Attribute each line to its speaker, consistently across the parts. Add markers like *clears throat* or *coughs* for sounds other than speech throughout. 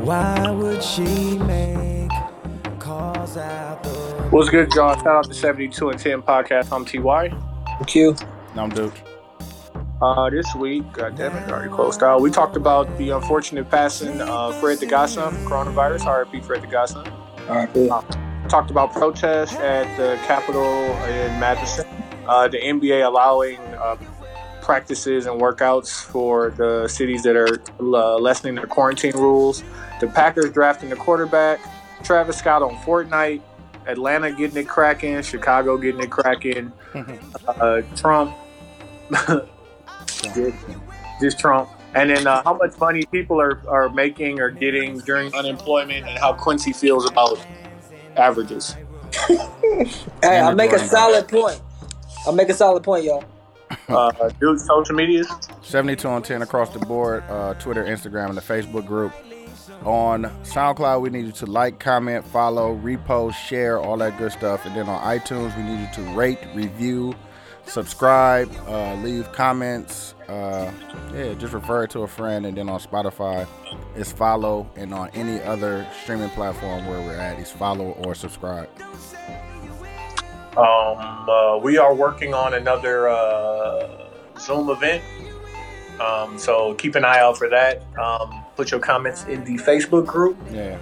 Speaker 1: Why would she make calls out the
Speaker 2: What's good, y'all? Shout out to 72 and 10 podcast. I'm TY.
Speaker 3: Thank you.
Speaker 4: No, I'm Duke.
Speaker 2: Uh, this week, God damn it, already closed out. We talked about the unfortunate passing of Fred the Godson from coronavirus, RIP Fred the Godson.
Speaker 3: All right.
Speaker 2: Talked about protests at the Capitol in Madison, uh, the NBA allowing uh, practices and workouts for the cities that are uh, lessening their quarantine rules, the Packers drafting the quarterback, Travis Scott on Fortnite, Atlanta getting it cracking, Chicago getting it cracking, uh, Trump. *laughs* just Trump. And then uh, how much money people are, are making or getting during unemployment and how Quincy feels about averages.
Speaker 3: Hey, I'll make a
Speaker 4: Grindr.
Speaker 3: solid point. I'll make a solid point, y'all.
Speaker 2: Uh, dude, social media.
Speaker 4: 72 on 10 across the board uh, Twitter, Instagram, and the Facebook group. On SoundCloud, we need you to like, comment, follow, repost, share, all that good stuff. And then on iTunes, we need you to rate, review, subscribe, uh, leave comments. Uh, yeah, just refer it to a friend. And then on Spotify, it's follow. And on any other streaming platform where we're at, it's follow or subscribe.
Speaker 2: Um, uh, we are working on another uh, Zoom event. Um, so keep an eye out for that. Um, put your comments in the Facebook group.
Speaker 4: Yeah.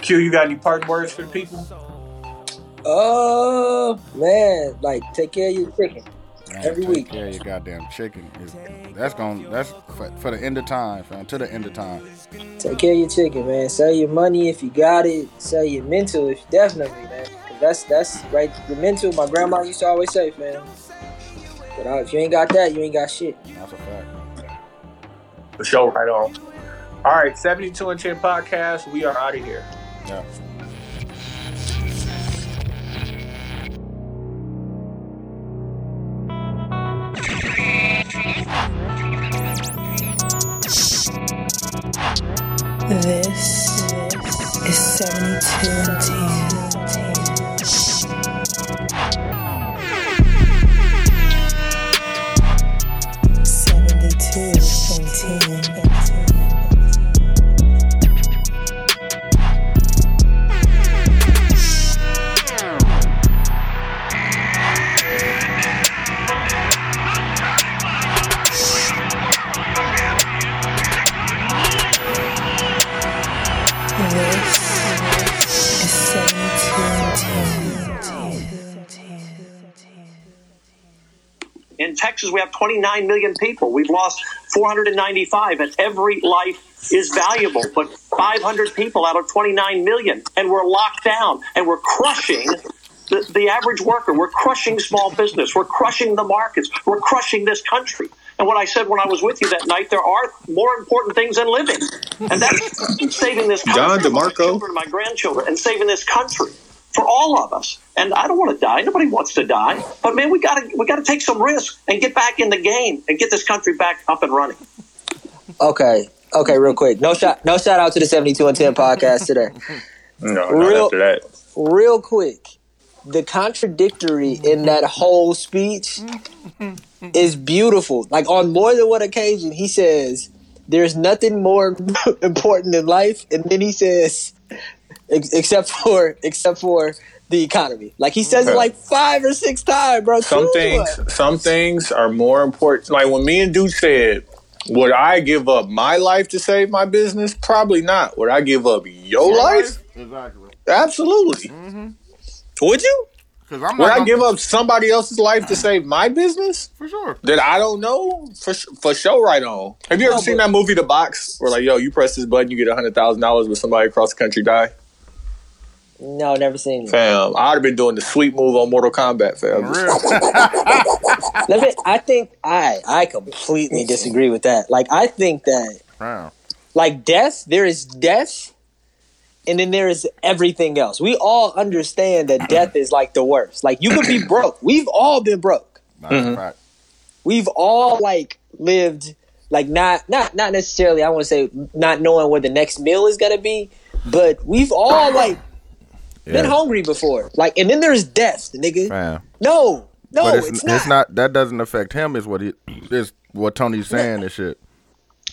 Speaker 2: Q, you got any parting words for the people?
Speaker 3: Oh man, like take care of your chicken.
Speaker 4: Man,
Speaker 3: Every
Speaker 4: take
Speaker 3: week.
Speaker 4: care of your goddamn chicken. Is- That's going. That's for, for the end of time, fam. To the end of time.
Speaker 3: Take care of your chicken, man. Sell your money if you got it. Sell your mental if definitely, man. 'Cause that's that's right. The mental, my grandma used to always say, man. But uh, if you ain't got that, you ain't got shit.
Speaker 4: That's a fact.
Speaker 2: For sure, right on. All right, 72 and 10 podcast. We are out of here.
Speaker 4: Yeah.
Speaker 5: This is 72 and 10. Seventy-two and ten. This is seventy-two and ten.
Speaker 6: In Texas, we have 29 million people. We've lost 495, and every life is valuable. But 500 people out of 29 million, and we're locked down, and we're crushing the, the average worker. We're crushing small business. We're crushing the markets. We're crushing this country. And what I said when I was with you that night, there are more important things than living, and that's saving this country.
Speaker 7: Don
Speaker 6: for my
Speaker 7: DeMarco.
Speaker 6: children, My grandchildren, and saving this country for all of us. And I don't want to die. Nobody wants to die. But man, we gotta we gotta take some risk and get back in the game and get this country back up and running.
Speaker 3: Okay, okay, real quick. No shot. No shout out to the seventy-two and ten podcast today.
Speaker 7: No,
Speaker 3: Real-
Speaker 7: not after that.
Speaker 3: real quick, the contradictory in that whole speech is beautiful. Like on more than one occasion, he says, "There's nothing more *laughs* important in life," and then he says, "Ex- "Except for, except for." The economy, like he says it
Speaker 7: Okay.
Speaker 3: like five or six times, bro.
Speaker 7: Some
Speaker 3: Choose
Speaker 7: things,
Speaker 3: one.
Speaker 7: some things are more important. Like when me and Dude said, "Would I give up my life to save my business?" Probably not. Would I give up your, life?
Speaker 4: Exactly.
Speaker 7: Absolutely. Would you?
Speaker 4: Because I'm
Speaker 7: Would
Speaker 4: not.
Speaker 7: I
Speaker 4: gonna-
Speaker 7: give up somebody else's life to save my business
Speaker 4: for sure.
Speaker 7: that I don't know? For s- for show, right on. Have you ever
Speaker 3: No,
Speaker 7: seen
Speaker 3: but-
Speaker 7: that movie, The Box? Where like, yo, you press this button, you get hundred thousand dollars, but somebody across the country die.
Speaker 3: No, never seen it.
Speaker 7: Fam, I'd have been doing the sweet move on Mortal Kombat,
Speaker 4: For
Speaker 7: fam.
Speaker 4: *laughs* real.
Speaker 3: Let me- I think I I completely disagree with that. Like I think that
Speaker 4: Wow.
Speaker 3: like death there is death and then there is everything else we all understand that death is like the worst like you could be broke we've all been broke
Speaker 4: That's a fact.
Speaker 3: we've all like lived like not not not necessarily i want to say not knowing where the next meal is gonna be but we've all like been
Speaker 4: Yeah.
Speaker 3: hungry before like and then there's death nigga
Speaker 4: Fam.
Speaker 3: no no
Speaker 4: But
Speaker 3: it's,
Speaker 4: it's,
Speaker 3: not.
Speaker 4: it's not. That doesn't affect him. Is what he. Is what Tony's saying and shit.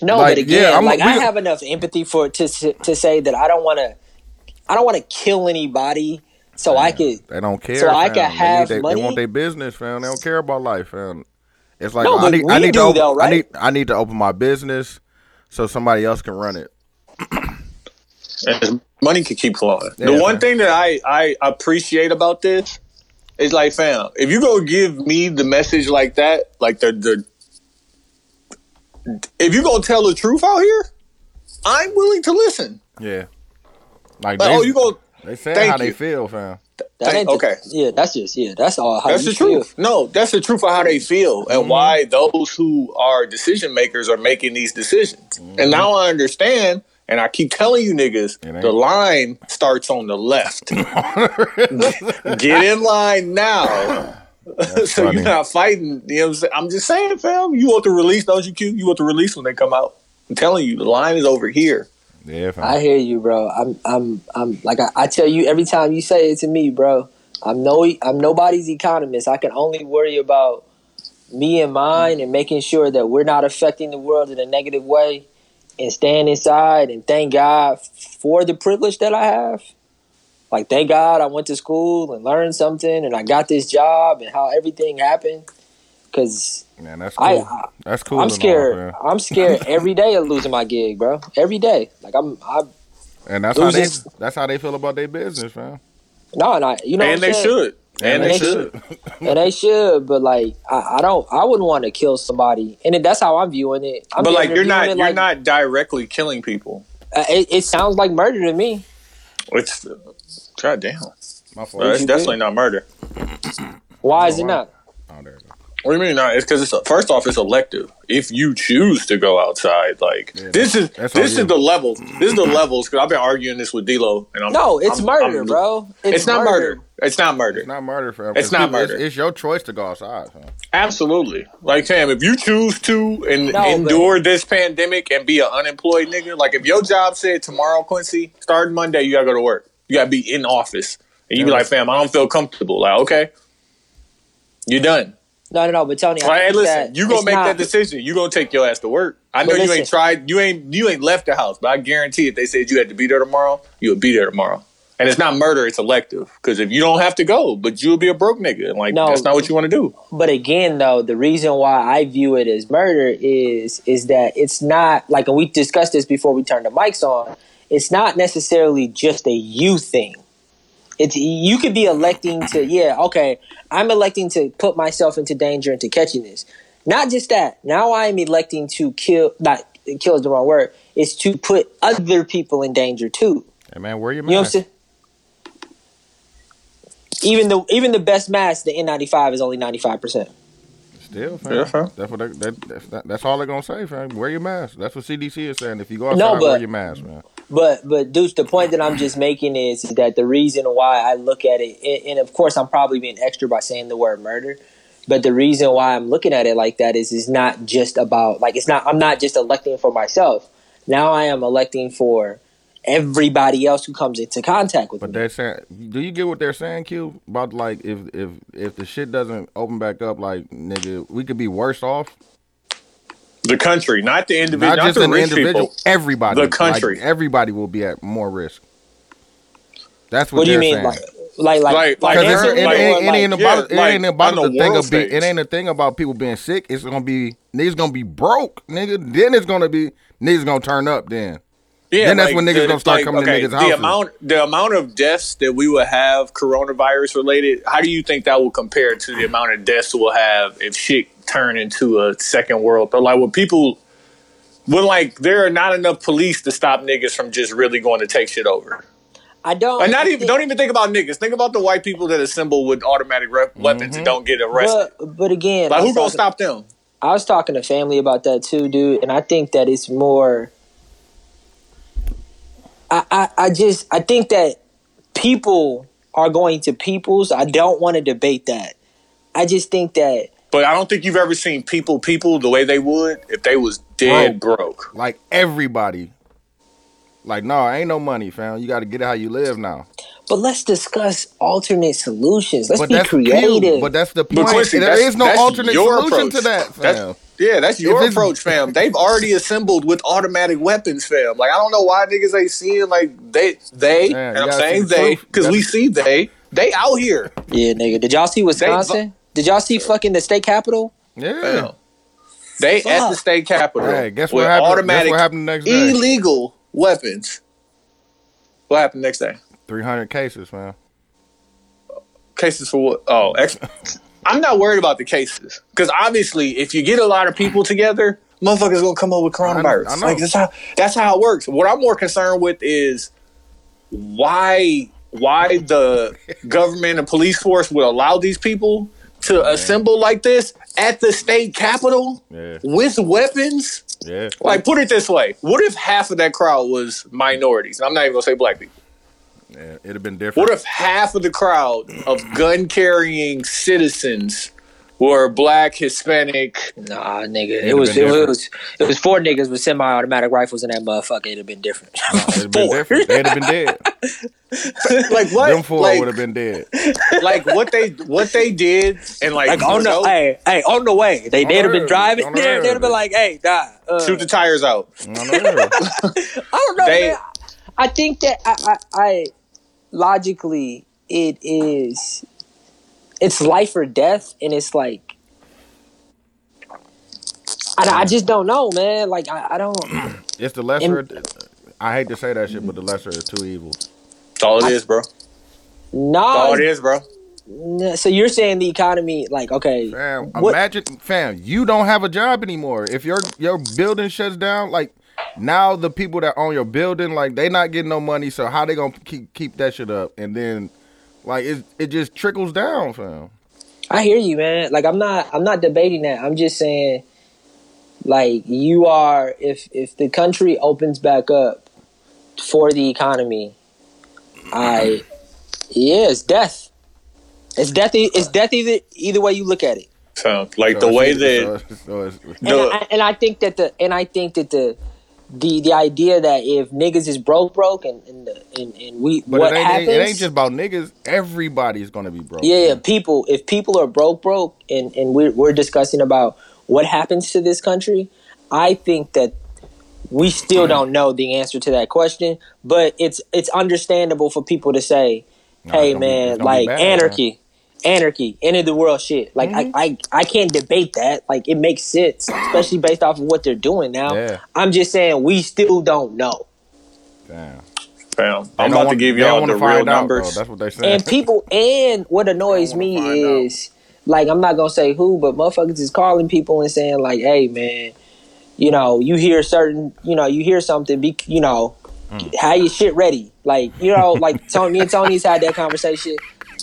Speaker 3: No,
Speaker 4: Like,
Speaker 3: but again,
Speaker 4: yeah, I'm a-
Speaker 3: like I
Speaker 4: we-
Speaker 3: have enough empathy for to to say that I don't want to, I don't want to kill anybody, so I could.
Speaker 4: They don't care.
Speaker 3: So I
Speaker 4: fam.
Speaker 3: can
Speaker 4: They
Speaker 3: have
Speaker 4: need they,
Speaker 3: money?
Speaker 4: They want their business, fam. They don't care about life, fam. It's like
Speaker 3: No,
Speaker 4: I
Speaker 3: but
Speaker 4: need,
Speaker 3: we
Speaker 4: I need
Speaker 3: do,
Speaker 4: to open,
Speaker 3: though, right?
Speaker 4: I need I need to open my business so somebody else can run it.
Speaker 7: and money could keep flowing.
Speaker 4: Yeah,
Speaker 7: the one
Speaker 4: man.
Speaker 7: thing that I, I appreciate about this is like, fam, if you go give me the message like that, like the the if you gonna tell the truth out here, I'm willing to listen.
Speaker 4: Yeah.
Speaker 7: Like,
Speaker 4: Like, they,
Speaker 7: oh, you go.
Speaker 4: they saying
Speaker 7: thank
Speaker 4: how they
Speaker 7: you.
Speaker 3: *laughs*
Speaker 4: feel, fam. *laughs*
Speaker 3: That
Speaker 7: Thank-
Speaker 3: ain't the-
Speaker 7: okay.
Speaker 3: yeah, that's just yeah, that's all. How
Speaker 7: That's
Speaker 3: you
Speaker 7: the truth.
Speaker 3: feel.
Speaker 7: No, that's the truth of how they feel and why those who are decision makers are making these decisions. And now I understand. And I keep telling you niggas,
Speaker 4: ain't.
Speaker 7: the line starts on the left. Get in line now.
Speaker 4: *laughs*
Speaker 7: *laughs* so
Speaker 4: funny.
Speaker 7: you're not fighting. You know what I'm saying? I'm just saying, fam, you want the release, don't you, Q? You want the release when they come out. I'm telling you, the line is over here.
Speaker 4: Yeah, fam.
Speaker 3: I hear you, bro. I'm I'm I'm like I, I tell you every time you say it to me, bro. I'm no I'm nobody's economist. I can only worry about me and mine and making sure that we're not affecting the world in a negative way and staying inside and thank God for the privilege that I have. Like thank God I went to school and learned something and I got this job and how everything happened cuz
Speaker 4: Man, that's
Speaker 3: I-
Speaker 4: cool.
Speaker 3: I-
Speaker 4: that's cool.
Speaker 3: I'm
Speaker 4: and all,
Speaker 3: scared.
Speaker 4: fam.
Speaker 3: I'm scared every day of losing my gig, bro. Every day. Like I'm I
Speaker 4: and that's how they
Speaker 3: losing-
Speaker 4: that's how they feel about their business, fam.
Speaker 3: No, and I, you know,
Speaker 7: and
Speaker 3: what I'm
Speaker 7: they
Speaker 3: saying?
Speaker 7: should. And, they, should.
Speaker 3: and they should. But like, I, I don't, I wouldn't want to kill somebody, and then that's how I'm viewing it. I'm
Speaker 7: But like
Speaker 3: viewing
Speaker 7: you're not
Speaker 3: it
Speaker 7: you're
Speaker 3: like-
Speaker 7: not directly killing people.
Speaker 3: uh, It, it sounds like murder to me.
Speaker 7: It's goddamn.
Speaker 4: My fault.
Speaker 7: Well, that's
Speaker 3: you
Speaker 7: definitely not murder.
Speaker 3: Why is it not?
Speaker 4: Oh, there it go.
Speaker 7: What do you mean? Not? It's because it's first off, it's elective. If you choose to go outside, like this is
Speaker 4: that's on
Speaker 7: this
Speaker 4: you.
Speaker 7: is the level. This is the levels. Because I've been arguing this with D'Lo, and I'm
Speaker 3: No, it's
Speaker 7: I'm-
Speaker 3: murder,
Speaker 7: I'm-
Speaker 3: bro.
Speaker 7: It's, not murder. It's not murder.
Speaker 4: It's not murder, fam.
Speaker 7: It's
Speaker 4: 'cause
Speaker 7: not
Speaker 4: people- It's,
Speaker 7: murder.
Speaker 4: it's your choice to go outside, fam.
Speaker 7: Absolutely. Like Sam, if you choose to and
Speaker 3: No, but-
Speaker 7: endure this pandemic and be an unemployed nigga, like if your job said tomorrow, Quincy, starting Monday, you gotta go to work. You gotta be in office, and you be
Speaker 4: Yeah.
Speaker 7: like, fam, I don't feel comfortable. Like, okay, you're done.
Speaker 3: No, no, no. But Tony, I
Speaker 7: Like, hey,
Speaker 3: think
Speaker 7: listen,
Speaker 3: that
Speaker 7: you gonna
Speaker 3: it's
Speaker 7: make
Speaker 3: not-
Speaker 7: that decision. You gonna take your ass to work. I know
Speaker 3: But
Speaker 7: you
Speaker 3: listen.
Speaker 7: ain't tried. You ain't you ain't left the house, but I guarantee if they said you had to be there tomorrow, you would be there tomorrow. And it's not murder; it's elective. Because if you don't have to go, but you'll be a broke nigga, and like
Speaker 3: No.
Speaker 7: that's not what you want to do.
Speaker 3: But again, though, the reason why I view it as murder is is that it's not like, and we discussed this before we turned the mics on. It's not necessarily just a you thing. It's you could be electing to, yeah, okay, I'm electing to put myself into danger into catching this. Not just that. Now I am electing to kill. Not kill is the wrong word. It's to put other people in danger too.
Speaker 4: Hey, man, where your
Speaker 3: You know what I'm
Speaker 4: mask?
Speaker 3: saying? Even the even the best mask, the N95 is only 95 percent.
Speaker 4: Still, fam.
Speaker 7: Yeah, fam.
Speaker 4: That's what they, that, that's, that, that's all they're gonna say, fam. Wear your mask. That's what CDC is saying. If you go outside,
Speaker 3: No, but-
Speaker 4: wear your mask, man.
Speaker 3: But but Deuce, the point that I'm just making is, is that the reason why I look at it, and- and of course I'm probably being extra by saying the word murder, but the reason why I'm looking at it like that is it's not just about like it's not I'm not just electing for myself. Now I am electing for everybody else who comes into contact with
Speaker 4: But
Speaker 3: me.
Speaker 4: they're saying, do you get what they're saying, Q? About like if if if the shit doesn't open back up, like nigga, we could be worse off.
Speaker 7: The country, not the individual,
Speaker 4: Not
Speaker 7: not,
Speaker 4: just
Speaker 7: the
Speaker 4: an
Speaker 7: rich
Speaker 4: individual,
Speaker 7: people.
Speaker 4: everybody,
Speaker 7: The
Speaker 4: like,
Speaker 7: country.
Speaker 4: everybody will be at more risk. That's what,
Speaker 3: What do you
Speaker 4: they're
Speaker 3: mean,
Speaker 4: saying.
Speaker 3: like like like,
Speaker 7: Like- like-
Speaker 4: Because it's- it,
Speaker 7: Financially,
Speaker 3: financially
Speaker 4: ain't-
Speaker 3: or,
Speaker 4: it
Speaker 3: like-
Speaker 4: ain't
Speaker 7: yeah,
Speaker 4: about it
Speaker 7: like,
Speaker 4: ain't about
Speaker 7: on
Speaker 4: the
Speaker 7: the
Speaker 4: thing
Speaker 7: world
Speaker 4: of be, it
Speaker 7: stage.
Speaker 4: ain't a thing about people being sick. It's gonna be niggas gonna be broke, nigga. Then it's gonna be niggas gonna turn up. Then
Speaker 7: Yeah,
Speaker 4: Then that's when niggas gonna start coming to niggas'
Speaker 7: the
Speaker 4: houses.
Speaker 7: Amount, the amount of deaths that we will have coronavirus related, how do you think that will compare to the amount of deaths we'll have if shit turn into a second world? But like when people, when like there are not enough police to stop niggas from just really going to take shit over.
Speaker 3: I don't
Speaker 7: And not
Speaker 3: I
Speaker 7: even
Speaker 3: think-
Speaker 7: don't even think about niggas. Think about the white people that assemble with automatic rep-
Speaker 4: Mm-hmm.
Speaker 7: weapons and don't get arrested.
Speaker 3: but, but again
Speaker 7: like
Speaker 3: I'm
Speaker 7: who gonna
Speaker 3: talking-
Speaker 7: stop them?
Speaker 3: I was talking to family about that too, dude, and I think that it's more. I, I, I just I think that people are going to peoples. I don't want to debate that. I just think that
Speaker 7: But I don't think you've ever seen people people the way they would if they was dead broke.
Speaker 4: like everybody, like no, ain't no money, fam. You got to get it how you live now.
Speaker 3: but let's discuss alternate solutions. Let's
Speaker 4: But
Speaker 3: be
Speaker 4: that's
Speaker 3: creative.
Speaker 4: Q, but that's the
Speaker 7: But
Speaker 4: point.
Speaker 7: Quincy,
Speaker 4: There
Speaker 7: that's-
Speaker 4: is no
Speaker 7: that's
Speaker 4: alternate
Speaker 7: your
Speaker 4: solution
Speaker 7: approach.
Speaker 4: to that,
Speaker 7: That's-
Speaker 4: fam.
Speaker 7: Yeah, that's your
Speaker 4: it's-
Speaker 7: approach, fam. They've already assembled with automatic weapons, fam. Like I don't know why niggas ain't seeing like they they and
Speaker 4: Man, you
Speaker 7: I'm
Speaker 4: gotta
Speaker 7: saying
Speaker 4: see the
Speaker 7: they
Speaker 4: proof.
Speaker 7: because we see they they out here.
Speaker 3: Yeah, nigga. Did y'all see Wisconsin? Did y'all see fucking the state capitol?
Speaker 4: Yeah.
Speaker 7: Fam. They at the
Speaker 3: Fuck.
Speaker 7: state capitol.
Speaker 4: Hey, guess what
Speaker 7: with
Speaker 4: happened?
Speaker 7: Automatic
Speaker 4: Guess what happened the next day?
Speaker 7: illegal weapons. What happened next day?
Speaker 4: Three hundred cases, man.
Speaker 7: Cases for what? Oh, ex- I'm not worried about the cases because obviously, if you get a lot of people together, motherfuckers gonna come up with coronavirus.
Speaker 4: I know.
Speaker 7: Like that's how that's how it works. What I'm more concerned with is why why the government and police force would allow these people to assemble like this at the state capitol
Speaker 4: Yeah.
Speaker 7: with weapons.
Speaker 4: Yeah.
Speaker 7: Like, put it this way: What if half of that crowd was minorities? And I'm not even gonna say black people.
Speaker 4: yeah. It'd have been different.
Speaker 7: What if half of the crowd of gun carrying citizens were black, Hispanic?
Speaker 3: Nah, nigga.
Speaker 4: It'd
Speaker 3: It was
Speaker 4: been
Speaker 3: it
Speaker 4: different.
Speaker 3: was it was four niggas with semi-automatic rifles in that motherfucker. It'd have been different. *laughs*
Speaker 4: It'd have been different. They'd have been
Speaker 7: *laughs*
Speaker 4: dead.
Speaker 7: *laughs* Like what?
Speaker 4: Them four
Speaker 7: like,
Speaker 4: would have been dead.
Speaker 7: *laughs* like what they what they did and like, oh,
Speaker 3: like on
Speaker 7: you know,
Speaker 3: the hey hey on the way. They
Speaker 4: On
Speaker 3: they'd
Speaker 4: the
Speaker 3: have been
Speaker 4: road.
Speaker 3: driving
Speaker 4: On the
Speaker 3: there. They'd have
Speaker 4: road.
Speaker 3: been like, hey, die. Uh,
Speaker 7: shoot the tires out.
Speaker 4: I know.
Speaker 3: I don't know.
Speaker 7: They-
Speaker 3: man. I think that I, I, I logically it is it's life or death, and it's like I, I
Speaker 4: Mm.
Speaker 3: just don't know, man. Like I, I don't. *laughs*
Speaker 4: It's the lesser. I hate to say that shit, but the lesser of two evils.
Speaker 7: That's all it is, bro. That's all
Speaker 3: No.
Speaker 7: it is, bro.
Speaker 3: n- So you're saying the economy, like okay,
Speaker 4: Fam,
Speaker 3: What-
Speaker 4: imagine, fam, you don't have a job anymore. If your your building shuts down, like now the people that own your building, like they not getting no money. So how they gonna keep keep that shit up? And then, like it it just trickles down, fam.
Speaker 3: I hear you, man. Like I'm not I'm not debating that. I'm just saying like you are if if the country opens back up for the economy, I yeah, it's death. It's death e- it's death either either way you look at it.
Speaker 7: So, like
Speaker 4: So
Speaker 7: the
Speaker 4: it's-
Speaker 7: way that
Speaker 4: so it's- so it's-
Speaker 3: And,
Speaker 7: No.
Speaker 3: I, and I think that the and I think that the the the idea that if niggas is broke broke and and the, and, and we
Speaker 4: but
Speaker 3: what
Speaker 4: it, ain't,
Speaker 3: happens
Speaker 4: it ain't just about niggas. Everybody's gonna be broke.
Speaker 3: Yeah, yeah, people. If people are broke, broke, and and we're we're discussing about what happens to this country, I think that we still don't know the answer to that question. But it's it's understandable for people to say, "Hey,
Speaker 4: gonna be- it's
Speaker 3: man,
Speaker 4: gonna be
Speaker 3: like
Speaker 4: bad, man." Mm-hmm.
Speaker 3: anarchy, anarchy, end of the world, shit." Like I, I I can't debate that. Like it makes sense, especially based off of what they're doing now.
Speaker 4: Yeah.
Speaker 3: I'm just saying we still don't know.
Speaker 4: Fam.
Speaker 7: fam,
Speaker 4: They
Speaker 7: I'm
Speaker 4: don't
Speaker 7: about to
Speaker 4: wanna-
Speaker 7: give
Speaker 4: they don't
Speaker 7: y'all
Speaker 4: wanna
Speaker 7: the
Speaker 4: find
Speaker 7: real
Speaker 4: out,
Speaker 7: numbers.
Speaker 4: though. That's what they saying. *laughs*
Speaker 3: and people and what annoys me is like I'm not gonna say who, but motherfuckers is calling people and saying like, "Hey, man, you know, you hear certain, you know, you hear something, be, you know, have your shit ready." Like you know, like Tony, me and Tony's had that conversation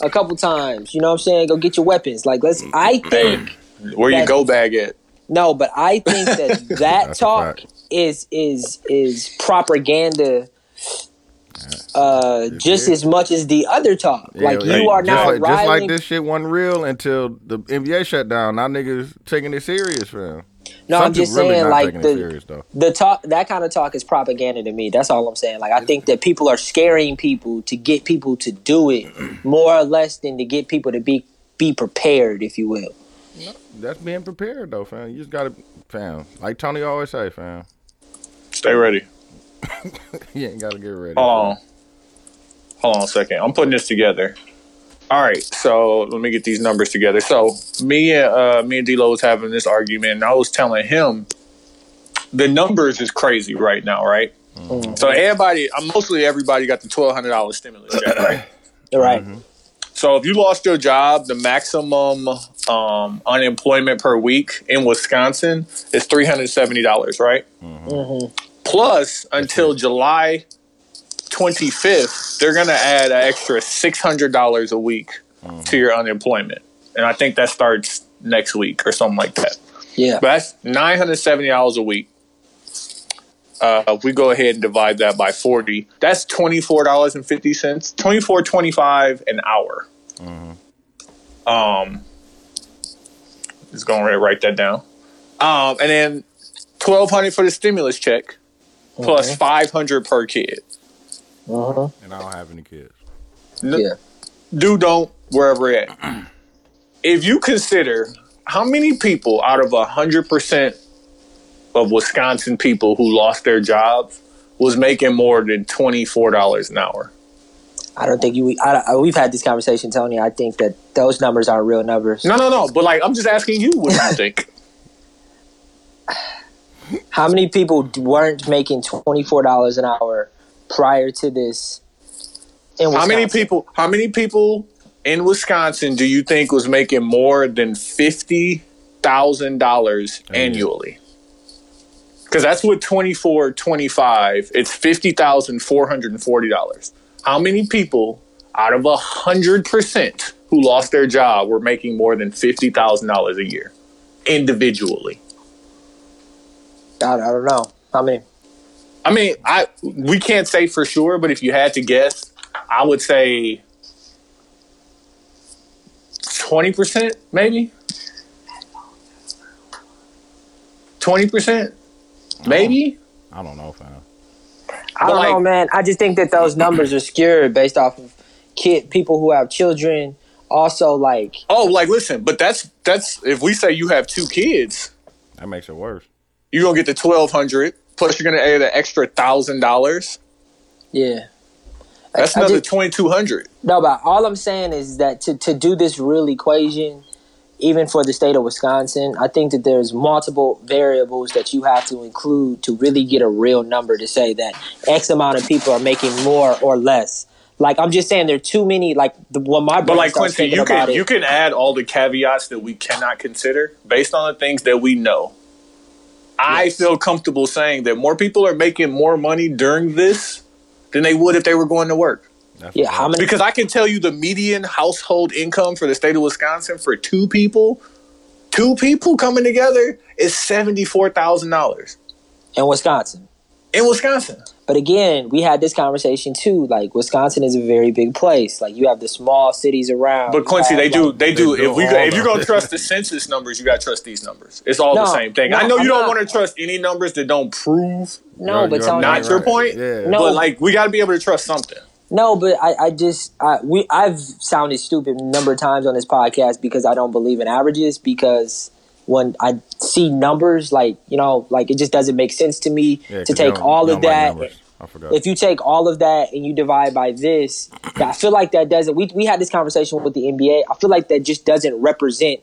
Speaker 3: a couple times. You know what I'm saying? Go get your weapons. Like let's. I think
Speaker 7: Where you
Speaker 3: That's-
Speaker 7: go bag at?
Speaker 3: no, but I think that that
Speaker 4: *laughs* That's a
Speaker 3: talk
Speaker 4: fact.
Speaker 3: is is is propaganda. Uh, just
Speaker 4: is.
Speaker 3: as much as the other talk,
Speaker 4: Yeah,
Speaker 3: like
Speaker 4: like,
Speaker 3: you are
Speaker 4: just
Speaker 3: now
Speaker 4: like, just like
Speaker 3: rivaling
Speaker 4: this shit wasn't real until the NBA shut down. Now niggas taking it serious, fam.
Speaker 3: No,
Speaker 4: Some
Speaker 3: I'm just
Speaker 4: people really
Speaker 3: saying,
Speaker 4: not
Speaker 3: like,
Speaker 4: taking
Speaker 3: the-
Speaker 4: it serious though.
Speaker 3: the talk that kind of talk is propaganda to me that's all i'm saying like i think that people are scaring people to get people to do
Speaker 4: *clears throat*
Speaker 3: it more or less than to get people to be be prepared if you will
Speaker 4: That's being prepared though, fam. You just gotta, fam. Like Tony always say, fam. *laughs*
Speaker 7: Stay ready.
Speaker 4: You ain't gotta get ready.
Speaker 7: Hold on. Hold on a second. I'm putting this together. All right, so let me get these numbers together. So me and uh, me and D-Lo was having this argument, and I was telling him the numbers is crazy right now, right? So everybody, uh, mostly everybody got the twelve hundred dollars stimulus check, right?
Speaker 3: all right
Speaker 4: Mm-hmm.
Speaker 7: So if you lost your job, the maximum um, unemployment per week in Wisconsin is three hundred seventy dollars, right? Mm-hmm. Plus, until July twenty fifth, they're gonna add an extra six hundred dollars a week to your unemployment, and I think that starts next week or something like that.
Speaker 3: yeah
Speaker 7: But that's nine hundred seventy dollars a week. Uh, if we go ahead and divide that by forty, that's twenty four dollars and fifty cents, twenty four twenty five an hour. Um, just gonna write that down. Um, and then twelve hundred for the stimulus check, plus five hundred per kid.
Speaker 3: uh-huh.
Speaker 4: And I don't have any kids.
Speaker 7: N-
Speaker 3: yeah
Speaker 7: do don't wherever at. if you consider how many people out of hundred percent of Wisconsin people who lost their jobs was making more than twenty four dollars an hour?
Speaker 3: I don't think you. I, I, we've had this conversation, Tony. I think that those numbers aren't real numbers.
Speaker 7: No, no, no. But like, I'm just asking you what you think.
Speaker 3: How many people d- weren't making twenty four dollars an hour prior to this? in
Speaker 7: How many
Speaker 3: Wisconsin?
Speaker 7: people? How many people in Wisconsin do you think was making more than fifty thousand dollars annually? Because that's what 24, 25, It's fifty thousand four hundred and forty dollars. How many people out of a hundred percent who lost their job were making more than fifty thousand dollars a year individually?
Speaker 3: I, I don't know. How many?
Speaker 7: I mean, I we can't say for sure, but if you had to guess, I would say twenty percent, maybe twenty percent, maybe.
Speaker 4: I don't know, fam.
Speaker 3: I
Speaker 7: But
Speaker 3: don't know,
Speaker 7: like-
Speaker 3: man. I just think that those numbers are skewed based off of kid people who have children. Also, like
Speaker 7: Oh, like listen, but that's that's if we say you have two kids,
Speaker 4: That makes it worse.
Speaker 7: you're gonna get the twelve hundred plus you're gonna add an extra thousand dollars.
Speaker 3: yeah,
Speaker 7: That's
Speaker 3: I
Speaker 7: another
Speaker 3: did-
Speaker 7: twenty two hundred.
Speaker 3: no. But all I'm saying is that to to do this real equation, even for the state of Wisconsin, I think that there's multiple variables that you have to include to really get a real number to say that X amount of people are making more or less. Like I'm just saying, there are too many. Like the, when my
Speaker 7: But
Speaker 3: brain
Speaker 7: like Quincy,
Speaker 3: starts thinking
Speaker 7: you
Speaker 3: about
Speaker 7: can
Speaker 3: it,
Speaker 7: you can add all the caveats that we cannot consider based on the things that we know. I feel comfortable saying that more people are making more money during this than they would if they were going to work.
Speaker 4: That's
Speaker 3: yeah,
Speaker 4: what's
Speaker 3: how
Speaker 4: up.
Speaker 3: many?
Speaker 7: Because I can tell you the median household income for the state of Wisconsin for two people, two people coming together is seventy four thousand dollars
Speaker 3: in Wisconsin.
Speaker 7: in Wisconsin.
Speaker 3: But again, we had this conversation too. Like Wisconsin is a very big place. Like you have the small cities around.
Speaker 7: But Quincy,
Speaker 3: You
Speaker 7: they
Speaker 3: have,
Speaker 7: do,
Speaker 3: like-
Speaker 7: they do.
Speaker 4: do
Speaker 7: If we,
Speaker 4: all
Speaker 7: if you're
Speaker 4: that.
Speaker 7: gonna trust the census numbers, you gotta trust these numbers. It's all the
Speaker 3: No,
Speaker 7: same thing.
Speaker 3: no,
Speaker 7: I know you
Speaker 3: I'm
Speaker 7: don't
Speaker 3: not.
Speaker 7: want to trust any numbers that don't prove.
Speaker 3: No,
Speaker 4: You're-
Speaker 3: but
Speaker 4: you're
Speaker 3: Tony,
Speaker 7: Not your point.
Speaker 4: Yeah.
Speaker 3: No.
Speaker 7: But like, we gotta be able to trust something.
Speaker 3: no. But I, I just, I, we, I've sounded stupid a number of times on this podcast because I don't believe in averages. Because when I see numbers, like you know, like it just doesn't make sense to me
Speaker 4: Yeah, 'cause
Speaker 3: to
Speaker 4: you
Speaker 3: take
Speaker 4: don't-
Speaker 3: all
Speaker 4: you
Speaker 3: of
Speaker 4: don't like
Speaker 3: that.
Speaker 4: numbers. I forgot.
Speaker 3: if you take all of that and you divide by this, I feel like that doesn't. We we had this conversation with the NBA. I feel like that just doesn't represent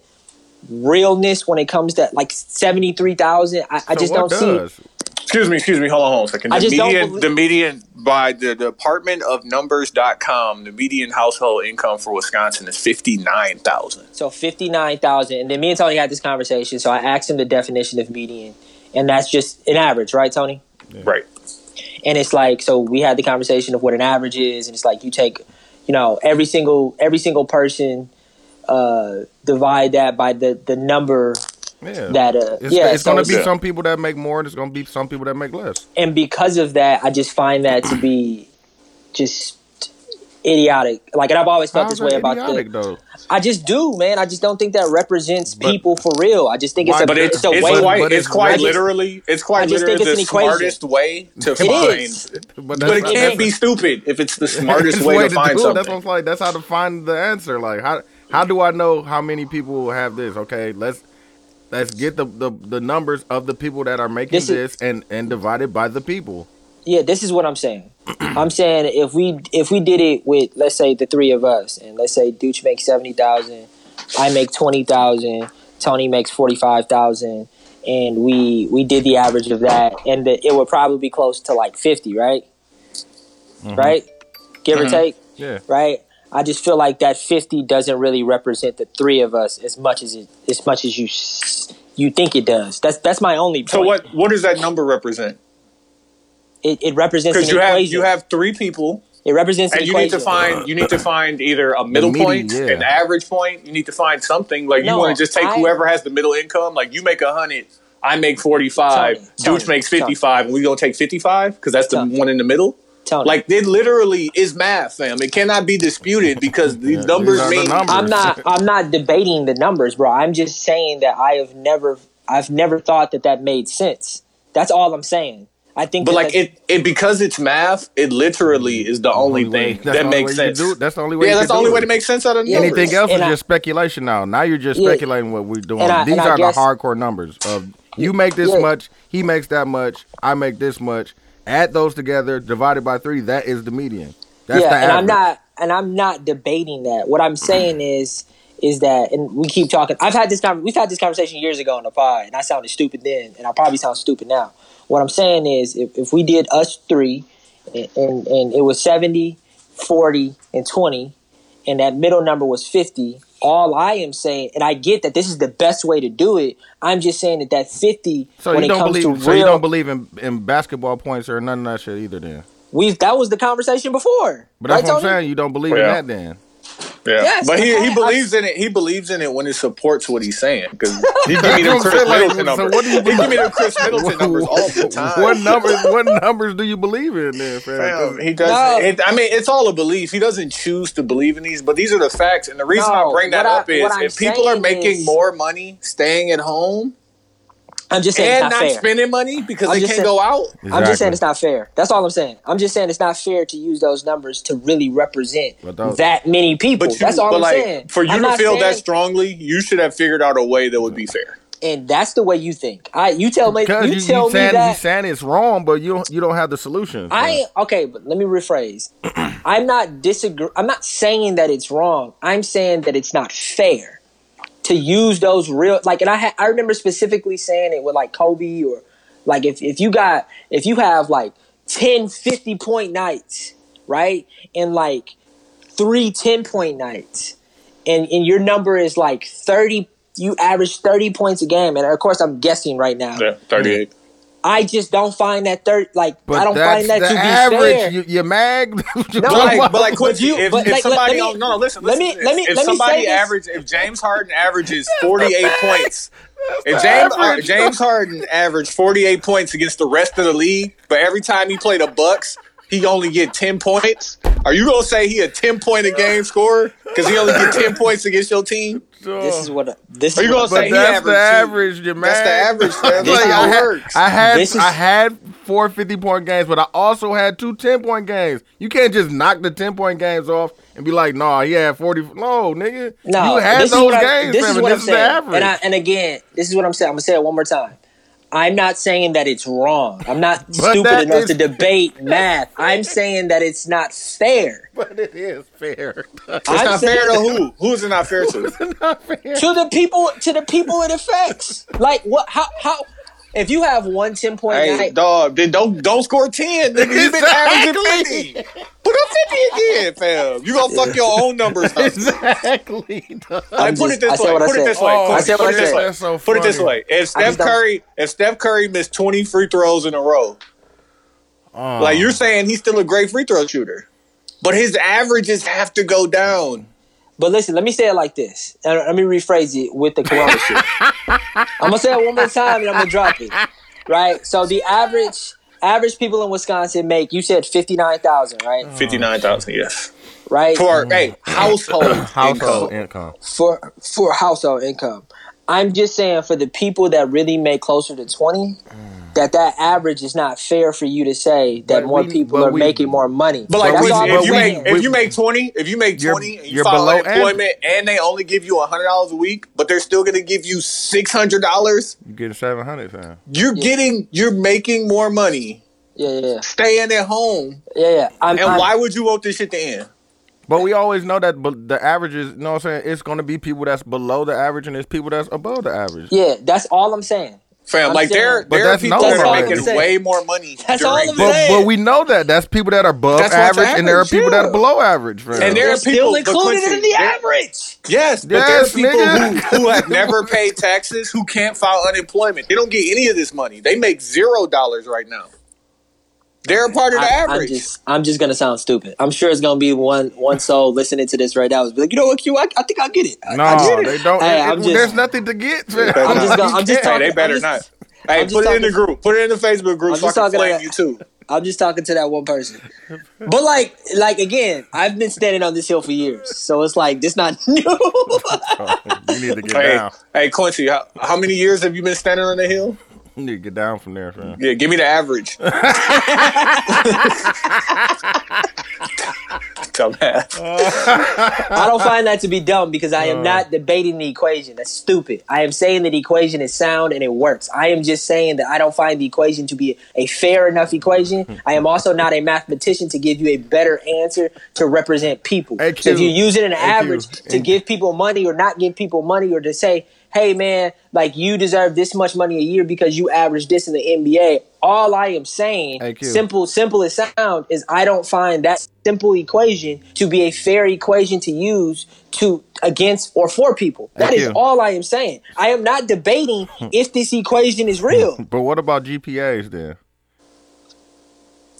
Speaker 3: realness when it comes to like seventy three thousand. I, I
Speaker 4: So
Speaker 3: just don't
Speaker 4: what
Speaker 3: see.
Speaker 4: does?
Speaker 7: Excuse me, excuse me. Hold on, hold on a second. The
Speaker 3: I just don't
Speaker 7: median,
Speaker 3: believe-
Speaker 7: the median by the Department of Numbers.com, the median household income for Wisconsin is fifty nine thousand.
Speaker 3: So fifty nine thousand, and then me and Tony had this conversation. So I asked him the definition of median, and that's just an average, right, Tony?
Speaker 7: Right.
Speaker 3: and it's like so we had the conversation of what an average is and it's like you take you know every single every single person uh divide that by the the number
Speaker 4: Yeah.
Speaker 3: that uh
Speaker 4: It's,
Speaker 3: yeah
Speaker 4: it's
Speaker 3: so
Speaker 4: gonna
Speaker 3: it's-
Speaker 4: be some people that make more, and it's gonna be some people that make less.
Speaker 3: and because of that i just find that to be just idiotic like and i've always felt
Speaker 4: How's
Speaker 3: this way
Speaker 4: that
Speaker 3: about
Speaker 4: idiotic,
Speaker 3: the
Speaker 4: though.
Speaker 3: i just do man i just don't think that represents
Speaker 4: But-
Speaker 3: people for real i just think it's
Speaker 4: Why-
Speaker 3: a
Speaker 7: But it's,
Speaker 3: it's a
Speaker 7: it's
Speaker 3: way
Speaker 7: quite,
Speaker 4: but
Speaker 7: it's
Speaker 4: it's
Speaker 7: quite
Speaker 4: right.
Speaker 7: literally, it's quite
Speaker 3: I just
Speaker 7: literally
Speaker 3: think
Speaker 7: the
Speaker 3: it's an equation.
Speaker 7: smartest way to
Speaker 4: It
Speaker 7: find.
Speaker 3: is.
Speaker 4: But,
Speaker 7: But
Speaker 4: that's
Speaker 7: it
Speaker 4: not-
Speaker 7: can't be stupid if it's
Speaker 3: *laughs*
Speaker 7: the smartest
Speaker 4: It's
Speaker 7: way,
Speaker 4: way
Speaker 7: to, find
Speaker 4: do it. That's what
Speaker 7: something.
Speaker 4: I'm like. That's how to find the answer. Like how how do I know how many people have this? Okay, let's let's get the the, the numbers of the people that are making
Speaker 3: This
Speaker 4: this,
Speaker 3: is-
Speaker 4: and and divide it by the people.
Speaker 3: yeah this is what i'm saying i'm saying if we if we did it with let's say the three of us and let's say Dooch makes 70000 i make 20000 tony makes 45000 and we we did the average of that and the, it would probably be close to like 50 right right give or take
Speaker 4: Yeah.
Speaker 3: right i just feel like that 50 doesn't really represent the three of us as much as it as much as you s- you think it does that's that's my only point
Speaker 7: So what? What does that number represent?
Speaker 3: it, it represents an
Speaker 7: Because you have
Speaker 3: equation
Speaker 7: you have three people,
Speaker 3: it represents an
Speaker 7: and you need to
Speaker 3: equation.
Speaker 7: find you need to find either a middle
Speaker 4: Uh-huh. median,
Speaker 7: point,
Speaker 4: yeah.
Speaker 7: an average point. You need to find something like
Speaker 3: No,
Speaker 7: you want to just take
Speaker 3: I-
Speaker 7: whoever has the middle income. Like you make a hundred, I make forty five,
Speaker 3: Tony, Tony,
Speaker 7: Dooch makes fifty five, and we gonna take fifty five because that's the
Speaker 3: Tony.
Speaker 7: one in the middle.
Speaker 3: Tony.
Speaker 7: Like it literally is math, fam. It cannot be disputed because the numbers
Speaker 4: these are the
Speaker 7: mean
Speaker 4: numbers.
Speaker 3: I'm not I'm not debating the numbers, bro. I'm just saying that I have never I've never thought that that made sense. That's all I'm saying. I think,
Speaker 7: But
Speaker 3: that
Speaker 7: like
Speaker 3: that's-
Speaker 7: it, it because it's math, it literally is the only
Speaker 4: way-
Speaker 7: thing
Speaker 4: Mm-hmm. that's the
Speaker 7: that
Speaker 4: only
Speaker 7: makes
Speaker 4: way you
Speaker 7: sense.
Speaker 4: can do it. That's the only way.
Speaker 7: yeah,
Speaker 4: you
Speaker 7: that's
Speaker 4: can
Speaker 7: the only
Speaker 4: do
Speaker 7: way
Speaker 4: it.
Speaker 7: to make sense out of
Speaker 3: Yeah.
Speaker 7: numbers.
Speaker 4: Anything else is
Speaker 3: And I-
Speaker 4: just speculation now. Now you're just
Speaker 3: Yeah.
Speaker 4: speculating what we're doing.
Speaker 3: And I-
Speaker 4: These
Speaker 3: and I
Speaker 4: are
Speaker 3: guess-
Speaker 4: the hardcore numbers of you make this
Speaker 3: Yeah.
Speaker 4: much, he makes that much, I make this much. Add those together, divided by three. That is the median. That's
Speaker 3: yeah,
Speaker 4: the
Speaker 3: and
Speaker 4: average.
Speaker 3: I'm not and I'm not debating that. What I'm saying is is that and we keep talking. I've had this con- we've had this conversation years ago on the pod, and I sounded stupid then, and I probably sound stupid now. What I'm saying is if, if we did us three and, and, and it was 70, 40, and 20, and that middle number was 50, all I am saying, and I get that this is the best way to do it, I'm just saying that that 50,
Speaker 4: So
Speaker 3: when
Speaker 4: you
Speaker 3: it
Speaker 4: don't
Speaker 3: comes
Speaker 4: believe.
Speaker 3: to real,
Speaker 4: so you don't believe in, in basketball points or none of that shit either. Then,
Speaker 3: we've, that was the conversation before.
Speaker 4: but that's
Speaker 3: right,
Speaker 4: what I'm
Speaker 3: Tony?
Speaker 4: saying. You don't believe
Speaker 7: Yeah.
Speaker 4: in that. Then
Speaker 7: Yeah,
Speaker 3: Yes,
Speaker 7: but he,
Speaker 3: okay,
Speaker 7: he
Speaker 3: I-
Speaker 7: believes in it. He believes in it when it supports what he's saying. Because *laughs* he give me the
Speaker 4: That's what I'm
Speaker 7: Chris
Speaker 4: saying, like,
Speaker 7: Middleton
Speaker 4: so
Speaker 7: numbers.
Speaker 4: what do you
Speaker 7: he give me the Chris
Speaker 4: What-
Speaker 7: Middleton numbers all the time. *laughs*
Speaker 4: What numbers? What numbers do you believe in then, fam? 'Cause-
Speaker 7: Fam, he does.
Speaker 3: No.
Speaker 7: It, I mean, it's all a belief. He doesn't choose to believe in these, but these are the facts. And the reason
Speaker 3: No,
Speaker 7: I bring that
Speaker 3: what I-
Speaker 7: up is
Speaker 3: what I'm
Speaker 7: if people are
Speaker 3: saying
Speaker 7: making
Speaker 3: is-
Speaker 7: more money staying at home
Speaker 3: I'm just saying
Speaker 7: and
Speaker 3: it's
Speaker 7: not,
Speaker 3: not fair.
Speaker 7: spending money because
Speaker 3: I'm
Speaker 7: they
Speaker 3: just
Speaker 7: can't
Speaker 3: saying-
Speaker 7: go out,
Speaker 3: I'm just
Speaker 4: Exactly.
Speaker 3: saying it's not fair. That's all I'm saying. I'm just saying it's not fair to use those numbers to really represent
Speaker 4: But those-
Speaker 3: that many people.
Speaker 7: but you,
Speaker 3: that's all
Speaker 7: but
Speaker 3: I'm
Speaker 7: like
Speaker 3: saying.
Speaker 7: for you
Speaker 3: I'm
Speaker 7: to
Speaker 3: not
Speaker 7: feel that
Speaker 3: saying-
Speaker 7: strongly, you should have figured out a way that would be fair.
Speaker 3: and that's the way you think. I you tell me
Speaker 4: Because
Speaker 3: you,
Speaker 4: you, you,
Speaker 3: tell me
Speaker 4: saying, you
Speaker 3: that
Speaker 4: saying it's wrong, but you don't, you don't have the solution.
Speaker 3: I ain't- okay, but let me rephrase. *clears throat* I'm not disagree. I'm not saying that it's wrong. I'm saying that it's not fair to use those real like. And I ha- I remember specifically saying it with like Kobe or like if if you got if you have like 10 50 point nights right and like three 10 point nights and and your number is like 30 you average 30 points a game and of course i'm guessing right now
Speaker 7: Yeah, thirty-eight.
Speaker 3: i just don't find that third like
Speaker 4: but
Speaker 3: i don't
Speaker 4: that's
Speaker 3: find that
Speaker 4: the
Speaker 3: to be
Speaker 4: average.
Speaker 3: fair
Speaker 4: You, you mag. *laughs* You
Speaker 3: No,
Speaker 7: But
Speaker 4: don't
Speaker 7: like, but like
Speaker 4: want-
Speaker 7: Quincy,
Speaker 3: you-
Speaker 7: if,
Speaker 3: but
Speaker 7: if
Speaker 3: like, let-
Speaker 7: somebody,
Speaker 3: let me-
Speaker 7: on- no, no, listen,
Speaker 3: let
Speaker 7: listen
Speaker 3: me-
Speaker 7: to this.
Speaker 3: let me-
Speaker 7: if
Speaker 3: let me say
Speaker 7: somebody
Speaker 3: this.
Speaker 7: average, if James Harden averages
Speaker 3: *laughs*
Speaker 7: forty-eight points, if James uh,
Speaker 4: average.
Speaker 7: James Harden averaged forty-eight points against the rest of the league, but every time he played the Bucks, he only get ten points. Are you gonna say he a ten-point a game scorer because he only get ten points against your team?
Speaker 3: this is what this
Speaker 7: Are
Speaker 3: is
Speaker 7: you gonna
Speaker 3: what-
Speaker 4: But
Speaker 7: say he
Speaker 4: that's the
Speaker 7: average?
Speaker 4: average, you
Speaker 7: That's the
Speaker 4: mag.
Speaker 7: average. That's
Speaker 4: Like,
Speaker 7: how
Speaker 4: I
Speaker 7: it
Speaker 4: had,
Speaker 7: works.
Speaker 4: I had,
Speaker 3: This is-
Speaker 4: I had four 50 point games, but I also had two 10 point games. You can't just knock the 10 point games off and be like, "Nah, he had 40." No, nigga,
Speaker 3: No,
Speaker 4: you had
Speaker 3: this is
Speaker 4: those
Speaker 3: what I-
Speaker 4: games.
Speaker 3: This
Speaker 4: fam,
Speaker 3: is
Speaker 4: and
Speaker 3: what
Speaker 4: this
Speaker 3: I'm
Speaker 4: the
Speaker 3: saying.
Speaker 4: average.
Speaker 3: And, I, and again, this is what I'm saying. I'm gonna say it one more time. I'm not saying that it's wrong.
Speaker 7: *laughs*
Speaker 3: I'm not stupid
Speaker 4: that
Speaker 3: enough
Speaker 4: is-
Speaker 3: to debate math. I'm saying that it's not fair.
Speaker 4: *laughs* but it is fair.
Speaker 7: It's
Speaker 3: I'm
Speaker 7: not
Speaker 3: saying-
Speaker 7: fair to who? Who's it not fair
Speaker 3: *laughs*
Speaker 7: to?
Speaker 3: to the people to the people it affects. Like what? How? How? If you have one 10 point
Speaker 7: Hey,
Speaker 3: night,
Speaker 7: dog, then don't don't score ten. Nigga. You've been averaging
Speaker 4: *laughs* Exactly.
Speaker 7: fifty. Put up fifty again, fam. You gonna fuck your own numbers
Speaker 3: *laughs*
Speaker 7: up.
Speaker 4: exactly. dog.
Speaker 7: Like, put
Speaker 3: just-
Speaker 7: it
Speaker 3: I
Speaker 7: this
Speaker 3: said
Speaker 7: way.
Speaker 3: what I
Speaker 7: Put it
Speaker 3: said.
Speaker 7: this way.
Speaker 4: Oh,
Speaker 7: Put
Speaker 3: I
Speaker 7: it-
Speaker 3: said what
Speaker 7: put it
Speaker 3: I
Speaker 7: this
Speaker 3: said.
Speaker 7: way.
Speaker 4: That's so
Speaker 7: Put it this
Speaker 4: funny.
Speaker 7: way. If
Speaker 3: I
Speaker 7: Steph
Speaker 3: just don't-
Speaker 7: Curry, if Steph Curry missed twenty free throws in a row,
Speaker 4: Oh.
Speaker 7: like you're saying, he's still a great free throw shooter, but his averages have to go down.
Speaker 3: but listen, let me say it like this. And let me rephrase it with the corona shit. I'm gonna say it one more time and I'm gonna drop it. Right? So the average average people in Wisconsin make you said fifty nine thousand, right?
Speaker 7: Fifty nine thousand, yes.
Speaker 3: Right?
Speaker 7: Mm. For hey, *clears throat* household
Speaker 4: household
Speaker 7: income.
Speaker 4: income.
Speaker 3: for for household income. I'm just saying for the people that really make closer to 20,
Speaker 7: Mm.
Speaker 3: that that average is not fair for you to say that
Speaker 4: But
Speaker 3: more
Speaker 4: we-
Speaker 3: people
Speaker 4: but
Speaker 3: are
Speaker 4: we-
Speaker 3: making more money.
Speaker 7: But like,
Speaker 3: That's
Speaker 4: we-
Speaker 3: all
Speaker 7: Quincy,
Speaker 3: I'm
Speaker 7: if you
Speaker 4: we-
Speaker 7: make
Speaker 3: saying.
Speaker 7: if you make twenty, if you make
Speaker 4: You're-
Speaker 7: twenty, and you
Speaker 4: you're
Speaker 7: file
Speaker 4: below
Speaker 7: unemployment, and they only give you hundred dollars a week, but they're still going to give you six hundred dollars.
Speaker 4: You getting seven hundred, fam?
Speaker 7: You're getting, you're making more money
Speaker 3: yeah, yeah, yeah.
Speaker 7: staying at home.
Speaker 3: yeah, yeah. I'm,
Speaker 7: And
Speaker 3: I'm-
Speaker 7: why would you want this shit to end?
Speaker 4: But we always know that but the average is, you know what I'm saying? It's going to be people that's below the average and there's people that's above the average.
Speaker 3: Yeah, that's all I'm saying.
Speaker 7: Fam,
Speaker 3: I'm
Speaker 7: like there,
Speaker 3: saying-
Speaker 4: But
Speaker 7: there are
Speaker 4: that's
Speaker 7: people
Speaker 4: normal.
Speaker 7: that
Speaker 4: That's all
Speaker 7: are
Speaker 4: I'm
Speaker 7: making
Speaker 3: saying.
Speaker 7: way more money.
Speaker 3: That's all
Speaker 7: during
Speaker 3: I'm
Speaker 7: this.
Speaker 4: But,
Speaker 3: saying.
Speaker 4: but we know that that's people that are above
Speaker 7: That's what's
Speaker 4: average, and there are
Speaker 7: average,
Speaker 4: people that
Speaker 7: yeah.
Speaker 4: are below average, fam.
Speaker 7: And there
Speaker 3: They're
Speaker 7: are people
Speaker 3: still
Speaker 7: but
Speaker 3: included
Speaker 7: Quincy,
Speaker 3: in the
Speaker 7: there-
Speaker 3: average.
Speaker 7: Yes, but there are
Speaker 4: Yes,
Speaker 7: people
Speaker 4: nigga.
Speaker 7: who, who
Speaker 4: *laughs*
Speaker 7: have never paid taxes, who can't file unemployment. They don't get any of this money. They make zero dollars right now. They're a part of the
Speaker 3: I, I'm
Speaker 7: average.
Speaker 3: just, I'm just gonna sound stupid. I'm sure it's gonna be one, one soul listening to this right now. Is be like, you know what, Q? I, I think I get it. I,
Speaker 4: no,
Speaker 3: I get it.
Speaker 4: they don't.
Speaker 3: Hey,
Speaker 4: it-
Speaker 3: I'm
Speaker 4: it-
Speaker 3: just-
Speaker 4: there's nothing to get, fam.
Speaker 7: I'm just
Speaker 4: *laughs*
Speaker 3: gonna- I'm just
Speaker 4: You can't.
Speaker 7: hey,
Speaker 3: talking-
Speaker 7: they better
Speaker 3: I'm just-
Speaker 7: not. Hey,
Speaker 3: *laughs* I'm just
Speaker 7: put it in the
Speaker 3: talking-
Speaker 7: group. Put it in the Facebook group
Speaker 3: I'm
Speaker 7: so I
Speaker 3: just
Speaker 7: can
Speaker 3: talking
Speaker 7: flame
Speaker 3: about-
Speaker 7: you
Speaker 3: *laughs*
Speaker 7: too.
Speaker 3: I'm just talking to that one person. But like, like again, I've been standing on this hill for years, so it's like this not *laughs* new.
Speaker 4: Oh, You need to get
Speaker 7: Hey,
Speaker 4: down.
Speaker 7: hey Quincy, how, how many years have you been standing on the hill?
Speaker 4: need to get down from there, fam.
Speaker 7: Yeah, give me the *laughs* average. Dumbass.
Speaker 3: I don't find that to be dumb because I am not debating the equation. That's stupid. I am saying that the equation is sound and it works. I am just saying that I don't find the equation to be a fair enough equation. I am also not a mathematician to give you a better answer to represent people.
Speaker 4: AQ.
Speaker 3: So if you use it in an
Speaker 4: AQ.
Speaker 3: average to give people money or not give people money or to say, hey man, like you deserve this much money a year because you average this in the NBA. All I am saying,
Speaker 4: AQ.
Speaker 3: simple, simple as sound, is I don't find that simple equation to be a fair equation to use to against or for people. That is
Speaker 4: AQ.
Speaker 3: all I am saying. I am not
Speaker 4: *laughs*
Speaker 3: debating if this equation is real.
Speaker 4: But what about GPAs then?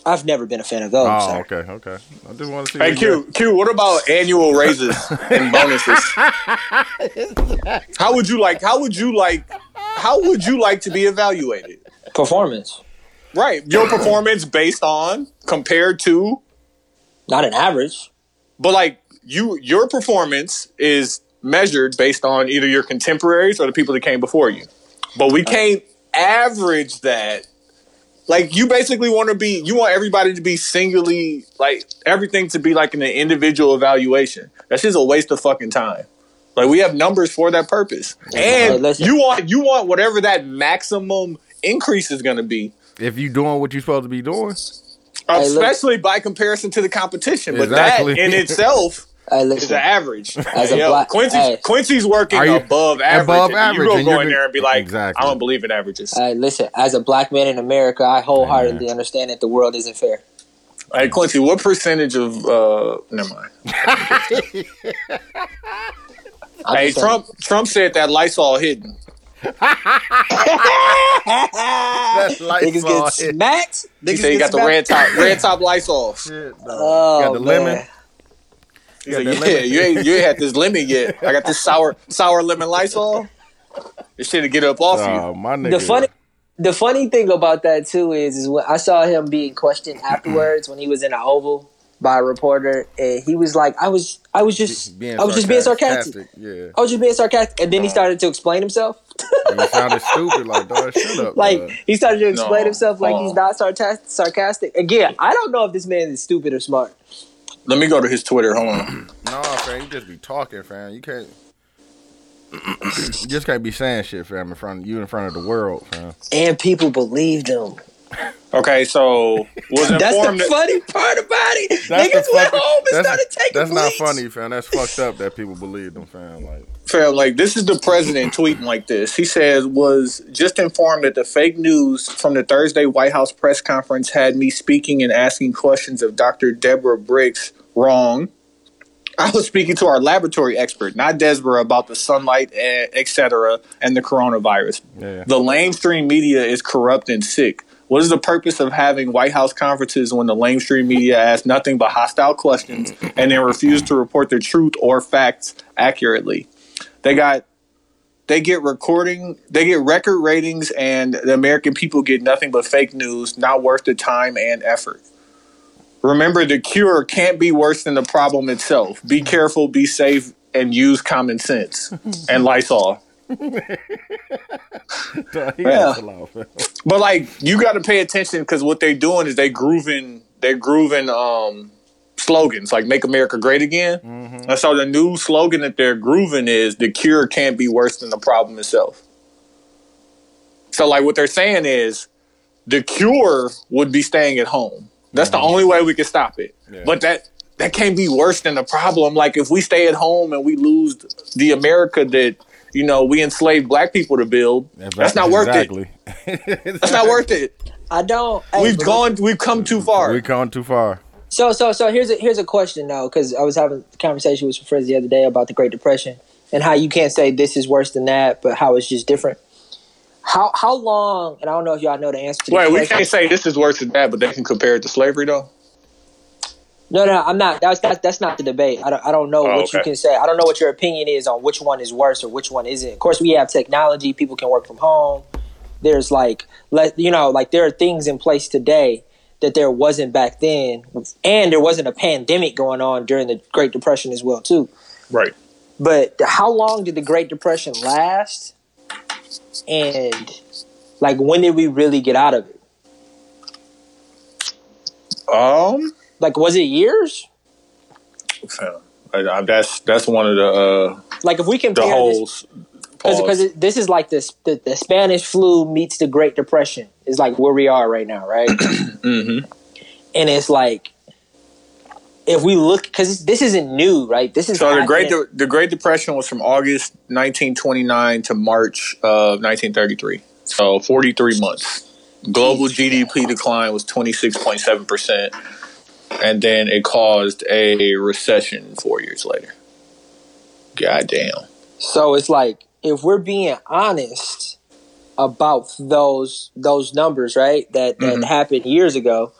Speaker 3: I've never been a fan of those.
Speaker 4: Oh,
Speaker 3: sorry.
Speaker 4: okay, okay. I just want to see.
Speaker 7: Hey
Speaker 4: what you-
Speaker 7: Q, Q, what about annual raises and bonuses? How would you like how would you like how would you like to be evaluated?
Speaker 3: Performance,
Speaker 7: Right. Your performance based on compared to
Speaker 3: not an average.
Speaker 7: but like you your performance is measured based on either your contemporaries or the people that came before you but we can't average that like you basically want to be you want everybody to be singularly like everything to be like an individual evaluation that's just a waste of fucking time like we have numbers for that purpose
Speaker 3: Hey,
Speaker 7: and
Speaker 3: listen.
Speaker 7: you want you want whatever that maximum increase is going to be
Speaker 4: If you doing what you supposed to be doing,
Speaker 3: *laughs* look.
Speaker 7: especially by comparison to the competition but
Speaker 4: Exactly.
Speaker 7: that in itself
Speaker 3: I
Speaker 7: it's
Speaker 3: listen,
Speaker 7: the average.
Speaker 3: *laughs* As a
Speaker 7: Yo,
Speaker 3: black-
Speaker 7: Quincy's,
Speaker 3: hey.
Speaker 7: Quincy's working
Speaker 4: Are you-
Speaker 7: above average.
Speaker 4: above
Speaker 7: and
Speaker 4: average,
Speaker 7: You gonna
Speaker 4: and
Speaker 7: go
Speaker 4: you're
Speaker 7: in
Speaker 4: do-
Speaker 7: there and be like,
Speaker 4: Exactly.
Speaker 7: I don't believe in averages.
Speaker 3: I listen, as a black man in America, I wholeheartedly understand that the world isn't fair.
Speaker 7: hey, Quincy, what percentage of? uh Never mind. Hey,
Speaker 3: I'm just saying.
Speaker 7: Trump. Trump said that Lysol hidden.
Speaker 4: that's like
Speaker 3: *laughs* Niggas get
Speaker 4: *laughs*
Speaker 3: smacked.
Speaker 7: He
Speaker 3: Niggas
Speaker 7: said he got
Speaker 3: get
Speaker 7: the
Speaker 3: smacked.
Speaker 7: red top, red top Lysol.
Speaker 3: Oh,
Speaker 4: got the
Speaker 3: man.
Speaker 4: lemon.
Speaker 7: He said,
Speaker 4: Yeah,
Speaker 7: yeah,
Speaker 3: *laughs*
Speaker 4: that lemon.
Speaker 7: you ain't, you ain't had this lemon yet. I got this sour, sour lemon Lysol. This shit to get up off
Speaker 4: Oh, my nigga.
Speaker 3: The funny, the funny thing about that too is, is when I saw him being questioned afterwards when he was in an oval by a reporter, and he was like, "I was, I was just, I was just being sarcastic.
Speaker 4: Yeah.
Speaker 3: I was just being sarcastic." And then he started to explain himself.
Speaker 4: And it sounded stupid. Like, dog, shut
Speaker 3: *laughs*
Speaker 4: up.
Speaker 3: Like
Speaker 4: dog.
Speaker 3: he started to explain
Speaker 7: No,
Speaker 3: himself like
Speaker 7: uh.
Speaker 3: he's not sarcastic. Sarcastic again. I don't know if this man is stupid or smart.
Speaker 7: you. Let me go to his Twitter. Hold on.
Speaker 4: No, fam, you just be talking, fam. You can't. *clears throat* You just can't be saying shit, fam, in front you in front of the world, fam.
Speaker 3: And people believed him.
Speaker 7: Okay, so was
Speaker 3: *laughs* That's
Speaker 7: informed.
Speaker 3: the
Speaker 7: that-
Speaker 3: funny part about it.
Speaker 4: That's
Speaker 3: Niggas
Speaker 4: the
Speaker 3: went
Speaker 4: fucking-
Speaker 3: home and
Speaker 4: that's-
Speaker 3: started taking
Speaker 4: That's
Speaker 3: bleeps.
Speaker 4: not funny, fam. That's fucked up that people believe them, fam. Like, *laughs*
Speaker 7: Fam, like this is the president tweeting like this. He says was just informed that the fake news from the Thursday White House press conference had me speaking and asking questions of Dr. Deborah Bricks wrong. I was speaking to our laboratory expert, not Desbra, about the sunlight, eh, et cetera, and the coronavirus.
Speaker 4: Yeah.
Speaker 7: The lamestream media is corrupt and sick. What is the purpose of having White House conferences when the lamestream media asks nothing but hostile questions and then refuse to report the truth or facts accurately? They got they get recording, they get record ratings, and the American people get nothing but fake news, not worth the time and effort. Remember, the cure can't be worse than the problem itself. Be careful, be safe, and use common sense and Lysol.
Speaker 4: dog, he gotta chill out, fam.
Speaker 7: But like, you got to pay attention because what they're doing is they grooving, they grooving um, slogans like "Make America Great Again." And so the new slogan that they're grooving is "The cure can't be worse than the problem itself." So like, what they're saying is the cure would be staying at home. That's the only way we can stop it.
Speaker 4: Yeah.
Speaker 7: But that that can't be worse than the problem. Like if we stay at home and we lose the America that you know we enslaved black people to build, that's not worth it.
Speaker 4: exactly. it.
Speaker 7: That's not worth it
Speaker 3: I don't. hey,
Speaker 7: we've
Speaker 3: but-
Speaker 7: gone we've come too far
Speaker 4: *laughs* We gone too far.
Speaker 3: So so so here's a here's a question though, because I was having a conversation with some friends the other day about the Great Depression and how you can't say this is worse than that, but how it's just different. How how long? And I don't know if y'all know the answer to
Speaker 7: wait
Speaker 3: this
Speaker 7: we
Speaker 3: question.
Speaker 7: can't say this is worse than that but they can compare it to slavery though
Speaker 3: No, no, I'm not. That's that, that's not the debate. I don't, I don't know
Speaker 7: Oh,
Speaker 3: what you
Speaker 7: okay.
Speaker 3: can say. I don't know what your opinion is on which one is worse or which one isn't. Of course, we have technology. People can work from home. There's like let you know, like there are things in place today that there wasn't back then, and there wasn't a pandemic going on during the Great Depression as well too.
Speaker 7: right
Speaker 3: But how long did the Great Depression last? And Like, when did we really get out of it?
Speaker 7: Um,
Speaker 3: Like, was it years?
Speaker 7: fam, I, I, uh, that's that's one of the uh,
Speaker 3: Like, if we
Speaker 7: the
Speaker 3: compare this,
Speaker 7: holes. Pause.
Speaker 3: because this is like this, the, the Spanish flu meets the Great Depression is like where we are right
Speaker 7: *clears throat*
Speaker 3: now, right?
Speaker 7: Mhm.
Speaker 3: and it's like, if we look, because this isn't new, right? This is
Speaker 7: So the Great
Speaker 3: happening-
Speaker 7: De- the Great Depression was from August 1929 to March of 1933. So 43 months. Global GDP decline was 26.7 percent, and then it caused a recession four years later. Goddamn.
Speaker 3: So it's like if we're being honest about those those numbers, right? That
Speaker 7: Mm-hmm.
Speaker 3: that happened years ago.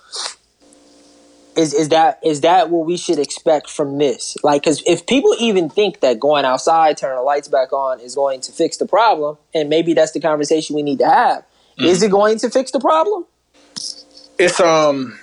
Speaker 3: Is is that is that what we should expect from this? Like, because if people even think that going outside, turning the lights back on, is going to fix the problem, and maybe that's the conversation we need to have. Is
Speaker 7: Mm.
Speaker 3: it going to fix the problem?
Speaker 7: It's um.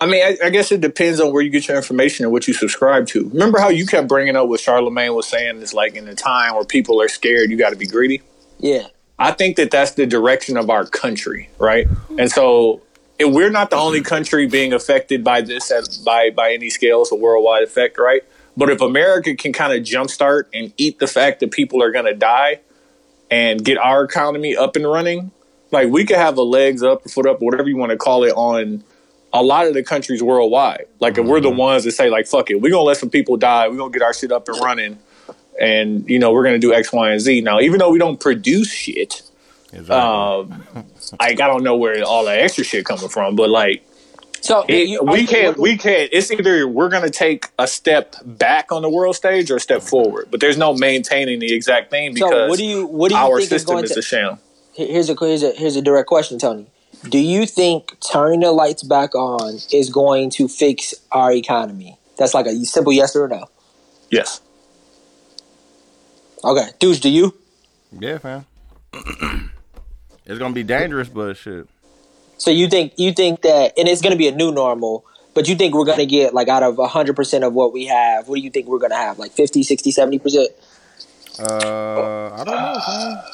Speaker 7: I mean, I, I guess it depends on where you get your information and what you subscribe to. Remember how you kept bringing up what Charlemagne was saying is like in a time where people are scared, you got to be greedy.
Speaker 3: Yeah,
Speaker 7: I think that that's the direction of our country, right? And so and we're not the only country being affected by this as by by any scale. It's a worldwide effect, right? But if America can kind of jumpstart and eat the fact that people are going to die and get our economy up and running, like we could have a legs up, a foot up, whatever you want to call it, on a lot of the countries worldwide. Like if we're the ones that say, like, fuck it, we're gonna let some people die, we're gonna get our shit up and running, and you know we're gonna do X, Y, and Z. Now, even though we don't produce shit,
Speaker 4: Exactly.
Speaker 7: um, like I don't know where all that extra shit coming from, but like
Speaker 3: so
Speaker 7: it,
Speaker 3: you-
Speaker 7: we
Speaker 3: okay,
Speaker 7: can't,
Speaker 3: what-
Speaker 7: we can't. It's either we're gonna take a step back on the world stage or a step forward, but there's no maintaining the exact thing because
Speaker 3: so what do you what do you
Speaker 7: our
Speaker 3: think is
Speaker 7: system
Speaker 3: going
Speaker 7: is,
Speaker 3: to
Speaker 7: a sham.
Speaker 3: Here- here's a here's a here's a direct question, Tony. Do you think turning the lights back on is going to fix our economy? That's like a simple yes or no.
Speaker 7: Yes,
Speaker 3: Okay, dudes, do you?
Speaker 4: yeah, fam. *clears throat* it's gonna be dangerous, but shit.
Speaker 3: So you think you think that, and it's going to be a new normal. But you think we're going to get like out of 100% of what we have, what do you think we're going to have? Like 50, 60, 70%?
Speaker 4: Uh, I don't know, fam.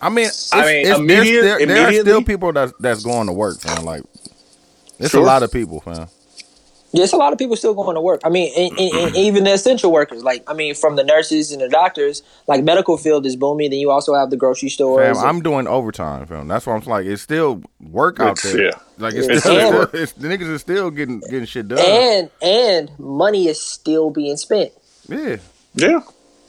Speaker 4: I mean, it's,
Speaker 7: I mean,
Speaker 4: it's, there's
Speaker 7: immediate-
Speaker 4: still- there are still
Speaker 7: immediately-
Speaker 4: people that that's going to work, fam. Like, it's
Speaker 7: Sure.
Speaker 4: a lot of people, fam.
Speaker 3: There's a lot of people still going to work. I mean, and, and, and even the essential workers, like, I mean, from the nurses and the doctors, like medical field is booming. Then you also have the grocery stores.
Speaker 4: Fam, I'm doing overtime, fam. That's why I'm like, it's still work out
Speaker 7: It's-
Speaker 4: there.
Speaker 7: yeah.
Speaker 4: Like it's,
Speaker 3: It's
Speaker 4: still,
Speaker 3: still-
Speaker 4: it's the niggas is still getting getting shit
Speaker 7: Uh-huh.
Speaker 4: done.
Speaker 3: and, and money is still being spent.
Speaker 4: yeah.
Speaker 7: yeah.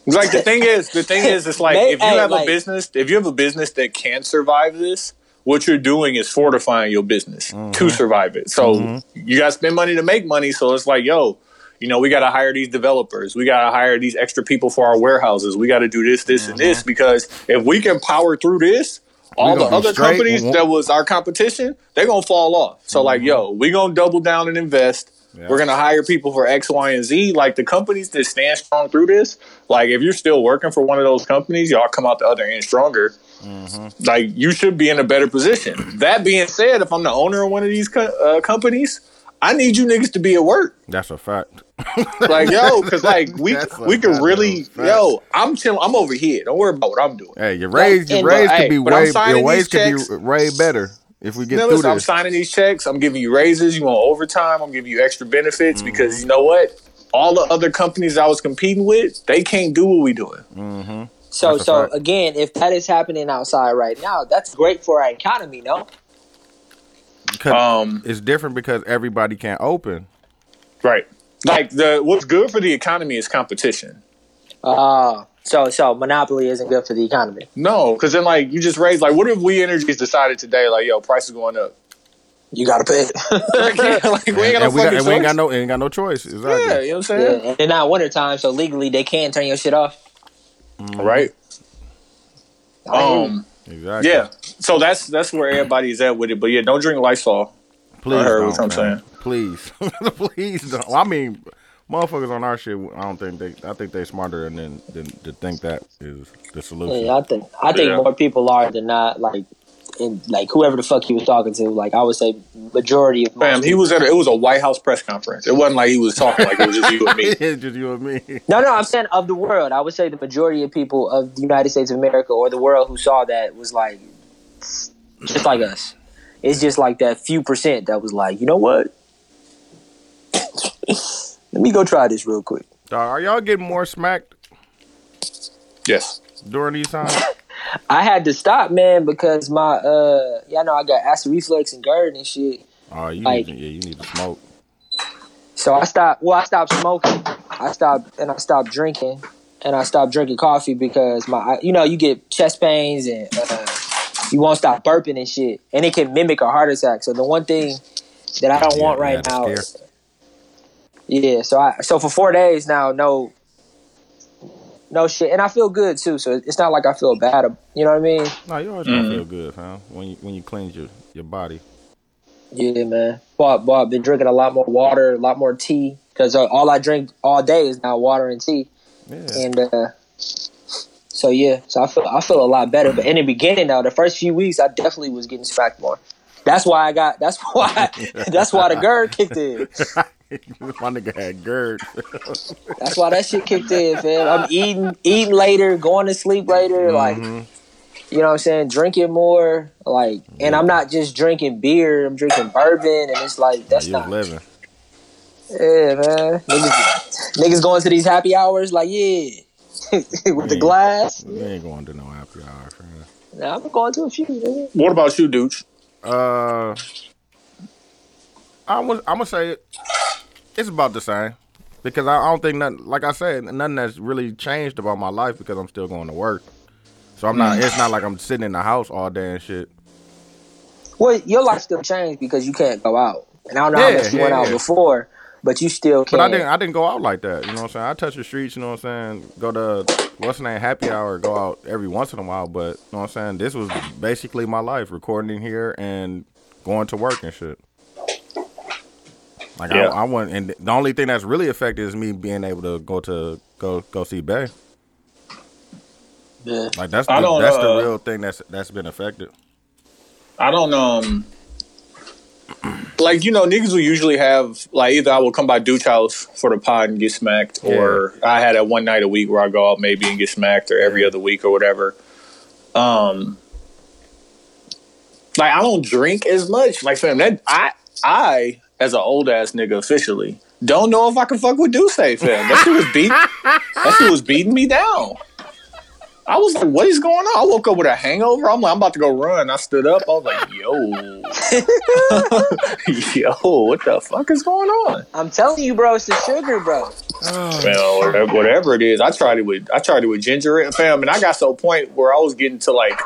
Speaker 7: Like
Speaker 3: *laughs*
Speaker 7: the thing is, the thing is, it's like
Speaker 3: They-
Speaker 7: if you
Speaker 3: hey,
Speaker 7: have a
Speaker 3: like-
Speaker 7: business, if you have a business that can survive this, what you're doing is fortifying your business to survive it. So
Speaker 8: Mm-hmm.
Speaker 7: you got to spend money to make money. So it's like, yo, you know, we got to hire these developers. We got to hire these extra people for our warehouses. We got to do this, this, and this because if we can power through this, all the
Speaker 4: Mm-hmm. gonna be
Speaker 7: other
Speaker 4: straight.
Speaker 7: companies
Speaker 4: We won't- Mm-hmm.
Speaker 7: that was our competition, they're gonna fall off. So like, yo, we gonna double down and invest.
Speaker 4: Yeah.
Speaker 7: We're gonna hire people for X, Y, and Z. Like the companies that stand strong through this, like if you're still working for one of those companies, y'all come out the other end stronger. Like you should be in a better position. That being said, if I'm the owner of one of these co- uh, companies, I need you niggas to be at work.
Speaker 4: That's a fact.
Speaker 7: Like yo, because like we
Speaker 4: That's a
Speaker 7: we could
Speaker 4: goddamn
Speaker 7: really
Speaker 4: fact.
Speaker 7: yo. I'm chilling. I'm over here. Don't worry about what I'm doing.
Speaker 4: Hey, your raise your
Speaker 3: and-
Speaker 4: raise could
Speaker 7: hey,
Speaker 4: be
Speaker 7: but I'm
Speaker 4: way your
Speaker 7: signing
Speaker 4: raise
Speaker 7: these
Speaker 4: could
Speaker 7: checks.
Speaker 4: be way better if we get
Speaker 7: No,
Speaker 4: through
Speaker 7: listen, I'm
Speaker 4: this.
Speaker 7: signing these checks. I'm giving you raises. You want overtime? I'm giving you extra benefits because you know what? All the other companies I was competing with, they can't do what we doing.
Speaker 3: So,
Speaker 4: That's a
Speaker 3: so
Speaker 4: fact.
Speaker 3: again, if that is happening outside right now, that's great for our economy, no?
Speaker 4: 'Cause
Speaker 7: Um,
Speaker 4: it's different because everybody can't open.
Speaker 7: right. Like the what's good for the economy is competition.
Speaker 3: Uh, so, so monopoly isn't good for the economy.
Speaker 7: No, because then like you just raise like what if we energies decided today like yo price is going up?
Speaker 3: You gotta pay.
Speaker 7: like *laughs* we ain't got no
Speaker 4: and we, got,
Speaker 7: fucking
Speaker 4: and we ain't got
Speaker 7: choice.
Speaker 4: no ain't got no choice. Exactly.
Speaker 7: Yeah, you know what I'm saying?
Speaker 3: *laughs* yeah, and they're not wintertime, so legally they can turn your shit off.
Speaker 7: Right. Um.
Speaker 4: Exactly.
Speaker 7: Yeah. So that's that's where everybody's at with it. But yeah, don't drink Lysol.
Speaker 4: Please.
Speaker 7: I heard
Speaker 4: don't,
Speaker 7: what I'm
Speaker 4: man.
Speaker 7: saying.
Speaker 4: Please. *laughs* Please don't. I mean, motherfuckers on our shit, I don't think they I think they smarter than than to think that is the solution.
Speaker 3: Yeah, I think I think
Speaker 7: Yeah.
Speaker 3: more people are than not. Like, in, like whoever the fuck you was talking to, like I would say majority of. most
Speaker 7: Fam, he
Speaker 3: people-
Speaker 7: was at a, it was a White House press conference. It wasn't like he was talking like it was just you
Speaker 4: *laughs*
Speaker 7: and me.
Speaker 4: It's just you and me.
Speaker 3: No, no, I'm saying of the world. I would say the majority of people of the United States of America or the world who saw that was like, just like us. It's just like that few percent that was like, you know what? *laughs* Let me go try this real quick.
Speaker 4: Dog, are y'all getting more smacked
Speaker 7: Yes.
Speaker 4: during these times?
Speaker 3: I had to stop, man, because my uh, y'all know I got acid reflux and GERD and shit.
Speaker 4: Oh, you
Speaker 3: Like-
Speaker 4: need to, yeah, you need to smoke.
Speaker 3: So I stopped. Well, I stopped smoking. I stopped and I stopped drinking, and I stopped drinking coffee because my, you know, you get chest pains and uh, you won't stop burping and shit, and it can mimic a heart attack. So the one thing that I don't
Speaker 4: Yeah,
Speaker 3: want
Speaker 4: yeah,
Speaker 3: right
Speaker 4: that's
Speaker 3: now.
Speaker 4: scary.
Speaker 3: Is, yeah. So I. So for four days now, no. No shit, and I feel good too. So it's not like I feel bad. ab- You know what I mean?
Speaker 4: No, you always gonna feel good, huh? When you when you cleanse your, your body.
Speaker 3: Yeah, man. Bob, Bob, been drinking a lot more water, a lot more tea, because uh, all I drink all day is now water and tea.
Speaker 4: Yeah.
Speaker 3: and uh, so yeah, so I feel I feel a lot better. But in the beginning, though, the first few weeks, I definitely was getting smacked more. That's why I got. That's *laughs* why. that's why the GERD kicked in.
Speaker 4: *laughs* My nigga had GERD.
Speaker 3: That's why that shit kicked in, fam. I'm eating eating later, going to sleep later,
Speaker 4: Mm-hmm.
Speaker 3: like you know what I'm saying, drinking more, like, and I'm not just drinking beer. I'm drinking bourbon, and it's like that's
Speaker 4: you
Speaker 3: not.
Speaker 4: was living.
Speaker 3: Yeah, man. Niggas, niggas going to these happy hours, like yeah, *laughs* with the
Speaker 4: Yeah.
Speaker 3: glass.
Speaker 4: We ain't going to no happy hour, friend.
Speaker 3: Nah, I'm going to a few. Nigga.
Speaker 7: What about you, dude?
Speaker 4: Uh, I was I'm gonna say it. It's about the same because I, I don't think nothing. Like I said, nothing that's really changed about my life because I'm still going to work. So I'm not. It's not like I'm sitting in the house all day and shit.
Speaker 3: Well, your life still changed because you can't go out. And I don't know
Speaker 4: Yeah,
Speaker 3: how much you
Speaker 4: yeah,
Speaker 3: went out
Speaker 4: yeah.
Speaker 3: before, but you still
Speaker 4: But
Speaker 3: can't.
Speaker 4: I didn't. I didn't go out like that. You know what I'm saying? I touch the streets. You know what I'm saying? Go to what's the name? Happy hour. Go out every once in a while. But you know what I'm saying? This was basically my life: recording in here and going to work and shit. Like
Speaker 7: Yeah.
Speaker 4: I, I went, and the only thing that's really affected is me being able to go to go go see Bay.
Speaker 3: Yeah.
Speaker 4: Like that's
Speaker 7: I
Speaker 4: the,
Speaker 7: don't,
Speaker 4: that's
Speaker 7: uh,
Speaker 4: the real thing that's that's been affected.
Speaker 7: I don't um like you know niggas will usually have like either I will come by Dude's house for the pod and get smacked or I had a one night a week where I go out maybe and get smacked or every other week or whatever. Um like I don't drink as much. Like fam that I I as an old ass nigga officially don't know if I can fuck with Duce fam. That shit was beat that shit was beating me down. I was like, what is going on? I woke up with a hangover. I'm like, I'm about to go run. I stood up. I was like, yo. *laughs* yo, what the fuck is going on?
Speaker 3: I'm telling you, bro, it's the sugar, bro.
Speaker 7: Well, whatever, whatever it is, I tried it with I tried it with ginger and fam, and I got to a point where I was getting to like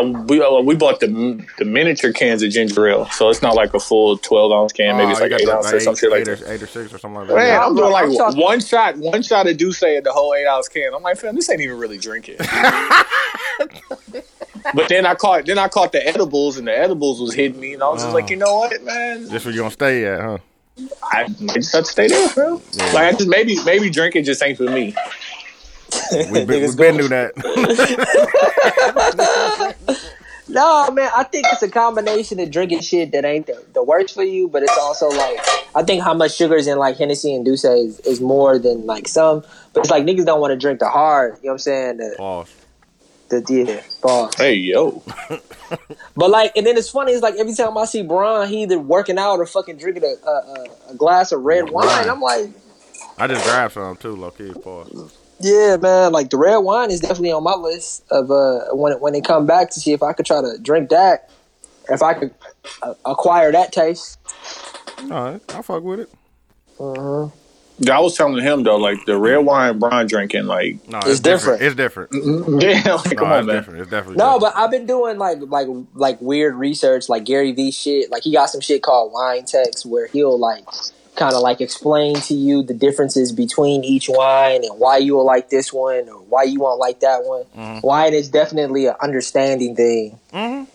Speaker 7: we uh, we bought the the miniature cans of ginger ale, so it's not like a full twelve ounce can. Maybe it's
Speaker 4: Oh, you
Speaker 7: like
Speaker 4: got
Speaker 7: eight
Speaker 4: the-
Speaker 7: ounces
Speaker 4: the
Speaker 7: or some
Speaker 4: eight-
Speaker 7: shit like
Speaker 4: eight
Speaker 7: that.
Speaker 4: or, eight or six or something like that.
Speaker 7: Man,
Speaker 4: Yeah.
Speaker 7: I'm doing like
Speaker 3: I'm talking-
Speaker 7: one shot, one shot of Douce in the whole eight ounce can. I'm like, fam, this ain't even really
Speaker 4: *laughs*
Speaker 7: drinking. but then I caught, then I caught the edibles, and the edibles was hitting me, and I was just like, you know what, man,
Speaker 4: This where you gonna stay at, huh?
Speaker 7: I might just have to stay there, fam. Like, I just maybe, maybe drinking just ain't for me.
Speaker 4: We've been, we
Speaker 3: Niggas
Speaker 4: been through that.
Speaker 3: No, man, I think it's a combination of drinking shit that ain't the, the worst for you, but it's also like, I think how much sugar is in like Hennessy and Douce is, is more than like some, but it's like niggas don't want to drink the hard, you know what I'm saying? The,
Speaker 4: Pause.
Speaker 3: the, yeah, bars.
Speaker 7: Hey,
Speaker 4: *laughs*
Speaker 7: yo,
Speaker 3: But like, and then it's funny. It's like every time I see Bron, he either working out or fucking drinking a, a, a- a glass of red wine. I'm like,
Speaker 4: I just grabbed some too, low key. Pause.
Speaker 3: yeah, man. Like the red wine is definitely on my list of uh when when they come back to see if I could try to drink that, if I could uh, acquire that taste.
Speaker 4: All right, I fuck with it.
Speaker 7: I was telling him though, like the red wine Brian drinking, like,
Speaker 4: No,
Speaker 3: It's different.
Speaker 4: It's different.
Speaker 7: yeah, like, *laughs* come
Speaker 4: No,
Speaker 7: on, man.
Speaker 4: it's different. It's definitely
Speaker 3: No, but
Speaker 4: different.
Speaker 3: I've been doing like like like weird research, like Gary V shit. Like he got some shit called wine text where he'll like kind of like explain to you the differences between each wine and why you will like this one or why you won't like that one. Wine is definitely an understanding thing.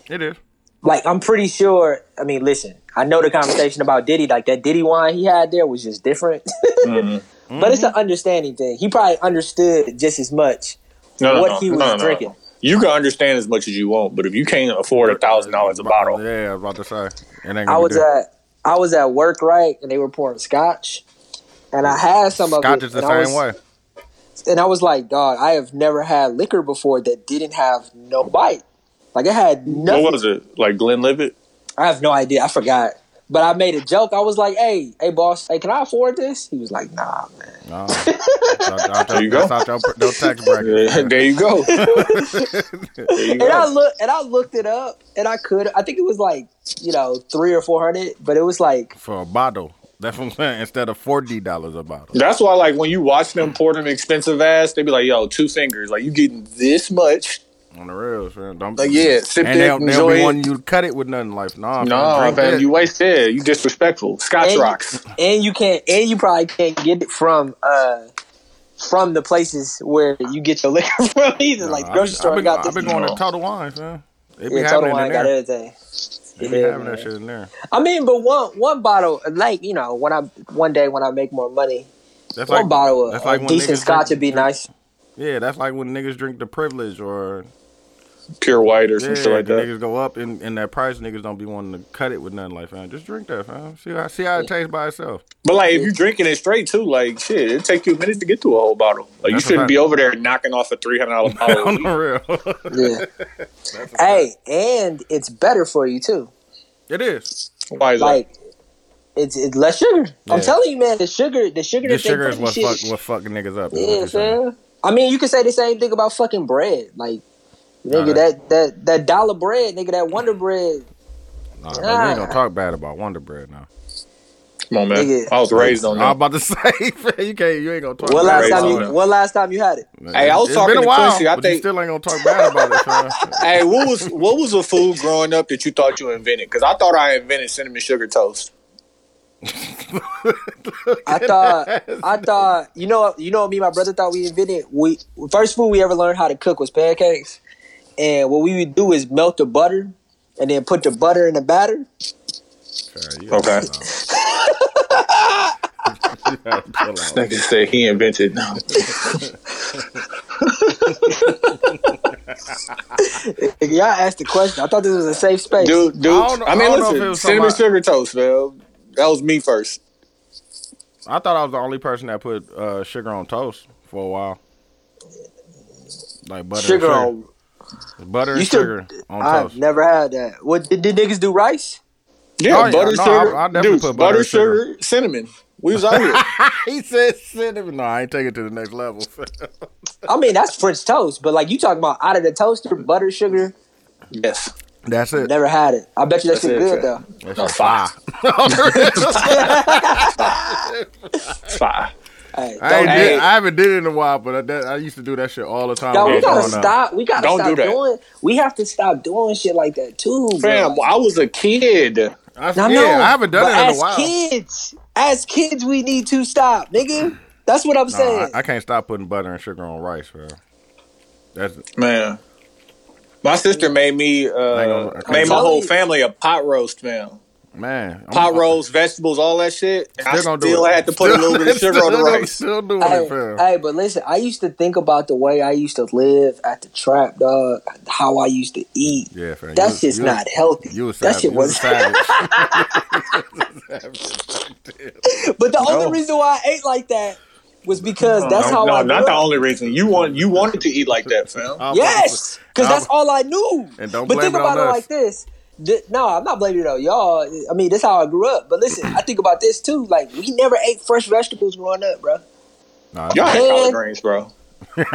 Speaker 4: it is.
Speaker 3: Like I'm pretty sure. I mean, listen, I know the conversation about Diddy. Like that Diddy wine he had there was just different. *laughs*
Speaker 7: Mm-hmm.
Speaker 3: But it's an understanding thing. He probably understood just as much
Speaker 7: No, no,
Speaker 3: what
Speaker 7: no,
Speaker 3: he was
Speaker 7: no, no, no.
Speaker 3: drinking.
Speaker 7: You can understand as much as you want, but if you can't afford a thousand dollars a bottle,
Speaker 4: Yeah, I was about to say. It ain't gonna
Speaker 3: I
Speaker 4: be
Speaker 3: was
Speaker 4: good.
Speaker 3: at I was at work right, and they were pouring scotch, and I had some of it.
Speaker 4: Scotch is the
Speaker 3: and I
Speaker 4: same
Speaker 3: was,
Speaker 4: way. *laughs*
Speaker 3: and I was like, "Dog, I have never had liquor before that didn't have no bite." Like I had nothing.
Speaker 7: What was it? Like Glenn Livett?
Speaker 3: I have no idea. I forgot. But I made a joke. I was like, "Hey, hey, boss, hey, can I afford this?" He was like, "Nah, man."
Speaker 4: No. there
Speaker 7: you go.
Speaker 4: That's out your, no tax
Speaker 7: *laughs*
Speaker 4: bracket.
Speaker 7: there you
Speaker 4: *laughs*
Speaker 7: go. there you
Speaker 3: And I
Speaker 7: go.
Speaker 3: look and I looked it up, and I could. I think it was like you know three or four hundred, but it was like
Speaker 4: For a bottle. That's what I'm saying. Instead of forty dollars a bottle.
Speaker 7: That's why, like, when you watch them pour them expensive ass, they be like, "Yo, two fingers. Like, you getting this much?
Speaker 4: On the real, man. Don't
Speaker 7: Like, yeah, sip
Speaker 4: and
Speaker 7: it,
Speaker 4: they'll, they'll
Speaker 7: enjoy
Speaker 4: be
Speaker 7: it.
Speaker 4: wanting you to cut it with nothing like nah.
Speaker 7: No,
Speaker 4: fam, drink
Speaker 7: man,
Speaker 4: that.
Speaker 7: you wasted. You disrespectful. Scotch
Speaker 3: And-
Speaker 7: rocks.
Speaker 3: and you can't and you probably can't get it from uh from the places where you get your *laughs* liquor from either. like the
Speaker 4: I've
Speaker 3: grocery
Speaker 4: been-
Speaker 3: store
Speaker 4: I've been,
Speaker 3: got
Speaker 4: I've
Speaker 3: this.
Speaker 4: been going to Total Wines, man. They be
Speaker 3: yeah,
Speaker 4: having
Speaker 3: Total
Speaker 4: it
Speaker 3: Wine
Speaker 4: in
Speaker 3: got
Speaker 4: there.
Speaker 3: everything.
Speaker 4: They be
Speaker 3: Yeah,
Speaker 4: having that
Speaker 3: man.
Speaker 4: shit in there.
Speaker 3: I mean, but one one bottle, like you know, when I one day when I make more money,
Speaker 4: That's
Speaker 3: one
Speaker 4: like
Speaker 3: bottle of
Speaker 4: that's
Speaker 3: a
Speaker 4: like when
Speaker 3: decent
Speaker 4: niggas
Speaker 3: scotch would
Speaker 4: drink-
Speaker 3: be
Speaker 4: drink- *laughs*
Speaker 3: nice.
Speaker 4: Yeah, that's like when niggas drink the privilege or
Speaker 7: Pure white or
Speaker 4: yeah,
Speaker 7: some shit like
Speaker 4: the
Speaker 7: that.
Speaker 4: niggas go up in, in that price. Niggas don't be wanting to cut it with nothing like fam. Just drink that fam. See how see how it tastes by itself.
Speaker 7: But like, if you're drinking it straight too, like, shit, it take you a minute to get through a whole bottle. Like, you
Speaker 4: That's a
Speaker 7: shouldn't
Speaker 4: fact.
Speaker 7: be over there knocking off a three hundred dollar bottle.
Speaker 4: *laughs* On the real, *laughs*
Speaker 3: Yeah. hey, and it's better for you too.
Speaker 4: it is.
Speaker 7: Why is that?
Speaker 3: Like it's it's less sugar.
Speaker 4: Yeah.
Speaker 3: I'm telling you, man, the sugar, the sugar,
Speaker 4: The
Speaker 3: that they
Speaker 4: sugar
Speaker 3: put
Speaker 4: is
Speaker 3: in
Speaker 4: what
Speaker 3: shit
Speaker 4: fuck what fucking niggas up. is what
Speaker 3: Yeah,
Speaker 4: you're saying.
Speaker 3: fam. I mean, you can say the same thing about fucking bread. Like, nigga,
Speaker 4: that-
Speaker 3: that, that that dollar bread, nigga, that Wonder Bread,
Speaker 4: Nah, man, we ain't
Speaker 3: Ah.
Speaker 4: gonna talk bad about Wonder Bread now. *laughs*
Speaker 7: Come on, man.
Speaker 3: Nigga.
Speaker 7: I was raised on
Speaker 4: I'm
Speaker 7: that.
Speaker 4: about to *laughs* say, fam, you can't you ain't gonna talk.
Speaker 3: What
Speaker 4: bad
Speaker 3: last
Speaker 7: Bread,
Speaker 3: time
Speaker 4: about
Speaker 3: you?
Speaker 7: bro.
Speaker 4: it.
Speaker 3: What last time you had it?
Speaker 7: Hey, I was
Speaker 4: It's
Speaker 7: talking
Speaker 4: been a
Speaker 7: to
Speaker 4: while,
Speaker 7: Quincy, I
Speaker 4: but you
Speaker 7: think-
Speaker 4: still ain't gonna talk bad about it. Fam. *laughs*
Speaker 7: Hey, what was what was a food growing up that you thought you invented? Because I thought I invented cinnamon sugar toast.
Speaker 4: *laughs*
Speaker 3: I thought, I thought, you know, you know, what me and my brother thought we invented. We first food we ever learned how to cook was pancakes, and what we would do is melt the butter, and then put the butter in the batter.
Speaker 4: Fam, you gotta
Speaker 7: Okay.
Speaker 4: chill out. You gotta chill out.
Speaker 7: Nigga said he invented. No.
Speaker 3: Nigga, Y'all asked the question. I thought this was a safe space.
Speaker 7: Dude, dude.
Speaker 4: I don't know-
Speaker 7: I, mean,
Speaker 4: I don't know if it
Speaker 7: listen,
Speaker 4: was
Speaker 7: cinnamon
Speaker 4: somebody-
Speaker 7: sugar toast, man. That was me first.
Speaker 4: I thought I was the only person that put uh, sugar on toast for a while. Like butter, and
Speaker 3: sugar
Speaker 4: sugar,
Speaker 3: on.
Speaker 4: butter and
Speaker 3: You still-
Speaker 4: sugar on
Speaker 3: I've
Speaker 4: toast.
Speaker 3: never had that. What did, did niggas do rice?
Speaker 7: Yeah,
Speaker 4: Oh, yeah.
Speaker 7: butter,
Speaker 4: No, I-
Speaker 7: sugar,
Speaker 4: I definitely
Speaker 7: dude,
Speaker 4: put butter
Speaker 7: butter,
Speaker 4: and sugar.
Speaker 7: sugar, cinnamon. We was out here.
Speaker 4: *laughs* he said cinnamon. No, I ain't taking it to the next level. *laughs*
Speaker 3: I mean, that's French toast, but like you talking about out of the toaster, butter, sugar.
Speaker 7: yes,
Speaker 4: That's it.
Speaker 3: Never had it. I bet you that shit
Speaker 7: it,
Speaker 3: good
Speaker 7: yeah.
Speaker 3: though.
Speaker 4: That's
Speaker 7: No,
Speaker 4: it.
Speaker 7: fire.
Speaker 4: *laughs*
Speaker 3: *laughs*
Speaker 4: On the Oh, real.
Speaker 7: fire.
Speaker 3: Hey,
Speaker 4: I, ain't
Speaker 3: don't-
Speaker 4: did,
Speaker 7: Hey.
Speaker 4: I haven't did it in a while, but I, that, I used to do that shit all the time.
Speaker 3: Yo,
Speaker 4: when I
Speaker 3: we
Speaker 4: was
Speaker 3: gotta
Speaker 4: growing up.
Speaker 3: stop. We gotta
Speaker 7: Don't
Speaker 3: stop
Speaker 7: do that.
Speaker 3: doing. We have to stop doing shit like that too, bro.
Speaker 7: Fam, I was a kid.
Speaker 4: I,
Speaker 3: I
Speaker 4: yeah,
Speaker 3: know,
Speaker 4: I haven't done
Speaker 3: but
Speaker 4: it in
Speaker 3: as
Speaker 4: a while.
Speaker 3: kids, as kids, we need to stop, nigga. That's what I'm
Speaker 4: Nah,
Speaker 3: saying.
Speaker 4: I, I can't stop putting butter and sugar on rice, bro. That's
Speaker 7: Man. My sister made me
Speaker 4: ain't
Speaker 7: uh,
Speaker 4: gonna- I can't-
Speaker 7: made my
Speaker 3: Tell
Speaker 7: whole
Speaker 3: you.
Speaker 7: family a pot roast, man.
Speaker 4: man. I'm-
Speaker 7: Pot
Speaker 4: I'm
Speaker 7: roast, vegetables, all that shit. And I
Speaker 4: still
Speaker 7: Oh. still
Speaker 4: gonna do it.
Speaker 7: had to put a
Speaker 4: *laughs* Still-
Speaker 7: little bit *laughs* of sugar on the
Speaker 4: still-
Speaker 7: rice.
Speaker 4: Still doing
Speaker 3: Hey,
Speaker 4: it, fam.
Speaker 3: hey, but listen, I used to think about the way I used to live at the trap, dog. How I used to eat.
Speaker 4: Yeah, fam.
Speaker 3: That's
Speaker 4: you,
Speaker 3: just
Speaker 4: you-
Speaker 3: not healthy.
Speaker 4: You was
Speaker 3: that shit
Speaker 4: You was
Speaker 3: was.
Speaker 4: savage.
Speaker 3: but the
Speaker 7: No.
Speaker 3: only reason why I ate like that was because that's how
Speaker 7: no,
Speaker 3: I.
Speaker 7: not
Speaker 3: grew
Speaker 7: the
Speaker 3: up.
Speaker 7: only reason. You want you wanted to eat like that, fam.
Speaker 4: *laughs* I'm-
Speaker 3: Yes, because that's all I knew.
Speaker 4: And don't
Speaker 3: but
Speaker 4: blame
Speaker 3: think
Speaker 4: it on
Speaker 3: about it
Speaker 4: us.
Speaker 3: like this. Th- no, I'm not blaming it on y'all. I mean, that's how I grew up. But listen, I think about this too. Like, we never ate fresh vegetables growing up, bro.
Speaker 4: Nah,
Speaker 7: Y'all had collard
Speaker 8: Uh-huh.
Speaker 3: Man.
Speaker 7: greens, bro. Those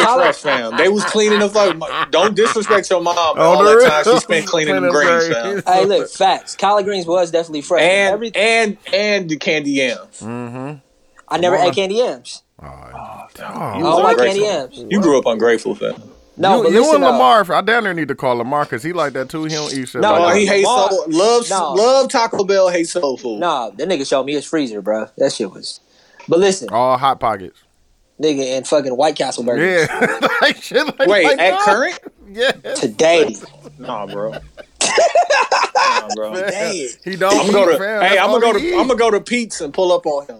Speaker 7: are
Speaker 3: Collard-
Speaker 7: fresh, fam. They was cleaning the fuck. Don't disrespect your mom. man.
Speaker 4: On
Speaker 7: all
Speaker 4: oh, the
Speaker 7: that time
Speaker 4: real.
Speaker 7: she
Speaker 4: *laughs*
Speaker 7: spent cleaning them
Speaker 4: Cleaning
Speaker 7: greens,
Speaker 4: greens.
Speaker 7: fam.
Speaker 3: Hey, look, facts. Collard greens was definitely fresh.
Speaker 7: And
Speaker 3: Every-
Speaker 7: and and the candy yams.
Speaker 3: I never
Speaker 4: on.
Speaker 3: ate candy yams.
Speaker 4: Aw,
Speaker 7: Oh, You
Speaker 4: dog.
Speaker 3: Oh,
Speaker 7: was
Speaker 3: my
Speaker 7: ungrateful.
Speaker 3: candy yams.
Speaker 7: You grew up ungrateful, fam.
Speaker 3: No,
Speaker 4: you,
Speaker 3: but
Speaker 4: you
Speaker 3: listen,
Speaker 4: and
Speaker 3: though.
Speaker 4: Lamar, I down there need to call Lamar because he like that too. He don't eat shit.
Speaker 3: No,
Speaker 4: like
Speaker 7: Oh,
Speaker 4: that.
Speaker 7: he hates
Speaker 3: Lamar-
Speaker 7: soul. Loves
Speaker 3: No.
Speaker 7: love Taco Bell. Hates soul food.
Speaker 3: Nah, that nigga showed me his freezer, bro. That shit was. But listen,
Speaker 7: Oh.
Speaker 4: all hot pockets.
Speaker 3: nigga, and fucking White Castle burger
Speaker 4: Yeah, *laughs* like shit like
Speaker 7: Wait,
Speaker 4: like
Speaker 7: at
Speaker 4: that.
Speaker 7: current?
Speaker 4: yeah.
Speaker 7: *laughs*
Speaker 3: today.
Speaker 7: Nah, bro. nah, bro.
Speaker 3: Dang.
Speaker 4: He don't.
Speaker 7: I'm gonna Oh, go
Speaker 4: eat,
Speaker 7: to.
Speaker 4: fam.
Speaker 7: hey,
Speaker 4: That's
Speaker 7: I'm gonna
Speaker 4: all
Speaker 7: go to.
Speaker 4: he
Speaker 7: I'm
Speaker 4: eat.
Speaker 7: gonna go to Pete's and pull up on him.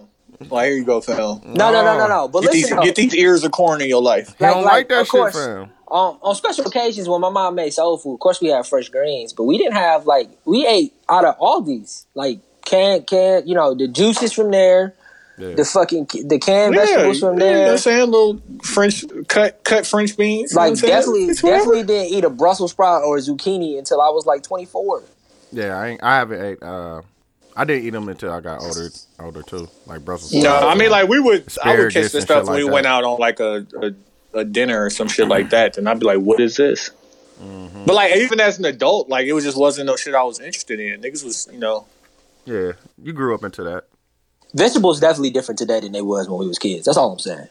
Speaker 7: Like, here you go, fam.
Speaker 3: No, no, no,
Speaker 8: Oh.
Speaker 3: no, no. But
Speaker 7: Get these,
Speaker 3: Mm. listen, though.
Speaker 7: get these ears of corn in your life.
Speaker 4: He don't like that
Speaker 3: of
Speaker 4: shit,
Speaker 3: course,
Speaker 4: fam.
Speaker 3: On, on special occasions when my mom made soul food, of course we had fresh greens, but we didn't have like we ate out of all these like canned, canned, you know, the juices from there,
Speaker 4: Yeah.
Speaker 3: the fucking ki- the canned
Speaker 8: Yeah,
Speaker 3: vegetables from
Speaker 8: yeah, you know what
Speaker 3: there.
Speaker 8: I'm saying little French cut cut French beans. you know
Speaker 3: like
Speaker 8: what I'm saying?
Speaker 3: definitely,
Speaker 8: It's whatever.
Speaker 3: definitely didn't eat a Brussels sprout or a zucchini until I was like 24.
Speaker 4: Yeah, I ain't, I haven't ate. Uh, I didn't eat them until I got older, older too. Like Brussels.
Speaker 8: No,
Speaker 4: sprouts.
Speaker 8: I mean like we would. I would
Speaker 4: Asparagus
Speaker 8: catch
Speaker 4: and
Speaker 8: this stuff
Speaker 4: shit
Speaker 8: when
Speaker 4: like
Speaker 8: we
Speaker 4: that.
Speaker 8: went out on like a, a a dinner or some shit like that, and I'd be like, "What is this?"
Speaker 4: Mm-hmm.
Speaker 8: But like even as an adult, like it was just wasn't no shit I was interested in. Niggas was you know
Speaker 4: yeah, you grew up into that.
Speaker 3: Vegetables definitely different today than they was when we was kids. That's all I'm saying.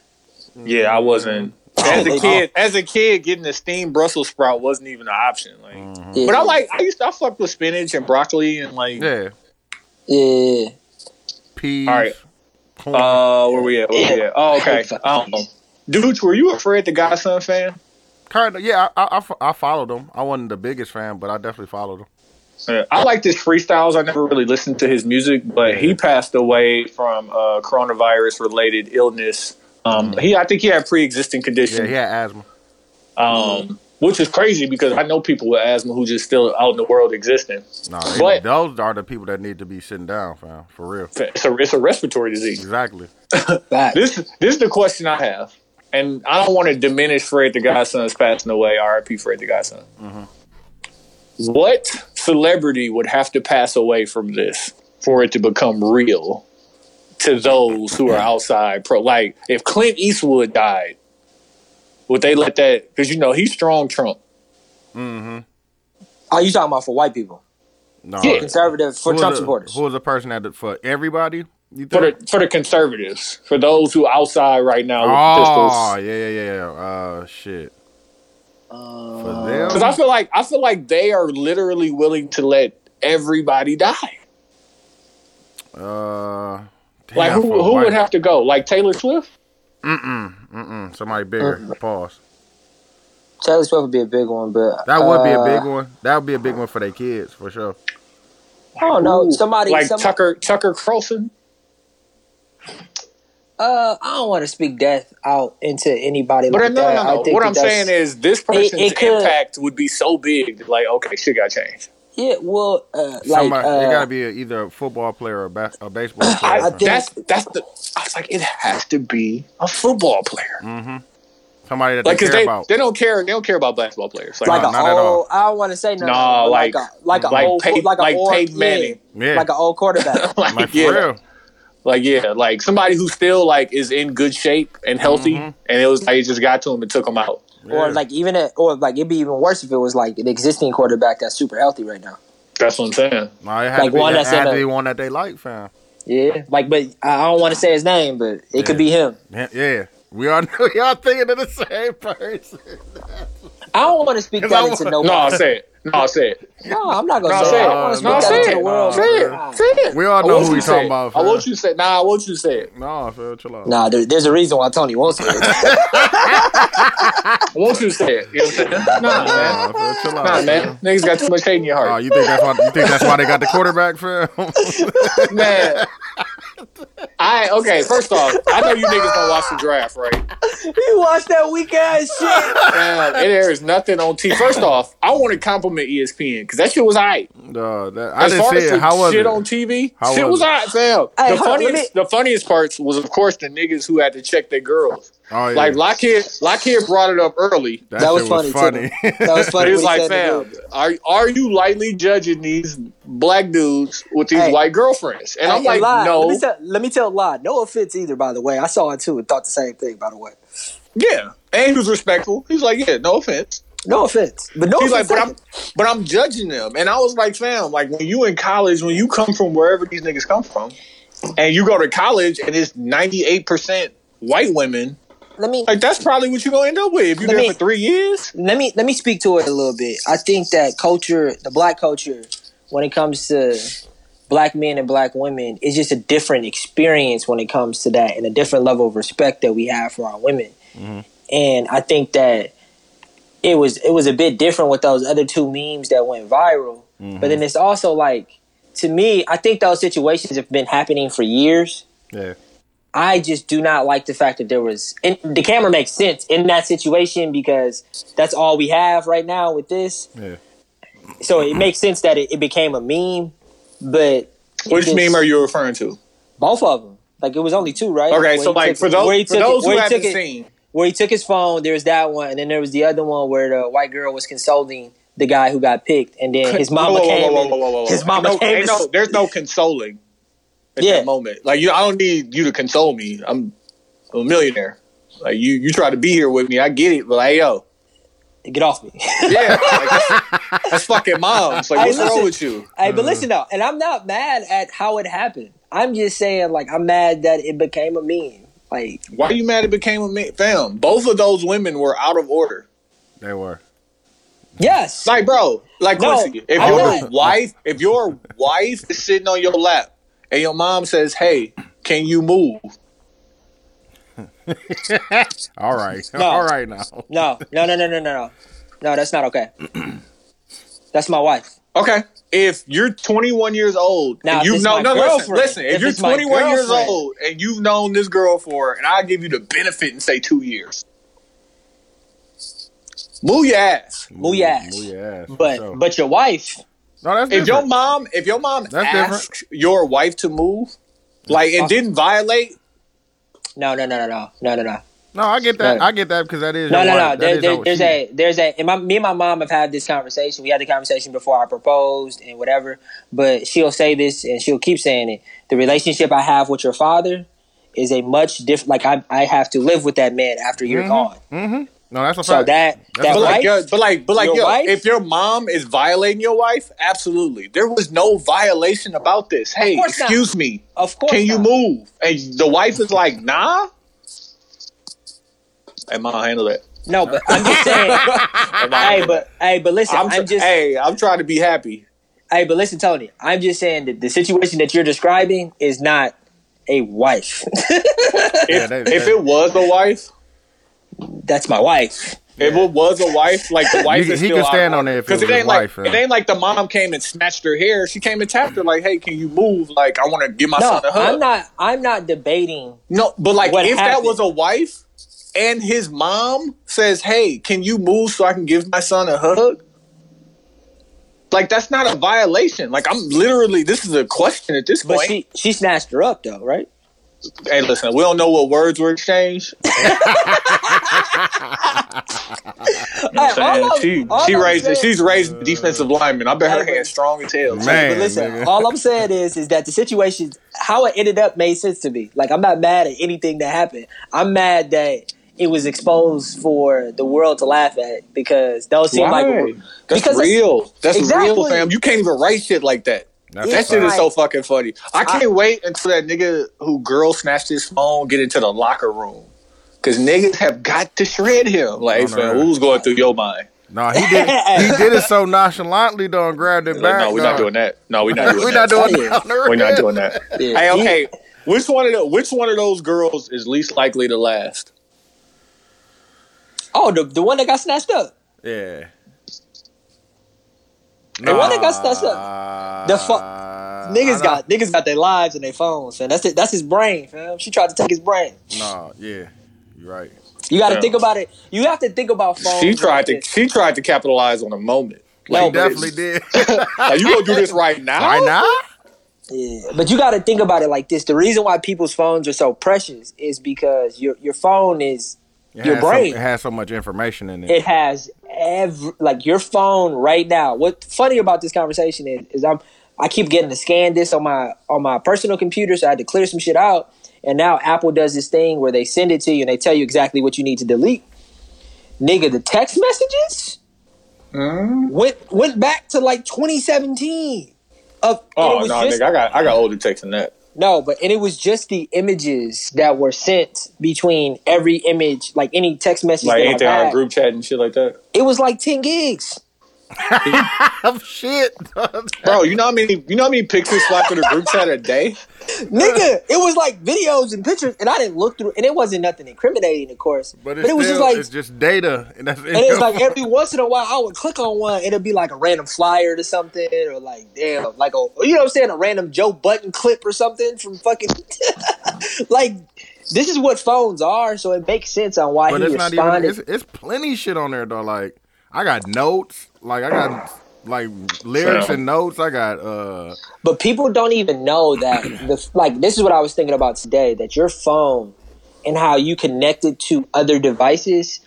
Speaker 8: yeah I
Speaker 4: Mm-hmm.
Speaker 8: wasn't as a
Speaker 3: Oh.
Speaker 8: kid as a kid getting a steamed Brussels sprout wasn't even an option. Like,
Speaker 3: Yeah.
Speaker 8: but I like I used to I fucked with spinach and broccoli and like
Speaker 4: Yeah,
Speaker 3: yeah.
Speaker 4: peas.
Speaker 8: All right.
Speaker 4: corn.
Speaker 8: uh where we at? Where we at? Oh okay.
Speaker 3: Fuck.
Speaker 8: Um, dude, were you afraid the Godson fan?
Speaker 4: Kind of, yeah, I, I- I, fo- I followed them. I wasn't the biggest fan, but I definitely followed them.
Speaker 8: Yeah, I like his freestyles. I never really listened to his music, but he passed away from uh, coronavirus related illness. Um, he, I think he had pre existing
Speaker 4: Mm-hmm. Yeah,
Speaker 8: condition,
Speaker 4: he had asthma.
Speaker 8: um, which is crazy because I know people with asthma who just still out in the world existing.
Speaker 4: No, they-
Speaker 8: But-
Speaker 4: those are the people that need to be sitting down, fam, for real.
Speaker 8: It's a, it's a respiratory disease.
Speaker 4: Exactly.
Speaker 3: Back.
Speaker 8: This, this is the question I have, and I don't want to diminish Fred the Godson's passing away. R.I.P. Fred the Godson. What celebrity would have to pass away from this for it to become real to those who are outside? Pro, like if Clint Eastwood died, would they let that? Because you know he's strong Trump.
Speaker 4: Mm-hmm.
Speaker 3: Are Oh, you talking about for white people?
Speaker 4: No,
Speaker 8: Yeah.
Speaker 3: Conservative for
Speaker 4: who
Speaker 3: Trump
Speaker 4: was the-
Speaker 3: supporters.
Speaker 4: Who was the person that did- for everybody? You
Speaker 8: For
Speaker 4: think?
Speaker 8: the, for the conservatives, for those who outside right now with
Speaker 4: oh,
Speaker 8: pistols,
Speaker 4: yeah, yeah, yeah, yeah. Uh, shit. for them,
Speaker 8: because I feel like I feel like they are literally willing to let everybody die.
Speaker 4: uh, damn,
Speaker 8: Like
Speaker 4: for
Speaker 8: who, who
Speaker 4: white-
Speaker 8: would have to go? Like Taylor Swift?
Speaker 4: Mm-mm, somebody bigger?
Speaker 3: Uh,
Speaker 4: Pause.
Speaker 3: Taylor Swift would be a big one, but
Speaker 4: That would be a big
Speaker 3: uh,
Speaker 4: one. That would be a big one for their kids, for sure.
Speaker 3: I don't know.
Speaker 8: Ooh,
Speaker 3: Somebody,
Speaker 8: like
Speaker 3: somebody
Speaker 8: Tucker Tucker Carlson.
Speaker 3: uh, I don't want to speak death out into anybody
Speaker 8: But uh,
Speaker 3: like
Speaker 8: no,
Speaker 3: that.
Speaker 8: no, no.
Speaker 3: I think
Speaker 8: What
Speaker 3: that
Speaker 8: I'm
Speaker 3: that's-
Speaker 8: saying is this person's
Speaker 3: it could-
Speaker 8: impact would be so big. that, Like okay, shit got changed.
Speaker 3: yeah. Well, uh, like
Speaker 4: Somebody, it
Speaker 3: uh,
Speaker 4: gotta be a, either a football player or a, bas-
Speaker 3: *coughs*
Speaker 4: a baseball player.
Speaker 8: I,
Speaker 4: or something.
Speaker 3: think-
Speaker 8: that's that's the. I was like, it has to be a football player.
Speaker 4: Mm-hmm. somebody that
Speaker 8: Like,
Speaker 4: they
Speaker 8: cause
Speaker 4: care
Speaker 8: they,
Speaker 4: about.
Speaker 8: they don't care they don't care about basketball players. Like,
Speaker 3: like
Speaker 4: No,
Speaker 3: an
Speaker 4: not at all.
Speaker 3: old. I don't want to say no,
Speaker 8: Nah,
Speaker 3: no, but
Speaker 8: like-
Speaker 3: like a, like
Speaker 8: like
Speaker 3: a old
Speaker 8: Pey-
Speaker 3: like,
Speaker 8: like
Speaker 3: a old,
Speaker 8: Peyton Manning.
Speaker 4: Yeah.
Speaker 3: like an old
Speaker 4: *laughs*
Speaker 3: quarterback.
Speaker 8: *laughs* like,
Speaker 4: like
Speaker 8: yeah,
Speaker 4: for real.
Speaker 8: like yeah, like somebody who still like is in good shape and healthy, and it was like it just got to him and took him out.
Speaker 3: Or
Speaker 4: Yeah.
Speaker 3: like even a, or like it'd be even worse if it was like an existing quarterback that's super healthy right now.
Speaker 8: That's what I'm saying.
Speaker 4: No, it had
Speaker 3: Like
Speaker 4: to be,
Speaker 3: one
Speaker 4: it
Speaker 3: that's
Speaker 4: had
Speaker 3: in
Speaker 4: to
Speaker 3: a-
Speaker 4: be one that they like, fam.
Speaker 3: Yeah, like but I I don't want to say his name, but it could be him.
Speaker 4: Man, yeah, we all *laughs* know y'all thinking of the same person.
Speaker 3: I don't want to speak
Speaker 4: I
Speaker 3: that into
Speaker 4: want-
Speaker 3: nobody.
Speaker 8: No, I said it. No, I said it.
Speaker 3: No, I'm not gonna
Speaker 8: No,
Speaker 3: say
Speaker 8: say
Speaker 3: that.
Speaker 8: it.
Speaker 3: I want to speak
Speaker 4: No,
Speaker 3: that
Speaker 4: say
Speaker 3: into
Speaker 4: it.
Speaker 3: the world.
Speaker 4: Say it.
Speaker 3: Nah.
Speaker 8: Say it.
Speaker 4: We all
Speaker 8: I
Speaker 4: know
Speaker 8: want
Speaker 4: who
Speaker 8: you
Speaker 4: we
Speaker 8: to
Speaker 4: talking
Speaker 8: say it.
Speaker 4: about,
Speaker 8: I
Speaker 4: fam.
Speaker 8: want you to say. Nah, I want you to say it.
Speaker 4: No, fam, chill out.
Speaker 3: Nah, there, there's a reason why Tony won't say it.
Speaker 8: I want you to say it. You know what
Speaker 3: *laughs*
Speaker 8: I'm saying? Nah,
Speaker 4: Nah,
Speaker 8: man.
Speaker 4: fam, chill out.
Speaker 8: Nah,
Speaker 4: fam.
Speaker 8: man. Niggas got too much hate in your
Speaker 4: Oh,
Speaker 8: heart.
Speaker 4: you think that's why? You think that's why they got the quarterback, fam? *laughs*
Speaker 8: Man. I okay. First off, I know you niggas don't watch the draft, right?
Speaker 3: you watch that weak ass shit.
Speaker 8: Man, it airs nothing on T. First off, I want to compliment E ESPN because that shit was alright.
Speaker 4: no, that, I
Speaker 8: As
Speaker 4: didn't
Speaker 8: far
Speaker 4: see
Speaker 8: as
Speaker 4: it.
Speaker 8: the
Speaker 4: How was
Speaker 8: shit
Speaker 4: it?
Speaker 8: on TV,
Speaker 4: How
Speaker 8: shit
Speaker 4: was
Speaker 8: was
Speaker 4: it?
Speaker 8: alright, fam.
Speaker 3: Hey,
Speaker 8: the
Speaker 3: hold on, let
Speaker 8: funniest, the funniest parts was of course the niggas who had to check their girls.
Speaker 4: oh, yeah.
Speaker 8: Like Lockheed, Lockheed brought it up early.
Speaker 4: that,
Speaker 3: That
Speaker 4: shit
Speaker 3: was funny, too.
Speaker 8: *laughs*
Speaker 3: That was funny.
Speaker 8: He was
Speaker 3: what he
Speaker 8: like,
Speaker 3: said to
Speaker 8: fam, are, are you lightly judging these black dudes with these
Speaker 3: Hey.
Speaker 8: white girlfriends? And I'm
Speaker 3: Hey,
Speaker 8: like,
Speaker 3: Lod,
Speaker 8: no.
Speaker 3: Let me, tell, let me tell Lod, no offense either, by the way. I saw it too and thought the same thing, by the way.
Speaker 8: yeah. And he was respectful. He's like, yeah, no offense.
Speaker 3: No offense. But no
Speaker 8: He's like,
Speaker 3: offense.
Speaker 8: but
Speaker 3: taken.
Speaker 8: I'm but I'm judging them. And I was like, fam, like when you in college, when you come from wherever these niggas come from, and you go to college and it's 98% white women,
Speaker 3: let me
Speaker 8: like that's probably what you're gonna end up with. If you
Speaker 3: Let
Speaker 8: there
Speaker 3: me-
Speaker 8: for three years.
Speaker 3: let me let me speak to it a little bit. I think that culture, the black culture, when it comes to black men and black women, is just a different experience when it comes to that, and a different level of respect that we have for our women.
Speaker 8: Mm-hmm.
Speaker 3: And I think that it was it was a bit different with those other two memes that went viral.
Speaker 8: Mm-hmm.
Speaker 3: But then it's also like to me, I think those situations have been happening for years.
Speaker 4: yeah,
Speaker 3: I just do not like the fact that there was and the camera makes sense in that situation because that's all we have right now with this.
Speaker 4: yeah.
Speaker 3: So it makes sense that it, it became a meme, but it
Speaker 8: Which
Speaker 3: just-
Speaker 8: meme are you referring to?
Speaker 3: both of them? Like it was only two, right?
Speaker 7: Okay,
Speaker 3: Where
Speaker 7: so
Speaker 3: he
Speaker 7: like
Speaker 3: took-
Speaker 7: for those
Speaker 3: where he
Speaker 7: for
Speaker 3: took it-
Speaker 7: those
Speaker 3: where
Speaker 7: who
Speaker 3: he took
Speaker 7: haven't
Speaker 3: it-
Speaker 7: seen,
Speaker 3: where he took his phone, there was that one, and then there was the other one where the white girl was consoling the guy who got picked, and then his mama
Speaker 7: Whoa, whoa,
Speaker 3: came.
Speaker 7: whoa, whoa,
Speaker 3: and-
Speaker 7: whoa, whoa, whoa, whoa.
Speaker 3: His mama
Speaker 7: Ain't no-
Speaker 3: came.
Speaker 7: ain't
Speaker 3: and-
Speaker 7: no- there's no consoling at
Speaker 3: Yeah.
Speaker 7: that moment. Like you, I don't need you to console me. I'm a millionaire. Like you, you try to be here with me. I get it, but like yo, *laughs*
Speaker 3: Get off me.
Speaker 7: yeah, like, that's- that's fucking moms. Like
Speaker 3: Hey,
Speaker 7: what's
Speaker 3: listen.
Speaker 7: wrong with you?
Speaker 3: Hey, but listen though, and I'm not mad at how it happened. I'm just saying, like, I'm mad that it became a meme. Like,
Speaker 7: Why you mad? It became a man, fam. Both of those women were out of order.
Speaker 8: They were.
Speaker 3: yes,
Speaker 7: Like, bro, like
Speaker 3: No,
Speaker 7: Quincy, if
Speaker 3: I'm
Speaker 7: your
Speaker 3: not.
Speaker 7: wife, if your wife is sitting on your lap and your mom says, "Hey, can you move?"
Speaker 8: All right.
Speaker 3: *laughs* No.
Speaker 8: *laughs* All right now.
Speaker 3: no, no, no, no, no, no, no, no, that's not okay. that's my wife.
Speaker 7: Okay. If you're 21 years old
Speaker 3: Now,
Speaker 7: and
Speaker 3: if
Speaker 7: you've
Speaker 3: it's
Speaker 7: known
Speaker 3: my
Speaker 7: no listen
Speaker 3: girlfriend,
Speaker 7: listen if,
Speaker 3: if
Speaker 7: you're
Speaker 3: it's my
Speaker 7: 21 years
Speaker 3: girlfriend-
Speaker 7: old and you've known this girl for and I give you the benefit and say two years, move your ass.
Speaker 3: Move your ass.
Speaker 8: Move your ass. for
Speaker 3: But
Speaker 8: sure.
Speaker 3: but your wife,
Speaker 8: no, that's
Speaker 7: If your
Speaker 8: different.
Speaker 7: mom if your mom
Speaker 8: That's
Speaker 7: asked your wife to move, like
Speaker 3: Uh,
Speaker 7: and didn't violate,
Speaker 3: no, no, no, no, no, no, no, no.
Speaker 8: no, I get that.
Speaker 3: No.
Speaker 8: I get that because that is
Speaker 3: No,
Speaker 8: your
Speaker 3: no, no.
Speaker 8: wife. That
Speaker 3: There,
Speaker 8: is
Speaker 3: there,
Speaker 8: your-
Speaker 3: there's
Speaker 8: she-
Speaker 3: a, there's a, and my, me and my mom have had this conversation. We had the conversation before I proposed and whatever. But she'll say this, and she'll keep saying it. The relationship I have with your father is a much different. Like I, I have to live with that man after you're gone.
Speaker 8: Mm-hmm. No, that's a
Speaker 3: So
Speaker 8: fact.
Speaker 3: that that
Speaker 8: That's
Speaker 7: but
Speaker 8: a
Speaker 7: Mm-hmm. like
Speaker 3: wife,
Speaker 7: yo, but like but like
Speaker 3: Your
Speaker 7: yo,
Speaker 3: wife?
Speaker 7: if your mom is violating your wife, absolutely. There was no violation about this. Hey,
Speaker 3: course not.
Speaker 7: excuse me.
Speaker 3: of course.
Speaker 7: Can you
Speaker 3: not.
Speaker 7: move? And the wife is like, nah. Hey, mom, handle that.
Speaker 3: No, but I'm just
Speaker 7: *laughs*
Speaker 3: saying.
Speaker 7: Hey, mom,
Speaker 3: hey,
Speaker 7: handle that.
Speaker 3: but hey, but listen.
Speaker 7: I'm,
Speaker 3: I'm,
Speaker 7: tr-
Speaker 3: just hey.
Speaker 7: hey, I'm trying to be happy.
Speaker 3: but listen, Tony. I'm just saying that the situation that you're describing is not a wife. *laughs*
Speaker 8: Yeah, they-
Speaker 7: If
Speaker 8: they-
Speaker 7: it was a wife,
Speaker 3: That's my wife.
Speaker 7: if it was a wife, like the wife
Speaker 8: You-
Speaker 7: is
Speaker 8: he
Speaker 7: still
Speaker 8: could stand
Speaker 7: out.
Speaker 8: on it if it
Speaker 7: Because it,
Speaker 8: was his
Speaker 7: ain't like
Speaker 8: wife. huh?
Speaker 7: it ain't like the mom came and snatched her hair. She came and tapped her like, "Hey, can you move? Like, I want to give my
Speaker 3: No,
Speaker 7: son a hug."
Speaker 3: I'm not. I'm not debating
Speaker 7: no, but like
Speaker 3: What
Speaker 7: if
Speaker 3: happened?
Speaker 7: that was a wife, and his mom says, "Hey, can you move so I can give my son a hug?" Like that's not a violation. Like I'm literally, this is a question at this
Speaker 3: But
Speaker 7: point.
Speaker 3: she she snatched her up though, right?
Speaker 7: hey, listen, we don't know what words were exchanged.
Speaker 3: Hey, all I'm-
Speaker 7: she
Speaker 3: all
Speaker 7: she
Speaker 3: I'm
Speaker 7: raised
Speaker 3: saying- Uh,
Speaker 7: she's raised defensive lineman. I bet her
Speaker 3: Hey,
Speaker 7: hand's strong as hell.
Speaker 8: *laughs* Man.
Speaker 3: But listen,
Speaker 8: nigga.
Speaker 3: all I'm saying is is that the situation, how it ended up, made sense to me. Like I'm not mad at anything that happened. I'm mad that it was exposed for the world to laugh at because those seem
Speaker 7: Why?
Speaker 3: like
Speaker 7: That's
Speaker 3: Because it's-
Speaker 7: real. That's real,
Speaker 3: Exactly.
Speaker 7: fam. You can't even write shit like that.
Speaker 8: That's
Speaker 7: that
Speaker 8: a
Speaker 7: shit
Speaker 8: fact.
Speaker 7: is so fucking funny. I can't wait until that nigga who girl snatched his phone get into the locker room. Cause niggas have got to shred him. Like,
Speaker 8: On the
Speaker 7: fam,
Speaker 8: real.
Speaker 7: who's going through your mind?
Speaker 8: No, he did.
Speaker 3: *laughs*
Speaker 8: He did it so nonchalantly though, and grabbed it
Speaker 7: Like,
Speaker 8: back.
Speaker 7: no, we're not
Speaker 8: dog.
Speaker 7: doing that. No, we're not doing
Speaker 8: We're
Speaker 7: that.
Speaker 8: not doing
Speaker 3: Yeah.
Speaker 8: that. on the
Speaker 7: We're not
Speaker 8: real.
Speaker 7: doing
Speaker 3: *laughs*
Speaker 7: that.
Speaker 3: Yeah.
Speaker 7: Hey, okay. Which one of the, which one of those girls is least likely to last?
Speaker 3: oh the the one that got snatched up.
Speaker 8: Yeah.
Speaker 3: The one that got snatched up.
Speaker 8: Nah,
Speaker 3: The fu-
Speaker 4: Uh,
Speaker 8: I
Speaker 3: Niggas
Speaker 8: don't-
Speaker 3: got niggas got their lives and their phones, and that's it. That's his brain, fam. She tried to take his brain.
Speaker 8: Nah, yeah, you're right.
Speaker 3: You got to
Speaker 7: Yeah.
Speaker 3: think about it. You have to think about phones.
Speaker 7: She
Speaker 3: like
Speaker 7: tried to
Speaker 3: this.
Speaker 7: she tried to capitalize on a moment.
Speaker 3: No,
Speaker 8: he
Speaker 3: but it's-
Speaker 8: definitely did.
Speaker 3: *laughs*
Speaker 7: Like, you gonna do this right now? *laughs*
Speaker 8: Why not?
Speaker 3: Yeah, but you got to think about it like this. The reason why people's phones are so precious is because your your phone is
Speaker 8: It
Speaker 3: Your
Speaker 8: has so-
Speaker 3: brain.
Speaker 8: it has so much information
Speaker 4: *laughs*
Speaker 8: in
Speaker 3: it
Speaker 8: it.
Speaker 3: has every like your phone right now. What's funny about this conversation is is I'm I keep getting to scan this on my on my personal computer, so I had to clear some shit out. And now Apple does this thing where they send it to you and they tell you exactly what you need to delete. Nigga, the text messages
Speaker 7: Mm-hmm.
Speaker 3: went went back to like 2017. Of and
Speaker 7: Oh
Speaker 3: it was
Speaker 7: no,
Speaker 3: just-
Speaker 7: nigga, I got I got older takes than that.
Speaker 3: No, but and it was just the images that were sent between every image, like any text message
Speaker 7: Like
Speaker 3: that
Speaker 7: anything
Speaker 3: I
Speaker 7: on a
Speaker 3: had.
Speaker 7: group chat and shit like that.
Speaker 3: It was like ten gigs.
Speaker 4: Oh,
Speaker 8: Of
Speaker 4: *laughs*
Speaker 8: shit.
Speaker 7: Bro, you know how many you know how many pictures slapped in a group chat a day?
Speaker 3: Nigga, it was like videos and pictures, and I didn't look through, and it wasn't nothing incriminating, of course. But,
Speaker 8: But it's
Speaker 3: it was
Speaker 8: still,
Speaker 3: just like,
Speaker 8: it's just data, and that's
Speaker 3: and it
Speaker 8: *laughs*
Speaker 3: was
Speaker 4: *laughs*
Speaker 3: like every once in a while, I would click on one, and it'd be like a random flyer to something, or like damn, like a you know what I'm saying, a random Joe Button clip or something from fucking *laughs* like. This is what phones are, so it makes sense on why
Speaker 8: but
Speaker 3: he
Speaker 8: it's not even.
Speaker 3: responded.
Speaker 8: It's, it's plenty shit on there though. Like I got notes. Like I got
Speaker 4: like lyrics
Speaker 7: So-
Speaker 4: and notes. I got uh
Speaker 3: But people don't even know
Speaker 4: *clears throat*
Speaker 3: that the like this is what I was thinking about today that your phone and how you connect it to other devices,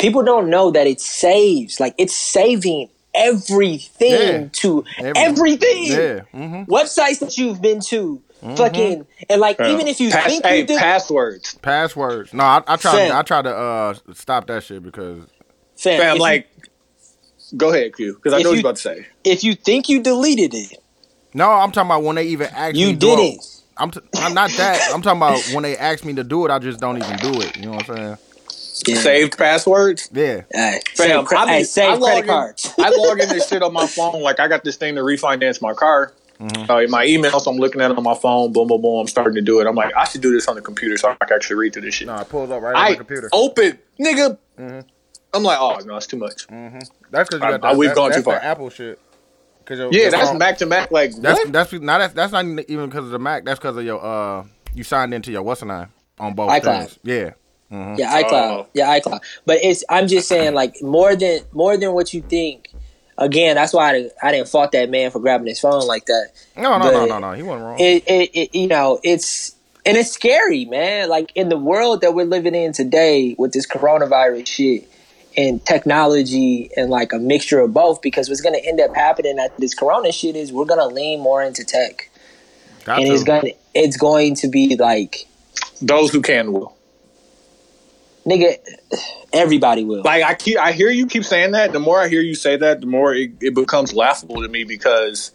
Speaker 3: people don't know that it saves. Like it's saving everything
Speaker 4: Yeah.
Speaker 3: to
Speaker 4: Every-
Speaker 3: everything.
Speaker 4: yeah. Mm-hmm. hmm
Speaker 3: Websites that you've been to, fucking and like even if you
Speaker 7: Pass-
Speaker 3: think
Speaker 7: hey,
Speaker 3: you did
Speaker 7: passwords.
Speaker 4: Passwords. No, I, I try.
Speaker 3: Fam.
Speaker 4: I try to uh stop that shit because
Speaker 3: fam, if
Speaker 7: Fam,
Speaker 3: you-
Speaker 7: like, go ahead, Q, because I
Speaker 3: If
Speaker 7: know what
Speaker 3: you-
Speaker 7: you're about to say.
Speaker 3: if you think you deleted it,
Speaker 4: no, I'm talking about when they even ask
Speaker 3: you
Speaker 4: me. do
Speaker 3: didn't.
Speaker 4: I'm t- I'm not that. I'm talking about when they ask me to do it, I just don't even do it. You know what I'm saying?
Speaker 7: Saved passwords.
Speaker 4: Yeah.
Speaker 3: Hey,
Speaker 7: Fam,
Speaker 3: save, cre-
Speaker 7: I mean,
Speaker 3: hey, save
Speaker 7: I log
Speaker 3: credit
Speaker 7: in-
Speaker 3: cards.
Speaker 7: *laughs* I log in this shit on my phone. Like I got this thing to refinance my car.
Speaker 4: Mm-hmm.
Speaker 7: Uh, in my email, so I'm looking at it on my phone. Boom, boom, boom. I'm starting to do it. I'm like, I should do this on the computer so I can actually read through this shit.
Speaker 4: No, it pulls up right on
Speaker 7: I Oh,
Speaker 4: the computer. Mm-hmm.
Speaker 7: open, nigga. I'm like, oh no, it's too much.
Speaker 4: That's because you got
Speaker 7: I- I-
Speaker 4: that,
Speaker 7: we've
Speaker 4: that-
Speaker 7: gone
Speaker 4: that's
Speaker 7: too far.
Speaker 4: the Apple shit. 'Cause your-
Speaker 7: Yeah,
Speaker 4: your
Speaker 7: that's
Speaker 4: phone-
Speaker 7: Mac to Mac. Like
Speaker 4: That's
Speaker 7: what?
Speaker 4: that's now that's that's not e, even because of the Mac. That's because of your uh you signed into your what's the name on both
Speaker 3: iCloud.
Speaker 4: things. Yeah.
Speaker 3: Yeah, iCloud.
Speaker 7: Oh.
Speaker 3: Yeah, iCloud. But it's I'm just saying like more than more than what you think. Again, that's why I didn't, I didn't fault that man for grabbing his phone like that.
Speaker 4: No, no, no,
Speaker 3: But-
Speaker 4: no, no. He wasn't wrong.
Speaker 3: It, it, it you know it's and it's scary, man. Like in the world that we're living in today with this coronavirus shit and technology and like a mixture of both because what's going to end up happening at this corona shit is we're going to lean more into tech
Speaker 4: Got
Speaker 3: and
Speaker 4: to.
Speaker 3: it's going it's going to be like
Speaker 7: Those who can will.
Speaker 3: nigga everybody will
Speaker 7: Like I keep, I hear you keep saying that. The more I hear you say that, the more it, it becomes laughable to me because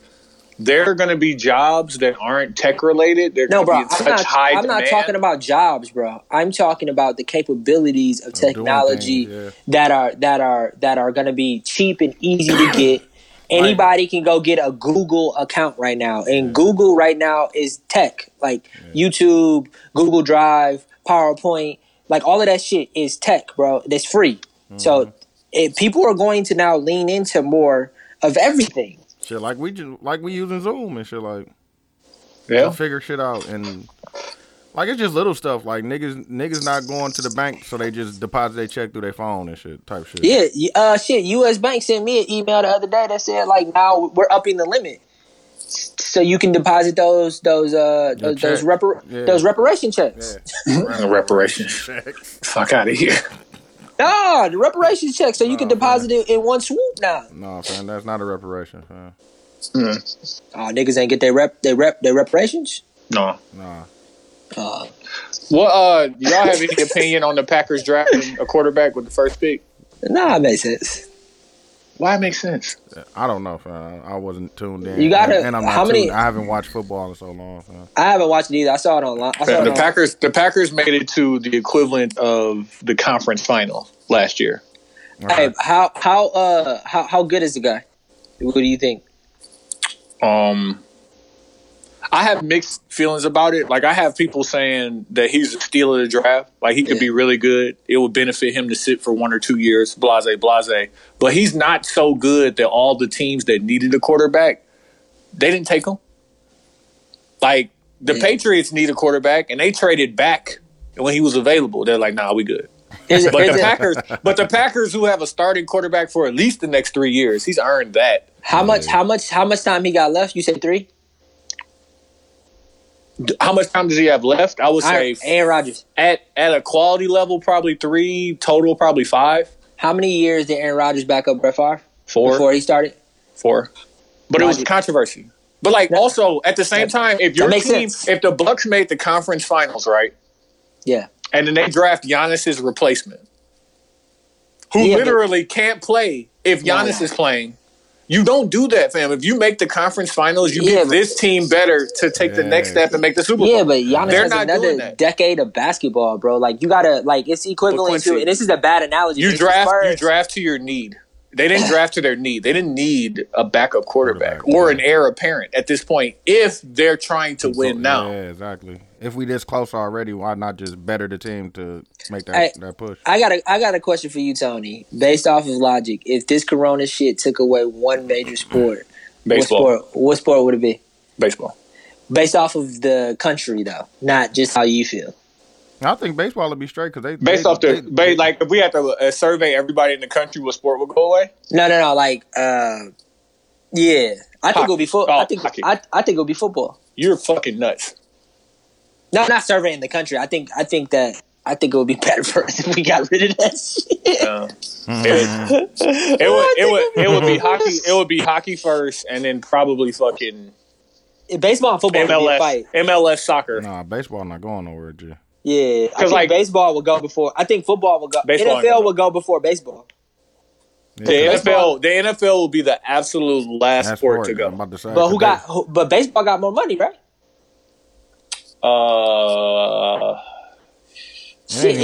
Speaker 7: there are going to be jobs that aren't tech related. They're
Speaker 3: No,
Speaker 7: going to
Speaker 3: bro,
Speaker 7: be in
Speaker 3: I'm
Speaker 7: such
Speaker 3: not.
Speaker 7: high
Speaker 3: I'm
Speaker 7: demand.
Speaker 3: not talking about jobs, bro. I'm talking about the capabilities of
Speaker 4: doing
Speaker 3: technology
Speaker 4: things,
Speaker 3: that are that are that are going to be cheap and easy to get. Anybody can go get a Google account right now, and Google right now is tech, like YouTube, Google Drive, PowerPoint, like all of that shit is tech, bro. That's free. So it, people are going to now lean into more of everything.
Speaker 4: shit like we just like we using Zoom and shit like
Speaker 7: yeah,
Speaker 4: to figure shit out and like it's just little stuff like niggas niggas not going to the bank so they just deposit their check through their phone and shit type shit.
Speaker 3: Yeah, y- uh, shit. U.S. Bank sent me an email the other day that said like now we're upping the limit, so you can deposit those those uh
Speaker 4: Your
Speaker 3: those those,
Speaker 4: check.
Speaker 3: repar-
Speaker 4: Yeah.
Speaker 3: those reparation checks.
Speaker 7: reparations. Fuck out of here.
Speaker 3: Nah, the reparation checks, so you can deposit it in one swoop now.
Speaker 4: No, fam, that's not a reparation, fam.
Speaker 3: Oh, niggas ain't get their rep their rep their reparations.
Speaker 7: No.
Speaker 4: Nah.
Speaker 7: Well, uh, y'all have any opinion on the Packers drafting a quarterback with the first pick?
Speaker 3: Nah, it makes sense.
Speaker 7: Why it makes sense?
Speaker 4: I don't know, fam. I wasn't tuned in.
Speaker 3: You gotta-
Speaker 4: and, and I'm not
Speaker 3: how many-
Speaker 4: tuned- I haven't watched football in so long, fam.
Speaker 3: I haven't watched it either. I saw it online. I saw it
Speaker 7: the
Speaker 3: on-
Speaker 7: Packers, the Packers made it to the equivalent of the conference final last year.
Speaker 3: Hey, how how uh how how good is the guy? What do
Speaker 7: *laughs*
Speaker 3: you think?
Speaker 7: Um, I have mixed feelings about it. Like I have people saying that he's a steal of the draft. Like he could be really good. It would benefit him to sit for one or two years. Blase, blase. But he's not so good that all the teams that needed a quarterback, they didn't take him. Like the
Speaker 3: Yeah.
Speaker 7: Patriots need a quarterback, and they traded back when he was available. They're like, "Nah, we good."
Speaker 3: Here's a-
Speaker 7: But
Speaker 3: here's
Speaker 7: the
Speaker 3: a-
Speaker 7: Packers, but the Packers who have a starting quarterback for at least the next three years, he's earned that.
Speaker 3: how much how much how much time he got left? You said three.
Speaker 7: How much time does he have left? I would say
Speaker 3: Aaron Rodgers.
Speaker 7: at at a quality level, probably three total, probably five,
Speaker 3: How many years did Aaron Rodgers back up Brett Favre
Speaker 7: four,
Speaker 3: before he started?
Speaker 7: four. But it was
Speaker 3: Logic.
Speaker 7: controversy. But like also at the same time, if your
Speaker 3: makes
Speaker 7: team,
Speaker 3: sense.
Speaker 7: if the Bucks made the conference finals, right,
Speaker 3: Yeah,
Speaker 7: and then they draft Giannis's replacement, who
Speaker 3: Yeah, but-
Speaker 7: literally can't play if Giannis is playing. You don't do that, fam. If you make the conference finals, you
Speaker 3: Yeah,
Speaker 7: give
Speaker 3: but-
Speaker 7: this team better to take the next
Speaker 4: Yeah.
Speaker 7: step and make the Super Bowl.
Speaker 3: yeah, but Giannis
Speaker 7: They're
Speaker 3: has
Speaker 7: not doing
Speaker 3: another
Speaker 7: that.
Speaker 3: decade of basketball, bro. Like you gotta like it's equivalent
Speaker 7: But Quincy,
Speaker 3: to, and this is a bad analogy.
Speaker 7: You
Speaker 3: It's the
Speaker 7: draft you
Speaker 3: Spurs.
Speaker 7: draft to your need. They didn't draft to their need. They didn't need a backup quarterback or an heir apparent at this point if they're trying to win
Speaker 4: Yeah,
Speaker 7: now.
Speaker 4: exactly. If we this close already, why not just better the team to make that
Speaker 3: Hey.
Speaker 4: that push?
Speaker 3: I got a I got a question for you, Tony. Based off of logic, if this Corona shit took away one major sport,
Speaker 7: Baseball.
Speaker 3: what sport what sport would it be?
Speaker 7: Baseball.
Speaker 3: Based off of the country though, not just how you feel.
Speaker 4: I think baseball would be straight because they
Speaker 7: Based
Speaker 4: they-
Speaker 7: off
Speaker 4: they-
Speaker 7: the ba- like if we had to uh, survey everybody in the country what sport would go away?
Speaker 3: No, no, no. Like uh, Yeah, I think
Speaker 7: Hockey.
Speaker 3: it'll be football.
Speaker 7: Oh,
Speaker 3: I think
Speaker 7: hockey.
Speaker 3: I, I think it'll be football.
Speaker 7: You're fucking nuts.
Speaker 3: No, not surveying the country. I think I think that I think it would be *laughs* better for us if we got rid of that shit.
Speaker 7: Uh, it, it would it would it would be hockey. It would be hockey first, and then probably fucking
Speaker 3: Baseball and football would be a
Speaker 7: MLS
Speaker 3: fight.
Speaker 7: MLS soccer.
Speaker 4: Nah, baseball not going nowhere, G.
Speaker 3: Yeah, I
Speaker 7: 'Cause,
Speaker 3: think
Speaker 7: like-
Speaker 3: baseball would go before. I think football would go.
Speaker 7: Baseball ain't
Speaker 3: NFL
Speaker 7: gonna-
Speaker 3: would go before baseball.
Speaker 7: The NFL the NFL will be the absolute last
Speaker 4: That's
Speaker 7: sport to
Speaker 4: sport, I'm
Speaker 7: go.
Speaker 4: about to say.
Speaker 3: But who
Speaker 4: today.
Speaker 3: got? Who, but baseball got more money, right?
Speaker 7: Uh,
Speaker 4: It ain't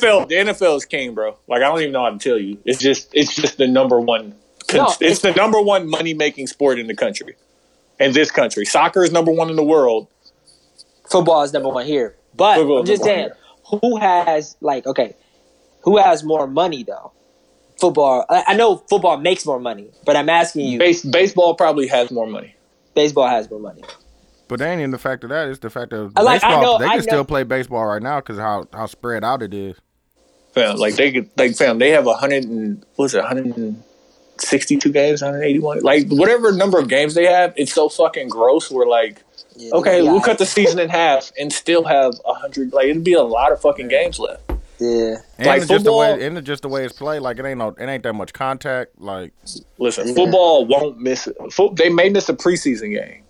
Speaker 7: the, the NFL
Speaker 4: about to-
Speaker 7: the NFL is king, bro. Like I don't even know how to tell you. It's just it's just the number one.
Speaker 3: No,
Speaker 7: it's,
Speaker 3: it's-
Speaker 7: the number one money making sport in the country, in this country. Soccer is number one in the world.
Speaker 3: Football is number one here. But
Speaker 7: Football
Speaker 3: I'm
Speaker 7: is
Speaker 3: just
Speaker 7: number
Speaker 3: saying, who has like okay, who has more money though? Football. I, I know football makes more money, but I'm asking you,
Speaker 7: Base, baseball probably has more money.
Speaker 3: baseball has more money.
Speaker 4: But that ain't even the fact of that. It's the fact that
Speaker 3: I like- I
Speaker 4: baseball,
Speaker 3: know-
Speaker 4: they
Speaker 3: I
Speaker 4: can
Speaker 3: know-
Speaker 4: still play baseball right now because how how spread out it is.
Speaker 7: Fam, like they could, like fam, they have a hundred and what's it, hundred and sixty-two games, hundred eighty-one, like whatever number of games they have. It's so fucking gross. We're like,
Speaker 3: Yeah,
Speaker 7: okay,
Speaker 3: yeah,
Speaker 7: we'll cut the season in half and still have a hundred. Like it'd be a lot of fucking games left.
Speaker 3: Yeah.
Speaker 4: And
Speaker 7: Like
Speaker 4: it's just the way
Speaker 7: football-
Speaker 4: and it's just the way it's played. Like it ain't no it ain't that much contact. Like
Speaker 7: Listen, football won't miss. Fo- they may miss a preseason game,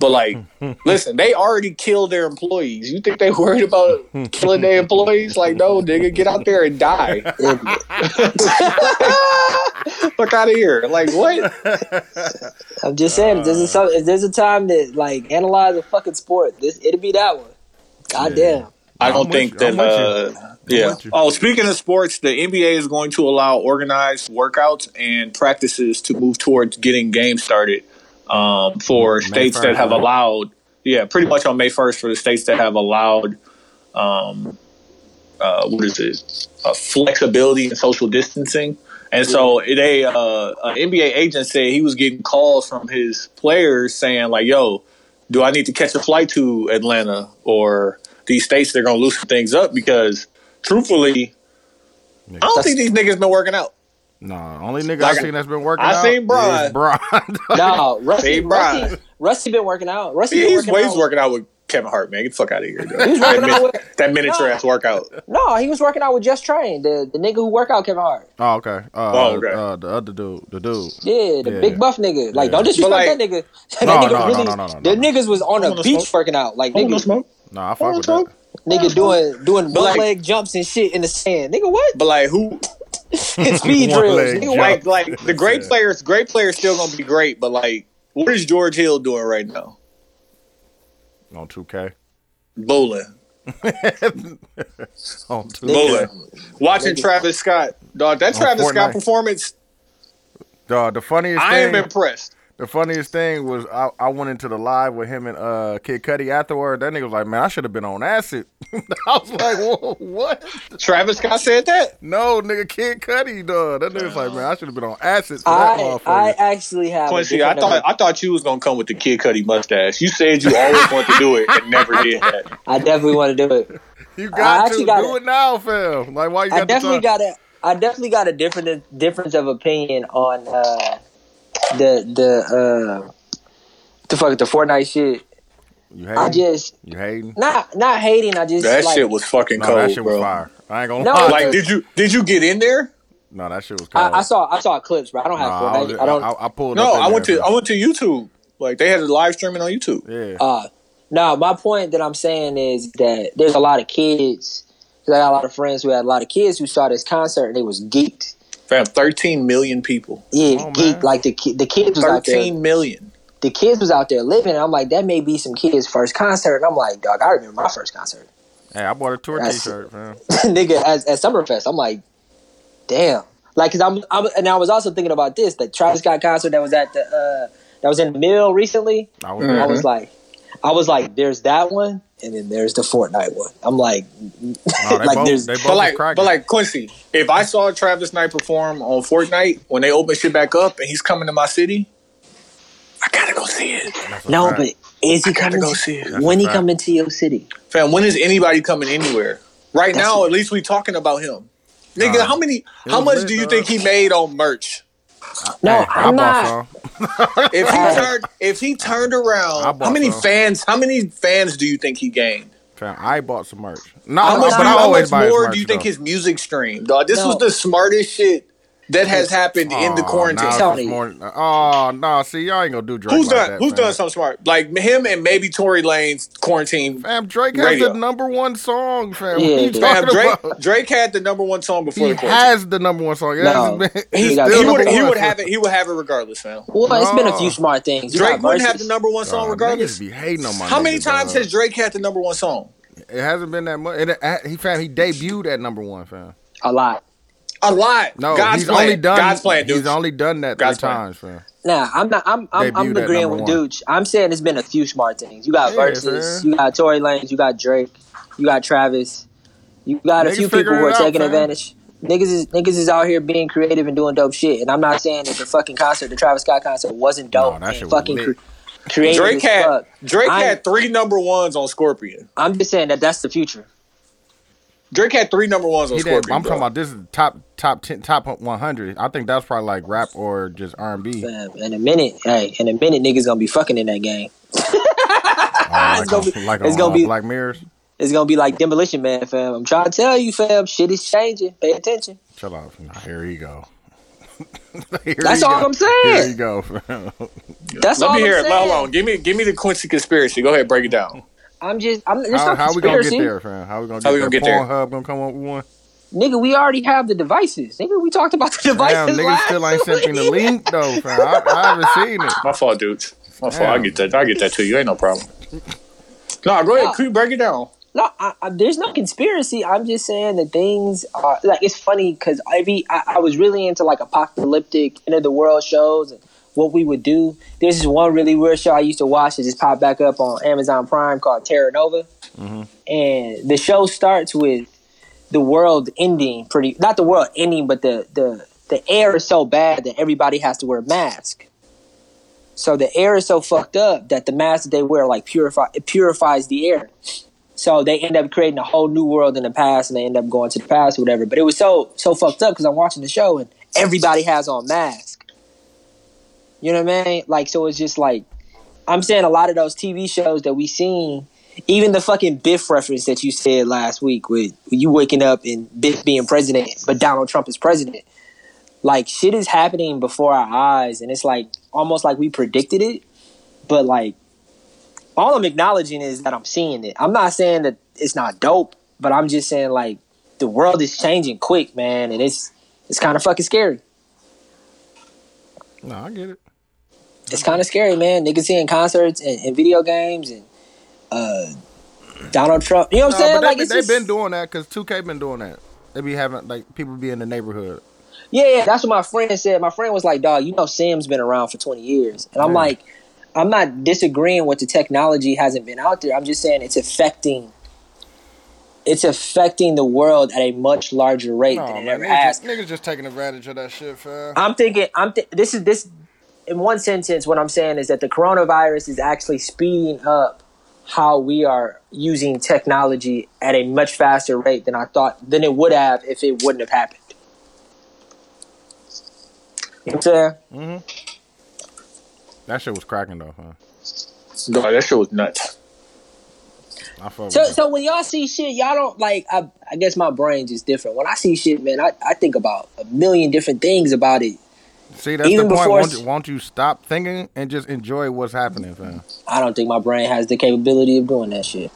Speaker 7: but like, listen, they already killed their employees. You think they worried about killing their employees? Like, no, nigga, get out there and die. *laughs* Fuck out of here! Like, what?
Speaker 3: I'm just saying, if there's
Speaker 4: Uh,
Speaker 3: a some- if there's a time to like analyze a fucking sport, this it'll be that one. God damn.
Speaker 7: I don't
Speaker 4: I'm
Speaker 7: think
Speaker 4: with you.
Speaker 7: that.
Speaker 4: I'm with
Speaker 7: Uh, yeah.
Speaker 4: with you.
Speaker 7: Oh, speaking of sports, the NBA is going to allow organized workouts and practices to move towards getting games started um, for states
Speaker 4: 1st,
Speaker 7: that have
Speaker 4: right?
Speaker 7: allowed. Yeah, pretty much on May first for the states that have allowed. Um, uh, what is it? Uh, flexibility and social distancing. And so they, uh, an NBA agent said he was getting calls from his players saying like, "Yo, do I need to catch a flight to Atlanta or these states? They're gonna loosen things up because, truthfully, I don't think these niggas been working out.
Speaker 4: nah, only nigga
Speaker 7: Like,
Speaker 4: I seen that's been working.
Speaker 7: I
Speaker 4: out
Speaker 7: seen Bron.
Speaker 4: is Bron.
Speaker 3: No, Rusty,
Speaker 7: Hey, Brian.
Speaker 3: Rusty, Rusty been working out. Rusty been
Speaker 7: He's
Speaker 3: working
Speaker 7: ways
Speaker 3: out.
Speaker 7: working out with Kevin Hart, man. Get the fuck out of here, dude. that,
Speaker 3: working out
Speaker 7: min-
Speaker 3: with- *laughs*
Speaker 7: that miniature ass workout.
Speaker 3: No, he was working out with Just Train, the, the nigga who work out Kevin Hart.
Speaker 4: *laughs* oh okay. Uh,
Speaker 7: Oh, okay.
Speaker 4: Uh, the other dude, the dude.
Speaker 3: Yeah, the
Speaker 4: Yeah.
Speaker 3: big buff nigga. Like, don't disrespect
Speaker 7: But, like-
Speaker 3: that nigga. *laughs* That
Speaker 4: No,
Speaker 3: nigga
Speaker 4: no, no,
Speaker 3: really,
Speaker 4: no, no, no, no.
Speaker 3: The niggas was on a
Speaker 7: wanna
Speaker 3: beach
Speaker 7: smoke.
Speaker 3: working out. Like,
Speaker 7: Oh, no
Speaker 3: nigga,
Speaker 7: smoke.
Speaker 4: Nah, I fuck
Speaker 7: Oh,
Speaker 4: with
Speaker 7: no.
Speaker 4: that.
Speaker 3: nigga doing doing one
Speaker 7: like-
Speaker 3: leg jumps and shit in the sand. Nigga,
Speaker 4: *laughs*
Speaker 3: what? *laughs*
Speaker 7: But like, who?
Speaker 3: Speed
Speaker 4: One
Speaker 3: drills.
Speaker 4: leg
Speaker 3: Nigga,
Speaker 7: Like,
Speaker 3: what?
Speaker 7: like the great players, great players still gonna be great. But like, what is George Hill doing right now?
Speaker 4: On two K. *laughs*
Speaker 7: Bowling,
Speaker 4: On two K.
Speaker 7: bowling, watching Travis Scott, dog. That Travis Scott
Speaker 4: Oh, Fortnite.
Speaker 7: performance,
Speaker 4: Dog, the funniest
Speaker 7: I am
Speaker 4: thing.
Speaker 7: impressed.
Speaker 4: the funniest thing was I, I went into the live with him and uh Kid Cudi afterward. That nigga was like, man, I should have been on acid. *laughs* I was like, Whoa, what?
Speaker 7: Travis Scott said that.
Speaker 4: No, nigga, Kid Cudi, dog. That nigga's like, man, I should have been on acid for that
Speaker 3: I I
Speaker 4: motherfucker.
Speaker 3: actually have. a
Speaker 7: Quincy, I
Speaker 3: different
Speaker 7: thought
Speaker 3: number.
Speaker 7: I thought you was gonna come with the Kid Cudi mustache. You said you always wanted to do it and never
Speaker 4: *laughs*
Speaker 7: did that.
Speaker 3: I definitely want to do it.
Speaker 4: you got to
Speaker 3: actually
Speaker 4: do
Speaker 3: got it.
Speaker 4: it now, fam. Like, why you got
Speaker 3: I definitely
Speaker 4: the time?
Speaker 3: got a I definitely got a different difference of opinion on uh, the the uh, the fuck the Fortnite shit.
Speaker 4: You
Speaker 3: I
Speaker 4: hating?
Speaker 3: just
Speaker 4: you hating?
Speaker 3: not not hating. I just
Speaker 7: That
Speaker 3: like,
Speaker 7: shit was fucking
Speaker 4: No,
Speaker 7: cold,
Speaker 4: that shit was
Speaker 7: bro.
Speaker 4: fire. I ain't gonna
Speaker 3: No,
Speaker 4: lie.
Speaker 3: I-
Speaker 7: Like, did you did you get in there?
Speaker 4: no, that shit was cold.
Speaker 3: I, I saw I saw clips, bro. I don't have
Speaker 4: Nah, I,
Speaker 3: Fortnite.
Speaker 4: was-
Speaker 3: I, don't.
Speaker 4: I, I pulled.
Speaker 7: No,
Speaker 4: up in
Speaker 7: I went
Speaker 4: there,
Speaker 7: to I went to YouTube. Like they had a live streaming on YouTube.
Speaker 4: fam. Yeah.
Speaker 3: uh, no, my point that I'm saying is that there's a lot of kids. 'cause I got a lot of friends who had a lot of kids who saw this concert and they was geeked.
Speaker 7: Fam, thirteen million people.
Speaker 3: Yeah,
Speaker 4: on,
Speaker 3: geeked.
Speaker 4: man.
Speaker 3: Like the ki- the kids was out there.
Speaker 7: Thirteen million.
Speaker 3: the kids was out there living. And I'm like, that may be some kids' first concert. And I'm like, dog, I remember my first concert,
Speaker 4: Hey, I bought a tour
Speaker 3: That's-
Speaker 4: T-shirt, fam.
Speaker 3: *laughs* nigga, at, at Summerfest. I'm like, damn, like, cause I'm, I'm, and I was also thinking about this, the Travis Scott concert that was at the, uh, that was in the mill recently.
Speaker 4: I
Speaker 7: Mm.
Speaker 4: was.
Speaker 3: I was like, I was like, there's that one, and then there's the Fortnite one. I'm like,
Speaker 4: No,
Speaker 3: *laughs*
Speaker 4: they
Speaker 3: like
Speaker 4: both.
Speaker 3: there's,
Speaker 4: They both
Speaker 7: But
Speaker 4: was
Speaker 7: like,
Speaker 4: cracking.
Speaker 7: but like Quincy, if I saw Travis Knight perform on Fortnite when they open shit back up and he's coming to my city, I gotta go see it.
Speaker 4: That's a
Speaker 3: no,
Speaker 4: fact.
Speaker 3: but is he
Speaker 7: gotta
Speaker 3: coming?
Speaker 7: go
Speaker 3: to-
Speaker 7: see it.
Speaker 4: That's
Speaker 3: when
Speaker 4: a
Speaker 3: he
Speaker 4: fact.
Speaker 3: coming to your city?
Speaker 7: Fam, when is anybody coming anywhere? Right
Speaker 3: That's-
Speaker 7: now, at least we talking about him. Nigga,
Speaker 4: Nah.
Speaker 7: how many? How
Speaker 4: was
Speaker 7: much
Speaker 4: lit,
Speaker 7: do you
Speaker 4: dog.
Speaker 7: think he made on merch?
Speaker 3: No,
Speaker 4: Hey, I
Speaker 3: I'm
Speaker 4: bought
Speaker 3: not.
Speaker 4: some.
Speaker 7: If he turned, if he turned
Speaker 4: I
Speaker 7: around,
Speaker 4: bought
Speaker 7: how many
Speaker 4: some.
Speaker 7: fans? How many fans do you think he gained?
Speaker 4: Fam, I bought some merch. No,
Speaker 7: How much,
Speaker 4: but I
Speaker 7: how
Speaker 4: always
Speaker 7: much
Speaker 4: buy his
Speaker 7: more
Speaker 4: merch,
Speaker 7: do you think
Speaker 4: though.
Speaker 7: his music streamed? Dog, this
Speaker 3: No.
Speaker 7: was the smartest shit that has happened in the
Speaker 4: Aw,
Speaker 7: quarantine.
Speaker 4: nah,
Speaker 3: Tell
Speaker 4: this
Speaker 3: me.
Speaker 4: morning- Oh no! See, y'all ain't gonna do Drake.
Speaker 7: who's
Speaker 4: like
Speaker 7: done?
Speaker 4: That,
Speaker 7: who's
Speaker 4: fam.
Speaker 7: done something smart? Like him and maybe Tory Lane's quarantine.
Speaker 4: Fam, Drake has
Speaker 7: Radio.
Speaker 4: the number one song. Fam,
Speaker 3: Yeah,
Speaker 4: what you
Speaker 3: dude.
Speaker 7: Fam,
Speaker 4: talking
Speaker 7: Drake,
Speaker 4: about?
Speaker 7: Drake had the number one song before
Speaker 4: He
Speaker 7: the quarantine.
Speaker 4: has the number one song. It
Speaker 3: No.
Speaker 4: hasn't been-
Speaker 7: He,
Speaker 3: He
Speaker 7: he
Speaker 3: got-
Speaker 4: still
Speaker 7: would
Speaker 4: number
Speaker 7: he
Speaker 4: one,
Speaker 7: would
Speaker 4: fam.
Speaker 7: have it. He would have it regardless, fam.
Speaker 3: Well, it's been a few
Speaker 4: No.
Speaker 3: smart things. You
Speaker 7: Drake
Speaker 3: got
Speaker 7: wouldn't have the
Speaker 3: verses.
Speaker 7: number one song
Speaker 4: Dog,
Speaker 7: regardless.
Speaker 4: Niggas be hating on my
Speaker 7: How many
Speaker 4: nigga,
Speaker 7: times
Speaker 4: dog.
Speaker 7: has Drake had the number one song?
Speaker 4: it hasn't been that much? It, it- he fam, he debuted at number one, fam.
Speaker 3: a lot.
Speaker 7: A lot.
Speaker 4: No,
Speaker 7: God's
Speaker 4: he's
Speaker 7: plan.
Speaker 4: only done.
Speaker 7: God's plan, dude.
Speaker 4: He's only done that
Speaker 7: God's
Speaker 4: three
Speaker 7: plan.
Speaker 4: times, fam.
Speaker 3: Nah, I'm not. I'm. I'm, I'm
Speaker 4: Debuted at
Speaker 3: agreeing
Speaker 4: number
Speaker 3: with
Speaker 4: one.
Speaker 3: Dooch. I'm saying it's been a few smart things. You got
Speaker 4: Yeah,
Speaker 3: verses.
Speaker 4: man.
Speaker 3: You got Tory Lanez. You got Drake. You got Travis. You got
Speaker 4: Niggas
Speaker 3: a few people
Speaker 4: figuring
Speaker 3: who
Speaker 4: it
Speaker 3: are
Speaker 4: out,
Speaker 3: taking
Speaker 4: fam.
Speaker 3: advantage. Niggas is niggas is out here being creative and doing dope shit. And I'm not saying that the fucking concert, the Travis Scott concert, wasn't dope.
Speaker 4: that
Speaker 3: and
Speaker 4: shit was
Speaker 3: fucking
Speaker 4: lit.
Speaker 3: cre- creative
Speaker 7: Drake
Speaker 3: as
Speaker 7: had
Speaker 3: fuck.
Speaker 7: Drake
Speaker 3: I'm-
Speaker 7: had three number ones on Scorpion.
Speaker 3: I'm just saying that that's the future.
Speaker 7: Drake had three number ones on
Speaker 4: He
Speaker 7: Scorpion.
Speaker 4: did, I'm
Speaker 7: bro.
Speaker 4: talking about this is top top ten top 100. I think that's probably like rap or just R&B.
Speaker 3: Fam, In a minute, hey, in a minute, niggas gonna be fucking in that game.
Speaker 4: Oh, like
Speaker 3: gonna
Speaker 4: on,
Speaker 3: be-
Speaker 4: like
Speaker 3: it's
Speaker 4: on,
Speaker 3: gonna
Speaker 4: uh,
Speaker 3: be-
Speaker 4: Black Mirrors.
Speaker 3: It's gonna be like Demolition Man, fam. I'm trying to tell you, fam. Shit is changing. Pay attention.
Speaker 4: Chill out. Nah, here you go. *laughs* Here
Speaker 3: That's
Speaker 4: you
Speaker 3: all
Speaker 4: go.
Speaker 3: I'm saying.
Speaker 4: Here you go. fam.
Speaker 3: That's
Speaker 7: Let
Speaker 3: all
Speaker 7: me
Speaker 3: I'm
Speaker 7: hear it.
Speaker 3: saying.
Speaker 7: Hold on. Give me give me the Quincy conspiracy. Go ahead, break it
Speaker 4: *laughs*
Speaker 7: down.
Speaker 3: I'm just. I'm. It's
Speaker 4: how
Speaker 3: not
Speaker 4: how we gonna
Speaker 3: conspiracy.
Speaker 4: get there, fam? How we gonna get
Speaker 7: How we
Speaker 4: there?
Speaker 7: gonna get there?
Speaker 4: Pornhub gonna come up with one.
Speaker 3: Nigga, we already have the devices. Nigga, we talked about the
Speaker 4: Damn,
Speaker 3: devices.
Speaker 4: niggas
Speaker 3: last
Speaker 4: still ain't sent me
Speaker 3: *laughs*
Speaker 4: the
Speaker 3: week.
Speaker 4: link though, fam. I, I haven't seen it.
Speaker 7: *laughs* My fault, dudes. My fault. I
Speaker 4: Damn.
Speaker 7: get that. I get that to you. Ain't no problem. No, go ahead. Keep break it down.
Speaker 3: No, I, I, there's no conspiracy. I'm just saying that things are like it's funny because every I, I was really into like apocalyptic end of the world shows and what we would do. There's this one really weird show I used to watch that just popped back up on Amazon Prime called Terra Nova, and the show starts with the world ending. Pretty not the world ending, but the the the air is so bad that everybody has to wear a mask. So the air is so fucked up that the mask that they wear like purify it purifies the air. So they end up creating a whole new world in the past, and they end up going to the past, or whatever. But it was so so fucked up because I'm watching the show and everybody has on mask. You know what I mean? Like so, it's just like I'm saying a lot of those TV shows that we seen, even the fucking Biff reference that you said last week with you waking up and Biff being president, but Donald Trump is president. Like shit is happening before our eyes, and it's like almost like we predicted it, but like all I'm acknowledging is that I'm seeing it. I'm not saying that it's not dope, but I'm just saying like the world is changing quick, man, and it's it's kind of fucking scary.
Speaker 4: No, I get it.
Speaker 3: It's kind of scary, man. Niggas seeing concerts and, and video games and uh Donald Trump. You know what I'm
Speaker 4: No,
Speaker 3: saying?
Speaker 4: but they,
Speaker 3: like
Speaker 4: have
Speaker 3: it's just-
Speaker 4: been doing that because 2K been doing that. They be having like people be in the neighborhood.
Speaker 3: Yeah, yeah, that's what my friend said. My friend was like, "Dog, you know Sim's been around for 20 years." And I'm
Speaker 4: Yeah.
Speaker 3: like, I'm not disagreeing with the technology hasn't been out there. I'm just saying it's affecting it's affecting the world at a much larger rate
Speaker 4: No,
Speaker 3: than it
Speaker 4: man,
Speaker 3: ever
Speaker 4: niggas,
Speaker 3: has.
Speaker 4: just, niggas just taking advantage of that shit, fam.
Speaker 3: I'm thinking. I'm. Th- this is this. In one sentence, what I'm saying is that the coronavirus is actually speeding up how we are using technology at a much faster rate than I thought than it would have if it wouldn't have happened. You know what I'm saying?
Speaker 4: That shit was cracking though, fam.
Speaker 7: No, that shit was nuts.
Speaker 4: I fuck with
Speaker 3: So,
Speaker 4: that.
Speaker 3: so when y'all see shit, y'all don't like. I, I guess my brain's just different. When I see shit, man, I, I think about a million different things about it.
Speaker 4: See, that's
Speaker 3: even
Speaker 4: the point.
Speaker 3: before
Speaker 4: Won't
Speaker 3: s-
Speaker 4: you, won't you stop thinking and just enjoy what's happening, fam?
Speaker 3: I don't think my brain has the capability of doing that shit.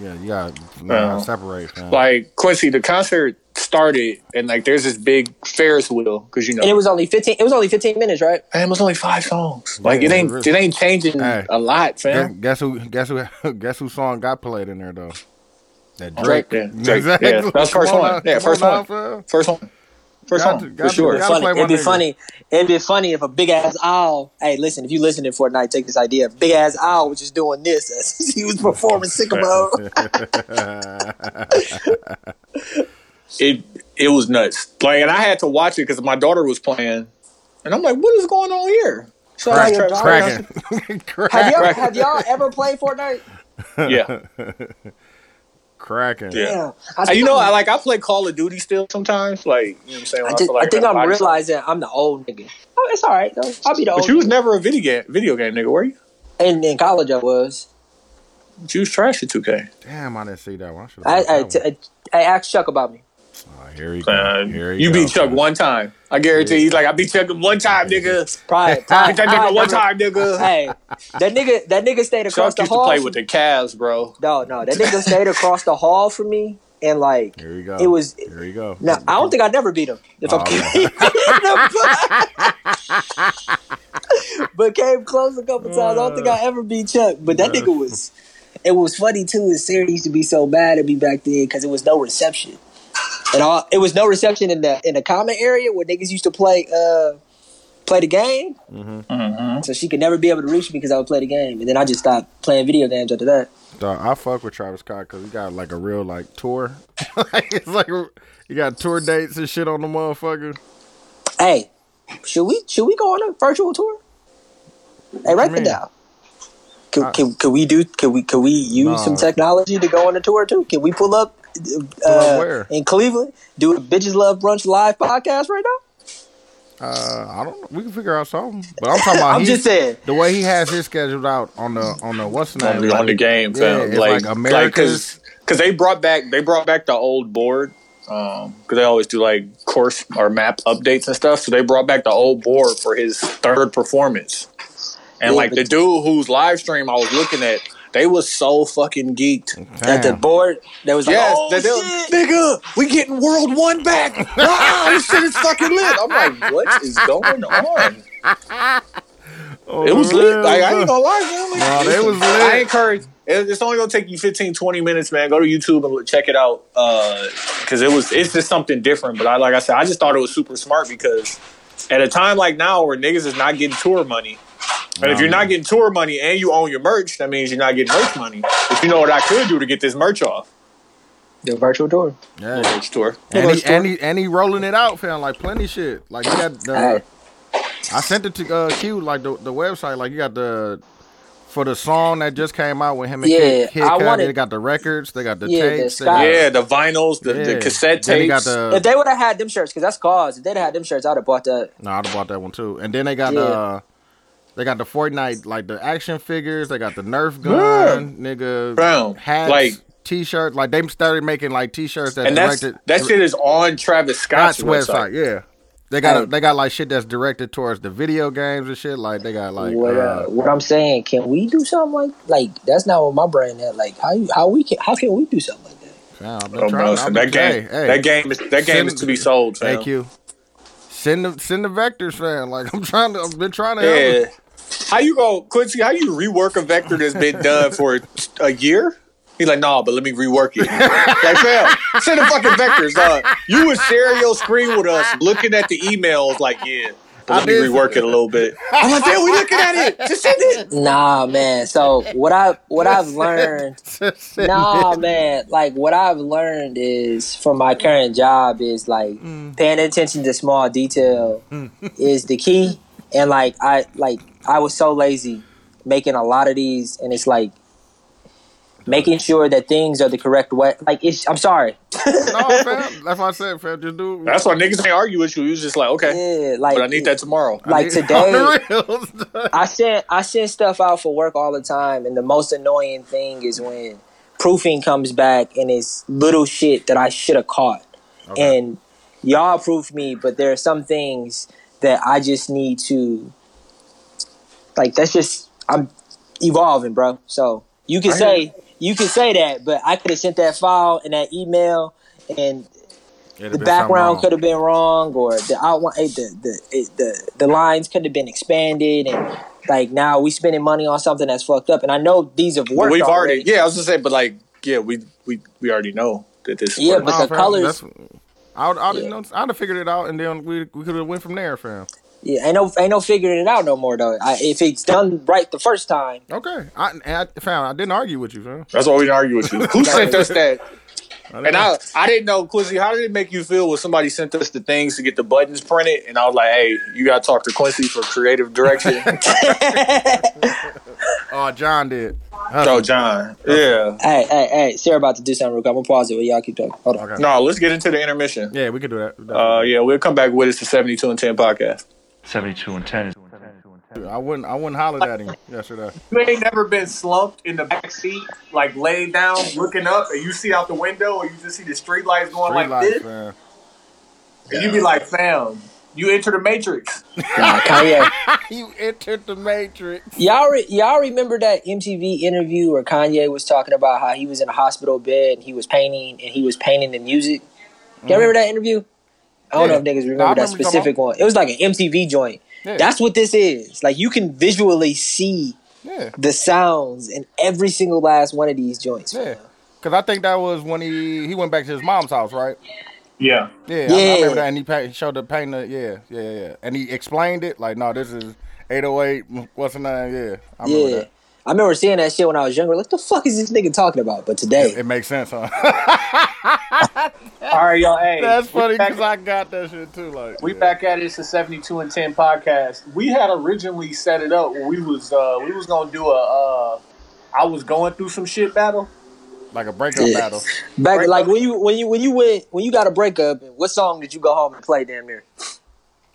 Speaker 4: Yeah, you gotta learn how to separate, fam.
Speaker 7: Uh-huh. Like Quincy, the concert started and like there's this big Ferris wheel because you know
Speaker 3: And it was only 15. It was only 15 minutes, right?
Speaker 7: man, it was only five songs. Like it
Speaker 4: Yeah,
Speaker 7: ain't
Speaker 4: really.
Speaker 7: it ain't changing
Speaker 4: Hey.
Speaker 7: a lot,
Speaker 4: guess,
Speaker 7: fam.
Speaker 4: guess who? Guess who? *laughs* Guess who song got played in there though? That
Speaker 7: Drake,
Speaker 4: Drake.
Speaker 7: yeah, Drake,
Speaker 4: *laughs* Exactly.
Speaker 7: yeah, that was first
Speaker 4: Come
Speaker 7: one.
Speaker 4: out-
Speaker 7: Yeah,
Speaker 4: come
Speaker 7: first
Speaker 4: out,
Speaker 7: one.
Speaker 4: fam.
Speaker 7: First one. First
Speaker 4: Got
Speaker 7: one
Speaker 4: to-
Speaker 7: for
Speaker 4: got to-
Speaker 7: sure.
Speaker 4: got-
Speaker 3: funny.
Speaker 4: play my
Speaker 3: It'd be
Speaker 4: nigga.
Speaker 3: funny. It'd be funny if a big ass owl. Hey, listen, if you listen to Fortnite, take this idea. If big ass owl was just doing this *laughs* as he was performing Sycamore.
Speaker 7: It it was nuts. Like and I had to watch it because my daughter was playing, and I'm like, what is going on here? So I
Speaker 3: Crack-
Speaker 7: was trying-
Speaker 4: Cracking.
Speaker 3: Have
Speaker 4: *laughs* Crack-
Speaker 3: y'all, have y'all ever played Fortnite?
Speaker 7: Yeah.
Speaker 4: cracking.
Speaker 7: Yeah.
Speaker 3: Damn.
Speaker 7: Uh,
Speaker 3: think
Speaker 7: You know,
Speaker 3: I'm-
Speaker 7: I like I play Call of Duty still sometimes. Like you know what I'm saying.
Speaker 3: I,
Speaker 7: When I,
Speaker 3: just,
Speaker 7: feel like
Speaker 3: I think
Speaker 7: got
Speaker 3: I'm
Speaker 7: body-
Speaker 3: realizing I'm the old nigga. Oh, it's all right though. I'll be the old.
Speaker 7: But you was
Speaker 3: nigga.
Speaker 7: never a video game video game nigga, were you?
Speaker 3: And in college, I was.
Speaker 7: But you was trash at 2K.
Speaker 4: Damn, I didn't see that one. I should
Speaker 3: I
Speaker 4: have.
Speaker 3: I,
Speaker 7: Oh.
Speaker 3: t- I, I asked Chuck about me.
Speaker 4: here he go.
Speaker 7: Uh,
Speaker 4: here he
Speaker 7: you
Speaker 4: go,
Speaker 7: beat Chuck
Speaker 4: son.
Speaker 7: one time. I guarantee. He's like, I beat Chuck one time, nigga. *laughs*
Speaker 3: Probably,
Speaker 7: I
Speaker 3: probably,
Speaker 7: beat that
Speaker 3: I
Speaker 7: nigga one
Speaker 3: never-
Speaker 7: time, nigga.
Speaker 3: *laughs* Hey, that nigga, that nigga stayed
Speaker 7: Chuck
Speaker 3: across Oh,
Speaker 7: used
Speaker 3: the
Speaker 7: to
Speaker 3: hall.
Speaker 7: play
Speaker 3: from-
Speaker 7: with the Cavs, bro.
Speaker 3: No, no, that nigga stayed across the hall from me, and like
Speaker 4: Here we go.
Speaker 3: It was.
Speaker 4: Here we go.
Speaker 3: No, I don't think I never beat him. If
Speaker 4: Oh,
Speaker 3: I'm kidding. *laughs* but *laughs* came close a couple times. I don't think I ever beat Chuck. But that nigga was. It was funny too. Is Sarah used to be so mad at me back then because it was no reception, and all it was no reception in the in the common area where niggas used to play uh play the game. So she could never be able to reach me because I would play the game, and then I just stopped playing video games after that.
Speaker 4: Dog, I fuck with Travis Scott because he got like a real like tour. *laughs* like it's like you got tour dates and shit on the motherfucker.
Speaker 3: Hey, should we should we go on a virtual tour? Hey, write
Speaker 4: mean?
Speaker 3: that down. Can,
Speaker 4: I-
Speaker 3: can, can we do? Can we can we use
Speaker 4: Nah.
Speaker 3: some technology to go on a tour too? Can we pull up, uh,
Speaker 4: up where?
Speaker 3: in Cleveland? Do a bitches love brunch live podcast right now?
Speaker 4: Uh, I don't. know. We can figure out something. But I'm talking about.
Speaker 3: I'm
Speaker 4: he-
Speaker 3: just saying.
Speaker 4: the way he has his scheduled out on the on the what's the name
Speaker 7: On the, on the game,
Speaker 4: Yeah,
Speaker 7: fam.
Speaker 4: it's
Speaker 7: like,
Speaker 4: like America's-
Speaker 7: America's, because they brought back they brought back the old board. Because they always do like course or map updates and stuff, so they brought back the old board for his third performance. And
Speaker 3: Yeah,
Speaker 7: like
Speaker 3: but-
Speaker 7: the dude whose live stream I was looking at, they was so fucking geeked.
Speaker 3: At the board, there was like,
Speaker 7: Yes,
Speaker 3: oh,
Speaker 7: they do.
Speaker 3: shit.
Speaker 7: nigga, we getting World One back.
Speaker 4: *laughs*
Speaker 7: Wow, this shit is fucking lit. I'm like, what is going on?
Speaker 4: Oh,
Speaker 7: It was
Speaker 4: real,
Speaker 7: lit. Like, I
Speaker 4: bro.
Speaker 7: ain't gonna lie, man.
Speaker 4: Nah,
Speaker 7: Like,
Speaker 4: they was lit.
Speaker 7: I encourage. it- It's only gonna take you 15, 20 minutes, man. Go to YouTube and look- check it out. Because it was, it's just something different. But I, like I said, I just thought it was super smart because at a time like now where niggas is not getting tour money, and if you're not getting tour money and you own your merch, that means you're not getting merch money. If you know what I could do to get this merch off,
Speaker 3: the virtual tour.
Speaker 4: Yeah.
Speaker 7: merch tour.
Speaker 4: And, he, and, he, and he rolling it out, fam, like plenty shit. Like you got the, I sent it to uh, Q, like the, the website, like you got the for the song that just came out with him and
Speaker 3: Yeah,
Speaker 4: Kid, Kid
Speaker 3: I
Speaker 4: Cudi,
Speaker 3: wanted-
Speaker 4: they got the records, they got the
Speaker 3: Yeah, the
Speaker 4: tapes,
Speaker 3: Sky.
Speaker 4: they got,
Speaker 7: Yeah, the vinyls, the, the
Speaker 4: yeah.
Speaker 7: cassette tapes.
Speaker 4: Then they got
Speaker 3: If
Speaker 4: the
Speaker 3: they would have had them shirts, because that's cause. If they'd have had them shirts, I'd have bought that.
Speaker 4: no, I'd have bought that one too. And then they got
Speaker 3: Yeah.
Speaker 4: uh, they got the Fortnite, like the action figures, they got the Nerf gun, nigga,
Speaker 7: Bro,
Speaker 4: hats,
Speaker 7: like-
Speaker 4: t-shirts. Like they started making like t-shirts that
Speaker 7: and that's
Speaker 4: directed
Speaker 7: that shit is on Travis Scott's
Speaker 4: Scott's
Speaker 7: website.
Speaker 4: website. Yeah, they got
Speaker 3: Hey.
Speaker 4: they got like shit that's directed towards the video games and shit. Like they got like
Speaker 3: what, uh,
Speaker 4: uh,
Speaker 3: what I'm saying, can we do something like like that's not what my brain had. Like how you how we can how can we do something like that?
Speaker 4: man, I've been
Speaker 7: Oh,
Speaker 4: trying-
Speaker 7: bro,
Speaker 4: I've
Speaker 7: so
Speaker 4: been-
Speaker 7: that game,
Speaker 4: hey, hey,
Speaker 7: that game is that game
Speaker 4: send-
Speaker 7: is to be sold. Fam.
Speaker 4: Thank you. Send the send the vectors, fan. Like *laughs* I'm trying to, I've been trying to. Help.
Speaker 7: Yeah. How you go, Quincy? How you rework a vector that's been done for a year? He's like, nah, but let me rework it. like, fam, send the fucking vectors.
Speaker 4: *laughs*
Speaker 7: dog. you would share your screen with us, looking at the emails, like, yeah, but
Speaker 4: I
Speaker 7: let me
Speaker 4: did-
Speaker 7: rework it a little bit. *laughs* I'm like, damn, we looking at it. Just send it.
Speaker 3: Nah, man. So what I what
Speaker 7: *laughs*
Speaker 3: I've learned,
Speaker 4: *laughs* Send
Speaker 3: nah,
Speaker 4: it.
Speaker 3: man. Like what I've learned is from my current job is like
Speaker 7: Mm.
Speaker 3: paying attention to small detail is the key. And like I like I was so lazy making a lot of these, and it's like making sure that things are the correct way. Like it's, I'm sorry,
Speaker 4: *laughs* no, fam. That's what I said, fam. Just do. it.
Speaker 7: That's why niggas ain't argue with you. You was just like, okay,
Speaker 3: yeah. Like
Speaker 7: but I need *laughs* Oh, that tomorrow.
Speaker 3: Like
Speaker 4: *laughs* On
Speaker 3: today,
Speaker 4: the reels. *laughs*
Speaker 3: I send I send stuff out for work all the time, and the most annoying thing is when proofing comes back and it's little shit that I should have caught, and y'all proof me, but there are some things that I just need to, like that's just I'm evolving, bro. So you can say you can say that, but I could have sent that file and that email and the background could have been wrong, or the outline, eh, the the eh, the, the lines could have been expanded, and like now we spending money on something that's fucked up. And I know these have
Speaker 7: But
Speaker 3: worked.
Speaker 7: we've already,
Speaker 3: already,
Speaker 7: yeah, I was gonna say, but like, yeah, we we we already know that this.
Speaker 3: Yeah,
Speaker 7: works.
Speaker 3: but the colors-
Speaker 4: I would, I would
Speaker 3: Yeah.
Speaker 4: know, I'd have figured it out, and then we we could have went from there, fam.
Speaker 3: yeah. Ain't no ain't no figuring it out no more though. I, if it's done right the first time,
Speaker 4: *laughs* Okay, I, and I found I didn't argue with you, fam.
Speaker 7: that's why we didn't argue with you. Who sent us that?
Speaker 4: didn't
Speaker 7: And I I didn't know, Quincy. How did it make you feel when somebody sent us the things to get the buttons printed? And I was like, hey, you gotta talk to Quincy for creative direction.
Speaker 4: Oh, John did.
Speaker 9: Oh, John. Yeah.
Speaker 3: Hey, hey, hey, Sarah about to do something real quick. I'm gonna pause it while y'all keep talking. Hold on.
Speaker 4: Okay.
Speaker 9: No, let's get into the intermission.
Speaker 4: Yeah, we could do that.
Speaker 9: Uh, yeah, we'll come back with us to 72 and 10 podcast.
Speaker 1: 72 and 10 is
Speaker 4: I wouldn't. I wouldn't holler at him yesterday.
Speaker 7: You ain't never been slumped in the back seat, like laid down, looking up, and you see out the window, or you just see the street lights going
Speaker 4: Three
Speaker 7: like
Speaker 4: lights,
Speaker 7: this,
Speaker 4: man.
Speaker 7: and you be like, "Fam, you enter the matrix."
Speaker 3: Nah,
Speaker 4: *laughs*
Speaker 3: Kanye.
Speaker 4: You entered the matrix.
Speaker 3: Y'all, re- y'all remember that MTV interview where Kanye was talking about how he was in a hospital bed and he was painting and he was painting the music? Y'all remember that interview? I don't
Speaker 4: Mm-hmm. Yeah.
Speaker 3: know if niggas remember
Speaker 4: No, I remember
Speaker 3: that
Speaker 4: you talking
Speaker 3: specific one. It was like an MTV joint.
Speaker 4: Yeah.
Speaker 3: That's what this is. Like you can visually see
Speaker 4: Yeah,
Speaker 3: the sounds in every single last one of these joints.
Speaker 4: yeah. Cause I think that was when he he went back to his mom's house, right?
Speaker 7: Yeah,
Speaker 4: Yeah, I- I,
Speaker 3: Yeah.
Speaker 4: remember that. And he pa- showed the painter. Yeah, yeah, yeah. And he explained it like, no, this is 808. What's the name? Yeah, I remember
Speaker 3: yeah.
Speaker 4: that.
Speaker 3: I remember seeing that shit when I was younger. Like, the fuck is this nigga talking about? But today,
Speaker 4: It makes sense, huh? *laughs*
Speaker 7: All right, y'all. Hey,
Speaker 4: That's
Speaker 7: we
Speaker 4: funny
Speaker 7: back-
Speaker 4: because I got that shit too. Like
Speaker 7: We
Speaker 4: yeah.
Speaker 7: back at it. It's the seventy two and ten podcast. We had originally set it up where we was uh we was gonna do a uh I was going through some shit battle.
Speaker 4: like a breakup
Speaker 3: Yeah.
Speaker 4: battle.
Speaker 3: back
Speaker 7: Breakup.
Speaker 3: like when you when you when you went when you got a breakup, what song did you go home and play? Damn near,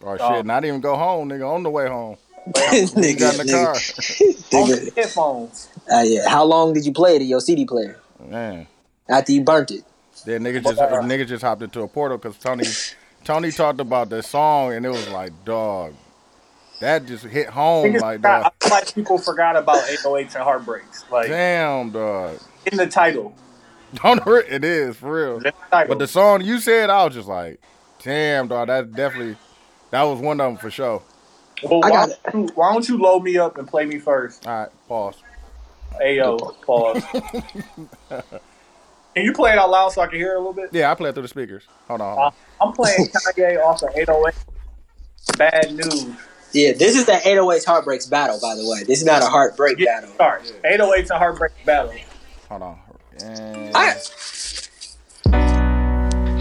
Speaker 4: Or
Speaker 7: Oh.
Speaker 4: shit, not even go home, nigga. On the way home,
Speaker 3: nigga,
Speaker 4: you got in the car.
Speaker 3: nigga,
Speaker 7: On
Speaker 3: nigga.
Speaker 7: the headphones.
Speaker 3: Uh, yeah. How long did you play it in your CD player
Speaker 4: Man,
Speaker 3: after you burnt it?
Speaker 4: then nigga just
Speaker 7: uh,
Speaker 4: nigga just hopped into a portal because Tony Tony talked about that song and it was like, dog, that just hit home.
Speaker 7: Niggas
Speaker 4: Like,
Speaker 7: forgot-
Speaker 4: dog,
Speaker 7: I feel like people forgot about 808s and heartbreaks. Like
Speaker 4: damn, dog. *laughs*
Speaker 7: in the title.
Speaker 4: Don't hurt. It is for real.
Speaker 7: In the title.
Speaker 4: But the song you said, I was just like, damn, dog. That definitely, that was one of them for sure.
Speaker 7: well, why,
Speaker 3: I got
Speaker 7: don't you, why don't you load me up and play me first?
Speaker 4: All right, pause.
Speaker 7: Ayo,
Speaker 4: *laughs*
Speaker 7: pause. can you play it out loud so I can hear it a little bit?
Speaker 4: Yeah, I played through the speakers. Hold on. Hold
Speaker 7: Uh,
Speaker 4: on.
Speaker 7: I'm
Speaker 4: *laughs*
Speaker 7: playing Kanye off of 808. Bad news.
Speaker 3: Yeah, *laughs* this is the 808s heartbreaks battle. By the way, this is not a heartbreak
Speaker 7: Get
Speaker 3: battle.
Speaker 7: started. 808s and oh heartbreak battle.
Speaker 4: Hold on. And-
Speaker 3: I,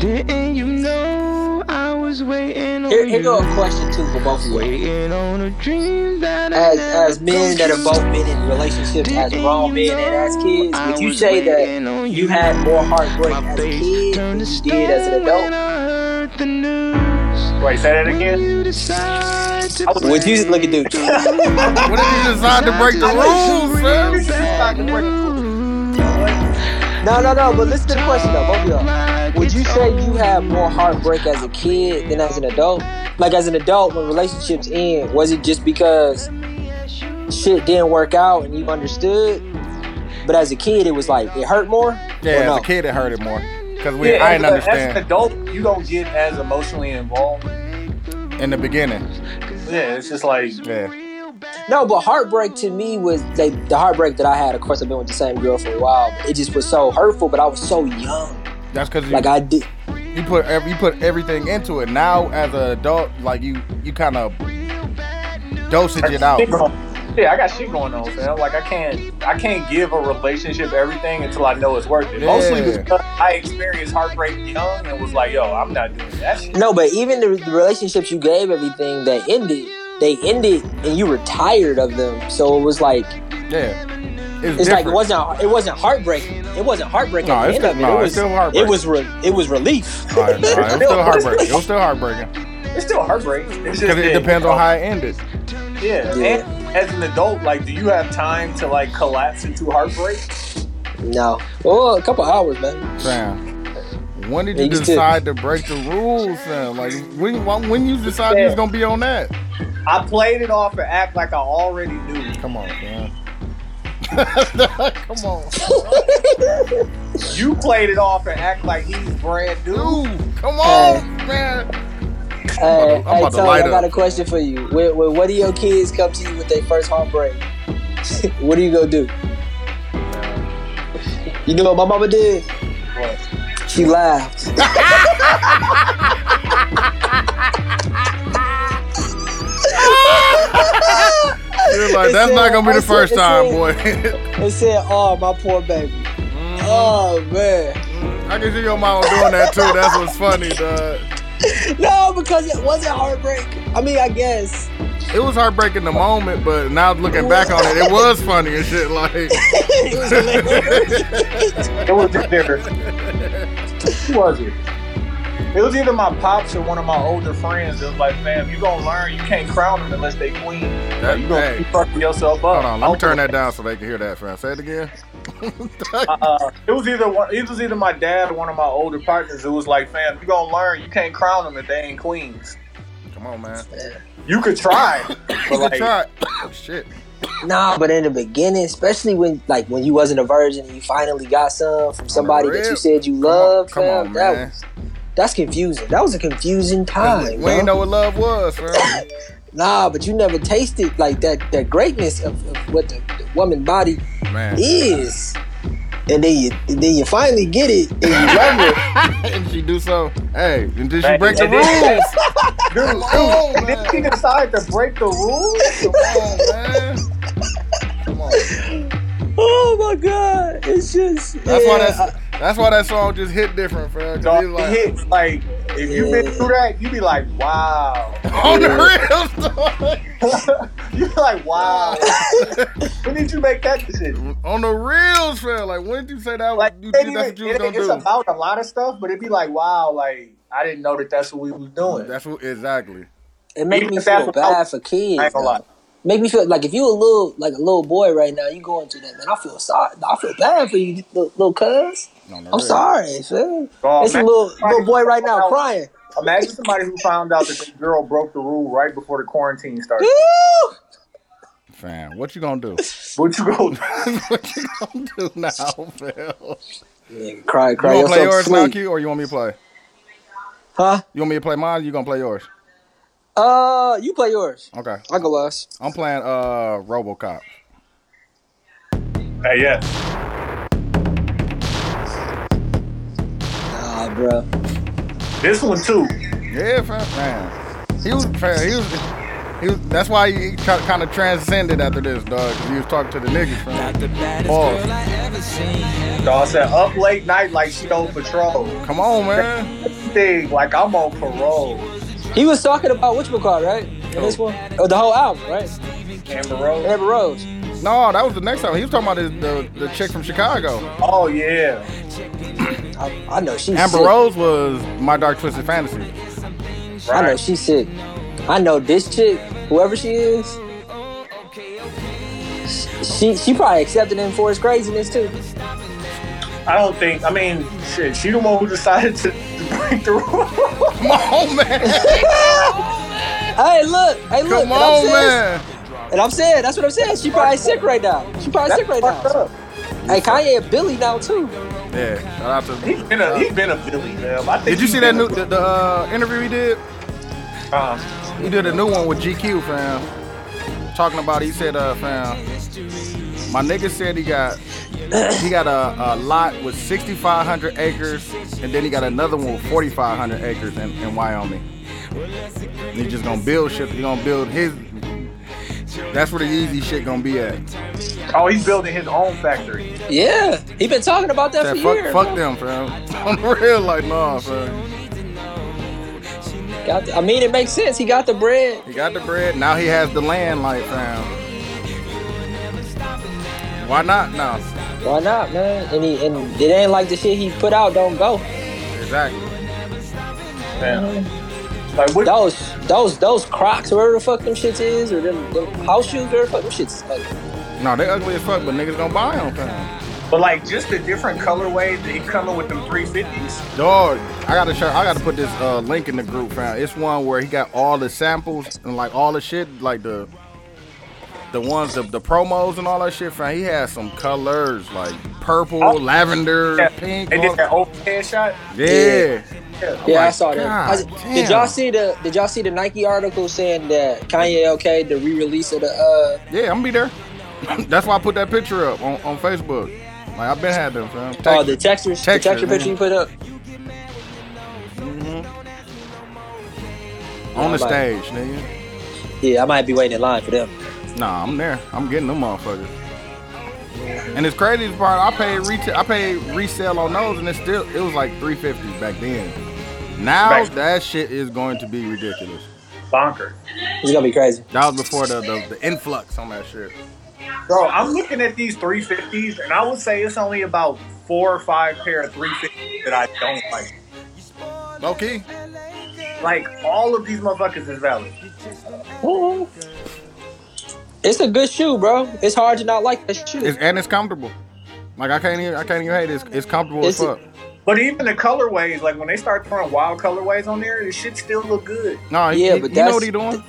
Speaker 1: Didn't you know I was waiting on
Speaker 3: here, here
Speaker 1: you?
Speaker 3: go a question too for both of you.
Speaker 1: Waiting on a dream that I
Speaker 3: As
Speaker 1: never
Speaker 3: as men that have
Speaker 1: come
Speaker 3: both
Speaker 1: true.
Speaker 3: been in relationships as
Speaker 1: Didn't
Speaker 3: grown
Speaker 1: you
Speaker 3: men and as
Speaker 1: know
Speaker 3: kids,
Speaker 1: I
Speaker 3: would you
Speaker 1: was
Speaker 3: say
Speaker 1: waiting
Speaker 3: that
Speaker 1: on
Speaker 3: you
Speaker 1: you?
Speaker 3: had more heartbreak
Speaker 1: My
Speaker 3: as a
Speaker 1: face
Speaker 3: kid than
Speaker 1: turned to
Speaker 3: you did as an
Speaker 1: stone when
Speaker 3: adult?
Speaker 1: I heard the news.
Speaker 7: Wait, say that
Speaker 1: When
Speaker 7: again.
Speaker 1: you decide to
Speaker 7: was-
Speaker 3: Would you look at dude?
Speaker 4: What did you decide to break the rules,
Speaker 7: You
Speaker 4: son?
Speaker 7: just got to break the-
Speaker 3: No, no, no. But listen to the question though, both of y'all. Would you say you had more heartbreak as a kid than as an adult? Like as an adult, when relationships end, was it just because shit didn't work out and you understood? But as a kid, it was like it hurt more.
Speaker 4: Yeah,
Speaker 3: Or
Speaker 4: as
Speaker 3: no?
Speaker 4: a kid, it hurt it more. Because we,
Speaker 7: Yeah,
Speaker 4: I
Speaker 7: as
Speaker 4: didn't
Speaker 7: a- As an
Speaker 4: understand
Speaker 7: adult, you don't get as emotionally involved.
Speaker 4: in the beginning.
Speaker 7: Yeah, it's just like
Speaker 4: Yeah.
Speaker 3: No, but heartbreak to me was like the heartbreak that I had. Of course, I've been with the same girl for a while. But it just was so hurtful. But I was so young.
Speaker 4: That's because you,
Speaker 3: Like I did.
Speaker 4: you put ev- you put everything into it. Now, as an adult, like you, you kind of dosage it out.
Speaker 7: shit going- Yeah, I got shit going on, fam. Like I can't, I can't give a relationship everything until I know it's worth it. Mostly
Speaker 4: Yeah.
Speaker 7: because I experienced heartbreak young and was like, yo, I'm not doing that shit.
Speaker 3: No, but even the, the relationships you gave everything that ended, they ended, and you were tired of them. So it was like
Speaker 4: Yeah. It's,
Speaker 3: it's like it
Speaker 4: different.
Speaker 3: wasn't it wasn't heartbreaking. It wasn't heartbreaking.
Speaker 4: No,
Speaker 3: at the end
Speaker 4: it's still-
Speaker 3: of it. it
Speaker 4: no, it's
Speaker 3: was
Speaker 4: still heartbreaking.
Speaker 3: It was re- it was relief.
Speaker 4: All right,
Speaker 3: *laughs*
Speaker 4: all right, It was still heartbreaking. It was still heartbreaking
Speaker 7: It's still heartbreak. It's just
Speaker 4: because it
Speaker 7: that,
Speaker 4: depends on how it ended.
Speaker 7: Yeah.
Speaker 3: Yeah.
Speaker 7: And as an adult, like, do you have time to like collapse into heartbreak?
Speaker 3: no, well, a couple hours, man. *laughs*
Speaker 4: Sam, when did
Speaker 3: Yeah,
Speaker 4: you
Speaker 3: you still-
Speaker 4: decide to break the rules, Sam? Like when when when you decided you was gonna be on that?
Speaker 7: I played it off and act like I already knew.
Speaker 4: Come on,
Speaker 3: *laughs*
Speaker 4: man. Come on,
Speaker 7: You played it off and act like he's brand new.
Speaker 4: dude. Come on, man.
Speaker 3: Hey,
Speaker 4: I'm about
Speaker 3: hey,
Speaker 4: to
Speaker 3: Tony,
Speaker 4: light
Speaker 3: I got a
Speaker 4: up.
Speaker 3: question for you. When, when what do your kids come to you with their first heartbreak? *laughs* what are you gonna do? You know what my mama did?
Speaker 7: What?
Speaker 3: She laughed.
Speaker 4: You're like
Speaker 3: It
Speaker 4: that's not
Speaker 3: said-
Speaker 4: gonna be
Speaker 3: I
Speaker 4: the
Speaker 3: said-
Speaker 4: first
Speaker 3: it
Speaker 4: time,
Speaker 3: said-
Speaker 4: boy. *laughs*
Speaker 3: It said, "Oh, my poor baby."
Speaker 4: Mm-hmm.
Speaker 3: Oh man.
Speaker 4: I can see your mama doing that too. That's what's funny, dog.
Speaker 3: No, because it wasn't heartbreak. I mean, I guess. *laughs*
Speaker 4: it was heartbreaking in the moment, but now looking back on it, it was funny and shit. Like,
Speaker 7: It was either who was it? It was either my pops or one of my older friends. It was like, fam, you gonna learn. You can't crown them unless they queen.
Speaker 4: that,
Speaker 7: You gonna
Speaker 4: hey,
Speaker 7: keep fucking yourself up.
Speaker 4: hold on, let me turn that down so they can hear that. Fam, say it again. *laughs*
Speaker 7: Uh, it was either one. It was either my dad or one of my older partners. It was like, fam, you gonna learn. You can't crown them if they ain't queens.
Speaker 4: Come on, man.
Speaker 7: You could
Speaker 4: *laughs*
Speaker 7: try, but
Speaker 4: Good
Speaker 7: like,
Speaker 4: try. Oh, shit.
Speaker 3: Nah, but in the beginning, especially when like when you wasn't a virgin and you finally got some from somebody that
Speaker 4: rip.
Speaker 3: you said you
Speaker 4: Come on-
Speaker 3: loved,
Speaker 4: come
Speaker 3: fam,
Speaker 4: on,
Speaker 3: that
Speaker 4: man.
Speaker 3: was that's confusing. That was a confusing time.
Speaker 4: we ain't
Speaker 3: bro.
Speaker 4: know what love was, fam.
Speaker 3: Nah, but you never tasted like that that greatness of, of what the, the woman body
Speaker 4: man.
Speaker 3: is. And then you and then you finally get it and you love it.
Speaker 4: *laughs* and she do so. Hey, and did she
Speaker 7: Right,
Speaker 4: break the
Speaker 7: and then-
Speaker 4: rules?
Speaker 7: *laughs* dude, dude,
Speaker 4: Oh, man.
Speaker 7: did she decide to break the
Speaker 4: *laughs*
Speaker 7: rules?
Speaker 4: Come on, man. Come on.
Speaker 3: *laughs* Oh my god. It's just
Speaker 4: That's why
Speaker 3: yeah,
Speaker 4: that's that's why that song just hit different, fam. 'cause
Speaker 7: Dog,
Speaker 4: he's like,
Speaker 7: hits like if you've been through that, you be like, wow.
Speaker 4: *laughs*
Speaker 7: *laughs*
Speaker 4: on the real,
Speaker 7: You're like, wow. when did you make that decision?
Speaker 4: dog. *laughs* on the reels, fam. Like, when did you say that?
Speaker 7: Like,
Speaker 4: you,
Speaker 7: it
Speaker 4: did-
Speaker 7: even-
Speaker 4: that's what you was
Speaker 7: it-
Speaker 4: gonna
Speaker 7: it's
Speaker 4: do.
Speaker 7: about a lot of stuff, but it'd be like, wow, like I didn't know that that's what we was doing.
Speaker 4: That's what exactly.
Speaker 3: it make
Speaker 7: even
Speaker 3: me
Speaker 7: if that's
Speaker 3: feel
Speaker 7: what-
Speaker 3: bad for kids.
Speaker 7: I ain't gonna
Speaker 3: though.
Speaker 7: lie.
Speaker 3: Make me feel like if you a little like a little boy right now, you going through that man. I feel sorry. I feel bad for you, little, little cuz.
Speaker 4: On the
Speaker 3: I'm
Speaker 4: real.
Speaker 3: sorry, fam.
Speaker 7: Dog,
Speaker 3: it's a
Speaker 7: Oh, man.
Speaker 3: little little boy right now crying.
Speaker 7: Imagine somebody who found out that the girl broke the rule right before the quarantine started.
Speaker 3: *laughs* Woo!
Speaker 4: fam. What
Speaker 3: *laughs*
Speaker 4: you gonna do?
Speaker 7: What you go?
Speaker 4: what you gonna do now, fam? You
Speaker 3: Nigga, cry, cry
Speaker 4: gonna play
Speaker 3: yourself
Speaker 4: yours
Speaker 3: to
Speaker 4: now,
Speaker 3: sleep.
Speaker 4: Q, or you want me to play?
Speaker 3: Huh?
Speaker 4: You want me to play mine? Or you gonna play yours?
Speaker 3: Uh, you play yours.
Speaker 4: Okay.
Speaker 3: I go last.
Speaker 4: I'm playing uh RoboCop.
Speaker 7: Hey, yeah.
Speaker 3: Nah, bro.
Speaker 7: This one too.
Speaker 4: Yeah, fam. fam. He was fam. He was. He was, that's why he kind of transcended after this, dog. He was talking to the niggas, fam. Pause.
Speaker 7: Dog said up late night like she on patrol.
Speaker 4: Come on, man.
Speaker 7: Thing like I'm on parole.
Speaker 3: He was talking about which card, right? And this one, oh, the whole album, right?
Speaker 7: Amber Rose.
Speaker 3: Amber Rose.
Speaker 4: No, that was the next time. He was talking about the, the, the chick from Chicago.
Speaker 7: Oh yeah.
Speaker 3: I, I know she's
Speaker 4: Amber
Speaker 3: sick.
Speaker 4: Rose was my dark twisted fantasy.
Speaker 3: I know
Speaker 7: Right.
Speaker 3: she's sick. I know this chick, whoever she is. She she probably accepted him for his craziness too.
Speaker 7: I don't think. I mean, shit. She the one who decided to break the rule. *laughs*
Speaker 4: Come
Speaker 3: *laughs*
Speaker 4: on, man.
Speaker 3: Hey, look, hey, look. and
Speaker 4: Come
Speaker 3: I'm
Speaker 4: on,
Speaker 3: saying,
Speaker 4: man.
Speaker 3: And I'm saying that's what I'm saying. She probably sick right now. She probably sick right
Speaker 7: fucked
Speaker 3: now.
Speaker 7: up.
Speaker 3: Hey, Kanye a Billy now too.
Speaker 4: Yeah. Shout out to.
Speaker 7: He's been a he's been a Billy. Man. I think
Speaker 4: Did you
Speaker 7: he's
Speaker 4: see that
Speaker 7: been
Speaker 4: new
Speaker 7: a-
Speaker 4: the, the uh, interview he did?
Speaker 7: Uh,
Speaker 4: He did a new one with GQ, fam. Talking about, he said, uh, fam, my nigga said he got he got a, a lot with 6,500 acres, and then he got another one with 4,500 acres in, in Wyoming. And he just gonna build shit. He gonna build his. That's where the easy shit gonna be at.
Speaker 7: oh, he's building his own factory.
Speaker 3: Yeah, he been talking about that
Speaker 4: Said,
Speaker 3: for
Speaker 4: fuck,
Speaker 3: years.
Speaker 4: fuck
Speaker 3: bro.
Speaker 4: them, fam. *laughs* I'm real, like nah, fam.
Speaker 3: Got the- I mean, it makes sense. He got the bread.
Speaker 4: He got the bread. Now he has the land, like fam. Why not now?
Speaker 3: Why not, man? And he and it ain't like the shit he put out don't go.
Speaker 4: Exactly.
Speaker 7: Man. Like what?
Speaker 3: Those those those Crocs, whatever the fuck them shits is, or them, them house shoes, whatever the fuck them shits. is, Like,
Speaker 4: No, they ugly as fuck, but niggas gonna buy them, fam.
Speaker 7: But like just the different colorways that he coming with them 350s.
Speaker 4: Dog, I gotta show, I gotta put this uh, link in the group, fam. It's one where he got all the samples and like all the shit, like the the ones the, the promos and all that shit, fam. He has some colors like purple,
Speaker 7: Oh.
Speaker 4: lavender,
Speaker 7: Yeah.
Speaker 4: pink.
Speaker 7: They
Speaker 4: all-
Speaker 7: did that overhead shot.
Speaker 4: yeah.
Speaker 3: yeah,
Speaker 4: my
Speaker 3: I saw that. I
Speaker 4: God,
Speaker 3: s- did
Speaker 4: damn.
Speaker 3: y'all see the Did y'all see the Nike article saying that Kanye okay the re release of the uh
Speaker 4: Yeah, I'm gonna be there. *laughs* That's why I put that picture up on, on Facebook. Like I've been had them, fam.
Speaker 3: oh the textures, the
Speaker 4: Textures,
Speaker 3: texture
Speaker 4: man.
Speaker 3: picture you put up?
Speaker 4: Mm-hmm. on the
Speaker 3: like-
Speaker 4: stage, nigga.
Speaker 3: Yeah, I might be waiting in line for them.
Speaker 4: Nah, I'm there. I'm getting them motherfuckers. And it's crazy part, I paid retail, I paid resale on those, and it's still it was like 350 back then. Now
Speaker 7: Right.
Speaker 4: that shit is going to be ridiculous.
Speaker 7: bonkers.
Speaker 3: It's gonna be crazy.
Speaker 4: That was before the, the, the influx on that shit.
Speaker 7: Bro,
Speaker 2: I'm looking at these 350s, and I would say it's only about four or five pair of 350s that I don't like.
Speaker 4: Low key.
Speaker 2: Like all of these motherfuckers is valid.
Speaker 3: It's a good shoe, bro. It's hard to not like that shoe.
Speaker 4: It's, and it's comfortable. Like I can't even I can't even hate it. It's, it's comfortable
Speaker 3: It's-
Speaker 4: as fuck.
Speaker 2: But even the colorways, like when they start throwing wild colorways on there, the shit still look good.
Speaker 4: No, he,
Speaker 3: Yeah,
Speaker 4: he-
Speaker 3: but
Speaker 4: he know what
Speaker 3: that's-
Speaker 4: he doing.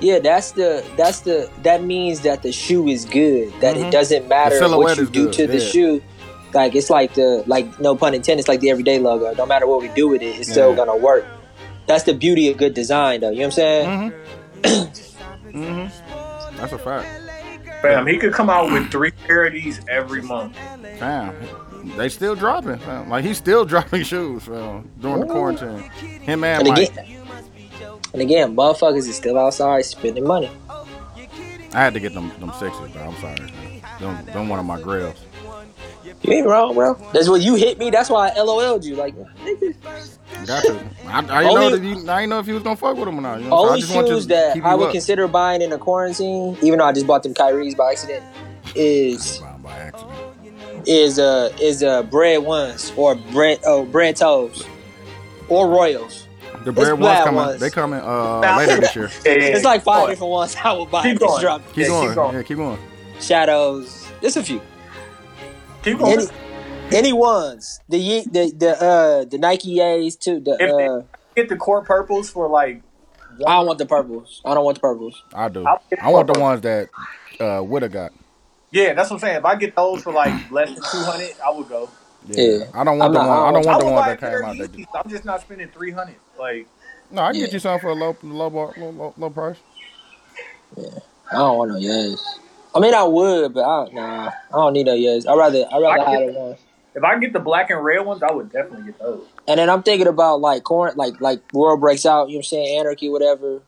Speaker 3: yeah, that's the that's the that means that the shoe is good. That
Speaker 4: Mhm.
Speaker 3: it doesn't matter
Speaker 4: silhouette
Speaker 3: what you
Speaker 4: is
Speaker 3: do
Speaker 4: good,
Speaker 3: to the
Speaker 4: yeah.
Speaker 3: shoe. Like it's like the like no pun intended. It's like the everyday logo. No matter what we do with it, it's still
Speaker 4: Yeah.
Speaker 3: gonna work. That's the beauty of good design, though. You know what I'm saying?
Speaker 4: Mm-hmm. mm-hmm. That's a fact.
Speaker 2: Fam, he could come out with three pair of these every month.
Speaker 4: Damn. They still dropping. Fam. Like he's still *laughs* dropping shoes fam, during the quarantine. Him
Speaker 3: And
Speaker 4: and Mike.
Speaker 3: again, and again, motherfuckers is still outside spending money.
Speaker 4: I had to get them them sixes, bro. I'm sorry. Man. Them, them one of my grills.
Speaker 3: You ain't wrong, bro. That's what you hit me. That's why I LOL'd you. Like, nigga.
Speaker 4: Got you. I, I didn't know
Speaker 3: Only-
Speaker 4: that you, I didn't know if you was gonna fuck with them or not. You know what I'm
Speaker 3: only
Speaker 4: saying? I just want you
Speaker 3: shoes
Speaker 4: to
Speaker 3: that
Speaker 4: keep
Speaker 3: I
Speaker 4: you
Speaker 3: would
Speaker 4: up.
Speaker 3: consider buying in a quarantine, even though I just bought them Kyrie's by accident, is
Speaker 4: By- by accident.
Speaker 3: is uh is uh bread ones or bread oh bread toes or royals.
Speaker 4: The bread ones
Speaker 3: bad
Speaker 4: coming.
Speaker 3: ones.
Speaker 4: They coming uh,
Speaker 3: *laughs*
Speaker 4: later this year.
Speaker 2: Yeah,
Speaker 3: It's like five
Speaker 2: Keep
Speaker 3: different ones *laughs* I would buy.
Speaker 2: Keep
Speaker 3: Keep going.
Speaker 2: going.
Speaker 3: Drop.
Speaker 4: Keep
Speaker 2: Yeah, keep
Speaker 4: going.
Speaker 2: going.
Speaker 4: Yeah, keep going.
Speaker 3: Shadows. There's a few.
Speaker 2: keep
Speaker 3: Any
Speaker 2: going.
Speaker 3: any ones the Ye- the the uh the Nike A's too. The
Speaker 2: If they-
Speaker 3: uh,
Speaker 2: Get the core purples for like
Speaker 3: I don't want the purples. I don't want the purples.
Speaker 4: I do.
Speaker 2: I'll get
Speaker 4: I want the
Speaker 2: one.
Speaker 4: ones that uh, woulda got.
Speaker 2: yeah, that's what I'm saying. If I get those for like less than two hundred, I would go.
Speaker 3: Yeah.
Speaker 4: I don't
Speaker 3: I'm
Speaker 4: want the
Speaker 3: not-
Speaker 4: one. I don't
Speaker 2: I
Speaker 4: want the
Speaker 2: would
Speaker 4: ones
Speaker 2: buy a
Speaker 4: that
Speaker 2: pair
Speaker 4: came
Speaker 2: of
Speaker 4: out. That,
Speaker 2: Yeezys. I'm just not spending three hundred. Like
Speaker 4: no, I can get
Speaker 3: Yeah.
Speaker 4: you some for a low, low, low, low, low price.
Speaker 3: I don't want no yes. I mean, I would, but I, nah, I don't need no yes. I rather I rather
Speaker 2: I get
Speaker 3: have the
Speaker 2: that.
Speaker 3: ones.
Speaker 2: if I can get the black and red ones, I would definitely get those.
Speaker 3: And then I'm thinking about like corn, like like world breaks out. You know what I'm saying? Anarchy, whatever.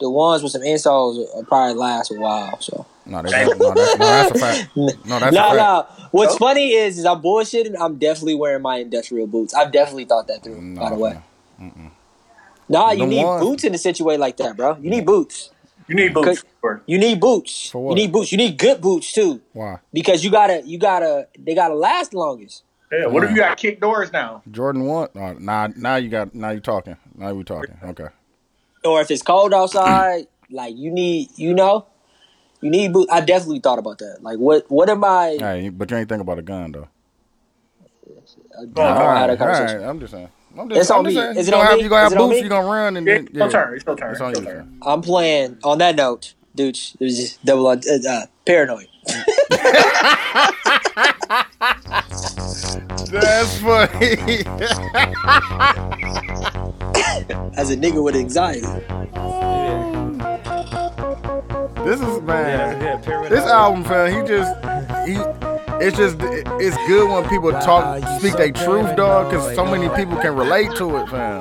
Speaker 3: The ones with some insoles will- will probably last a while. So
Speaker 4: No, they don't. no, that's, no, that's
Speaker 3: *laughs*
Speaker 4: a fact. No, that's
Speaker 3: no,
Speaker 4: a fact.
Speaker 3: no.
Speaker 2: Oh.
Speaker 3: What's funny is, is I'm bullshitting. I'm definitely wearing my industrial boots. I've definitely thought that through.
Speaker 4: No,
Speaker 3: by the way,
Speaker 4: no.
Speaker 3: nah, you
Speaker 4: The
Speaker 3: need
Speaker 4: ones-
Speaker 3: boots in a situation like that, bro. You need boots.
Speaker 2: You need boots. for-
Speaker 3: You need boots.
Speaker 4: For what?
Speaker 3: You need boots. You need good boots too,
Speaker 4: Why?
Speaker 3: because you gotta, you gotta, they gotta last longest.
Speaker 2: Yeah. What if you got kick doors now?
Speaker 4: Jordan one? No, nah, now you got. Now you talking. Now you talking. Okay.
Speaker 3: Or if it's cold outside, like you need, you know, you need boots. I definitely thought about that. Like, what, what am I?
Speaker 4: All right, but you ain't thinking about a gun though.
Speaker 3: I don't know how that
Speaker 4: all
Speaker 3: conversation.
Speaker 4: right. I'm just saying. I'm just,
Speaker 3: It's
Speaker 4: I'm
Speaker 3: on
Speaker 4: just
Speaker 3: me. Is
Speaker 4: saying. you
Speaker 3: it
Speaker 4: gonna
Speaker 3: on
Speaker 4: have,
Speaker 3: me?
Speaker 4: You gonna have
Speaker 3: Is it on
Speaker 4: boots.
Speaker 3: me?
Speaker 4: You gonna run and
Speaker 2: Yeah,
Speaker 4: then
Speaker 2: it's
Speaker 4: yeah.
Speaker 2: your turn. It's your turn.
Speaker 4: It's
Speaker 2: It's
Speaker 4: on you.
Speaker 2: your turn.
Speaker 4: fam.
Speaker 3: I'm playing. On that note, douche, it was just double uh, uh, paranoid.
Speaker 4: That's funny. *laughs*
Speaker 3: As a nigga with anxiety,
Speaker 4: this is man.
Speaker 10: Yeah, pyramid.
Speaker 4: This album, fam, he just he. It's just it's good when people talk, speak their truth, dog, because so many people can relate to it, fam.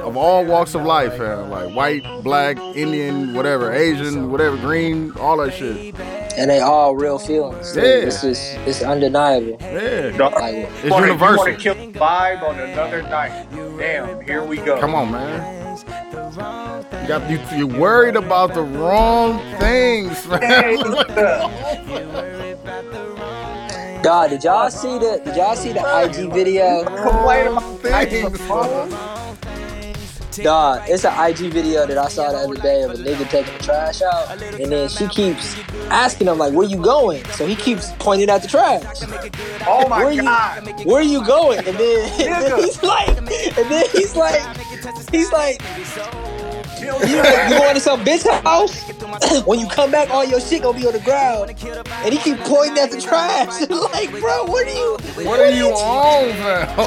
Speaker 4: Of all walks of life, fam, like white, black, Indian, whatever, Asian, whatever, green, all that shit.
Speaker 3: and they all real feelings. Like,
Speaker 4: Yeah.
Speaker 3: it's just it's undeniable.
Speaker 4: Yeah,
Speaker 2: Dog,
Speaker 3: Like,
Speaker 4: it's
Speaker 2: you wanna- you wanna
Speaker 4: universal.
Speaker 2: kill the vibe on another night. Damn, here we go.
Speaker 4: Come on, man. You got you, you worried about the wrong things, man.
Speaker 3: God, did y'all see the did y'all see the IG video?
Speaker 2: Complain about
Speaker 4: things.
Speaker 3: Dog, it's an IG video that I saw the other day of a nigga taking the trash out, and then she keeps asking him like, "Where you going?" So he keeps pointing at the trash.
Speaker 2: Oh my
Speaker 3: Where you-
Speaker 2: god.
Speaker 3: where are you going? And then, *laughs* and then he's like, and then he's like, he's like, you, you going to some bitch house? *clears throat* when you come back, all your shit gonna be on the ground. And he keep pointing at the trash. *laughs* like, bro, what are you?
Speaker 4: What are you on, man? *laughs*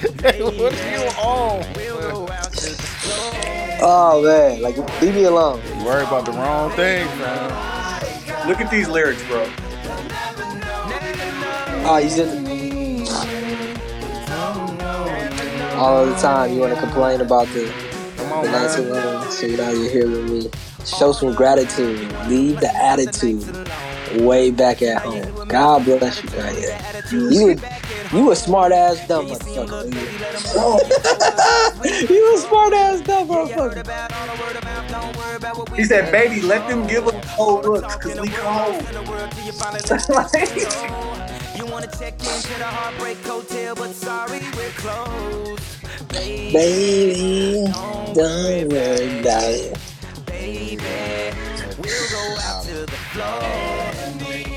Speaker 4: what are you on?
Speaker 3: Oh man, like leave me alone.
Speaker 4: You worry about the wrong thing, man.
Speaker 2: Look at these lyrics, bro.
Speaker 3: Oh, you just all the time you want to complain about the
Speaker 4: Come on,
Speaker 3: the nights
Speaker 4: man.
Speaker 3: alone. So now you're here with me. Show some gratitude. Leave the attitude. way back at home. God bless you, guys. You, a- you a smart ass dumb motherfucker. *laughs* nigga. you a smart ass dumb motherfucker.
Speaker 7: He said, "Baby, let them give us cold looks, cause we cold." Like,
Speaker 3: Baby, don't worry about it.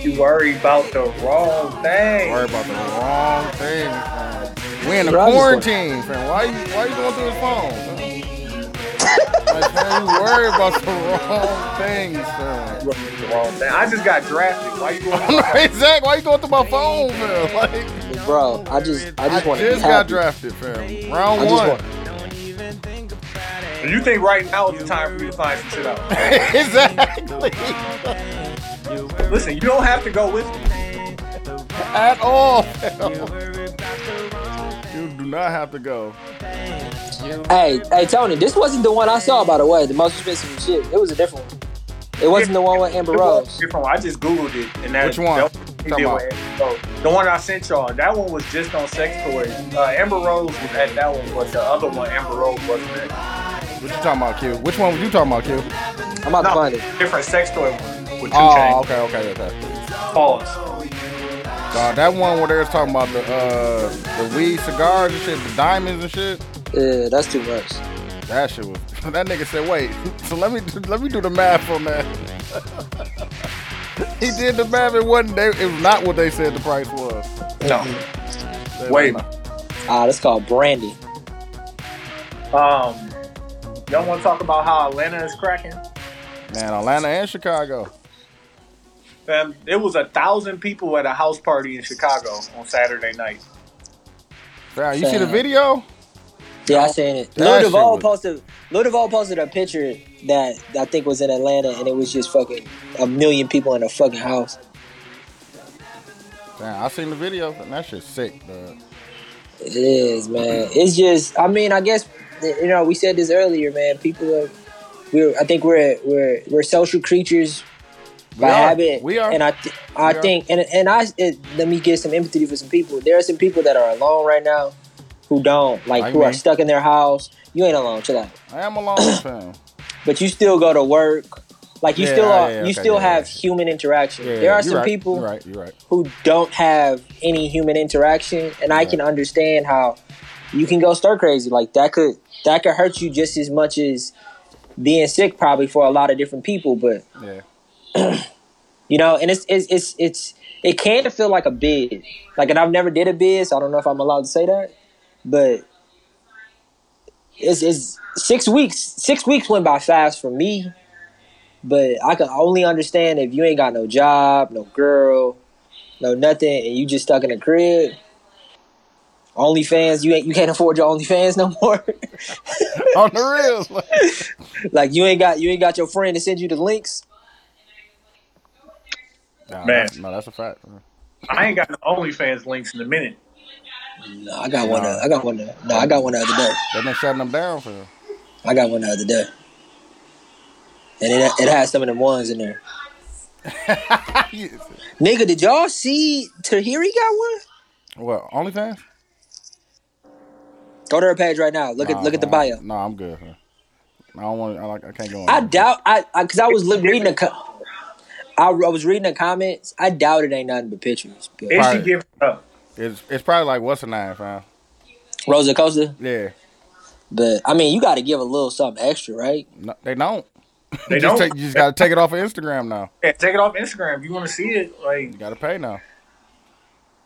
Speaker 7: you worry about the wrong
Speaker 4: Worry
Speaker 7: thing.
Speaker 4: about the wrong thing. man. We in a
Speaker 3: Bro, I just want-
Speaker 4: quarantine, fam. Why you why you going through his phone? fam? like, fam, you worry about the wrong things, fam. *laughs*
Speaker 7: Wrong thing. I just got drafted. Why you going?
Speaker 4: Like, Zach, why you going through my phone, fam? Like,
Speaker 3: Bro, I just, I
Speaker 4: I
Speaker 3: just want
Speaker 4: just,
Speaker 3: to be
Speaker 4: got
Speaker 3: happy.
Speaker 4: drafted, fam. Round
Speaker 3: I just
Speaker 4: one.
Speaker 3: want,
Speaker 7: You think right now is the time for you to find some shit out?
Speaker 4: *laughs* exactly.
Speaker 7: Listen, you don't have to go with me.
Speaker 4: At all, fam. *laughs* You do not have to go.
Speaker 3: Hey, hey, Tony, this wasn't the one I saw, by the way. The most expensive shit. It was a different one. It wasn't the one with Amber
Speaker 7: It was
Speaker 3: Rose.
Speaker 7: different one. I just googled it, and that
Speaker 4: Which one?
Speaker 7: that he
Speaker 4: Talking
Speaker 7: did
Speaker 4: about-
Speaker 7: with Amber Rose. The one I sent y'all. That one was just on sex toys. Uh, Amber Rose was at that one, but the other one, Amber Rose wasn't at.
Speaker 4: What you talking about, Q? Which one were you talking about, Q?
Speaker 3: I'm about to
Speaker 7: No,
Speaker 3: find it.
Speaker 7: different sex toy one with two
Speaker 4: Oh,
Speaker 7: oh.
Speaker 4: okay, okay, okay.
Speaker 7: Pause.
Speaker 4: Uh, that one where they was talking about the uh, the weed cigars and shit, the diamonds and shit.
Speaker 3: Yeah, that's too much.
Speaker 4: That shit was. *laughs* That nigga said, "Wait, *laughs* so let me do, let me do the math on that." *laughs* he did the math. It wasn't. They, it was not what they said the price was.
Speaker 7: No.
Speaker 4: They
Speaker 7: Wait.
Speaker 4: was not-
Speaker 3: Ah, that's called brandy.
Speaker 7: Um, y'all want to talk about how Atlanta is cracking?
Speaker 4: man, Atlanta and Chicago.
Speaker 7: Um, it was a thousand people at a house party in Chicago on Saturday night.
Speaker 4: Fam, you see the
Speaker 3: Fam.
Speaker 4: video?
Speaker 3: Yeah, I seen it.
Speaker 4: That
Speaker 3: Lil
Speaker 4: shit
Speaker 3: Duval
Speaker 4: was-
Speaker 3: posted. Lil Duval posted a picture that I think was in Atlanta, and it was just fucking a million people in a fucking house.
Speaker 4: Fam, I seen the video, and that shit's sick, dog.
Speaker 3: It is, man. It's just. I mean, I guess you know we said this earlier, man. People are. We're. I think we're we're we're social creatures by
Speaker 4: We are.
Speaker 3: habit.
Speaker 4: We are.
Speaker 3: And I, th- I
Speaker 4: We are.
Speaker 3: think, and and I it, let me get some empathy for some people. There are some people that are alone right now, who don't like,
Speaker 4: Like
Speaker 3: who
Speaker 4: me.
Speaker 3: are stuck in their house. You ain't alone. Chill out.
Speaker 4: I am *coughs* alone, fam.
Speaker 3: but you still go to work. Like you
Speaker 4: Yeah,
Speaker 3: still are,
Speaker 4: yeah,
Speaker 3: you
Speaker 4: okay,
Speaker 3: still
Speaker 4: yeah,
Speaker 3: have
Speaker 4: yeah.
Speaker 3: human interaction.
Speaker 4: Yeah,
Speaker 3: there are
Speaker 4: you
Speaker 3: some
Speaker 4: right,
Speaker 3: people
Speaker 4: You right. You right.
Speaker 3: who don't have any human interaction, and I
Speaker 4: Right.
Speaker 3: can understand how you can go stir crazy. Like that could that could hurt you just as much as being sick, probably for a lot of different people. But
Speaker 4: Yeah.
Speaker 3: you know, and it's it's it's it's it can feel like a bid. Like, and I've never did a bid, so I don't know if I'm allowed to say that. But it's it's six weeks. Six weeks went by fast for me. But I can only understand if you ain't got no job, no girl, no nothing, and you just stuck in a crib. OnlyFans, you ain't you can't afford your OnlyFans no more. *laughs*
Speaker 4: on the real. *laughs* Like,
Speaker 3: like you ain't got you ain't got your friend to send you the links.
Speaker 4: Nah,
Speaker 7: Man.
Speaker 4: that- no, that's a fact. fam.
Speaker 7: I ain't got no OnlyFans links in a minute.
Speaker 3: No, I got one. Uh, I got one. Uh, no, I got one the other day.
Speaker 4: They been shutting them down *laughs* for.
Speaker 3: I got one the other day. And it, it has some of them ones in there. Nigga, did y'all see Tahiri got one?
Speaker 4: What? OnlyFans?
Speaker 3: Go to her page right now. Look
Speaker 4: Nah,
Speaker 3: at look at the
Speaker 4: nah,
Speaker 3: bio.
Speaker 4: No, I'm good. fam. I don't want. I, like- I can't go. On
Speaker 3: I
Speaker 4: that.
Speaker 3: doubt I because I, was li- reading the co- I, I was reading the comments. I doubt it ain't nothing but pictures. But
Speaker 7: Is she
Speaker 4: Right.
Speaker 7: giving up?
Speaker 4: It's it's probably like what's a nine, fam.
Speaker 3: Rosa Costa,
Speaker 4: Yeah.
Speaker 3: but I mean, you got to give a little something extra, right?
Speaker 4: No, *laughs* they don't.
Speaker 7: They
Speaker 4: you just
Speaker 7: don't.
Speaker 4: Take, you just gotta take it off of Instagram now.
Speaker 7: Yeah, take it off Instagram if you want to see it. Like,
Speaker 4: You gotta pay now.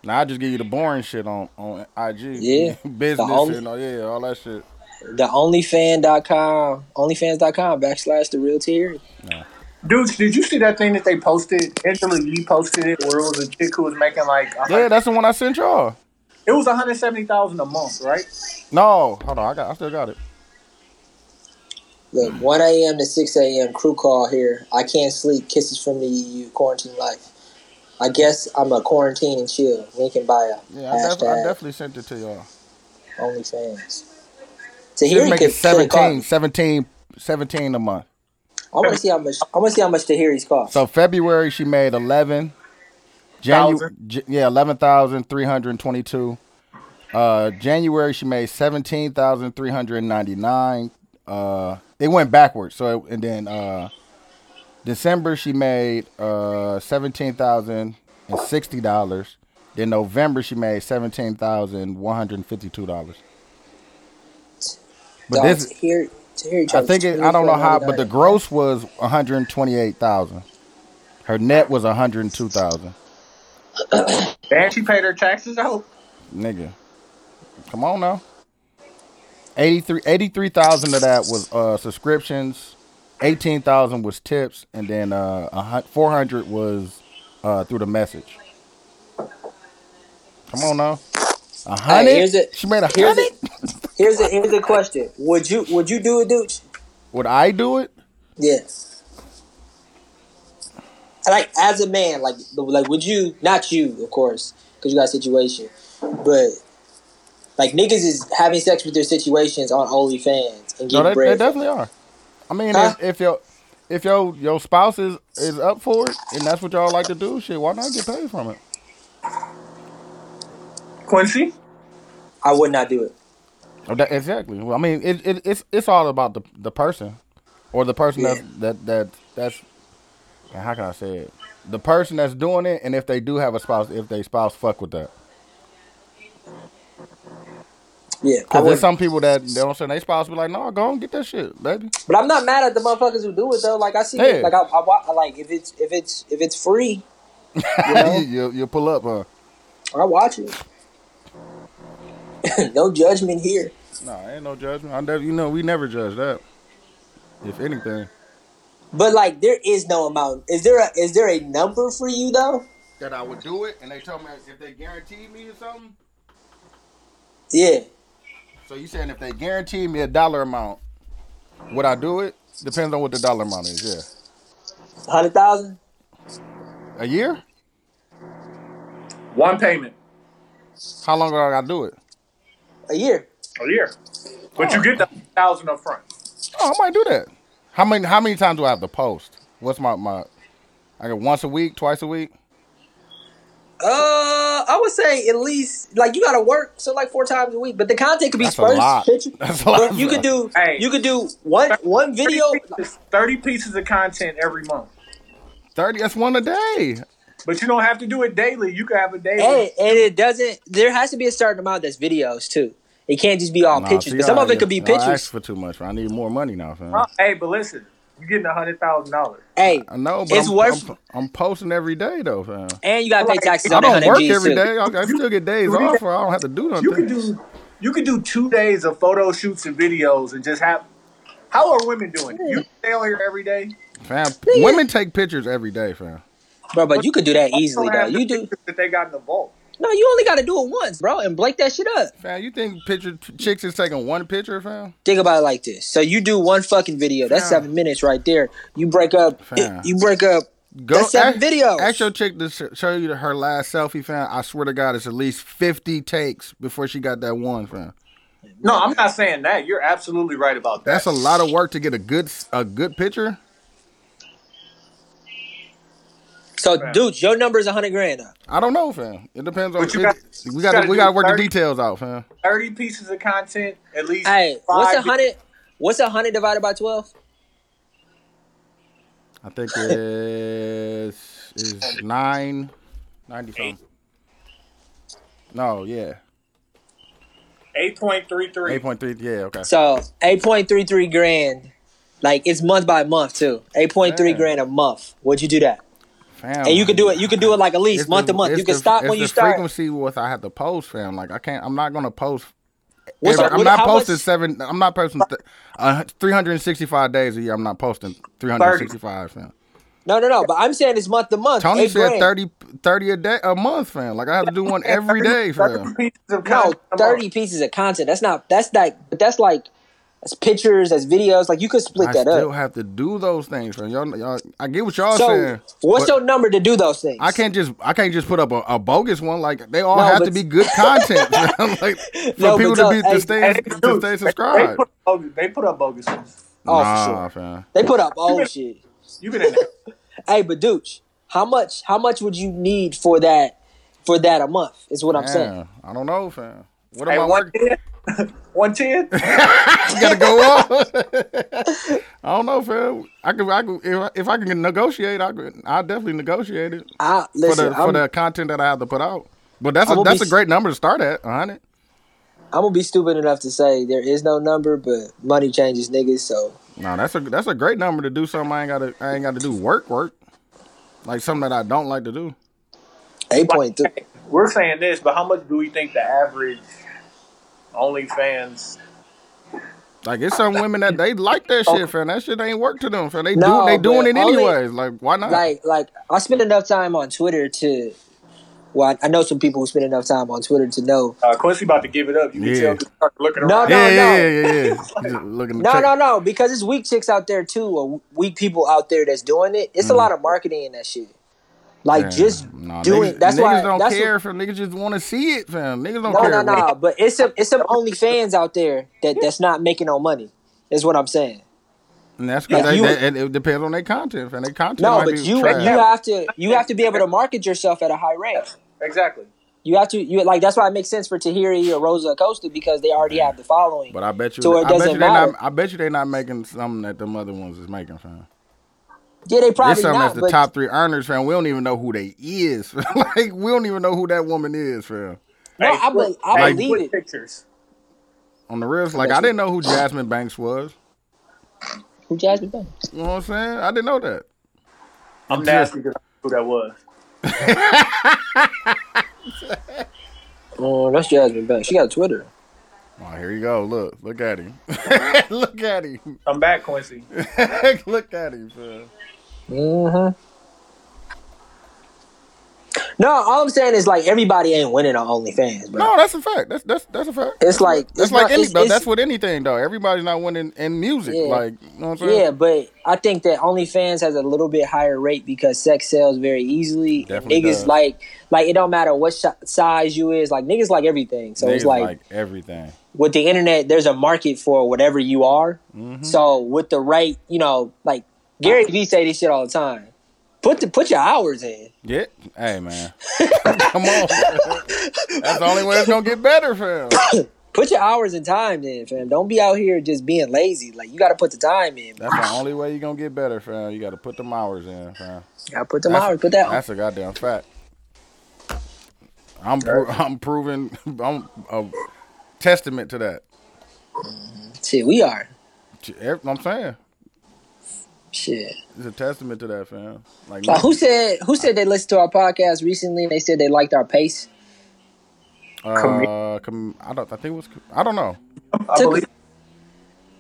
Speaker 4: Now I just give you the boring shit on on IG.
Speaker 3: Yeah.
Speaker 4: *laughs* Business
Speaker 3: The only-
Speaker 4: and all, yeah, all that shit.
Speaker 3: The OnlyFan.com, OnlyFans.com backslash the real tier.
Speaker 7: dudes, did you see that thing that they posted? Angela Yee posted it, where it was a chick who was making like a
Speaker 4: Yeah,
Speaker 7: hun-
Speaker 4: that's the one I sent y'all.
Speaker 7: it was one hundred seventy thousand a month, right?
Speaker 4: No, hold on, I got, I still got it. Mm-hmm.
Speaker 3: Look, 1 a.m. to 6 a.m. crew call here. I can't sleep. Kisses from the EU. Quarantine life. I guess I'm a quarantine and chill. Link in bio.
Speaker 4: Yeah, I, def- I
Speaker 3: Hashtag
Speaker 4: definitely sent it to y'all.
Speaker 3: OnlyFans. To
Speaker 4: She's
Speaker 3: hear
Speaker 4: making
Speaker 3: could
Speaker 4: 17,
Speaker 3: could
Speaker 4: 17, 17 a month.
Speaker 3: I want to see how much. I want to see how much the Harry's cost.
Speaker 4: So February she made eleven. Janu-
Speaker 2: Thousand.
Speaker 4: J- yeah, eleven thousand three hundred twenty-two. Uh, January she made seventeen thousand three hundred ninety-nine. Uh, it went backwards. So it, and then uh, December she made uh seventeen thousand and sixty dollars. Then November she made seventeen thousand one hundred fifty-two dollars. But
Speaker 3: Dog,
Speaker 4: this,
Speaker 3: Tahiri- Tahiri
Speaker 4: I
Speaker 3: charges
Speaker 4: think it, I don't know how, but the
Speaker 3: $24.99.
Speaker 4: gross was one hundred twenty-eight thousand. Her net was one hundred two thousand.
Speaker 2: And she paid her taxes though.
Speaker 4: Nigga, come on now. 83 83,000 of that was uh, subscriptions, eighteen thousand was tips, and then uh, four hundred was uh, through the message. Come on now, a hundred.
Speaker 3: here's it.
Speaker 4: she made a
Speaker 3: Here's
Speaker 4: hundred.
Speaker 3: it. Here's a here's a question. Would you would you do it, dude?
Speaker 4: Would I do it?
Speaker 3: Yes. Like as a man, like like would you not you of course because you got a situation, but like niggas is having sex with their situations on OnlyFans and getting
Speaker 4: No, they, they
Speaker 3: bread.
Speaker 4: definitely are. I mean,
Speaker 3: Huh?
Speaker 4: if, if your if your your spouse is is up for it, and that's what y'all like to do, shit, why not get paid from it?
Speaker 2: Quincy.
Speaker 3: I would not do it.
Speaker 4: Oh, that- exactly. Well, I mean, it, it it's it's all about the the person, or the person
Speaker 3: Yeah.
Speaker 4: that's that that that's man, how can I say it? The person that's doing it, and if they do have a spouse, if they spouse fuck with that,
Speaker 3: Yeah, I
Speaker 4: because
Speaker 3: would.
Speaker 4: there's some people that they don't say they spouse be like, no, go and get that shit, baby.
Speaker 3: But I'm not mad at the motherfuckers who do it though. Like I see,
Speaker 4: Yeah.
Speaker 3: it. like I, I, wa- I like if it's if it's if it's free,
Speaker 4: *laughs*
Speaker 3: you know,
Speaker 4: you, you pull up, huh?
Speaker 3: I watch it. *laughs* no judgment here.
Speaker 4: Nah, ain't no judgment. I never, you know, we never judge that. If anything,
Speaker 3: But like, there is no amount. Is there a is there a number for you though?
Speaker 4: that I would do it, and they told me if they guaranteed me or something.
Speaker 3: Yeah.
Speaker 4: So you saying if they guaranteed me a dollar amount, would I do it? Depends on what the dollar amount is. Yeah.
Speaker 3: Hundred thousand?
Speaker 4: A year?
Speaker 2: One payment
Speaker 4: How long do I gotta do it?
Speaker 3: A year.
Speaker 2: a year, but you get the thousand up front.
Speaker 4: Oh, I might do that. How many how many times do I have to post? What's my my I get once a week, twice a week?
Speaker 3: Uh I would say at least like you gotta work, so like four times a week. But the content could be
Speaker 4: That's a
Speaker 3: spread.
Speaker 4: lot.
Speaker 3: Picture.
Speaker 4: *laughs* That's a lot,
Speaker 3: But you
Speaker 4: bro.
Speaker 3: could do
Speaker 2: Hey.
Speaker 3: you could do one one video
Speaker 2: 30 pieces, thirty pieces of content every month.
Speaker 4: Thirty that's one a day.
Speaker 2: But you don't have to do it daily. You can have a daily.
Speaker 3: Hey, and it doesn't there has to be a certain amount that's videos too. It can't just be all
Speaker 4: Nah,
Speaker 3: pictures.
Speaker 4: see,
Speaker 3: But some
Speaker 4: I-
Speaker 3: of it could be
Speaker 4: I asked
Speaker 3: pictures.
Speaker 4: for too much. man. I need more money now, fam.
Speaker 2: Huh? Hey, but listen, you're getting a hundred thousand dollars.
Speaker 3: Hey,
Speaker 4: I know, but
Speaker 3: It's
Speaker 4: I'm,
Speaker 3: worth-
Speaker 4: I'm, I'm posting every day though, fam.
Speaker 3: and you gotta pay taxes
Speaker 4: I
Speaker 3: on the
Speaker 4: don't
Speaker 3: hundred
Speaker 4: work
Speaker 3: G's
Speaker 4: every
Speaker 3: too.
Speaker 4: day. I, I still get days
Speaker 2: You-
Speaker 4: off, or I don't have to do
Speaker 2: You could
Speaker 4: nothing.
Speaker 2: do, you could do two days of photo shoots and videos and just have. How are women doing? You stay on here every day.
Speaker 4: Fam, women take pictures every day, fam.
Speaker 3: Bro, but you could do that easily
Speaker 2: Don't
Speaker 3: though.
Speaker 2: have the
Speaker 3: You do
Speaker 2: pictures that they got in the vault.
Speaker 3: no, you only gotta do it once, bro, and break that shit up.
Speaker 4: Fam, you think picture chicks is taking one picture, fam?
Speaker 3: Think about it like this. So you do one fucking video. That's
Speaker 4: Fam.
Speaker 3: seven minutes right there. You break up.
Speaker 4: Fam.
Speaker 3: You break up.
Speaker 4: Go
Speaker 3: That's seven
Speaker 4: ask,
Speaker 3: videos.
Speaker 4: Ask your chick to sh- show you her last selfie, fam. I swear to God, it's at least fifty takes before she got that one, fam.
Speaker 2: No, I'm not saying that. You're absolutely right about that.
Speaker 4: That's a lot of work to get a good s- a good picture.
Speaker 3: So, dude, your number is hundred grand. Now.
Speaker 4: I don't know, fam. It depends on.
Speaker 2: But you
Speaker 4: it-
Speaker 2: got-
Speaker 4: we got to
Speaker 2: gotta
Speaker 4: we
Speaker 2: do
Speaker 4: got to work the
Speaker 2: 30.
Speaker 4: details out, fam.
Speaker 2: Thirty pieces of content, at least.
Speaker 3: Hey, what's a
Speaker 2: five-
Speaker 3: hundred? What's a hundred divided by twelve?
Speaker 4: I think it's is nine ninety something. No, yeah,
Speaker 2: 8.33.
Speaker 4: eight point three. Yeah, okay.
Speaker 3: So eight point three three grand. Like it's month by month too. Eight point three
Speaker 4: Yeah.
Speaker 3: grand a month. Would you do that?
Speaker 4: Fam,
Speaker 3: And you could do it. You could do it like at least
Speaker 4: it's
Speaker 3: month
Speaker 4: the-
Speaker 3: to month.
Speaker 4: it's
Speaker 3: You can
Speaker 4: the-
Speaker 3: stop
Speaker 4: it's
Speaker 3: when
Speaker 4: the
Speaker 3: you start.
Speaker 4: Frequency with I have to post, fam. Like I can't. I'm not gonna post
Speaker 3: What's
Speaker 4: Every-
Speaker 3: up?
Speaker 4: I'm
Speaker 3: What-
Speaker 4: not
Speaker 3: how much-
Speaker 4: posting seven. I'm not posting th- uh, 365 days a year. I'm not posting 365. Fam.
Speaker 3: No, no, no. But I'm saying it's month to month.
Speaker 4: Tony
Speaker 3: eight
Speaker 4: said
Speaker 3: grand.
Speaker 4: 30, 30 a day a month, fam. Like I have to
Speaker 3: *laughs*
Speaker 4: do one every day,
Speaker 2: 30
Speaker 4: fam.
Speaker 2: pieces of
Speaker 3: No,
Speaker 2: content. a
Speaker 3: thirty
Speaker 2: month.
Speaker 3: pieces of content. That's not. That's like. But that's like. That's pictures. That's videos. Like you could split
Speaker 4: I
Speaker 3: that
Speaker 4: still
Speaker 3: up.
Speaker 4: have to do those things, fam. Y'all, y'all, I get what y'all
Speaker 3: So
Speaker 4: saying.
Speaker 3: what's
Speaker 4: but
Speaker 3: your number to do those things?
Speaker 4: I can't just I can't just put up a, a bogus one. Like they all
Speaker 3: No,
Speaker 4: have
Speaker 3: but-
Speaker 4: to be good content, fam. *laughs* Like for
Speaker 3: No, but
Speaker 4: people to
Speaker 3: no,
Speaker 4: be
Speaker 3: hey,
Speaker 4: to stay
Speaker 2: Hey,
Speaker 4: to stay
Speaker 2: They
Speaker 4: subscribed.
Speaker 2: put, bogus- they put up bogus ones.
Speaker 3: Oh, for
Speaker 4: nah,
Speaker 3: sure.
Speaker 4: fam.
Speaker 3: They put up
Speaker 4: *laughs*
Speaker 3: old shit.
Speaker 2: You been in there.
Speaker 3: Hey, but Dooch, how much? How much would you need for that? For that a month is what I'm saying.
Speaker 4: Damn, I don't know, fam. What am
Speaker 2: Hey,
Speaker 4: I working?
Speaker 2: 110? 110?
Speaker 4: *laughs* gotta go on. *laughs* I don't know, fam. I could, I could, if I, if I can negotiate, I could, I definitely negotiate it
Speaker 3: I
Speaker 4: for
Speaker 3: listen.
Speaker 4: the for
Speaker 3: I'm,
Speaker 4: the content that I have to put out. But that's
Speaker 3: I
Speaker 4: a
Speaker 3: will
Speaker 4: that's
Speaker 3: be-
Speaker 4: a great number to start at, hundred.
Speaker 3: I'm gonna be stupid enough to say there is no number, but money changes niggas. So
Speaker 4: No, that's a that's a great number to do something I ain't gotta I ain't gotta do work work, like something that I don't like to do.
Speaker 3: eight point three.
Speaker 2: We're saying this, but how much do we think the average OnlyFans?
Speaker 4: Like it's some women that they like that shit, fam. That shit ain't work to them, fam. They
Speaker 3: No,
Speaker 4: do they doing
Speaker 3: but
Speaker 4: it
Speaker 3: only-
Speaker 4: anyways. Like why not?
Speaker 3: Like, like I spend enough time on Twitter to. Well, I, I know some people who spend enough time on Twitter to know.
Speaker 2: Uh, Quincy about to give it up. You can
Speaker 4: Yeah.
Speaker 2: tell just start looking
Speaker 3: No,
Speaker 2: around.
Speaker 3: no.
Speaker 4: yeah, yeah, yeah, yeah, yeah. Just looking
Speaker 3: *laughs*
Speaker 4: to
Speaker 3: No,
Speaker 4: check.
Speaker 3: no, no, because it's weak chicks out there too, or weak people out there that's doing it. It's a lot of marketing in that shit. Like
Speaker 4: Fam,
Speaker 3: just
Speaker 4: Mm. nah,
Speaker 3: do
Speaker 4: niggas,
Speaker 3: it. That's
Speaker 4: niggas
Speaker 3: why.
Speaker 4: don't
Speaker 3: that's
Speaker 4: care, fam. Niggas just want to see it, fam. Niggas don't
Speaker 3: What,
Speaker 4: care.
Speaker 3: no, no,
Speaker 4: what-
Speaker 3: no. But it's some it's some OnlyFans out there that that's not making no money. Is what I'm saying.
Speaker 4: And that's because
Speaker 3: Yeah, you-
Speaker 4: and it depends on their content, fam. Their content
Speaker 3: No,
Speaker 4: might
Speaker 3: but
Speaker 4: be
Speaker 3: you
Speaker 4: trash.
Speaker 3: you have to you have to be able to market yourself at a high rate.
Speaker 2: Exactly.
Speaker 3: You have to you like that's why it makes sense for Tahiri or Rosa Acosta because they already have the following.
Speaker 4: but I bet you,
Speaker 3: So it
Speaker 4: I bet
Speaker 3: doesn't
Speaker 4: you they not,
Speaker 3: matter.
Speaker 4: I bet you they not making something that them other ones is making, fam.
Speaker 3: yeah, they
Speaker 4: There's
Speaker 3: probably
Speaker 4: something
Speaker 3: not.
Speaker 4: that's the
Speaker 3: but
Speaker 4: top three earners, fam. We don't even know who they is. *laughs* fam. like we don't even know who that woman is, fam.
Speaker 3: no, I, be, I
Speaker 4: like-
Speaker 3: believe it.
Speaker 2: Pictures.
Speaker 4: On the real, like I didn't know who Jasmine Banks was.
Speaker 3: Who Jasmine Banks?
Speaker 4: You know what I'm saying? I didn't know that.
Speaker 2: I'm nasty because I knew who that was.
Speaker 3: Oh, that's Jasmine Banks. She got Twitter.
Speaker 4: Oh, here you go. Look, look at him. *laughs* look at him. *laughs*
Speaker 2: I'm back, Quincy.
Speaker 4: look at him, fam.
Speaker 3: hmm No, all I'm saying is like everybody ain't winning on OnlyFans, bro.
Speaker 4: No, that's a fact. That's that's that's a fact.
Speaker 3: it's like
Speaker 4: That's
Speaker 3: it's
Speaker 4: like
Speaker 3: not-
Speaker 4: any,
Speaker 3: it's-
Speaker 4: though.
Speaker 3: it's-
Speaker 4: that's with anything though. Everybody's not winning in music.
Speaker 3: Yeah.
Speaker 4: Like you know what I'm saying?
Speaker 3: Yeah, but I think that OnlyFans has a little bit higher rate because sex sells very easily. And
Speaker 4: Definitely
Speaker 3: niggas
Speaker 4: does.
Speaker 3: like like it don't matter what sh- size you is. Like niggas like everything. So
Speaker 4: Niggas
Speaker 3: it's like,
Speaker 4: everything.
Speaker 3: with the internet, there's a market for whatever you are.
Speaker 4: Mm-hmm.
Speaker 3: So with the right, you know, like Gary Vee say this shit all the time. Put the put your hours in.
Speaker 4: Yeah.
Speaker 3: *laughs*
Speaker 4: Hey man. Come on. That's the only way it's gonna get better for him.
Speaker 3: Put your hours in time, then, fam. Don't be out here just being lazy. Like you got to put the time in.
Speaker 4: That's the only way you're gonna get better, fam. You gotta put them hours in, fam.
Speaker 3: I put them
Speaker 4: That's-
Speaker 3: hours. Put that.
Speaker 4: That's a goddamn fact. I'm pro- I'm proving I'm a testament to that.
Speaker 3: Shit, we are.
Speaker 4: Ev- I'm saying
Speaker 3: Shit.
Speaker 4: it's a testament to that, fam. Like,
Speaker 3: Like who said who said they listened to our podcast recently and they said they liked our pace?
Speaker 4: uh, com- I don't. I think it was. I don't know.
Speaker 2: I
Speaker 3: Took-
Speaker 2: believe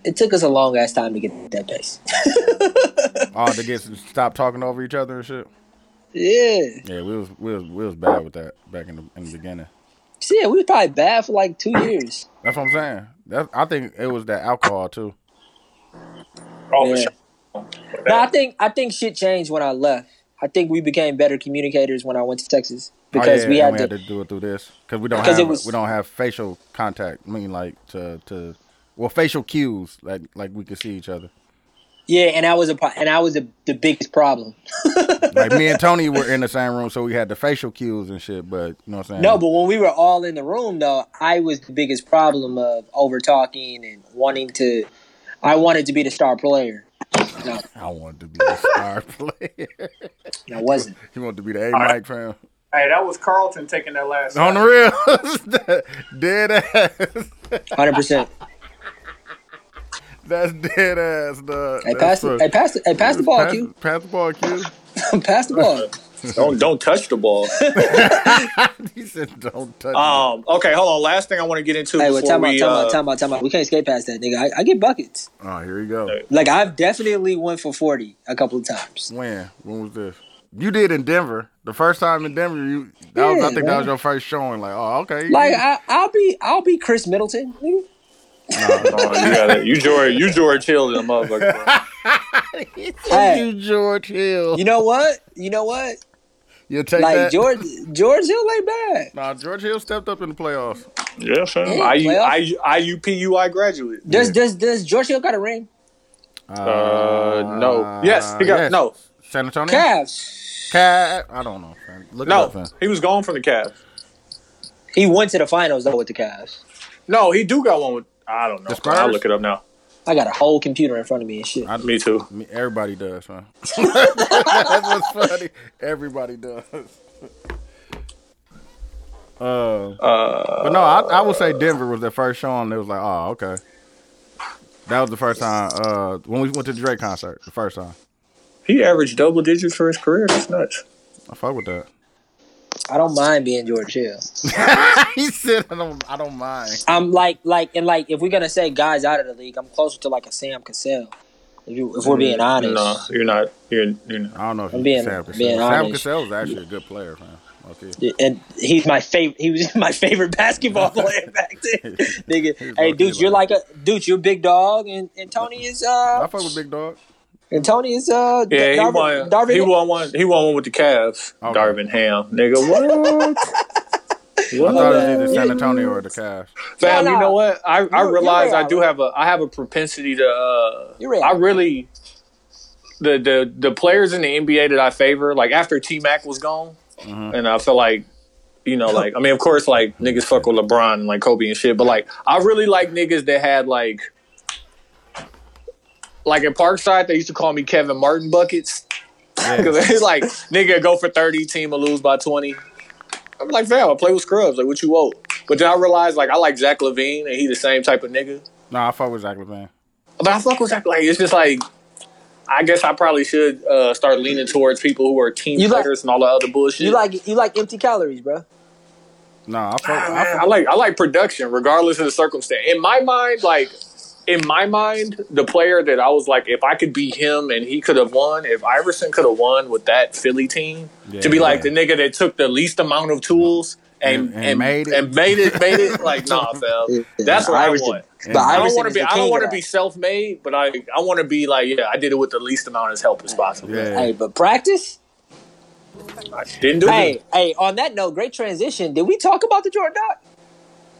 Speaker 3: It took us a long ass time to get that pace.
Speaker 4: Oh, to get stop talking over each other and shit.
Speaker 3: yeah.
Speaker 4: Yeah, we was we was we was bad with that back in the in the beginning.
Speaker 3: Shit, we was probably bad for like two years.
Speaker 4: That's what I'm saying. That's I think it was that alcohol too. Oh,
Speaker 2: all the
Speaker 3: Yeah.
Speaker 2: shit.
Speaker 3: No, I think I think shit changed when I left. I think we became better communicators when I went to Texas because
Speaker 4: oh, yeah,
Speaker 3: we,
Speaker 4: and
Speaker 3: had to,
Speaker 4: we had to do it through this because we don't
Speaker 3: Because
Speaker 4: have
Speaker 3: it was-
Speaker 4: we don't have facial contact. I mean, like to to well facial cues like like we could see each other.
Speaker 3: yeah, and I was a pro- and I was the the biggest problem.
Speaker 4: Like me and Tony were in the same room, so we had the facial cues and shit. But you know what I'm saying?
Speaker 3: No, but when we were all in the room though, I was the biggest problem of over talking and wanting to. I wanted to be the star player. No,
Speaker 4: I wanted to be a star *laughs* player.
Speaker 3: I wasn't.
Speaker 4: he wanted to be the A mic fam.
Speaker 2: Hey, that was Carlton taking that last.
Speaker 4: *laughs* On the real, *laughs* dead ass.
Speaker 3: Hundred percent.
Speaker 4: That's dead ass. Dog.
Speaker 3: Hey,
Speaker 4: That's
Speaker 3: pass the,
Speaker 4: fuck-
Speaker 3: hey, pass the, hey, pass the ball,
Speaker 4: pass,
Speaker 3: Q. *laughs*
Speaker 4: Pass the ball, Q. *laughs*
Speaker 3: pass
Speaker 7: *laughs*
Speaker 3: the ball.
Speaker 7: Don't don't touch the ball.
Speaker 4: he said, "Don't touch."
Speaker 7: Um, okay, hold on. Last thing I want to get into
Speaker 3: Hey, well,
Speaker 7: before
Speaker 3: time out,
Speaker 7: we
Speaker 3: time
Speaker 7: uh,
Speaker 3: out, time out, time out. We can't skate past that, nigga. I, I get buckets.
Speaker 4: me. Oh, here we go.
Speaker 3: Like I've definitely went for forty a couple of times.
Speaker 4: When? When was this? You did in Denver. The first time in Denver, you. That was, I
Speaker 3: Yeah,
Speaker 4: think that
Speaker 3: man.
Speaker 4: was your first showing. Like, oh, okay.
Speaker 3: Like I, I'll be, I'll be Chris Middleton. nigga.
Speaker 7: Oh, you got it. You George, you George Hill, the motherfucker. bro.
Speaker 3: Hey,
Speaker 4: you George Hill.
Speaker 3: you know what? You know what?
Speaker 4: You take
Speaker 3: Like
Speaker 4: that.
Speaker 3: George, George Hill ain't bad.
Speaker 4: Nah, George Hill stepped up in the playoffs.
Speaker 7: Yeah, fam.
Speaker 3: Yeah,
Speaker 7: IU,
Speaker 3: playoff.
Speaker 7: IU, IUPUI graduate.
Speaker 3: Does does does George Hill got a ring?
Speaker 7: Uh, no. Yes, he got
Speaker 4: Ah, yes.
Speaker 7: no,
Speaker 4: San Antonio.
Speaker 3: Cavs.
Speaker 4: Cat. I don't know. Fam. Look it up,
Speaker 7: no.
Speaker 4: fam.
Speaker 7: He was gone from the Cavs.
Speaker 3: He went to the finals though with the Cavs.
Speaker 7: No, he do got one with. I don't know.
Speaker 4: The Spurs?
Speaker 7: I'll look it up now.
Speaker 3: I got a whole computer in front of me and shit.
Speaker 7: Me too.
Speaker 4: I mean, everybody does, *laughs* fam. That's what's funny. Everybody does. *laughs* Uh, but no, I, I would say Denver was the first show, and it was like, oh, okay. That was the first time uh, when we went to the Drake concert. The first time,
Speaker 7: He averaged double digits for his career. That's nuts.
Speaker 4: I fuck with that.
Speaker 3: I don't mind being George Hill.
Speaker 4: *laughs* he said, I don't, I don't mind.
Speaker 3: I'm like like and like if we're gonna say guys out of the league, I'm closer to like a Sam Cassell. If, you, if we're being honest,
Speaker 7: Mm, No, you're not. You're you're not.
Speaker 4: I don't know if
Speaker 3: I'm
Speaker 4: you
Speaker 3: being-
Speaker 4: Sam Cassell.
Speaker 3: being
Speaker 4: Sam
Speaker 3: honest.
Speaker 4: Cassell is actually a good player, man. Okay.
Speaker 3: and he's my favorite. He was *laughs* my
Speaker 7: *laughs*
Speaker 3: favorite basketball player back then, nigga. Hey, dude, you're like a dude. You're a big dog, and, and Tony is
Speaker 4: I
Speaker 3: uh,
Speaker 4: fuck with Big Dog.
Speaker 3: and Tony is uh,
Speaker 7: Yeah, he
Speaker 3: Darvin-
Speaker 7: won.
Speaker 3: Darvin-
Speaker 7: he won one. He won one with the Cavs.
Speaker 4: Okay.
Speaker 7: Darvin Ham, nigga. What?
Speaker 4: I thought it was either San Antonio or the Cavs.
Speaker 7: Fam,
Speaker 3: No,
Speaker 7: you
Speaker 3: no.
Speaker 7: know what? I, I
Speaker 3: you're
Speaker 7: realize
Speaker 3: right.
Speaker 7: I do have a I have a propensity to. Uh,
Speaker 3: You're right.
Speaker 7: I really the the the players in the NBA that I favor, like after T Mac was gone, and I feel like you know, like I mean, of course, like niggas fuck with LeBron and like Kobe and shit, but like I really like niggas that had like like in Parkside they used to call me Kevin Martin buckets.
Speaker 4: *laughs*
Speaker 7: Because it's like nigga go for thirty, team will lose by twenty. I'm like, fam, I play with scrubs. Like, what you want? But then I realized, like, I like Zach Levine, and he the same type of nigga.
Speaker 4: No, I fuck with Zach Levine.
Speaker 7: But I fuck with Zach. Like, it's just like, I guess I probably should uh, start leaning towards people who are team
Speaker 3: You like-
Speaker 7: players and all the other bullshit.
Speaker 3: you like you like empty calories, bro.
Speaker 4: No, I fuck. I fuck
Speaker 7: I like I like production, regardless of the circumstance. In my mind, like in my mind, the player that I was like, if I could be him and he could have won, if Iverson could have won with that Philly team,
Speaker 4: Yeah,
Speaker 7: to be like the
Speaker 4: yeah.
Speaker 7: nigga that took the least amount of tools and
Speaker 4: And-
Speaker 7: and,
Speaker 4: and made it.
Speaker 7: and made it made it
Speaker 4: *laughs*
Speaker 7: like nah, fam. That's what I want.
Speaker 3: But
Speaker 4: I
Speaker 7: I don't
Speaker 3: Iverson
Speaker 7: want
Speaker 3: is
Speaker 7: to be
Speaker 3: the
Speaker 7: I
Speaker 3: king
Speaker 7: don't
Speaker 3: of
Speaker 7: want to
Speaker 3: that.
Speaker 7: be self made, but I I want to be like yeah, I did it with the least amount of help as possible.
Speaker 4: Yeah.
Speaker 3: Hey, but practice.
Speaker 7: I didn't do
Speaker 3: Hey,
Speaker 7: it.
Speaker 3: hey. On that note, great transition. Did we talk about the Jordan Doc?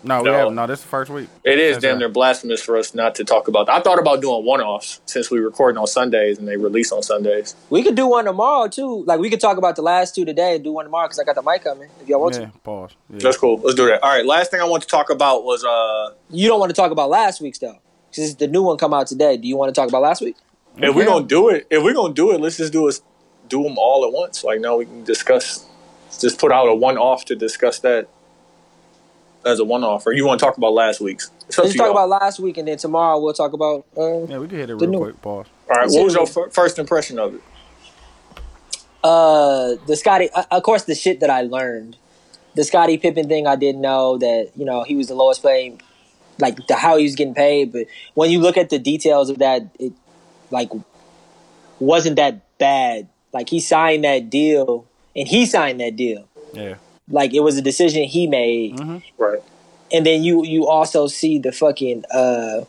Speaker 4: No, we
Speaker 7: No.
Speaker 4: have no. This is the first week.
Speaker 7: It is
Speaker 4: That's
Speaker 7: damn
Speaker 4: right.
Speaker 7: near blasphemous for us not to talk about. I thought about doing one offs since we recording on Sundays and they release on Sundays.
Speaker 3: We could do one tomorrow too. Like we could talk about the last two today and do one tomorrow because I got the mic coming. If y'all want
Speaker 4: Yeah,
Speaker 3: to,
Speaker 4: pause. Yeah.
Speaker 7: That's cool. Let's do that. All right. Last thing I want to talk about was uh,
Speaker 3: you don't want to talk about last week's though. Since the new one come out today, do you want to talk about last week?
Speaker 7: if we're gonna do it, if we're gonna do it, let's just do us do them all at once. Like now we can discuss. let's Just put out a one off to discuss that as a one off, or you want to talk about last week's? It's up
Speaker 3: Let's
Speaker 7: to
Speaker 3: talk
Speaker 7: y'all.
Speaker 3: about last week, and then tomorrow we'll talk about. Uh,
Speaker 4: Yeah, we can hit it
Speaker 3: The
Speaker 4: real
Speaker 3: new-
Speaker 4: quick. Pause.
Speaker 7: all right. What was your fir- first impression of it?
Speaker 3: uh the Scotty. Uh, of course, the shit that I learned, the Scotty Pippen thing. I didn't know that you know he was the lowest paid, like the how he was getting paid. But when you look at the details of that, it like wasn't that bad. Like he signed that deal, and he signed that deal.
Speaker 4: Yeah.
Speaker 3: Like it was a decision he made.
Speaker 4: Mm-hmm.
Speaker 7: Right.
Speaker 3: and then you you also see the fucking uh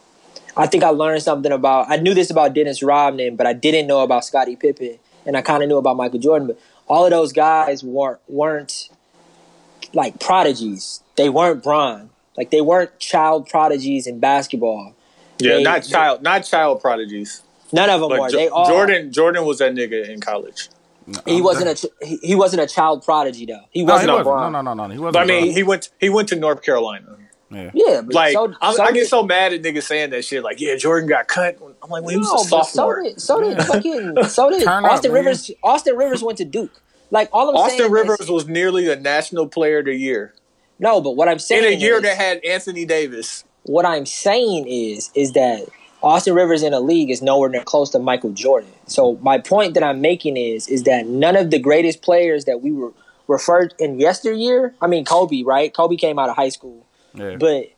Speaker 3: I think I learned something about I knew this about Dennis Rodman, but I didn't know about Scottie Pippen and I kind of knew about Michael Jordan, but all of those guys weren't weren't like prodigies. They weren't Bron. Like they weren't child prodigies in basketball.
Speaker 7: Yeah.
Speaker 3: They-
Speaker 7: not child. Not child prodigies.
Speaker 3: None of them were.
Speaker 7: But Jo-
Speaker 3: they all
Speaker 7: Jordan. Jordan was that nigga in college.
Speaker 3: He wasn't a ch- he, he wasn't a child prodigy though. He
Speaker 4: No, he
Speaker 3: wasn't a
Speaker 4: wasn't. No,
Speaker 3: Bron.
Speaker 4: no, no, no. He wasn't.
Speaker 7: But I mean,
Speaker 4: Bron.
Speaker 7: he went. He went to North Carolina.
Speaker 4: yeah.
Speaker 3: Yeah, but
Speaker 7: Like
Speaker 3: so,
Speaker 7: I,
Speaker 3: so
Speaker 7: I get
Speaker 3: did-
Speaker 7: so mad at niggas saying that shit. Like, yeah, Jordan got cut. I'm like, well, he was
Speaker 3: No,
Speaker 7: a
Speaker 3: but
Speaker 7: sophomore.
Speaker 3: So did, so did fucking so did
Speaker 4: Turn up,
Speaker 3: Austin
Speaker 4: man.
Speaker 3: Rivers. Austin Rivers went to Duke. Like all I'm
Speaker 7: Austin
Speaker 3: saying is-
Speaker 7: Rivers was nearly a national player of the year
Speaker 3: no, but what I'm
Speaker 7: in
Speaker 3: saying
Speaker 7: a year
Speaker 3: is,
Speaker 7: that had Anthony Davis.
Speaker 3: what I'm saying is is that Austin Rivers in a league is nowhere near close to Michael Jordan. So my point that I'm making is is that none of the greatest players that we were referred in yesteryear. I mean Kobe, right? Kobe came out of high school,
Speaker 4: Yeah.
Speaker 3: but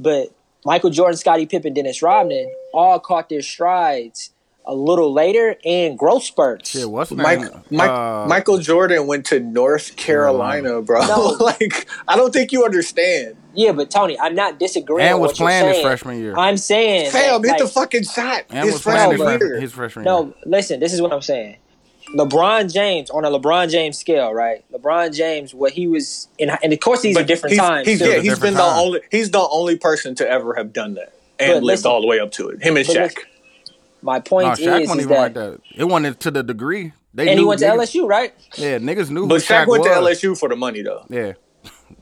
Speaker 3: but Michael Jordan, Scottie Pippen, Dennis Rodman all caught their strides a little later and growth spurts.
Speaker 4: yeah. What's his
Speaker 7: Mike,
Speaker 4: name?
Speaker 7: Mike,
Speaker 4: Uh,
Speaker 7: Michael Jordan went to North Carolina, bro.
Speaker 3: No.
Speaker 7: *laughs* like, I don't think you understand.
Speaker 3: Yeah, but Tony, I'm not disagreeing.
Speaker 4: And
Speaker 3: with
Speaker 4: was
Speaker 3: what you're
Speaker 4: playing his
Speaker 3: saying.
Speaker 4: freshman year.
Speaker 3: I'm saying,
Speaker 7: Fam,
Speaker 3: that,
Speaker 7: hit the
Speaker 3: like,
Speaker 7: fucking shot.
Speaker 4: and
Speaker 7: His
Speaker 4: was playing
Speaker 7: freshman
Speaker 3: freshman
Speaker 4: his freshman,
Speaker 7: year.
Speaker 4: his freshman year.
Speaker 3: No, listen. This is what I'm saying. LeBron James on a LeBron James scale, right? LeBron James, what he was in, and of course these are different
Speaker 7: he's,
Speaker 3: times.
Speaker 7: He's,
Speaker 3: too.
Speaker 7: yeah, he's
Speaker 4: Different
Speaker 7: been
Speaker 4: time.
Speaker 7: the only. He's the only person to ever have done that and
Speaker 3: But
Speaker 7: lived
Speaker 3: listen-
Speaker 7: all the way up to it. Him and
Speaker 3: but
Speaker 7: Shaq.
Speaker 3: listen- My
Speaker 4: No,
Speaker 3: point
Speaker 4: Shaq
Speaker 3: is,
Speaker 4: wasn't
Speaker 3: is
Speaker 4: even like
Speaker 3: that,
Speaker 4: that. It wasn't to the degree. They
Speaker 3: and he
Speaker 4: knew
Speaker 3: went to
Speaker 4: niggas-
Speaker 3: LSU, right?
Speaker 4: Yeah, niggas knew.
Speaker 7: But
Speaker 4: who Shaq,
Speaker 7: Shaq went to
Speaker 4: was.
Speaker 7: LSU for the money though.
Speaker 4: Yeah,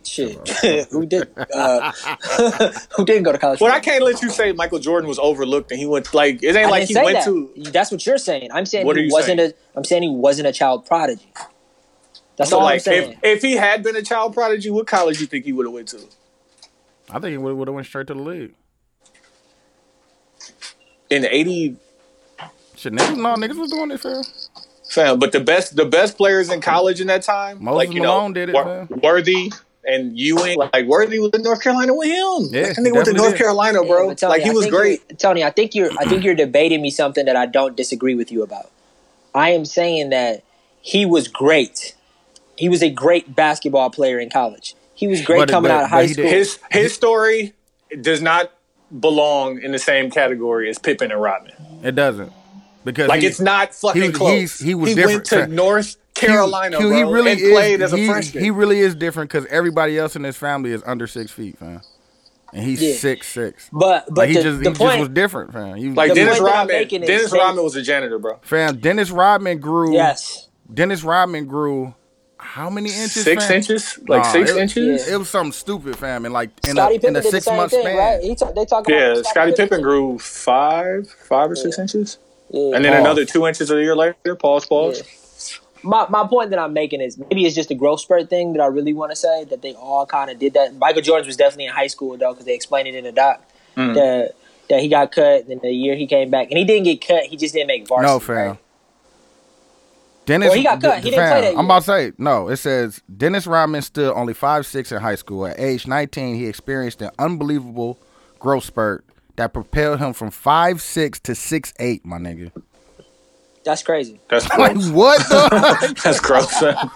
Speaker 3: Shit, *laughs* who did? Uh, *laughs* who didn't go to college?
Speaker 7: But I can't let you say Michael Jordan was overlooked and he went like it ain't
Speaker 3: I
Speaker 7: like
Speaker 3: didn't
Speaker 7: he
Speaker 3: say
Speaker 7: went
Speaker 3: that.
Speaker 7: to.
Speaker 3: That's what you're saying. I'm saying
Speaker 7: What are
Speaker 3: he
Speaker 7: you
Speaker 3: wasn't
Speaker 7: saying?
Speaker 3: a. I'm saying he wasn't a child prodigy. That's
Speaker 7: So
Speaker 3: all I'm
Speaker 7: like if,
Speaker 3: saying.
Speaker 7: if he had been a child prodigy, what college you think he would have went to?
Speaker 4: I think he would have went straight to the league.
Speaker 7: In the eighty
Speaker 4: Shit, niggas, no, niggas was doing it, fam.
Speaker 7: fam, but the best the best players in college in that time,
Speaker 4: Moses
Speaker 7: like you
Speaker 4: Malone
Speaker 7: know,
Speaker 4: did it,
Speaker 7: Wor-
Speaker 4: man.
Speaker 7: Worthy and Ewing, like Worthy was in North Carolina with him.
Speaker 4: Yeah,
Speaker 7: like, that nigga went to
Speaker 4: definitely
Speaker 7: North
Speaker 4: did.
Speaker 7: Carolina,
Speaker 3: Yeah,
Speaker 7: bro.
Speaker 3: but Tony,
Speaker 7: like he
Speaker 3: I
Speaker 7: was
Speaker 3: think
Speaker 7: great.
Speaker 3: you're- Tony, I think you're. I think you're debating me something that I don't disagree with you about. I am saying that he was great. He was a great basketball player in college. He was great
Speaker 4: But-
Speaker 3: coming
Speaker 4: but-
Speaker 3: out of
Speaker 4: but
Speaker 3: high
Speaker 4: he
Speaker 3: school.
Speaker 4: did-
Speaker 7: His his story does not belong in the same category as Pippen and Rodman.
Speaker 4: It doesn't because
Speaker 7: Like
Speaker 4: he-
Speaker 7: it's not fucking
Speaker 4: he-
Speaker 7: close.
Speaker 4: he's- he was
Speaker 7: he
Speaker 4: different,
Speaker 7: went to
Speaker 4: fam.
Speaker 7: North
Speaker 4: Q-
Speaker 7: Carolina,
Speaker 4: Q,
Speaker 7: bro,
Speaker 4: he really
Speaker 7: and
Speaker 4: is,
Speaker 7: played as a
Speaker 4: he,
Speaker 7: freshman.
Speaker 4: He really is different because everybody else in his family is under six feet, fam. And he's
Speaker 3: Yeah.
Speaker 4: six six.
Speaker 3: But but
Speaker 4: like, he
Speaker 3: the,
Speaker 4: just
Speaker 3: the
Speaker 4: he
Speaker 3: point
Speaker 4: just was different, fam. He was
Speaker 7: like
Speaker 3: The
Speaker 7: Dennis
Speaker 3: point that I'm
Speaker 7: Rodman.
Speaker 3: making is
Speaker 7: Dennis
Speaker 3: they-
Speaker 7: Rodman was a janitor, bro.
Speaker 4: fam. Dennis Rodman grew.
Speaker 3: yes,
Speaker 4: Dennis Rodman grew. How many inches?
Speaker 7: Six
Speaker 4: fam?
Speaker 7: inches, like
Speaker 4: Nah,
Speaker 7: six
Speaker 4: it-
Speaker 7: inches.
Speaker 4: It was something stupid, fam. And like in a,
Speaker 3: Scottie
Speaker 4: in
Speaker 3: Pippen
Speaker 4: a
Speaker 3: did the
Speaker 4: six
Speaker 3: same
Speaker 4: month
Speaker 3: thing,
Speaker 4: span.
Speaker 3: right? He talk, they talk about
Speaker 7: Yeah,
Speaker 3: Scottie
Speaker 7: Scottie Pippen grew five, five or six inches,
Speaker 3: Yeah.
Speaker 7: and then
Speaker 4: Pause.
Speaker 7: another two inches a year later. Pause, pause.
Speaker 3: my, my point that I'm making is maybe it's just a growth spurt thing that I really want to say that they all kind of did that. Michael Jordan was definitely in high school though because they explained it in the doc
Speaker 7: Mm.
Speaker 3: that that he got cut and then the year he came back and he didn't get cut. He just didn't make varsity.
Speaker 4: No, fam.
Speaker 3: right?
Speaker 4: Dennis,
Speaker 3: Well, he got cut. He didn't play that
Speaker 4: I'm
Speaker 3: year.
Speaker 4: about to say no. It says Dennis Rodman stood only five six in high school. At age 19, he experienced an unbelievable growth spurt that propelled him from five six to six eight. My nigga, *laughs*
Speaker 3: That's crazy.
Speaker 7: That's
Speaker 4: like
Speaker 7: gross.
Speaker 4: what the
Speaker 7: *laughs* That's gross. son.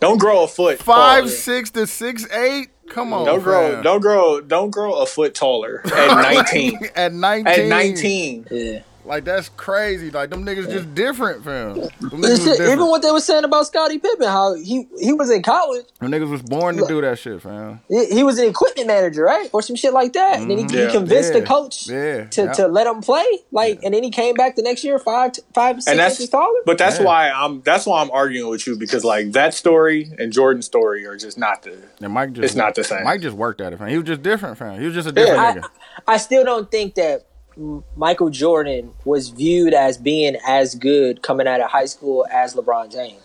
Speaker 7: don't grow a foot.
Speaker 4: *laughs* five
Speaker 7: taller.
Speaker 4: six to six eight? Come on,
Speaker 7: Don't grow.
Speaker 4: Oh, fam.
Speaker 7: Don't grow. Don't grow a foot taller
Speaker 4: *laughs*
Speaker 7: at nineteen.
Speaker 4: At 19,
Speaker 7: at nineteen.
Speaker 3: Yeah.
Speaker 4: like that's crazy. Like them niggas just different, fam. Them niggas, was
Speaker 3: Shit,
Speaker 4: different.
Speaker 3: even what they were saying about Scottie Pippen, how he he was in college,
Speaker 4: Them niggas was born to do that shit, fam.
Speaker 3: he, he was an equipment manager, right, or some shit like that. And then he, he
Speaker 7: Yeah.
Speaker 3: convinced
Speaker 4: Yeah.
Speaker 3: the coach
Speaker 4: Yeah.
Speaker 3: to,
Speaker 4: Yeah.
Speaker 3: to let him play, like, and then he came back the next year five five six
Speaker 7: and that's
Speaker 3: inches taller.
Speaker 7: but that's
Speaker 4: Yeah.
Speaker 7: why I'm that's why I'm arguing with you because like that story and Jordan's story are just not the
Speaker 4: And Mike just
Speaker 7: It's not the same.
Speaker 4: Mike just worked at it, fam. He was just different, fam. He was just a different
Speaker 7: Yeah.
Speaker 4: nigga.
Speaker 3: I still don't think that M- Michael Jordan was viewed as being as good coming out of high school as LeBron James.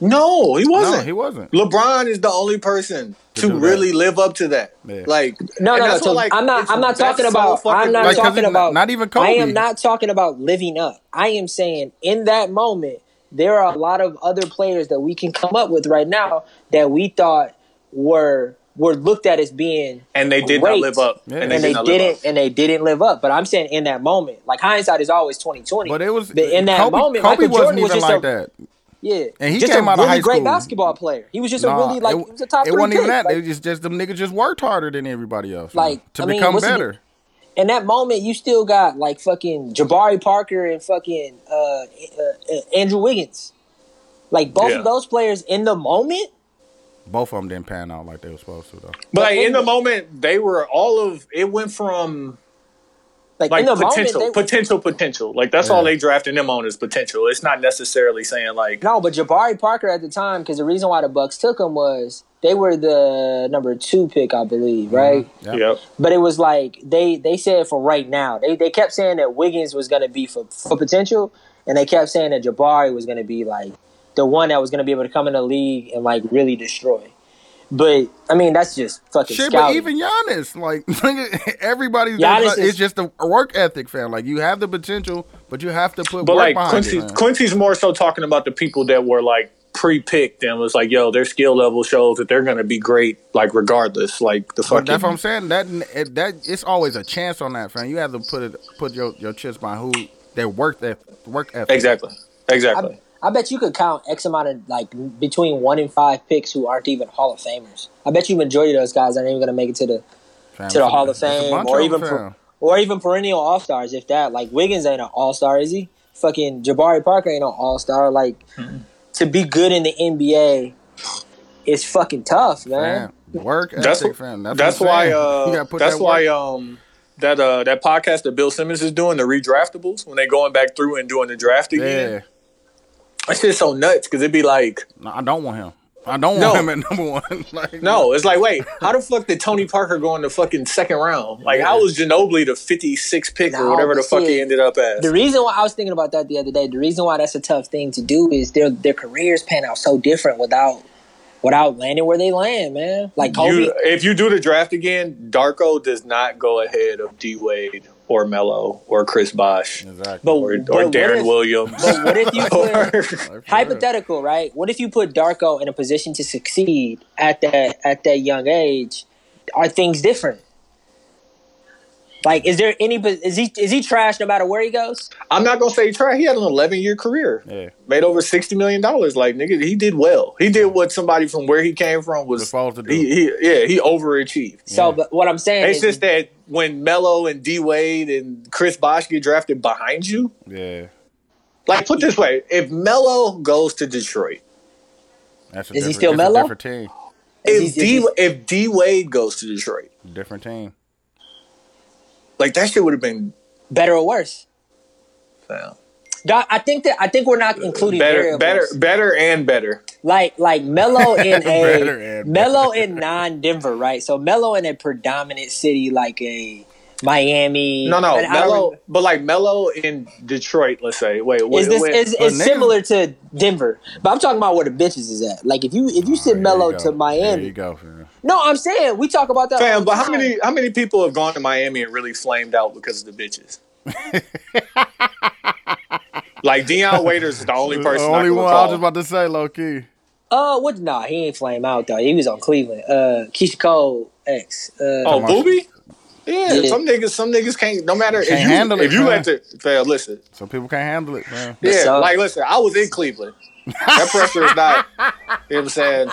Speaker 7: no he
Speaker 4: No,
Speaker 7: wasn't
Speaker 4: he wasn't.
Speaker 7: LeBron is the only person to,
Speaker 4: do that.
Speaker 7: really live up to that
Speaker 4: Yeah.
Speaker 7: like
Speaker 3: No,
Speaker 7: and
Speaker 3: no, no.
Speaker 7: that's
Speaker 3: So
Speaker 7: what, like,
Speaker 3: I'm not.
Speaker 7: it's-
Speaker 3: I'm not
Speaker 7: that's
Speaker 3: talking
Speaker 7: so
Speaker 3: about.
Speaker 7: fucking
Speaker 3: I'm not
Speaker 4: Like, 'cause
Speaker 3: talking
Speaker 4: it's
Speaker 3: about.
Speaker 4: not even Kobe.
Speaker 3: I am not talking about living up. I am saying in that moment there are a lot of other players that we can come up with right now that we thought were were looked at as being
Speaker 7: and they did
Speaker 3: Great.
Speaker 7: not live up
Speaker 4: Yeah.
Speaker 7: and they, did
Speaker 3: and they
Speaker 7: not live
Speaker 3: didn't
Speaker 7: up.
Speaker 3: and they didn't live up. But I'm saying in that moment, like hindsight is always twenty twenty.
Speaker 4: But it was
Speaker 3: in that
Speaker 4: Kobe,
Speaker 3: moment.
Speaker 4: Kobe
Speaker 3: Michael
Speaker 4: wasn't
Speaker 3: Jordan
Speaker 4: even
Speaker 3: was just
Speaker 4: like
Speaker 3: a,
Speaker 4: that.
Speaker 3: Yeah,
Speaker 4: And he
Speaker 3: just
Speaker 4: came
Speaker 3: a
Speaker 4: out of
Speaker 3: really
Speaker 4: high
Speaker 3: great
Speaker 4: school.
Speaker 3: basketball player. He was just a really like
Speaker 4: it,
Speaker 3: he was a top
Speaker 4: it
Speaker 3: three
Speaker 4: wasn't
Speaker 3: pick.
Speaker 4: even that.
Speaker 3: Like,
Speaker 4: They just just them niggas just worked harder than everybody else. man,
Speaker 3: Like,
Speaker 4: to
Speaker 3: I mean,
Speaker 4: become
Speaker 3: what's the-
Speaker 4: better.
Speaker 3: in that moment, you still got like fucking Jabari Parker and fucking uh, uh, uh, Andrew Wiggins. Like both
Speaker 7: Yeah.
Speaker 3: of those players in the moment.
Speaker 4: Both of them didn't pan out like they were supposed to though.
Speaker 7: but like, in the moment they were all of it went from
Speaker 3: Like,
Speaker 7: like
Speaker 3: in the
Speaker 7: potential
Speaker 3: moment, they,
Speaker 7: potential potential like that's all they drafting them on is potential it's not necessarily saying like
Speaker 3: no, but Jabari Parker at the time, because the reason why the Bucks took him was they were the number two pick, I believe, right?
Speaker 4: Yeah.
Speaker 7: yep
Speaker 3: But it was like they they said for right now. They they kept saying that Wiggins was going to be for for potential, and they kept saying that Jabari was going to be like the one that was going to be able to come in the league and like really destroy. But I mean, that's just fucking
Speaker 4: Shit, but
Speaker 3: scouting.
Speaker 4: even Giannis, like *laughs* nigga, everybody's
Speaker 3: Giannis
Speaker 4: like,
Speaker 3: is-
Speaker 4: it's just a work ethic, fam. Like you have the potential, but you have to put
Speaker 7: But like
Speaker 4: work behind
Speaker 7: Quincy,
Speaker 4: it. man.
Speaker 7: Quincy's more so talking about the people that were like pre-picked and was like, "Yo, their skill level shows that they're gonna be great, like regardless." Like the
Speaker 4: But
Speaker 7: fucking.
Speaker 4: that's what I'm saying. That it, that it's always a chance on that, fam. You have to put it put your your chips by who their work that work ethic.
Speaker 7: exactly, exactly.
Speaker 3: I bet you could count X amount of like between one and five picks who aren't even Hall of Famers. I bet you majority of those guys aren't even going to make it to the
Speaker 4: fam.
Speaker 3: to the Hall of
Speaker 4: It's a
Speaker 3: Fame
Speaker 4: bunch
Speaker 3: or
Speaker 4: of
Speaker 3: even
Speaker 4: them,
Speaker 3: per-
Speaker 4: fam.
Speaker 3: or even perennial All Stars. If that, like Wiggins ain't an All Star, is he? Fucking Jabari Parker ain't an All Star. Like to be good in the NBA is fucking tough, man.
Speaker 4: Man, work
Speaker 7: That's
Speaker 4: ethic,
Speaker 7: wh-
Speaker 4: fam.
Speaker 7: that's,
Speaker 4: what I'm
Speaker 7: why.
Speaker 4: saying. You
Speaker 7: Uh,
Speaker 4: gotta put
Speaker 7: that's
Speaker 4: that
Speaker 7: why.
Speaker 4: work-
Speaker 7: Um, that uh that podcast that Bill Simmons is doing, the redraftables, when they going back through and doing the draft again.
Speaker 4: Yeah.
Speaker 7: That shit's so nuts because it'd be like,
Speaker 4: No, I don't want him. I don't
Speaker 7: No.
Speaker 4: want him at number one. *laughs* like,
Speaker 7: no, it's like, wait, how the fuck did Tony Parker go in the fucking second round? Like, how was Ginobili the fifty sixth pick or
Speaker 3: No,
Speaker 7: whatever the
Speaker 3: but
Speaker 7: fuck he
Speaker 3: see,
Speaker 7: ended up as?
Speaker 3: The reason why I was thinking about that the other day, the reason why that's a tough thing to do is their their careers pan out so different without without landing where they land, man. Like Kobe,
Speaker 7: You, if you do the draft again, Darko does not go ahead of D Wade or Melo or Chris Bosh
Speaker 4: Exactly.
Speaker 3: but,
Speaker 7: or, or
Speaker 3: but what
Speaker 7: Darren
Speaker 3: if-
Speaker 7: Williams.
Speaker 3: But what if you put
Speaker 7: *laughs* Or-
Speaker 4: Like, for
Speaker 3: hypothetical, right? What if you put Darko in a position to succeed at that at that young age? Are things different? Like, is there any? Is he is he trash no matter where he goes?
Speaker 7: I'm not gonna say try. He had an 11 year career,
Speaker 4: real. Yeah.
Speaker 7: made over 60 million dollars. Like nigga, he did well. He did what somebody from where he came from was.
Speaker 4: Supposed to do.
Speaker 7: He, he, yeah, he overachieved.
Speaker 3: So, but what I'm saying
Speaker 7: It's
Speaker 3: is,
Speaker 7: just that when Melo and D Wade and Chris Bosh get drafted behind you,
Speaker 4: Yeah.
Speaker 7: like put it this way, if Melo goes to Detroit,
Speaker 4: That's a
Speaker 3: Is he
Speaker 4: different-
Speaker 3: still
Speaker 4: it's a
Speaker 3: mellow?
Speaker 4: Different team.
Speaker 7: if
Speaker 3: Is he-
Speaker 7: D if D Wade goes to Detroit,
Speaker 4: Different team.
Speaker 7: like that shit would have been
Speaker 3: better or worse?
Speaker 7: uh,
Speaker 3: Doc, I think that I think we're not including
Speaker 7: better,
Speaker 3: variables.
Speaker 7: better, better, and better.
Speaker 3: like
Speaker 7: *laughs*
Speaker 3: like Mello in
Speaker 4: Better
Speaker 3: a
Speaker 4: and
Speaker 3: Mello in non Denver, right? So Mello in a predominant city like a Miami.
Speaker 7: No, no,
Speaker 3: And I
Speaker 7: Melo,
Speaker 3: don't-
Speaker 7: but like Melo in Detroit, let's say. Wait, what,
Speaker 3: Is this
Speaker 7: what-
Speaker 3: is,
Speaker 4: but
Speaker 3: is
Speaker 4: now-
Speaker 3: similar to Denver? But I'm talking about where the bitches is at. Like if you if you send
Speaker 4: Oh, There you
Speaker 3: Mello
Speaker 4: go.
Speaker 3: to
Speaker 4: There you
Speaker 3: Miami,
Speaker 4: go. fam.
Speaker 3: no, I'm saying we talk about that. all
Speaker 7: Fam,
Speaker 3: the
Speaker 7: but how
Speaker 3: time.
Speaker 7: many how many people have gone to Miami and really flamed out because of the bitches? like Deion Waiters is the only
Speaker 4: The
Speaker 7: person.
Speaker 4: only
Speaker 7: I can
Speaker 4: one I
Speaker 7: recall.
Speaker 4: was just about to say, low key.
Speaker 3: Uh, what? Nah, he ain't flame out though. He was on Cleveland. Uh, Keisha Cole X. Uh,
Speaker 7: Oh,
Speaker 4: Marshall.
Speaker 7: booby. Yeah,
Speaker 3: Yeah.
Speaker 7: some niggas, some niggas can't. No matter
Speaker 4: Can't
Speaker 7: if you
Speaker 4: handle it,
Speaker 7: if you let
Speaker 4: fam.
Speaker 7: the fam, listen.
Speaker 4: So people can't handle it. Man.
Speaker 7: Yeah,
Speaker 3: So-
Speaker 7: like listen, I was in Cleveland. That pressure is not. You know what I'm saying?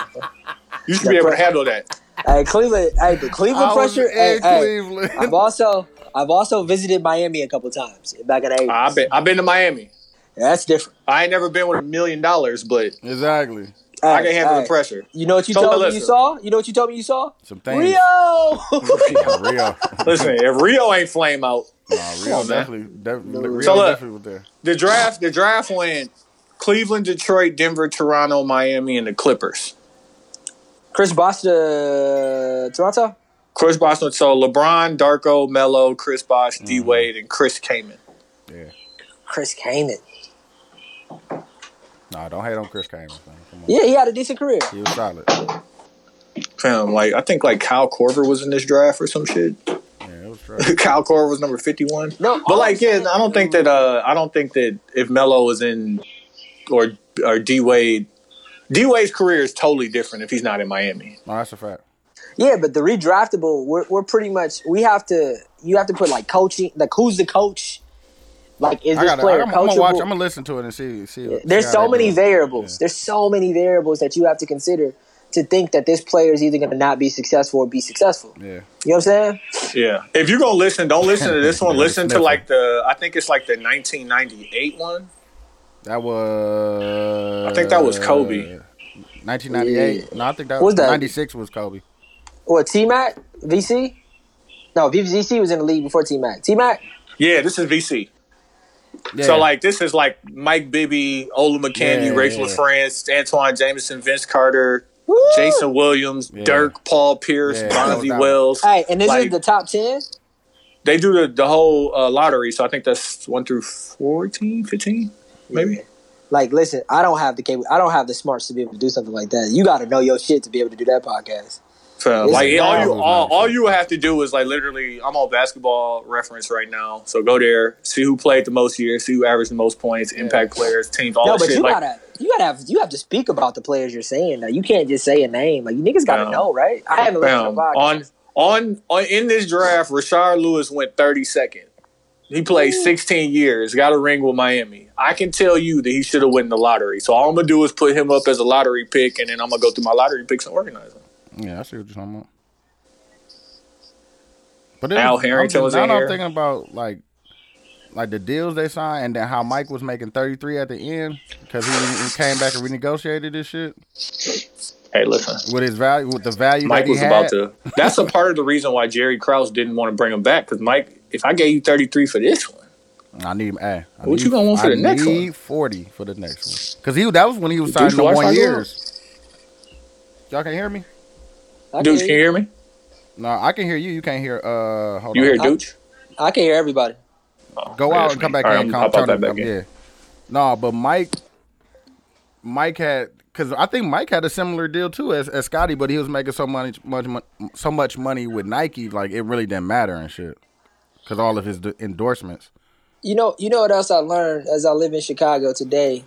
Speaker 7: You should be able to handle that.
Speaker 3: hey, Cleveland. Hey, the Cleveland
Speaker 4: I was
Speaker 3: pressure.
Speaker 4: in
Speaker 3: Hey, hey,
Speaker 4: Cleveland.
Speaker 3: I've also I've also visited Miami a couple times back in the 80s.
Speaker 7: I've been I've been to Miami.
Speaker 3: That's different.
Speaker 7: I ain't never been with a million dollars, but
Speaker 4: *laughs* Exactly.
Speaker 7: I
Speaker 3: Hey,
Speaker 7: can handle
Speaker 3: hey.
Speaker 7: the pressure.
Speaker 3: You know what you
Speaker 7: So,
Speaker 3: told me
Speaker 7: listen.
Speaker 3: you saw? You know what you told me you saw?
Speaker 4: Some things. *laughs*
Speaker 3: Rio. *laughs*
Speaker 4: Yeah, Rio.
Speaker 7: Listen, if Rio ain't flame out,
Speaker 4: Nah, Rio
Speaker 7: on, man.
Speaker 4: definitely, definitely, Rio
Speaker 7: So look.
Speaker 4: definitely was there.
Speaker 7: the draft the draft went Cleveland, Detroit, Denver, Toronto, Miami, and the Clippers.
Speaker 3: Chris Bosh to Toronto.
Speaker 7: Chris Bosh went so LeBron, Darko, Melo, Chris Bosh, D Wade, and Chris Kaman.
Speaker 4: Yeah.
Speaker 3: Chris Kanan.
Speaker 4: Nah, don't hate on Chris Kamen. Man. Come on.
Speaker 3: Yeah, he had a decent career.
Speaker 4: He was solid.
Speaker 7: Fam, like I think like Kyle Corver was in this draft or some shit. *laughs*
Speaker 4: Yeah, it was true.
Speaker 7: Kyle Corver was number fifty one.
Speaker 3: No,
Speaker 7: But
Speaker 3: all
Speaker 7: like,
Speaker 3: I'm
Speaker 7: yeah,
Speaker 3: saying-
Speaker 7: I don't think that. Uh, I don't think that if Melo was in or or D Wade, D Wade's career is totally different if he's not in Miami.
Speaker 4: No, that's a fact.
Speaker 3: Yeah, but the redraftable, we're, we're pretty much we have to. You have to put like coaching. Like who's the coach? Like is
Speaker 4: I
Speaker 3: this
Speaker 4: got.
Speaker 3: player
Speaker 4: I'm, I'm gonna watch. I'm
Speaker 3: coachable?
Speaker 4: gonna listen to it and see. See. see
Speaker 3: There's
Speaker 4: how
Speaker 3: so
Speaker 4: they do
Speaker 3: many
Speaker 4: it.
Speaker 3: variables. There's so many variables that you have to consider to think that this player is either going to not be successful or be successful. You
Speaker 4: Yeah.
Speaker 3: know what I'm saying?
Speaker 7: Yeah. If you're gonna listen, don't listen to *laughs* this one. Listen to
Speaker 4: Sniffle.
Speaker 7: like the. I think it's like the 1998 one.
Speaker 4: That was.
Speaker 7: I think that was Kobe.
Speaker 4: Uh, 1998. No, I think that
Speaker 3: What
Speaker 4: was
Speaker 3: was that?
Speaker 4: 96 was Kobe.
Speaker 3: Or T Mac VC. No, VC was in the league before T Mac. T Mac.
Speaker 7: Yeah, this is VC.
Speaker 4: Yeah.
Speaker 7: So like, this is like Mike Bibby, Ola McCandy,
Speaker 4: Yeah,
Speaker 7: Rachel
Speaker 4: yeah.
Speaker 7: France, Antoine Jameson, Vince Carter, Jason Williams,
Speaker 4: Yeah.
Speaker 7: Dirk, Paul Pierce,
Speaker 4: Yeah, that was
Speaker 7: Bonzi
Speaker 4: that
Speaker 7: Wells.
Speaker 3: Hey, and this
Speaker 7: Like-
Speaker 3: is the top ten.
Speaker 7: they do the, the whole uh, lottery so i think that's 1 through 14 15 maybe
Speaker 3: Like, listen, I don't have the cable. I don't have the smarts to be able to do something like that. You got to know your shit to be able to do that podcast.
Speaker 7: so like
Speaker 3: It's
Speaker 7: all you
Speaker 4: wild.
Speaker 7: all, all you have to do is like literally i'm on basketball reference right now so go there see who played the most years see who averaged the most points impact players teams all
Speaker 3: no,
Speaker 7: that
Speaker 3: but
Speaker 7: shit
Speaker 3: you
Speaker 7: like
Speaker 3: gotta, you gotta have, you have to speak about the players you're saying. Now, you can't just say a name. Like, you niggas gotta
Speaker 7: Yeah.
Speaker 3: know, right? I haven't listened to
Speaker 7: bam,
Speaker 3: the podcast.
Speaker 7: Um, on, on on in this draft rashard lewis went 32nd he played 16 years got a ring with miami i can tell you that he should have won the lottery so all i'm gonna do is put him up as a lottery pick and then i'm gonna go through my lottery picks and organize them
Speaker 4: Yeah, I see what you're talking about. But it
Speaker 7: Al
Speaker 4: was- I'm
Speaker 7: Harrington
Speaker 4: just-
Speaker 7: was
Speaker 4: now
Speaker 7: in
Speaker 4: that I'm
Speaker 7: here.
Speaker 4: thinking about like, like the deals they signed, and then how Mike was making 33 at the end because he, he came back and renegotiated this shit.
Speaker 7: Hey, listen.
Speaker 4: With his value, with the value
Speaker 7: Mike
Speaker 4: that he
Speaker 7: was
Speaker 4: had,
Speaker 7: about to. That's a part of the reason why Jerry Krause didn't want to bring him back. Because Mike, if I gave you thirty three for this one,
Speaker 4: I need him. Hey, I
Speaker 7: What
Speaker 4: need-
Speaker 7: you gonna want for
Speaker 4: I
Speaker 7: the next
Speaker 4: need
Speaker 7: one?
Speaker 4: Forty for the next one, because he that was when he was
Speaker 7: Dude,
Speaker 4: signing the
Speaker 7: Schwartz, I
Speaker 4: one
Speaker 7: know.
Speaker 4: years. Y'all can hear me?
Speaker 3: I
Speaker 7: dudes,
Speaker 3: can,
Speaker 7: can
Speaker 3: hear,
Speaker 7: you hear me?
Speaker 4: No, I can hear you. You can't hear. Uh, hold
Speaker 7: You
Speaker 4: on.
Speaker 7: hear Dooch?
Speaker 3: I can hear everybody.
Speaker 4: Go
Speaker 7: Yeah,
Speaker 4: out
Speaker 7: that's
Speaker 4: and
Speaker 7: me.
Speaker 4: come back
Speaker 7: All right,
Speaker 4: in.
Speaker 7: I'm-
Speaker 4: Come,
Speaker 7: I'll pop
Speaker 4: turn
Speaker 7: that
Speaker 4: it-
Speaker 7: back in.
Speaker 4: Yeah. No, but Mike, Mike had because I think Mike had a similar deal too as, as Scotty, but he was making so much, much mon- so much money with Nike, like it really didn't matter and shit, because all of his d- endorsements.
Speaker 3: You know, you know what else I learned as I live in Chicago today.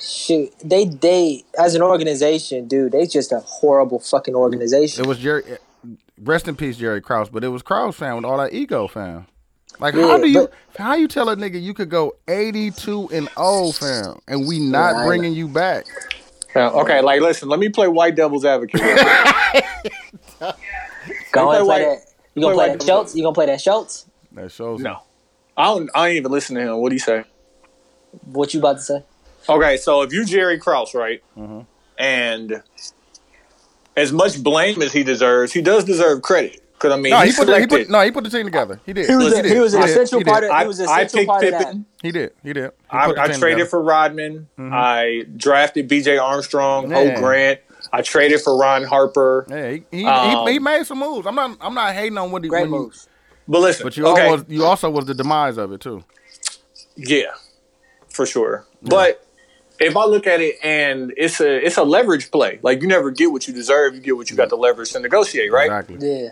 Speaker 3: Shoot, they they as an organization, dude, they just a horrible fucking organization.
Speaker 4: It was Jerry. Rest in peace, Jerry Krause. But it was Krause fan with all that ego, fam. Like how
Speaker 3: Yeah,
Speaker 4: do you
Speaker 3: but-
Speaker 4: how you tell a nigga you could go eighty two and old, fam, and we not
Speaker 3: Yeah, I
Speaker 4: bringing you back?
Speaker 7: Yeah, Uh, okay, like listen, let me play White Devil's Advocate. *laughs* real quick.
Speaker 3: Go ahead and
Speaker 7: play
Speaker 3: play
Speaker 7: white-
Speaker 3: that. You
Speaker 7: play
Speaker 3: gonna play,
Speaker 7: white
Speaker 3: that Schultz? You gonna play that Schultz?
Speaker 4: That shows
Speaker 7: no, I don't. I ain't even listen to him. What do you say?
Speaker 3: What you about to say?
Speaker 7: Okay, so if you Jerry Krause, right, and as much blame as he deserves, he does deserve credit. Because I mean,
Speaker 4: No,
Speaker 7: he,
Speaker 4: he put, the, he
Speaker 7: selected.
Speaker 4: put no, he put the team together. He did.
Speaker 3: He was, a,
Speaker 4: did.
Speaker 3: he was an
Speaker 4: He did.
Speaker 3: essential
Speaker 4: He did.
Speaker 3: part. Of,
Speaker 7: I-
Speaker 3: he was an
Speaker 7: I
Speaker 3: essential
Speaker 7: picked
Speaker 3: part of that.
Speaker 7: Pippen.
Speaker 4: He did. He did. He
Speaker 7: I,
Speaker 4: put the
Speaker 7: I
Speaker 4: team
Speaker 7: traded
Speaker 4: together. Mm-hmm.
Speaker 7: for Rodman. I drafted B.J. Armstrong,
Speaker 4: Yeah.
Speaker 7: Ho Grant. I traded for Ron Harper.
Speaker 4: Yeah, he, he,
Speaker 7: Um,
Speaker 4: he, he made some moves. I'm not I'm not hating on what he
Speaker 3: Great
Speaker 4: when you-
Speaker 3: moves.
Speaker 7: But listen,
Speaker 4: but you
Speaker 7: okay,
Speaker 4: almost you also was the demise of it too.
Speaker 7: yeah, for sure. But if I look at it and it's a it's a leverage play. Like you never get what you deserve. You get what you got the leverage to negotiate, right?
Speaker 4: Exactly.
Speaker 3: Yeah.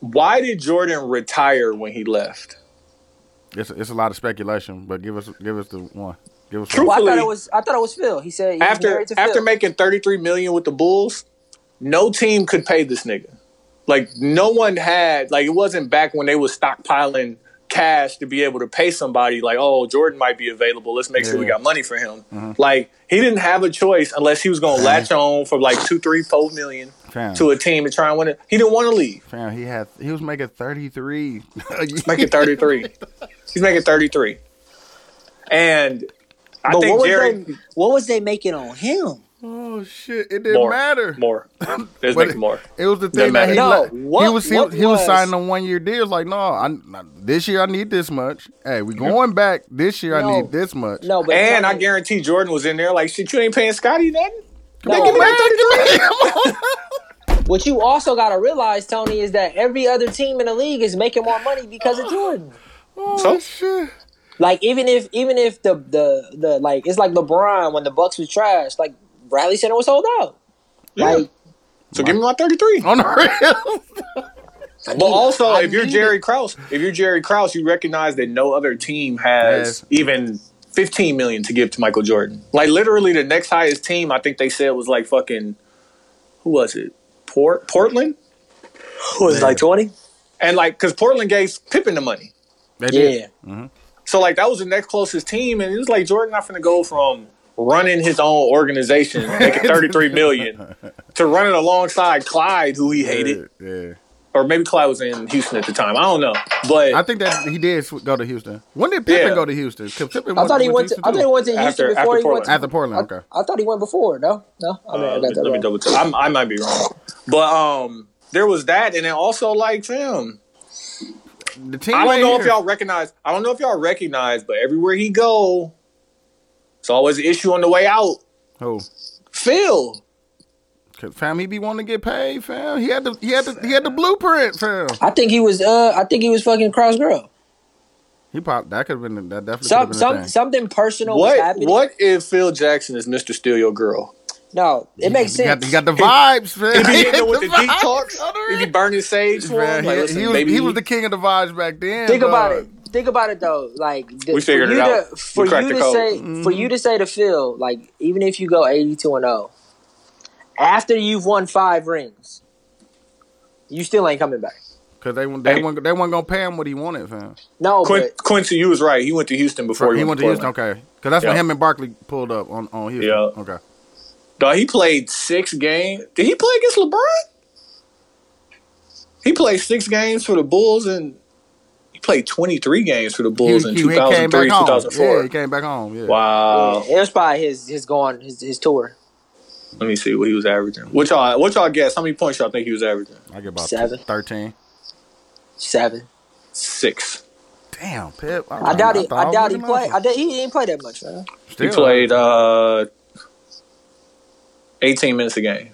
Speaker 7: Why did Jordan retire when he left?
Speaker 4: It's it's a lot of speculation, but give us give us the one. Give us
Speaker 7: True.
Speaker 4: one.
Speaker 3: Well, I thought
Speaker 7: Hopefully-
Speaker 3: it was. I thought it was Phil. He said he was
Speaker 7: after
Speaker 3: married to
Speaker 7: after
Speaker 3: Phil.
Speaker 7: making 33 million with the Bulls, no team could pay this nigga. Like no one had like it wasn't back when they was stockpiling cash to be able to pay somebody like oh Jordan might be available let's make sure we
Speaker 4: Yeah.
Speaker 7: got money for him
Speaker 3: Mm-hmm.
Speaker 7: like he didn't have a choice unless he was gonna latch on for like two three four million
Speaker 4: Fam.
Speaker 7: to a team and try and win it he didn't want to leave
Speaker 4: Fam, he had he was making *laughs* 33.
Speaker 7: he's making 33 he's making 33 and I
Speaker 3: but
Speaker 7: think
Speaker 3: what was
Speaker 7: Jerry
Speaker 3: they? What was they making on him?
Speaker 4: oh shit, it didn't
Speaker 7: more
Speaker 4: matter.
Speaker 7: more
Speaker 4: *coughs*
Speaker 7: there's
Speaker 4: But
Speaker 7: making more
Speaker 4: It was the
Speaker 7: Doesn't
Speaker 4: thing that
Speaker 7: matter.
Speaker 4: he,
Speaker 7: No,
Speaker 4: let- he
Speaker 3: what-
Speaker 4: was he,
Speaker 3: what
Speaker 4: he was
Speaker 3: was-
Speaker 4: signing a one year deal. It's Like, no, I, I- this year I need this much. Hey, we going back this year. I
Speaker 3: No.
Speaker 4: need this much.
Speaker 3: No, but
Speaker 7: And I
Speaker 3: Tommy-
Speaker 7: guarantee Jordan was in there like, shit, you ain't paying Scotty nothing.
Speaker 3: No,
Speaker 7: They give
Speaker 3: man.
Speaker 7: him *laughs* 33.
Speaker 3: What you also got to realize, Tony, is that every other team in the league is making more money because of Jordan.
Speaker 7: *laughs*
Speaker 4: Oh,
Speaker 7: So?
Speaker 4: shit.
Speaker 3: Like even if even if the the the like it's like LeBron when the Bucks was trash, like Bradley Center was sold out. Like
Speaker 7: so give me my 33.
Speaker 4: On the
Speaker 7: *laughs*
Speaker 4: real.
Speaker 7: But also,
Speaker 4: I
Speaker 7: if you're
Speaker 4: need
Speaker 7: Jerry Krause, if you're Jerry Krause, you recognize that no other team has
Speaker 4: Yes.
Speaker 7: even 15 million to give to Michael Jordan. Like literally the next highest team I think they said was like fucking who was it? Port Portland?
Speaker 3: who was it, like twenty?
Speaker 7: And like cuz Portland gave Pippen the money.
Speaker 4: They did.
Speaker 3: Yeah.
Speaker 7: So like that was the next closest team and it was like Jordan not going to go from running his own organization
Speaker 3: *laughs*
Speaker 7: making 33 million to running alongside Clyde who he hated.
Speaker 4: Yeah.
Speaker 7: or maybe Clyde was in Houston at the time. I don't know, but uh,
Speaker 4: I think that he did sw- go to Houston. When did Pippen
Speaker 7: Yeah.
Speaker 4: go to Houston? 'Cause Pippen
Speaker 3: I thought he went. To,
Speaker 4: Houston
Speaker 3: I thought he
Speaker 4: too.
Speaker 3: went to Houston
Speaker 7: After-
Speaker 3: before
Speaker 7: after
Speaker 3: he went. To,
Speaker 4: after Portland. Okay.
Speaker 3: I thought he went before. No, no. I mean,
Speaker 7: uh,
Speaker 3: I
Speaker 7: let me- let
Speaker 3: got
Speaker 7: me
Speaker 3: that wrong.
Speaker 7: double check. I'm, I might be wrong, but um, there was that, and then also like Tim.
Speaker 4: The team
Speaker 7: I don't
Speaker 4: ain't
Speaker 7: know if
Speaker 4: here.
Speaker 7: y'all recognize. I don't know if y'all recognize, but everywhere he go, it's always an issue on the way out.
Speaker 4: Who?
Speaker 7: Phil,
Speaker 4: 'Cause fam, he be wanting to get paid, fam. He had the he had the he had the blueprint, fam.
Speaker 3: I think he was. Uh, I think he was fucking cross girl.
Speaker 4: He popped. That could have been that definitely could have
Speaker 3: Some,
Speaker 4: been a
Speaker 3: some,
Speaker 4: thing.
Speaker 3: something personal was
Speaker 7: what
Speaker 3: happening.
Speaker 7: what if Phil Jackson is Mister Steal Your Girl?
Speaker 3: No, it makes
Speaker 4: He got,
Speaker 3: sense.
Speaker 4: he got the vibes, fam. *laughs*
Speaker 7: He be
Speaker 4: He
Speaker 7: hitting
Speaker 4: had
Speaker 7: it with the deep
Speaker 4: vibes
Speaker 7: talks.
Speaker 4: on the
Speaker 7: He be burning sage for
Speaker 4: Man,
Speaker 7: him.
Speaker 4: he,
Speaker 7: Like,
Speaker 4: he
Speaker 7: listen,
Speaker 4: was,
Speaker 7: baby,
Speaker 4: he was the king of the vibes back then.
Speaker 3: Think
Speaker 4: dog.
Speaker 3: about it. Think about it though. Like th-
Speaker 7: We figured
Speaker 3: for
Speaker 7: it
Speaker 3: you
Speaker 7: out.
Speaker 3: To,
Speaker 7: We
Speaker 3: for
Speaker 7: cracked
Speaker 3: you
Speaker 7: the
Speaker 3: to
Speaker 7: code.
Speaker 3: say, for you to say to Phil, like even if you go eighty-two and zero, after you've won five rings, you still ain't coming back.
Speaker 4: Cause they they
Speaker 7: Hey.
Speaker 4: weren't they weren't gonna pay him what he wanted, fam.
Speaker 3: No,
Speaker 7: Quin-
Speaker 3: but
Speaker 7: Quincy, you was right. He went to Houston before
Speaker 4: he, went to Houston,
Speaker 7: Portland.
Speaker 4: okay. Cause that's when
Speaker 7: Yeah.
Speaker 4: him and Barkley pulled up on on Houston.
Speaker 7: Yeah.
Speaker 4: Okay.
Speaker 7: Dog, he played six games. Did he play against LeBron? He played six games for the Bulls and he played 23 games for the Bulls in 2003,
Speaker 4: home.
Speaker 7: 2004.
Speaker 4: Yeah, he came back home. Yeah.
Speaker 7: Wow.
Speaker 3: yeah, it was probably his his going his his tour.
Speaker 7: Let me see what he was averaging. What y'all what y'all guess? How many points y'all think he was averaging?
Speaker 4: I get about
Speaker 3: Seven.
Speaker 4: 13.
Speaker 3: Seven.
Speaker 7: Six.
Speaker 4: Damn, Pip. All
Speaker 3: I
Speaker 4: right,
Speaker 3: doubt it.
Speaker 4: thought
Speaker 3: I doubt he
Speaker 4: was
Speaker 3: played.
Speaker 4: looking
Speaker 3: I doubt he didn't play that much, man.
Speaker 4: out.
Speaker 7: He
Speaker 4: Still,
Speaker 7: played uh eighteen minutes a game.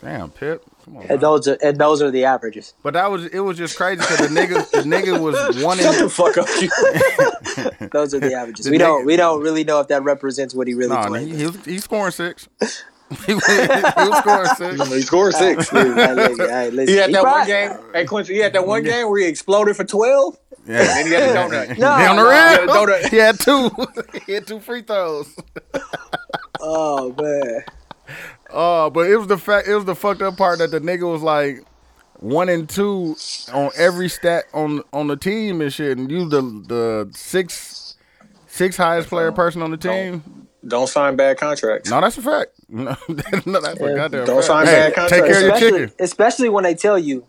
Speaker 4: Damn, Pip. Come on.
Speaker 3: And
Speaker 4: man.
Speaker 3: those are and those are the averages.
Speaker 4: But that was it. Was just crazy because the nigga, the
Speaker 7: *laughs*
Speaker 4: nigga was one in. *laughs*
Speaker 7: the fuck up you.
Speaker 3: Those are the averages.
Speaker 4: The
Speaker 3: we don't
Speaker 4: nigga-
Speaker 3: we don't really know if that represents what he really
Speaker 4: No,
Speaker 3: played.
Speaker 4: he, he, was, he was scoring six. *laughs*
Speaker 7: *laughs*
Speaker 4: he, was, he was scoring six.
Speaker 7: He scored six.
Speaker 3: Hey,
Speaker 7: *laughs*
Speaker 3: listen, hey, listen.
Speaker 7: He had
Speaker 3: He
Speaker 7: that one
Speaker 3: probably-
Speaker 7: game. Hey Quincy, he had that one game where he exploded for twelve.
Speaker 4: Yeah.
Speaker 7: he had the
Speaker 4: *laughs*
Speaker 7: donut.
Speaker 3: No,
Speaker 4: Down the
Speaker 3: no.
Speaker 4: rim.
Speaker 7: Throw that-
Speaker 4: He had two. *laughs* he had two free throws.
Speaker 3: Oh man.
Speaker 4: Uh, but it was the fact. It was the fucked up part that the nigga was like one and two on every stat on on the team and shit, and you the the six six highest player person on the team.
Speaker 7: Don't sign bad contracts.
Speaker 4: No, that's a fact. *laughs* No, no that's a
Speaker 7: Don't
Speaker 4: goddamn fact.
Speaker 7: sign
Speaker 4: hey,
Speaker 7: bad contracts.
Speaker 4: Take care of your
Speaker 3: Especially,
Speaker 4: chicken.
Speaker 3: especially when they tell you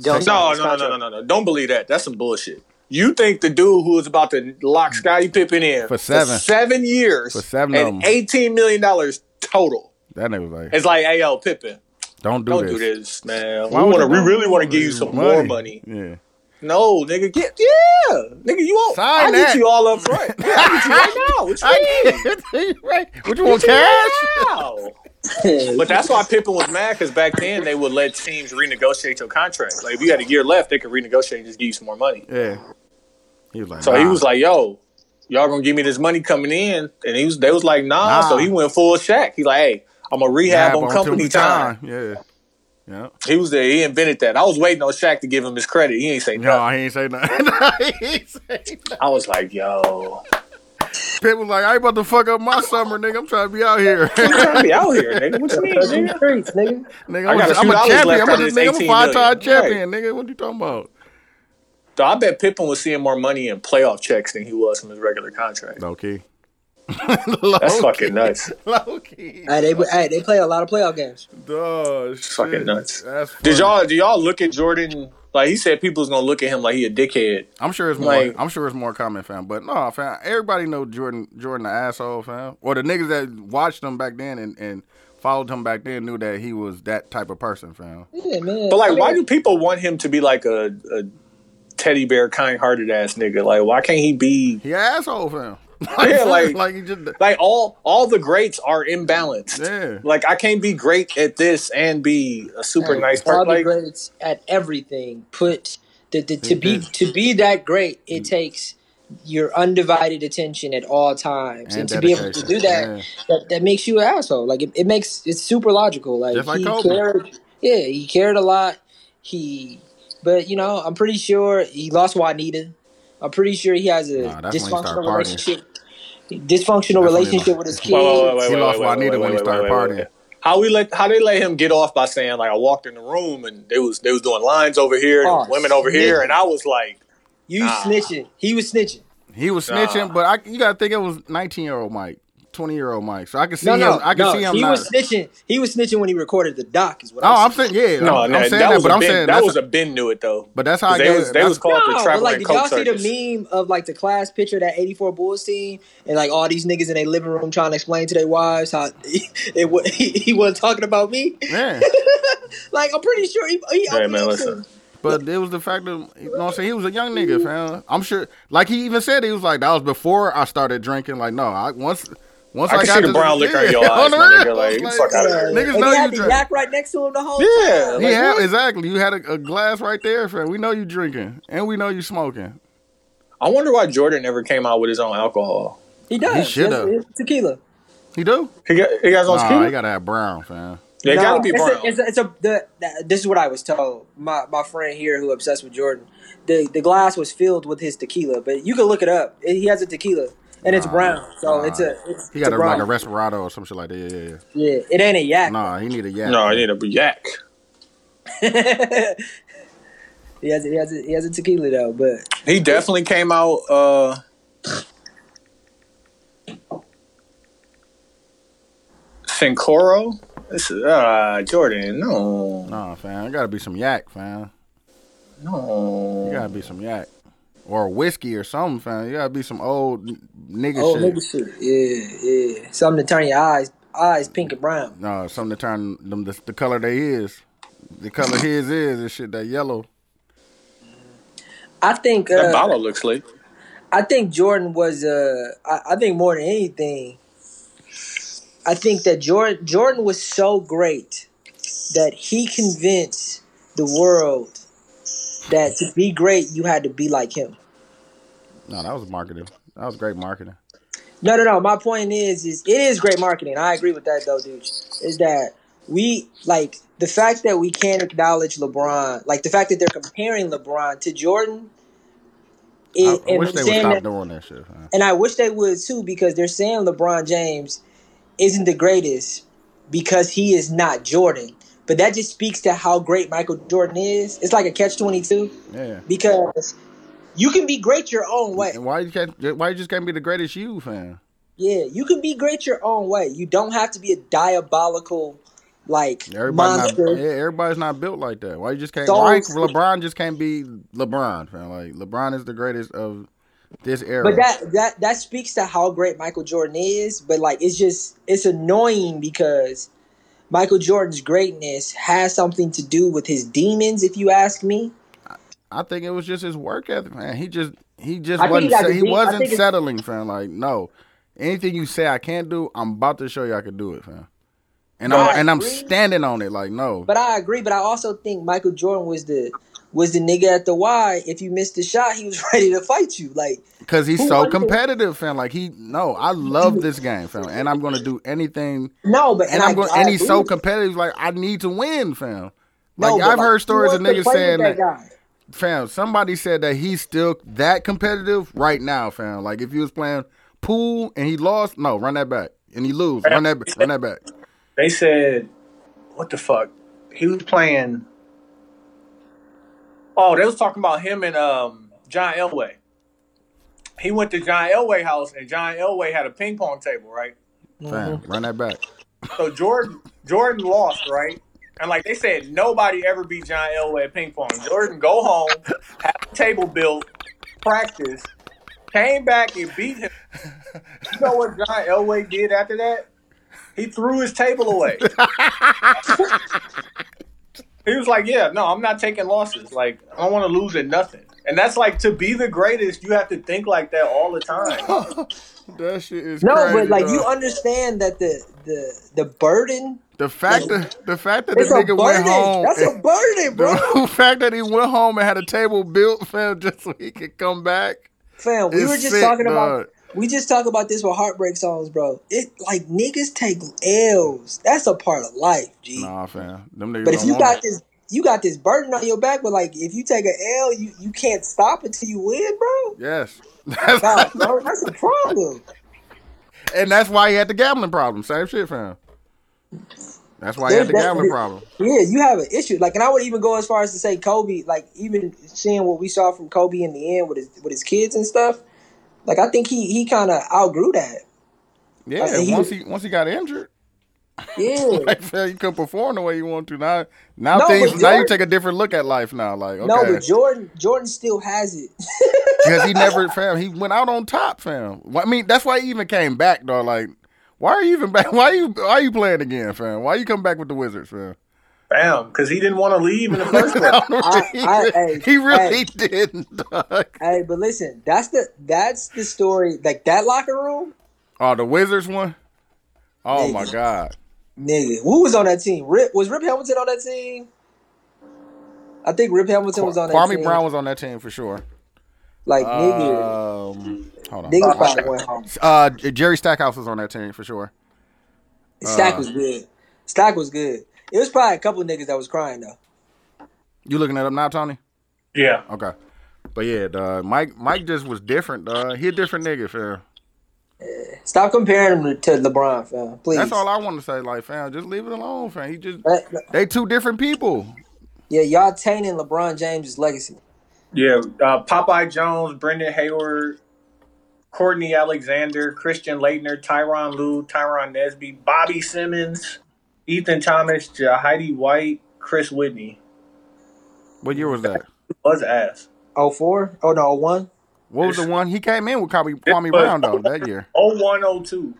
Speaker 3: don't
Speaker 7: No, no, no, no, no, no, no. Don't believe that. That's some bullshit. You think the dude who was about to lock Scottie Pippen in
Speaker 4: For seven.
Speaker 7: seven years
Speaker 4: For seven of
Speaker 7: and
Speaker 4: them.
Speaker 7: eighteen million dollars total.
Speaker 4: That nigga was like,
Speaker 7: It's like, hey yo, Pippen,
Speaker 4: don't do
Speaker 7: don't
Speaker 4: this.
Speaker 7: do this, man.
Speaker 4: Why
Speaker 7: we
Speaker 4: would
Speaker 7: want to.
Speaker 4: you
Speaker 7: We
Speaker 4: do
Speaker 7: really
Speaker 4: that?
Speaker 7: want to give you some more money.
Speaker 4: Yeah.
Speaker 7: No, nigga, get yeah, nigga, you want?
Speaker 4: Sign
Speaker 7: I get
Speaker 4: that.
Speaker 7: you all up front. Yeah, I get you
Speaker 4: *laughs*
Speaker 7: right now. What you
Speaker 4: right. What
Speaker 7: *laughs*
Speaker 4: you want cash?
Speaker 7: cash?
Speaker 3: *laughs*
Speaker 7: But that's why Pippen was mad because back then they would let teams renegotiate your contract. Like if you had a year left, they could renegotiate and just give you some more money.
Speaker 4: Yeah. He was like,
Speaker 7: So he
Speaker 4: nah.
Speaker 7: was like, "Yo, y'all gonna give me this money coming in?" And he was, they was like, "Nah."
Speaker 4: Nah.
Speaker 7: So he went full Shaq. He like, "Hey, I'm gonna rehab
Speaker 4: Dab
Speaker 7: on
Speaker 4: to
Speaker 7: company
Speaker 4: the
Speaker 7: time.
Speaker 4: Yeah. Yeah.
Speaker 7: He was there. He invented that. I was waiting on Shaq to give him his credit. He ain't say no.
Speaker 4: No, he ain't say nothing. *laughs* he ain't say nothing.
Speaker 7: I was like, "Yo,
Speaker 4: Pitt was like, I ain't about to fuck up my summer, nigga. I'm trying to be out here. *laughs*
Speaker 7: you trying to be out here, nigga? What you mean, nigga?
Speaker 4: nigga,
Speaker 7: I
Speaker 4: I'm,
Speaker 7: got a
Speaker 4: a-
Speaker 7: few
Speaker 4: I'm a
Speaker 7: dollars left
Speaker 4: champion. I'm
Speaker 7: out of
Speaker 4: a,
Speaker 7: this 18
Speaker 4: nigga, I'm a
Speaker 7: million.
Speaker 4: five-time champion, nigga. What you talking about?
Speaker 7: So I bet Pippen was seeing more money in playoff checks than he was from his regular contract.
Speaker 4: Low *laughs* key.
Speaker 7: That's fucking nuts.
Speaker 4: Low key.
Speaker 3: Hey, they hey, they play a lot of playoff games.
Speaker 4: Dog, shit.
Speaker 7: fucking nuts.
Speaker 4: That's funny.
Speaker 7: Did y'all? Do y'all look at Jordan? Like he said, people's gonna look at him like he a dickhead.
Speaker 4: I'm sure it's more.
Speaker 7: Like-
Speaker 4: I'm sure it's more common, fam. But no, fam. Everybody know Jordan. Jordan the asshole, fam. Or the niggas that watched him back then and, and followed him back then knew that he was that type of person, fam.
Speaker 3: Yeah, man.
Speaker 7: But like, why do people want him to be like a, a teddy bear, kind-hearted ass nigga? Like, why can't he be
Speaker 4: He an asshole, fam. *laughs*
Speaker 7: Yeah, like-
Speaker 4: like he just.
Speaker 7: like all all the greats are imbalanced?
Speaker 4: Yeah.
Speaker 7: Like, I can't be great at this and be a super nice
Speaker 3: all
Speaker 7: person.
Speaker 3: the
Speaker 7: Like,
Speaker 3: greats at everything put the, the, to be to be that great it
Speaker 7: Mm.
Speaker 3: takes your undivided attention at all times and,
Speaker 4: And
Speaker 3: to be able to
Speaker 4: dedication,
Speaker 3: do that,
Speaker 4: yeah.
Speaker 3: that that makes you an asshole like it, it makes it's super logical like,
Speaker 4: Just like
Speaker 3: he
Speaker 4: Kobe.
Speaker 3: cared yeah he cared a lot he but you know i'm pretty sure he lost juanita i'm pretty sure he has a
Speaker 4: Nah, that's when he started
Speaker 3: dysfunctional
Speaker 4: partying.
Speaker 3: relationship dysfunctional
Speaker 4: That's when he
Speaker 3: relationship
Speaker 4: lost-
Speaker 3: with his kids
Speaker 7: Wait, wait, wait, wait,
Speaker 4: He
Speaker 7: wait,
Speaker 4: lost
Speaker 7: wait,
Speaker 4: Juanita
Speaker 7: wait,
Speaker 4: when he
Speaker 7: wait,
Speaker 4: started
Speaker 7: wait, wait,
Speaker 4: partying.
Speaker 7: wait. How we let how they let him get off by saying like I walked in the room and they was they was doing lines over here, and
Speaker 3: Oh,
Speaker 7: women over
Speaker 3: shit.
Speaker 7: here, and I was like,
Speaker 3: you
Speaker 7: Nah.
Speaker 3: snitching he was snitching
Speaker 4: He was
Speaker 7: Nah.
Speaker 4: snitching, but I you gotta think it was 19 year old Mike, 20 year old Mike. So I can see
Speaker 3: No, no,
Speaker 4: him. I can
Speaker 3: no.
Speaker 4: see him.
Speaker 3: he
Speaker 4: not,
Speaker 3: was snitching. He was snitching when he recorded the doc. Is what
Speaker 4: oh,
Speaker 3: I'm
Speaker 4: I'm
Speaker 3: saying.
Speaker 4: saying yeah.
Speaker 7: no,
Speaker 4: I'm,
Speaker 7: no,
Speaker 4: I'm saying
Speaker 7: that,
Speaker 4: that,
Speaker 7: was
Speaker 4: but
Speaker 7: a
Speaker 4: I'm
Speaker 7: ben, that
Speaker 4: saying that's-
Speaker 7: was a Ben knew it though.
Speaker 4: But that's how I
Speaker 7: they
Speaker 4: get
Speaker 7: was
Speaker 4: it.
Speaker 7: they was
Speaker 4: That's-
Speaker 7: called the
Speaker 3: No, but
Speaker 7: traveling
Speaker 3: like, did
Speaker 7: coke
Speaker 3: y'all see
Speaker 7: circus.
Speaker 3: the meme of like the class picture of that '84 Bulls team and like all these niggas in their living room trying to explain to their wives how *laughs* it wa- he, he wasn't talking about me?
Speaker 4: yeah.
Speaker 3: Like, I'm pretty sure he. he
Speaker 7: Hey
Speaker 3: opened
Speaker 7: man,
Speaker 3: up
Speaker 7: listen.
Speaker 4: But it was the fact that you know what I'm saying he was a young nigga, fam. I'm sure like he even said he was like that was before I started drinking. Like, no, I once once
Speaker 7: I
Speaker 4: I,
Speaker 7: can
Speaker 4: got
Speaker 7: see the
Speaker 4: to
Speaker 7: brown liquor
Speaker 4: *laughs*
Speaker 7: in your
Speaker 4: yeah,
Speaker 7: eyes,
Speaker 4: on the
Speaker 7: my
Speaker 4: real,
Speaker 7: nigga. Like,
Speaker 4: I
Speaker 7: you
Speaker 4: was
Speaker 7: fuck out of
Speaker 3: to-
Speaker 7: here.
Speaker 4: Niggas
Speaker 3: and
Speaker 4: know
Speaker 3: he
Speaker 4: you
Speaker 3: had the
Speaker 4: drink.
Speaker 3: yak right next to him the whole
Speaker 7: Yeah,
Speaker 3: time.
Speaker 7: like,
Speaker 4: He had
Speaker 7: what?
Speaker 4: exactly. You had a, a glass right there, fam. We know you drinking, and we know you smoking.
Speaker 7: I wonder why Jordan never came out with his own alcohol.
Speaker 3: He does.
Speaker 4: He shoulda.
Speaker 3: That's- it's Tequila.
Speaker 4: You do?
Speaker 7: He got he got his own
Speaker 4: Nah, you
Speaker 7: tequila.
Speaker 4: gotta have brown, fam.
Speaker 7: They
Speaker 3: No,
Speaker 7: gotta be
Speaker 3: it's
Speaker 7: brown.
Speaker 3: A, it's a, it's a the, the- this is what I was told. My my friend here who obsessed with Jordan, the the glass was filled with his tequila, but you can look it up. It- he has a tequila and it's
Speaker 4: Nah,
Speaker 3: brown, so
Speaker 4: nah.
Speaker 3: it's a it's,
Speaker 4: He
Speaker 3: it's
Speaker 4: got
Speaker 3: a
Speaker 4: a,
Speaker 3: brown.
Speaker 4: like a respirator or some shit like that. Yeah, yeah,
Speaker 3: yeah, it ain't a
Speaker 4: yeah.
Speaker 3: yak.
Speaker 4: Nah, he need a yak.
Speaker 7: no, I
Speaker 4: fam.
Speaker 7: need a yak.
Speaker 3: *laughs* he has a, he has a, he has a tequila though, but
Speaker 7: He definitely came out. uh Sincoro. This is uh, Jordan. No,
Speaker 4: Nah, fam. It gotta be some yak, fam. You
Speaker 7: no.
Speaker 4: gotta be some yak. Or whiskey or something, fam. You gotta be some old n- nigga
Speaker 3: oh
Speaker 4: shit.
Speaker 3: nigga shit, yeah, yeah, something to turn your eyes eyes pink and brown.
Speaker 4: No, something to turn them the, the color they is. The color his is and shit that yellow.
Speaker 3: I think
Speaker 11: That
Speaker 3: uh,
Speaker 11: Bala looks late.
Speaker 3: I think Jordan was uh I, I think more than anything, I think that Jordan Jordan was so great that he convinced the world that to be great you had to be like him.
Speaker 4: No, that was marketing. That was great marketing.
Speaker 3: No, no, no. My point is, is it is great marketing. I agree with that though, dude. Is that we like the fact that we can't acknowledge LeBron, like the fact that they're comparing LeBron to Jordan.
Speaker 4: I,
Speaker 3: It,
Speaker 4: I wish
Speaker 3: and
Speaker 4: they would
Speaker 3: saying
Speaker 4: stop
Speaker 3: that-
Speaker 4: doing that shit. Man.
Speaker 3: and I wish they would too because they're saying LeBron James isn't the greatest because he is not Jordan. But that just speaks to how great Michael Jordan is. It's like a catch twenty two
Speaker 4: Yeah.
Speaker 3: because you can be great your own way.
Speaker 4: And why you can't? Why you just can't be the greatest you fan?
Speaker 3: Yeah, you can be great your own way. You don't have to be a diabolical like
Speaker 4: Everybody not,
Speaker 3: monster.
Speaker 4: yeah, everybody's not built like that. Why you just can't?
Speaker 3: Don't-
Speaker 4: Why LeBron just can't be LeBron? Fam? Like LeBron is the greatest of this era.
Speaker 3: But that that that speaks to how great Michael Jordan is. But like, it's just it's annoying because Michael Jordan's greatness has something to do with his demons, if you ask me.
Speaker 4: I think it was just his work ethic, man. He just he just
Speaker 3: I think he
Speaker 4: wasn't
Speaker 3: got
Speaker 4: set- he,
Speaker 3: the deep- I
Speaker 4: wasn't
Speaker 3: think it's-
Speaker 4: settling, fam. Like no, anything you say I can't do, I'm about to show you I can do it, fam. And I'm
Speaker 3: Right.
Speaker 4: and I'm standing on it, like no.
Speaker 3: But I agree. But I also think Michael Jordan was the was the nigga at the Y. If you missed the shot, he was *laughs* ready to fight you. Like
Speaker 4: Cause he's
Speaker 3: Who
Speaker 4: so
Speaker 3: would've-
Speaker 4: competitive, fam. Like he, no, I love this game, fam, and I'm gonna do anything.
Speaker 3: no, but
Speaker 4: And
Speaker 3: I-
Speaker 4: I'm going,
Speaker 3: I
Speaker 4: and he's
Speaker 3: agree
Speaker 4: so
Speaker 3: with-
Speaker 4: competitive. Like I need to win, fam. Like
Speaker 3: no, but,
Speaker 4: I've heard
Speaker 3: who
Speaker 4: stories of
Speaker 3: wants to
Speaker 4: niggas
Speaker 3: play with
Speaker 4: saying that,
Speaker 3: guy?
Speaker 4: fam. Somebody said that he's still that competitive right now, fam. Like if he was playing pool and he lost, no, run that back, and he lose, run that, back, run that back.
Speaker 7: They said, what the fuck? He was playing. Oh, they was talking about him and um, John Elway. He went to John Elway house, and John Elway had a ping pong table, right?
Speaker 4: Fam,
Speaker 3: Mm-hmm.
Speaker 4: run that
Speaker 3: *laughs*
Speaker 4: back.
Speaker 7: So Jordan Jordan lost, right? And like they said, nobody ever beat John Elway at ping pong. Jordan go home, have a table built, practice, came back and beat him. You know what John Elway did after that? He threw his table away. he was like, "Yeah, no, I'm not taking losses. Like I don't want to lose at nothing." And that's like to be the greatest, you have to think like that all the time.
Speaker 4: That shit is
Speaker 3: No,
Speaker 4: crazy,
Speaker 3: but like you
Speaker 4: dog.
Speaker 3: understand that the the the burden.
Speaker 4: the fact that the fact that the
Speaker 3: It's a
Speaker 4: nigga
Speaker 3: burden.
Speaker 4: went home.
Speaker 3: That's a burden, bro.
Speaker 4: *laughs* the *laughs* fact that he went home and had a table built, fam, just so he could come back.
Speaker 3: Fam, we
Speaker 4: It's
Speaker 3: were just
Speaker 4: sick,
Speaker 3: talking
Speaker 4: dog.
Speaker 3: about we just talk about this with heartbreak songs, bro. It like niggas take L's. That's a part of life, G.
Speaker 4: Nah, fam. Them niggas
Speaker 3: but if
Speaker 4: don't
Speaker 3: you
Speaker 4: want
Speaker 3: got
Speaker 4: it.
Speaker 3: this you got this burden on your back, but like if you take an L, you, you can't stop until you win, bro.
Speaker 4: Yes.
Speaker 3: *laughs* Nah, bro, Oh, that's a problem.
Speaker 4: and that's why he had the gambling problem. Same shit, fam. That's why he had the
Speaker 3: That-
Speaker 4: gambling
Speaker 3: that-
Speaker 4: problem.
Speaker 3: Yeah, you have an issue. Like, and I would even go as far as to say Kobe. Like, even seeing what we saw from Kobe in the end with his with his kids and stuff. Like, I think he he kind of outgrew that.
Speaker 4: Yeah,
Speaker 3: and he-
Speaker 4: once he once he got injured, *laughs*
Speaker 3: Yeah,
Speaker 4: like fam, you couldn't perform the way you want to. Now now
Speaker 3: No, but
Speaker 4: things now you
Speaker 3: Jordan-
Speaker 4: take a different look at life now. Like, okay.
Speaker 3: no, but Jordan Jordan still has it.
Speaker 4: Because he never, fam, he went out on top, fam. Why- I mean, that's why he even came back, though. Like, why are you even back? *laughs* Why are you why are you playing again, fam? Why you come back with the Wizards, fam? *laughs*
Speaker 7: Bam, because he didn't want to leave in the first place.
Speaker 4: I don't think he,
Speaker 3: I-
Speaker 4: re-
Speaker 3: hey,
Speaker 4: he really
Speaker 3: hey.
Speaker 4: didn't, dog.
Speaker 3: hey, but listen, that's the that's the story. Like that locker room,
Speaker 4: Oh, the Wizards one? Oh,
Speaker 3: Nigga.
Speaker 4: my God.
Speaker 3: nigga. Who was on that team? Rip was Rip Hamilton on that team? I think Rip Hamilton was on that
Speaker 4: Kwame
Speaker 3: team.
Speaker 4: Brown was on that team for sure.
Speaker 3: like nigga,
Speaker 4: Um, hold on.
Speaker 3: nigga probably went home.
Speaker 4: Uh, Jerry Stackhouse was on that team for sure. Uh,
Speaker 3: Stack was good. Stack was good. It was probably a couple niggas that was crying though.
Speaker 4: You looking at him now, Tony?
Speaker 7: Yeah.
Speaker 4: Okay. But yeah, dog, Mike Mike just was different, dog. He a different nigga, fam.
Speaker 3: Stop comparing him to LeBron, fam. Please.
Speaker 4: That's all I want to say. Like, fam, just leave it alone, fam. He just
Speaker 3: That-
Speaker 4: they two different people.
Speaker 3: yeah, y'all tainting LeBron James' legacy.
Speaker 7: Yeah, uh, Popeye Jones, Brendan Hayward, Courtney Alexander, Christian Leitner, Tyron Lue, Tyron Nesby, Bobby Simmons, Ethan Thomas, Heidi White, Chris Whitney.
Speaker 4: What year was that?
Speaker 7: Was ass.
Speaker 3: 04? Oh no, 01?
Speaker 4: What was the one he came in with Kwame, Kwame
Speaker 7: was-
Speaker 4: Brown though that year?
Speaker 7: Oh one oh two.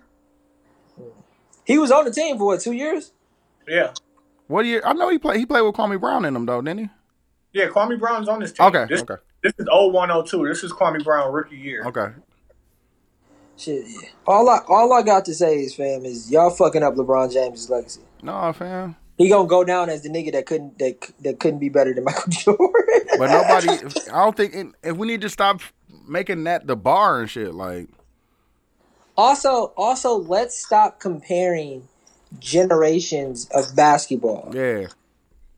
Speaker 3: He was on the team for what two years?
Speaker 7: Yeah.
Speaker 4: What do you? I know he played. He played with Kwame Brown in them though, didn't he?
Speaker 7: Yeah, Kwame Brown's on this team.
Speaker 4: Okay,
Speaker 7: This,
Speaker 4: okay,
Speaker 7: This is 0102. This is Kwame Brown rookie year.
Speaker 4: okay.
Speaker 3: Shit. Yeah. All I all I got to say is, fam, is y'all fucking up LeBron James' legacy.
Speaker 4: No, fam.
Speaker 3: He gonna go down as the nigga that couldn't that, c- that couldn't be better than *laughs* Michael Jordan.
Speaker 4: But nobody. I don't think. And, and we need to stop making that the bar and shit. Like,
Speaker 3: also, also, let's stop comparing generations of basketball.
Speaker 4: yeah,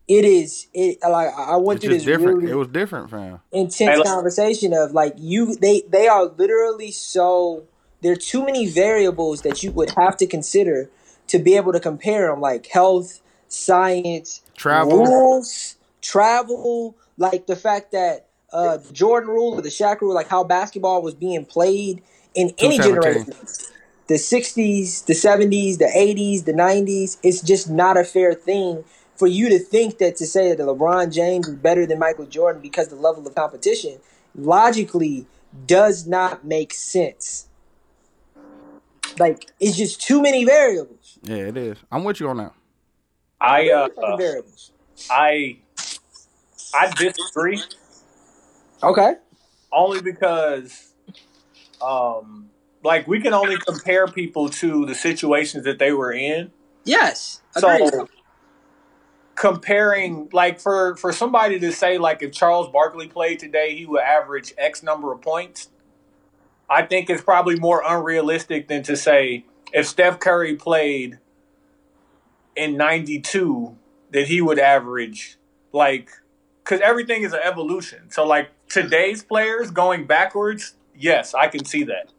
Speaker 3: It is it like I I went
Speaker 4: it's
Speaker 3: through
Speaker 4: just
Speaker 3: this
Speaker 4: different.
Speaker 3: really
Speaker 4: It was different, fam.
Speaker 3: intense
Speaker 7: Hey, look-
Speaker 3: conversation of like you they they are literally so there are too many variables that you would have to consider to be able to compare them like health science
Speaker 4: Travel.
Speaker 3: rules travel like the fact that uh the jordan rule or the Shaq rule like how basketball was being played in any
Speaker 4: 217.
Speaker 3: generation the 60s the 70s the 80s the 90s it's just not a fair thing for you to think that to say that LeBron James is better than Michael Jordan because the level of competition logically does not make sense. Like it's just too many variables.
Speaker 4: Yeah, it is. I'm with you on that.
Speaker 7: I
Speaker 3: Fucking
Speaker 7: uh,
Speaker 3: variables.
Speaker 7: I I disagree
Speaker 3: Okay.
Speaker 7: only because um like we can only compare people to the situations that they were in.
Speaker 3: Yes. Agreed.
Speaker 7: So comparing like for for somebody to say like if Charles Barkley played today, he would average X number of points. I think it's probably more unrealistic than to say if Steph Curry played in 92 that he would average like cuz everything is an evolution. So like today's players going backwards, yes, I can see that.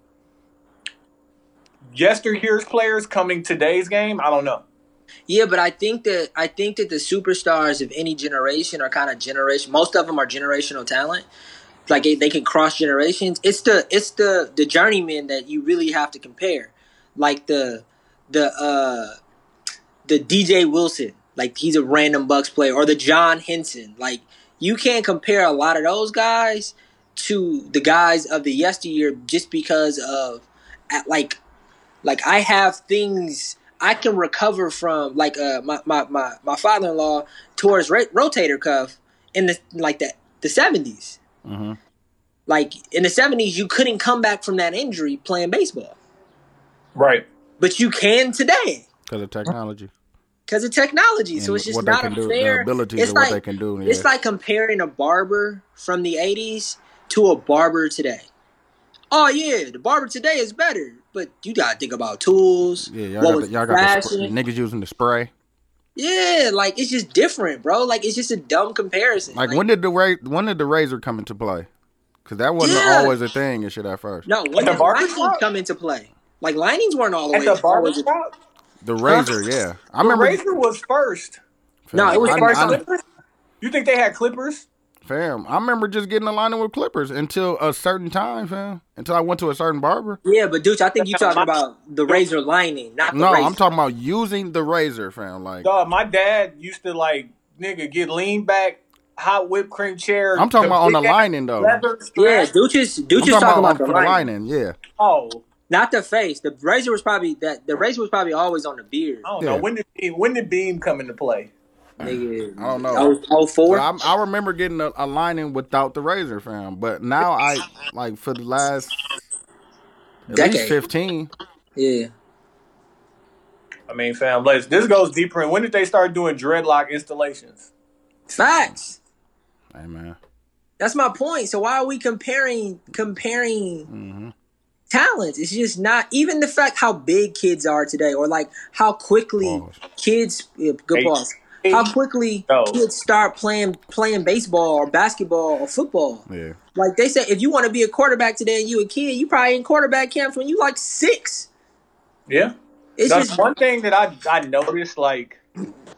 Speaker 7: Yesteryear's players coming today's game, I don't know.
Speaker 3: Yeah, but I think that I think that the superstars of any generation are kind of generation. Most of them are generational talent. Like they, they can cross generations. It's the it's the the journeyman that you really have to compare. Like the the uh the DJ Wilson. Like he's a random Bucks player or the John Henson. Like you can't compare a lot of those guys to the guys of the yesteryear just because of at, like like I have things I can recover from. Like uh, my my my, my father in law tore his ra- rotator cuff in the like that the 70s
Speaker 4: Mhm.
Speaker 3: Like in the seventies, you couldn't come back from that injury playing baseball,
Speaker 7: Right.
Speaker 3: but you can today
Speaker 4: Because of technology.
Speaker 3: because of technology. so
Speaker 4: And
Speaker 3: it's just
Speaker 4: what they
Speaker 3: not
Speaker 4: can
Speaker 3: a
Speaker 4: do,
Speaker 3: fair.
Speaker 4: The abilities
Speaker 3: it's
Speaker 4: of
Speaker 3: like
Speaker 4: what they can do. Yeah.
Speaker 3: it's like comparing a barber from the eighties to a barber today. Oh yeah, the barber today is better, but you gotta think about tools.
Speaker 4: yeah, y'all
Speaker 3: what
Speaker 4: got,
Speaker 3: was
Speaker 4: the, y'all got the
Speaker 3: fashion.
Speaker 4: spray, niggas using the spray.
Speaker 3: Yeah, like it's just different, bro. Like it's just a dumb comparison.
Speaker 4: Like, when did the ra- when did the razor come into play? Because that wasn't
Speaker 3: Yeah.
Speaker 4: always a thing and shit at first.
Speaker 3: no, when
Speaker 7: the
Speaker 3: did
Speaker 7: barber
Speaker 3: linings
Speaker 7: shop?
Speaker 3: come into play? Like linings weren't all the
Speaker 7: At
Speaker 3: way.
Speaker 7: the barber
Speaker 3: always-
Speaker 7: shop,
Speaker 3: *laughs*
Speaker 4: The razor, yeah. I
Speaker 7: the
Speaker 4: remember.
Speaker 7: razor was first.
Speaker 3: No, it was
Speaker 4: I-
Speaker 3: first
Speaker 4: I-
Speaker 3: on-
Speaker 7: Clippers? You think they had clippers?
Speaker 4: Fam, I remember just getting aligned with Clippers until a certain time, fam. Until I went to a certain barber.
Speaker 3: Yeah, but dude, I think you talking about the razor lining, not the
Speaker 4: No,
Speaker 3: razor.
Speaker 4: I'm talking about using the razor, fam. Like
Speaker 7: Dog, my dad used to like nigga get lean back, hot whipped cream chair.
Speaker 4: I'm talking about on the
Speaker 7: big ass
Speaker 4: lining though. I'm
Speaker 7: Leather
Speaker 3: yeah,
Speaker 7: strap.
Speaker 3: dude is dude is
Speaker 4: talking about,
Speaker 3: talking
Speaker 4: on-
Speaker 3: about the
Speaker 4: for the
Speaker 3: lining,
Speaker 4: lining, yeah.
Speaker 7: Oh,
Speaker 3: not the face. The razor was probably that. The razor was probably always on the beard.
Speaker 7: I don't
Speaker 4: Yeah.
Speaker 7: know. When did Beam, when did Beam come into play?
Speaker 3: Nigga,
Speaker 4: I don't know.
Speaker 3: Oh four.
Speaker 4: But I, I remember getting a, a lining without the razor, fam. But now I like for the last at least
Speaker 3: Decade.
Speaker 4: 15.
Speaker 3: Yeah.
Speaker 7: I mean, fam, let's, this goes deeper. And when did they start doing dreadlock installations?
Speaker 3: Facts.
Speaker 4: Hey man,
Speaker 3: That's my point. So why are we comparing comparing
Speaker 4: Mhm.
Speaker 3: talents? It's just not even the fact how big kids are today, or like how quickly
Speaker 4: Pause.
Speaker 3: kids. Yeah, good
Speaker 7: Eight.
Speaker 3: pause. How quickly
Speaker 7: Oh.
Speaker 3: kids start playing playing baseball or basketball or football.
Speaker 4: yeah,
Speaker 3: Like they say, if you want to be a quarterback today and you a kid, you probably in quarterback camps when you like six.
Speaker 7: Yeah.
Speaker 3: It's
Speaker 7: That's
Speaker 3: just
Speaker 7: one thing that I I noticed like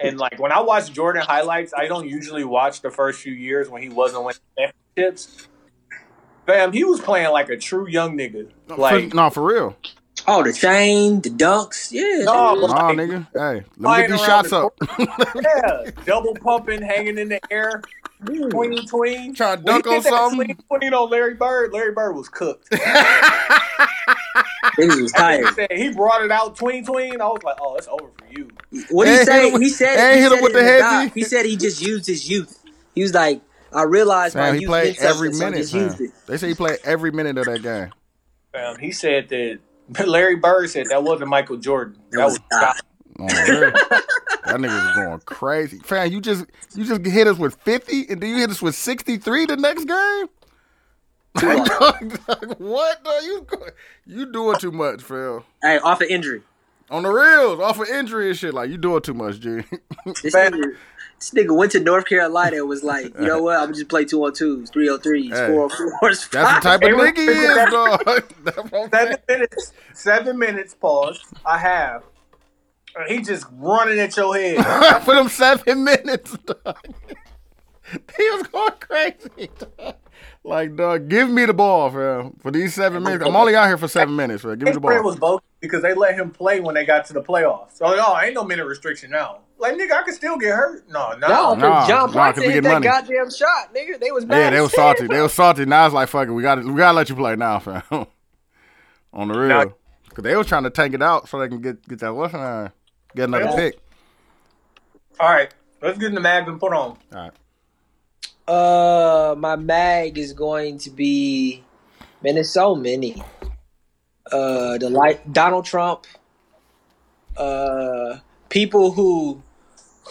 Speaker 7: and like when I watch Jordan highlights, I don't usually watch the first few years when he wasn't winning championships. Fam, he was playing like a true young nigga. Like
Speaker 4: for, no, for real.
Speaker 3: oh the chain, the dunks, yeah.
Speaker 7: no,
Speaker 4: Nah,
Speaker 7: but like,
Speaker 4: nigga. Hey, let me
Speaker 7: flying
Speaker 4: get these
Speaker 7: around
Speaker 4: shots
Speaker 7: the
Speaker 4: up.
Speaker 7: yeah, double pumping, hanging in the air. Tween,
Speaker 4: *laughs*
Speaker 7: tween.
Speaker 4: Trying to
Speaker 7: When he
Speaker 4: dunk on
Speaker 7: did that
Speaker 4: something?
Speaker 7: Tween, tween on Larry Bird. Larry Bird was cooked.
Speaker 6: Niggas was
Speaker 7: He
Speaker 6: tired.
Speaker 7: said- he brought it out tween, tween. I was like, oh, it's over for you.
Speaker 6: What he
Speaker 4: And hit
Speaker 6: say?
Speaker 4: him with-
Speaker 6: He said
Speaker 4: and
Speaker 6: he
Speaker 4: hit him
Speaker 6: said
Speaker 4: with
Speaker 6: it in
Speaker 4: the
Speaker 6: doc.
Speaker 4: heavy.
Speaker 6: He said he just used his youth. He was like, I realized
Speaker 4: Fam,
Speaker 6: my
Speaker 4: he
Speaker 6: youth
Speaker 4: played
Speaker 6: meant
Speaker 4: every
Speaker 6: something, so I
Speaker 4: minute.
Speaker 6: just used
Speaker 4: Fam.
Speaker 6: it.
Speaker 4: They say he played every minute of that game.
Speaker 7: Fam, he said that *laughs* Larry Bird said that wasn't Michael Jordan. That
Speaker 6: was
Speaker 7: was Scott.
Speaker 4: Oh, really? that nigga was going crazy. Fam, you just you just hit us with fifty, and then you hit us with sixty three the next game. Like, *laughs* dog, dog, what? Dog, you you doing too much, Phil?
Speaker 6: Hey, off an injury.
Speaker 4: On the reels, off of injury and shit. Like you doing too much, G.
Speaker 6: This nigga, this nigga went to North Carolina and was like,
Speaker 4: *laughs*
Speaker 6: you know what? I'm just play two on twos, three on threes,
Speaker 4: Hey.
Speaker 6: four on fours.
Speaker 4: That's the
Speaker 7: *laughs*
Speaker 4: type
Speaker 6: five." *laughs*
Speaker 4: of nigga he is,
Speaker 7: That's-
Speaker 4: dog. That's what I'm saying. *laughs*
Speaker 7: Seven minutes. Seven minutes. Pause. I have. And He just running at your
Speaker 4: *laughs*
Speaker 7: head.
Speaker 4: for them seven minutes, dog. *laughs* he was going crazy, dog. Like, dog, give me the ball, fam. For these seven
Speaker 7: Oh,
Speaker 4: minutes, I'm only out here for seven minutes, man. Give me
Speaker 7: His
Speaker 4: the
Speaker 7: friend
Speaker 4: ball.
Speaker 7: was both because they let him play when they got to the playoffs. So, oh, ain't no minute restriction now. Like nigga, I could still get hurt. No, no.
Speaker 3: No,
Speaker 4: Nah,
Speaker 3: nah, John
Speaker 4: nah, 'cause
Speaker 3: Parker
Speaker 4: we
Speaker 3: hit
Speaker 4: getting
Speaker 3: that
Speaker 4: money.
Speaker 3: goddamn shot, nigga. They was mad.
Speaker 4: Yeah, they
Speaker 3: as
Speaker 4: was
Speaker 3: shit.
Speaker 4: salty. They was salty. Now it's like, fuck it, we got to we got to let you play now, fam. *laughs* On the real,
Speaker 7: Now-
Speaker 4: because they was trying to tank it out so they can get get that what's in there, get another
Speaker 7: Yeah.
Speaker 4: pick.
Speaker 7: All right, let's get in the mag and put on.
Speaker 4: All right,
Speaker 3: Uh, my mag is going to be man. There's so many. Uh, the light Donald Trump. Uh, people who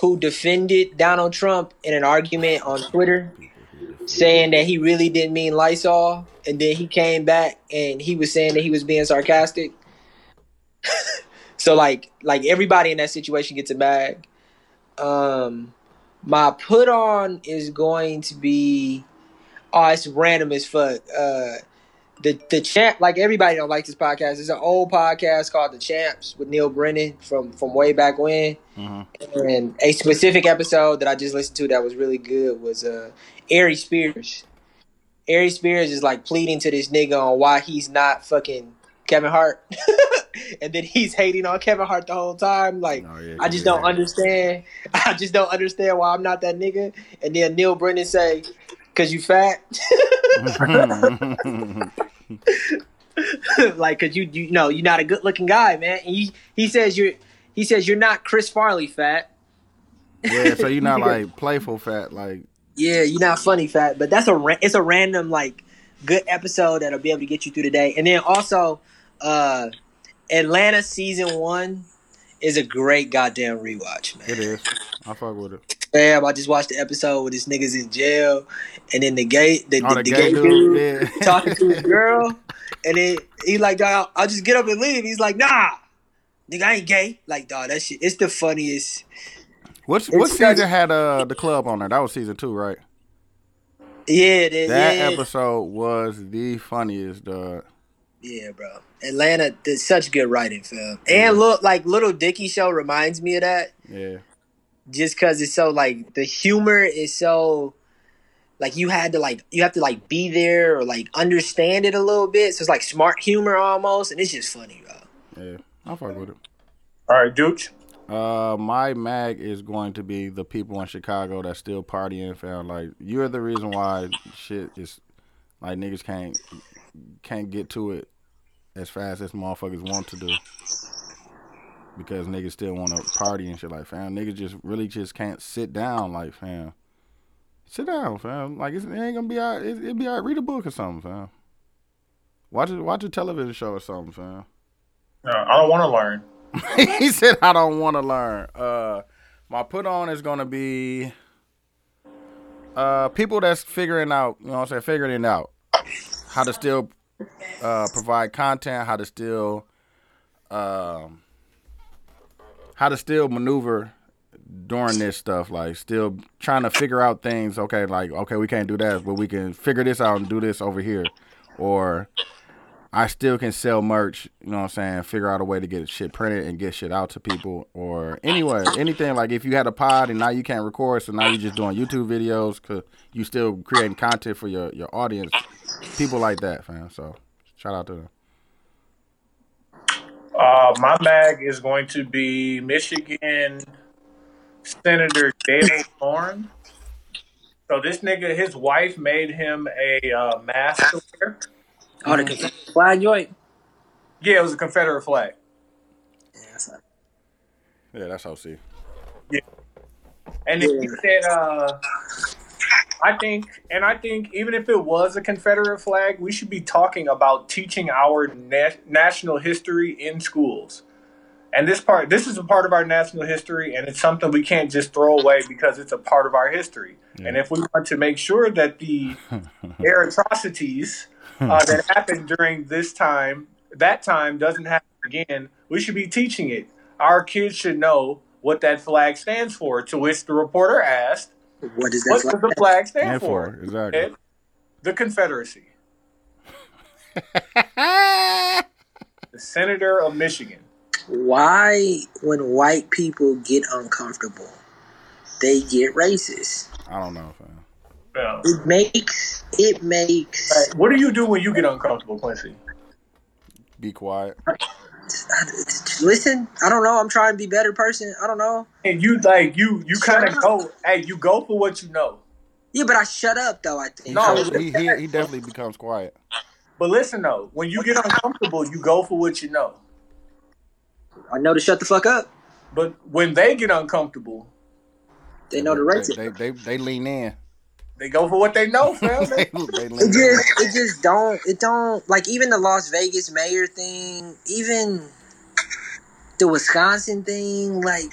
Speaker 3: who defended Donald Trump in an argument on Twitter, saying that he really didn't mean Lysol, and then he came back and he was saying that he was being sarcastic. *laughs* so like like everybody in that situation gets a mag. Um. My put on is going to be oh, it's random as fuck. Uh the the champ like everybody don't like this podcast. It's an old podcast called The Champs with Neil Brennan from from way back when.
Speaker 4: Mm-hmm.
Speaker 3: And a specific episode that I just listened to that was really good was uh Ari Spears. Ari Spears is like pleading to this nigga on why he's not fucking Kevin Hart. *laughs* and then he's hating on Kevin Hart the whole time. Like
Speaker 4: Oh, yeah,
Speaker 3: I just
Speaker 4: yeah.
Speaker 3: don't understand. *laughs* I just don't understand why I'm not that nigga. And then Neil Brennan say, "Cause you fat." *laughs* like, cause you you know you're not a good looking guy, man. And he he says you're he says you're not Chris Farley fat.
Speaker 4: *laughs* yeah. So you're not like playful fat, like
Speaker 3: Yeah, you're not funny fat, but that's a ra- it's a random like good episode that'll be able to get you through the day. And then also, uh Atlanta season one is a great goddamn rewatch, man.
Speaker 4: it is. I fuck with it.
Speaker 3: Fam, I just watched the episode where this nigga's in jail, and then the gay, the,
Speaker 4: Oh,
Speaker 3: the, the gay, dude
Speaker 4: yeah.
Speaker 3: *laughs* talking
Speaker 4: *laughs*
Speaker 3: to his girl, and then he like, dog, I'll just get up and leave. He's like, nah, nigga, I ain't gay. Like, dog, that shit, it's the funniest.
Speaker 4: What's, what
Speaker 3: It's got-
Speaker 4: season had uh the club on there? That was season two, right?
Speaker 3: Yeah, it is.
Speaker 4: That
Speaker 3: yeah,
Speaker 4: episode was the funniest, dog.
Speaker 3: yeah, bro. Atlanta did such good writing, fam. And look, like Little Dicky show reminds me of that.
Speaker 4: Yeah.
Speaker 3: just because it's so like the humor is so like you had to like you have to like be there or like understand it a little bit so it's like smart humor almost and it's just funny bro
Speaker 4: Yeah. I fuck with it.
Speaker 7: All right, Dooch.
Speaker 4: Uh, my mag is going to be the people in Chicago that still partying. Found like you're the reason why shit is like niggas can't can't get to it as fast as motherfuckers want to do because niggas still want to party and shit. Like fam, niggas just really just can't sit down. Like fam, sit down, fam. Like it's, it ain't gonna be out. It, it'll be out. Read a book or something, fam. Watch a, watch a television show or something, fam
Speaker 7: No, I don't want to learn.
Speaker 4: *laughs* he said, "I don't want to learn." Uh, my put on is gonna be uh people that's figuring out, you know, what I'm saying, figuring it out how to still uh provide content, how to still um how to still maneuver during this stuff, like still trying to figure out things. Okay, like okay, we can't do that, but we can figure this out and do this over here, or I still can sell merch, you know what I'm saying? Figure out a way to get shit printed and get shit out to people or anywhere, anything. Like if you had a pod and now you can't record, so now you're just doing YouTube videos because you still creating content for your, your audience. People like that, fam. So shout out to them.
Speaker 7: Uh, my mag is going to be Michigan Senator Dale Horn. So this nigga, his wife made him a uh, mask to wear.
Speaker 3: Oh, the Confederate flag joint.
Speaker 7: Yeah, it was a Confederate flag.
Speaker 4: Yeah, that's OC.
Speaker 7: And then he said, uh, I think, and I think even if it was a Confederate flag, we should be talking about teaching our na- national history in schools. And this part, this is a part of our national history, and it's something we can't just throw away because it's a part of our history. And if we want to make sure that the air atrocities uh, that happened during this time, that time doesn't happen again, we should be teaching it. Our kids should know what that flag stands for. To which the reporter asked,
Speaker 3: What is
Speaker 7: what
Speaker 3: that?
Speaker 7: does
Speaker 3: flag?
Speaker 7: the flag stand
Speaker 4: And
Speaker 7: for?
Speaker 4: for exactly.
Speaker 7: It- The Confederacy. the senator of Michigan.
Speaker 3: Why, when white people get uncomfortable, they get racist?
Speaker 4: *laughs* I don't know, fam.
Speaker 7: Yeah.
Speaker 3: It makes it makes.
Speaker 7: Right. What do you do when you get uncomfortable, Quincy?
Speaker 4: Be quiet.
Speaker 3: Listen, I don't know. I'm trying to be a better person. I don't know.
Speaker 7: And you like you you kind of go. Hey, you go for what you know.
Speaker 3: Yeah, but I shut up though. I think.
Speaker 7: No,
Speaker 4: he, he, he definitely becomes quiet.
Speaker 7: But listen though, when you get uncomfortable, you go for what you know.
Speaker 3: I know to shut the fuck up.
Speaker 7: But when they get uncomfortable,
Speaker 3: They know the racist.
Speaker 4: They, they, they, they lean in. *laughs*
Speaker 7: they go for what they know, fam.
Speaker 4: they, they lean
Speaker 3: It
Speaker 4: in.
Speaker 3: just, it just don't, it don't like even the Las Vegas mayor thing, even the Wisconsin thing. Like,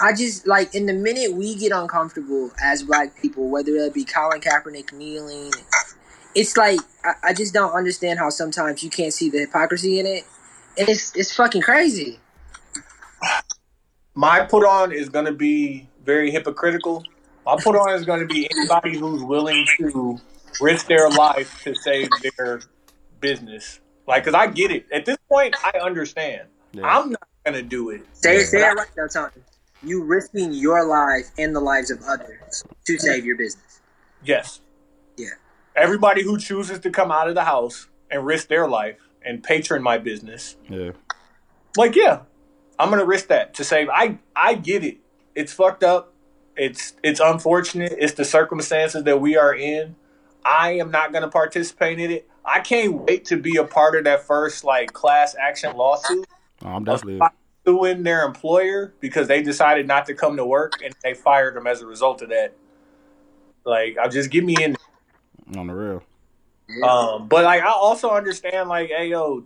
Speaker 3: I just like in the minute we get uncomfortable as Black people, whether that be Colin Kaepernick kneeling, it's like I, I just don't understand how sometimes you can't see the hypocrisy in it, and it's it's fucking crazy.
Speaker 7: my put on is going to be very hypocritical. My put on is going to be anybody who's willing to risk their life to save their business. Like, because I get it. At this point, I understand.
Speaker 4: Yeah.
Speaker 7: I'm not going to do it.
Speaker 3: Say, say it right now, Tony. You risking your life and the lives of others to save your business.
Speaker 7: Yes.
Speaker 3: Yeah.
Speaker 7: Everybody who chooses to come out of the house and risk their life and patron my business,
Speaker 4: Yeah.
Speaker 7: like, yeah, I'm going to risk that to save. I, I get it. It's fucked up. It's it's unfortunate. It's the circumstances that we are in. I am not going to participate in it. I can't wait to be a part of that first like class action lawsuit
Speaker 4: No, I'm definitely.
Speaker 7: suing their employer because they decided not to come to work and they fired them as a result of that. Like, I just get me in.
Speaker 4: On the real.
Speaker 7: Um, but like, I also understand like, hey yo,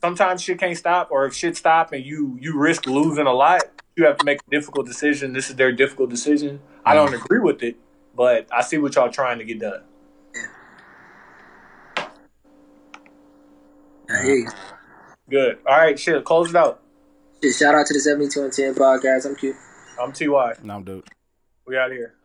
Speaker 7: sometimes shit can't stop, or if shit stop and you you risk losing a lot, you have to make a difficult decision. This is their difficult decision. I don't agree with it, but I see what y'all trying to get done.
Speaker 3: I hear you.
Speaker 7: Good. All right, shit. Close it out.
Speaker 3: Shit, shout out to the 72 and 10 podcast. I'm cute.
Speaker 7: I'm Ty.
Speaker 4: No, dude.
Speaker 7: We out here.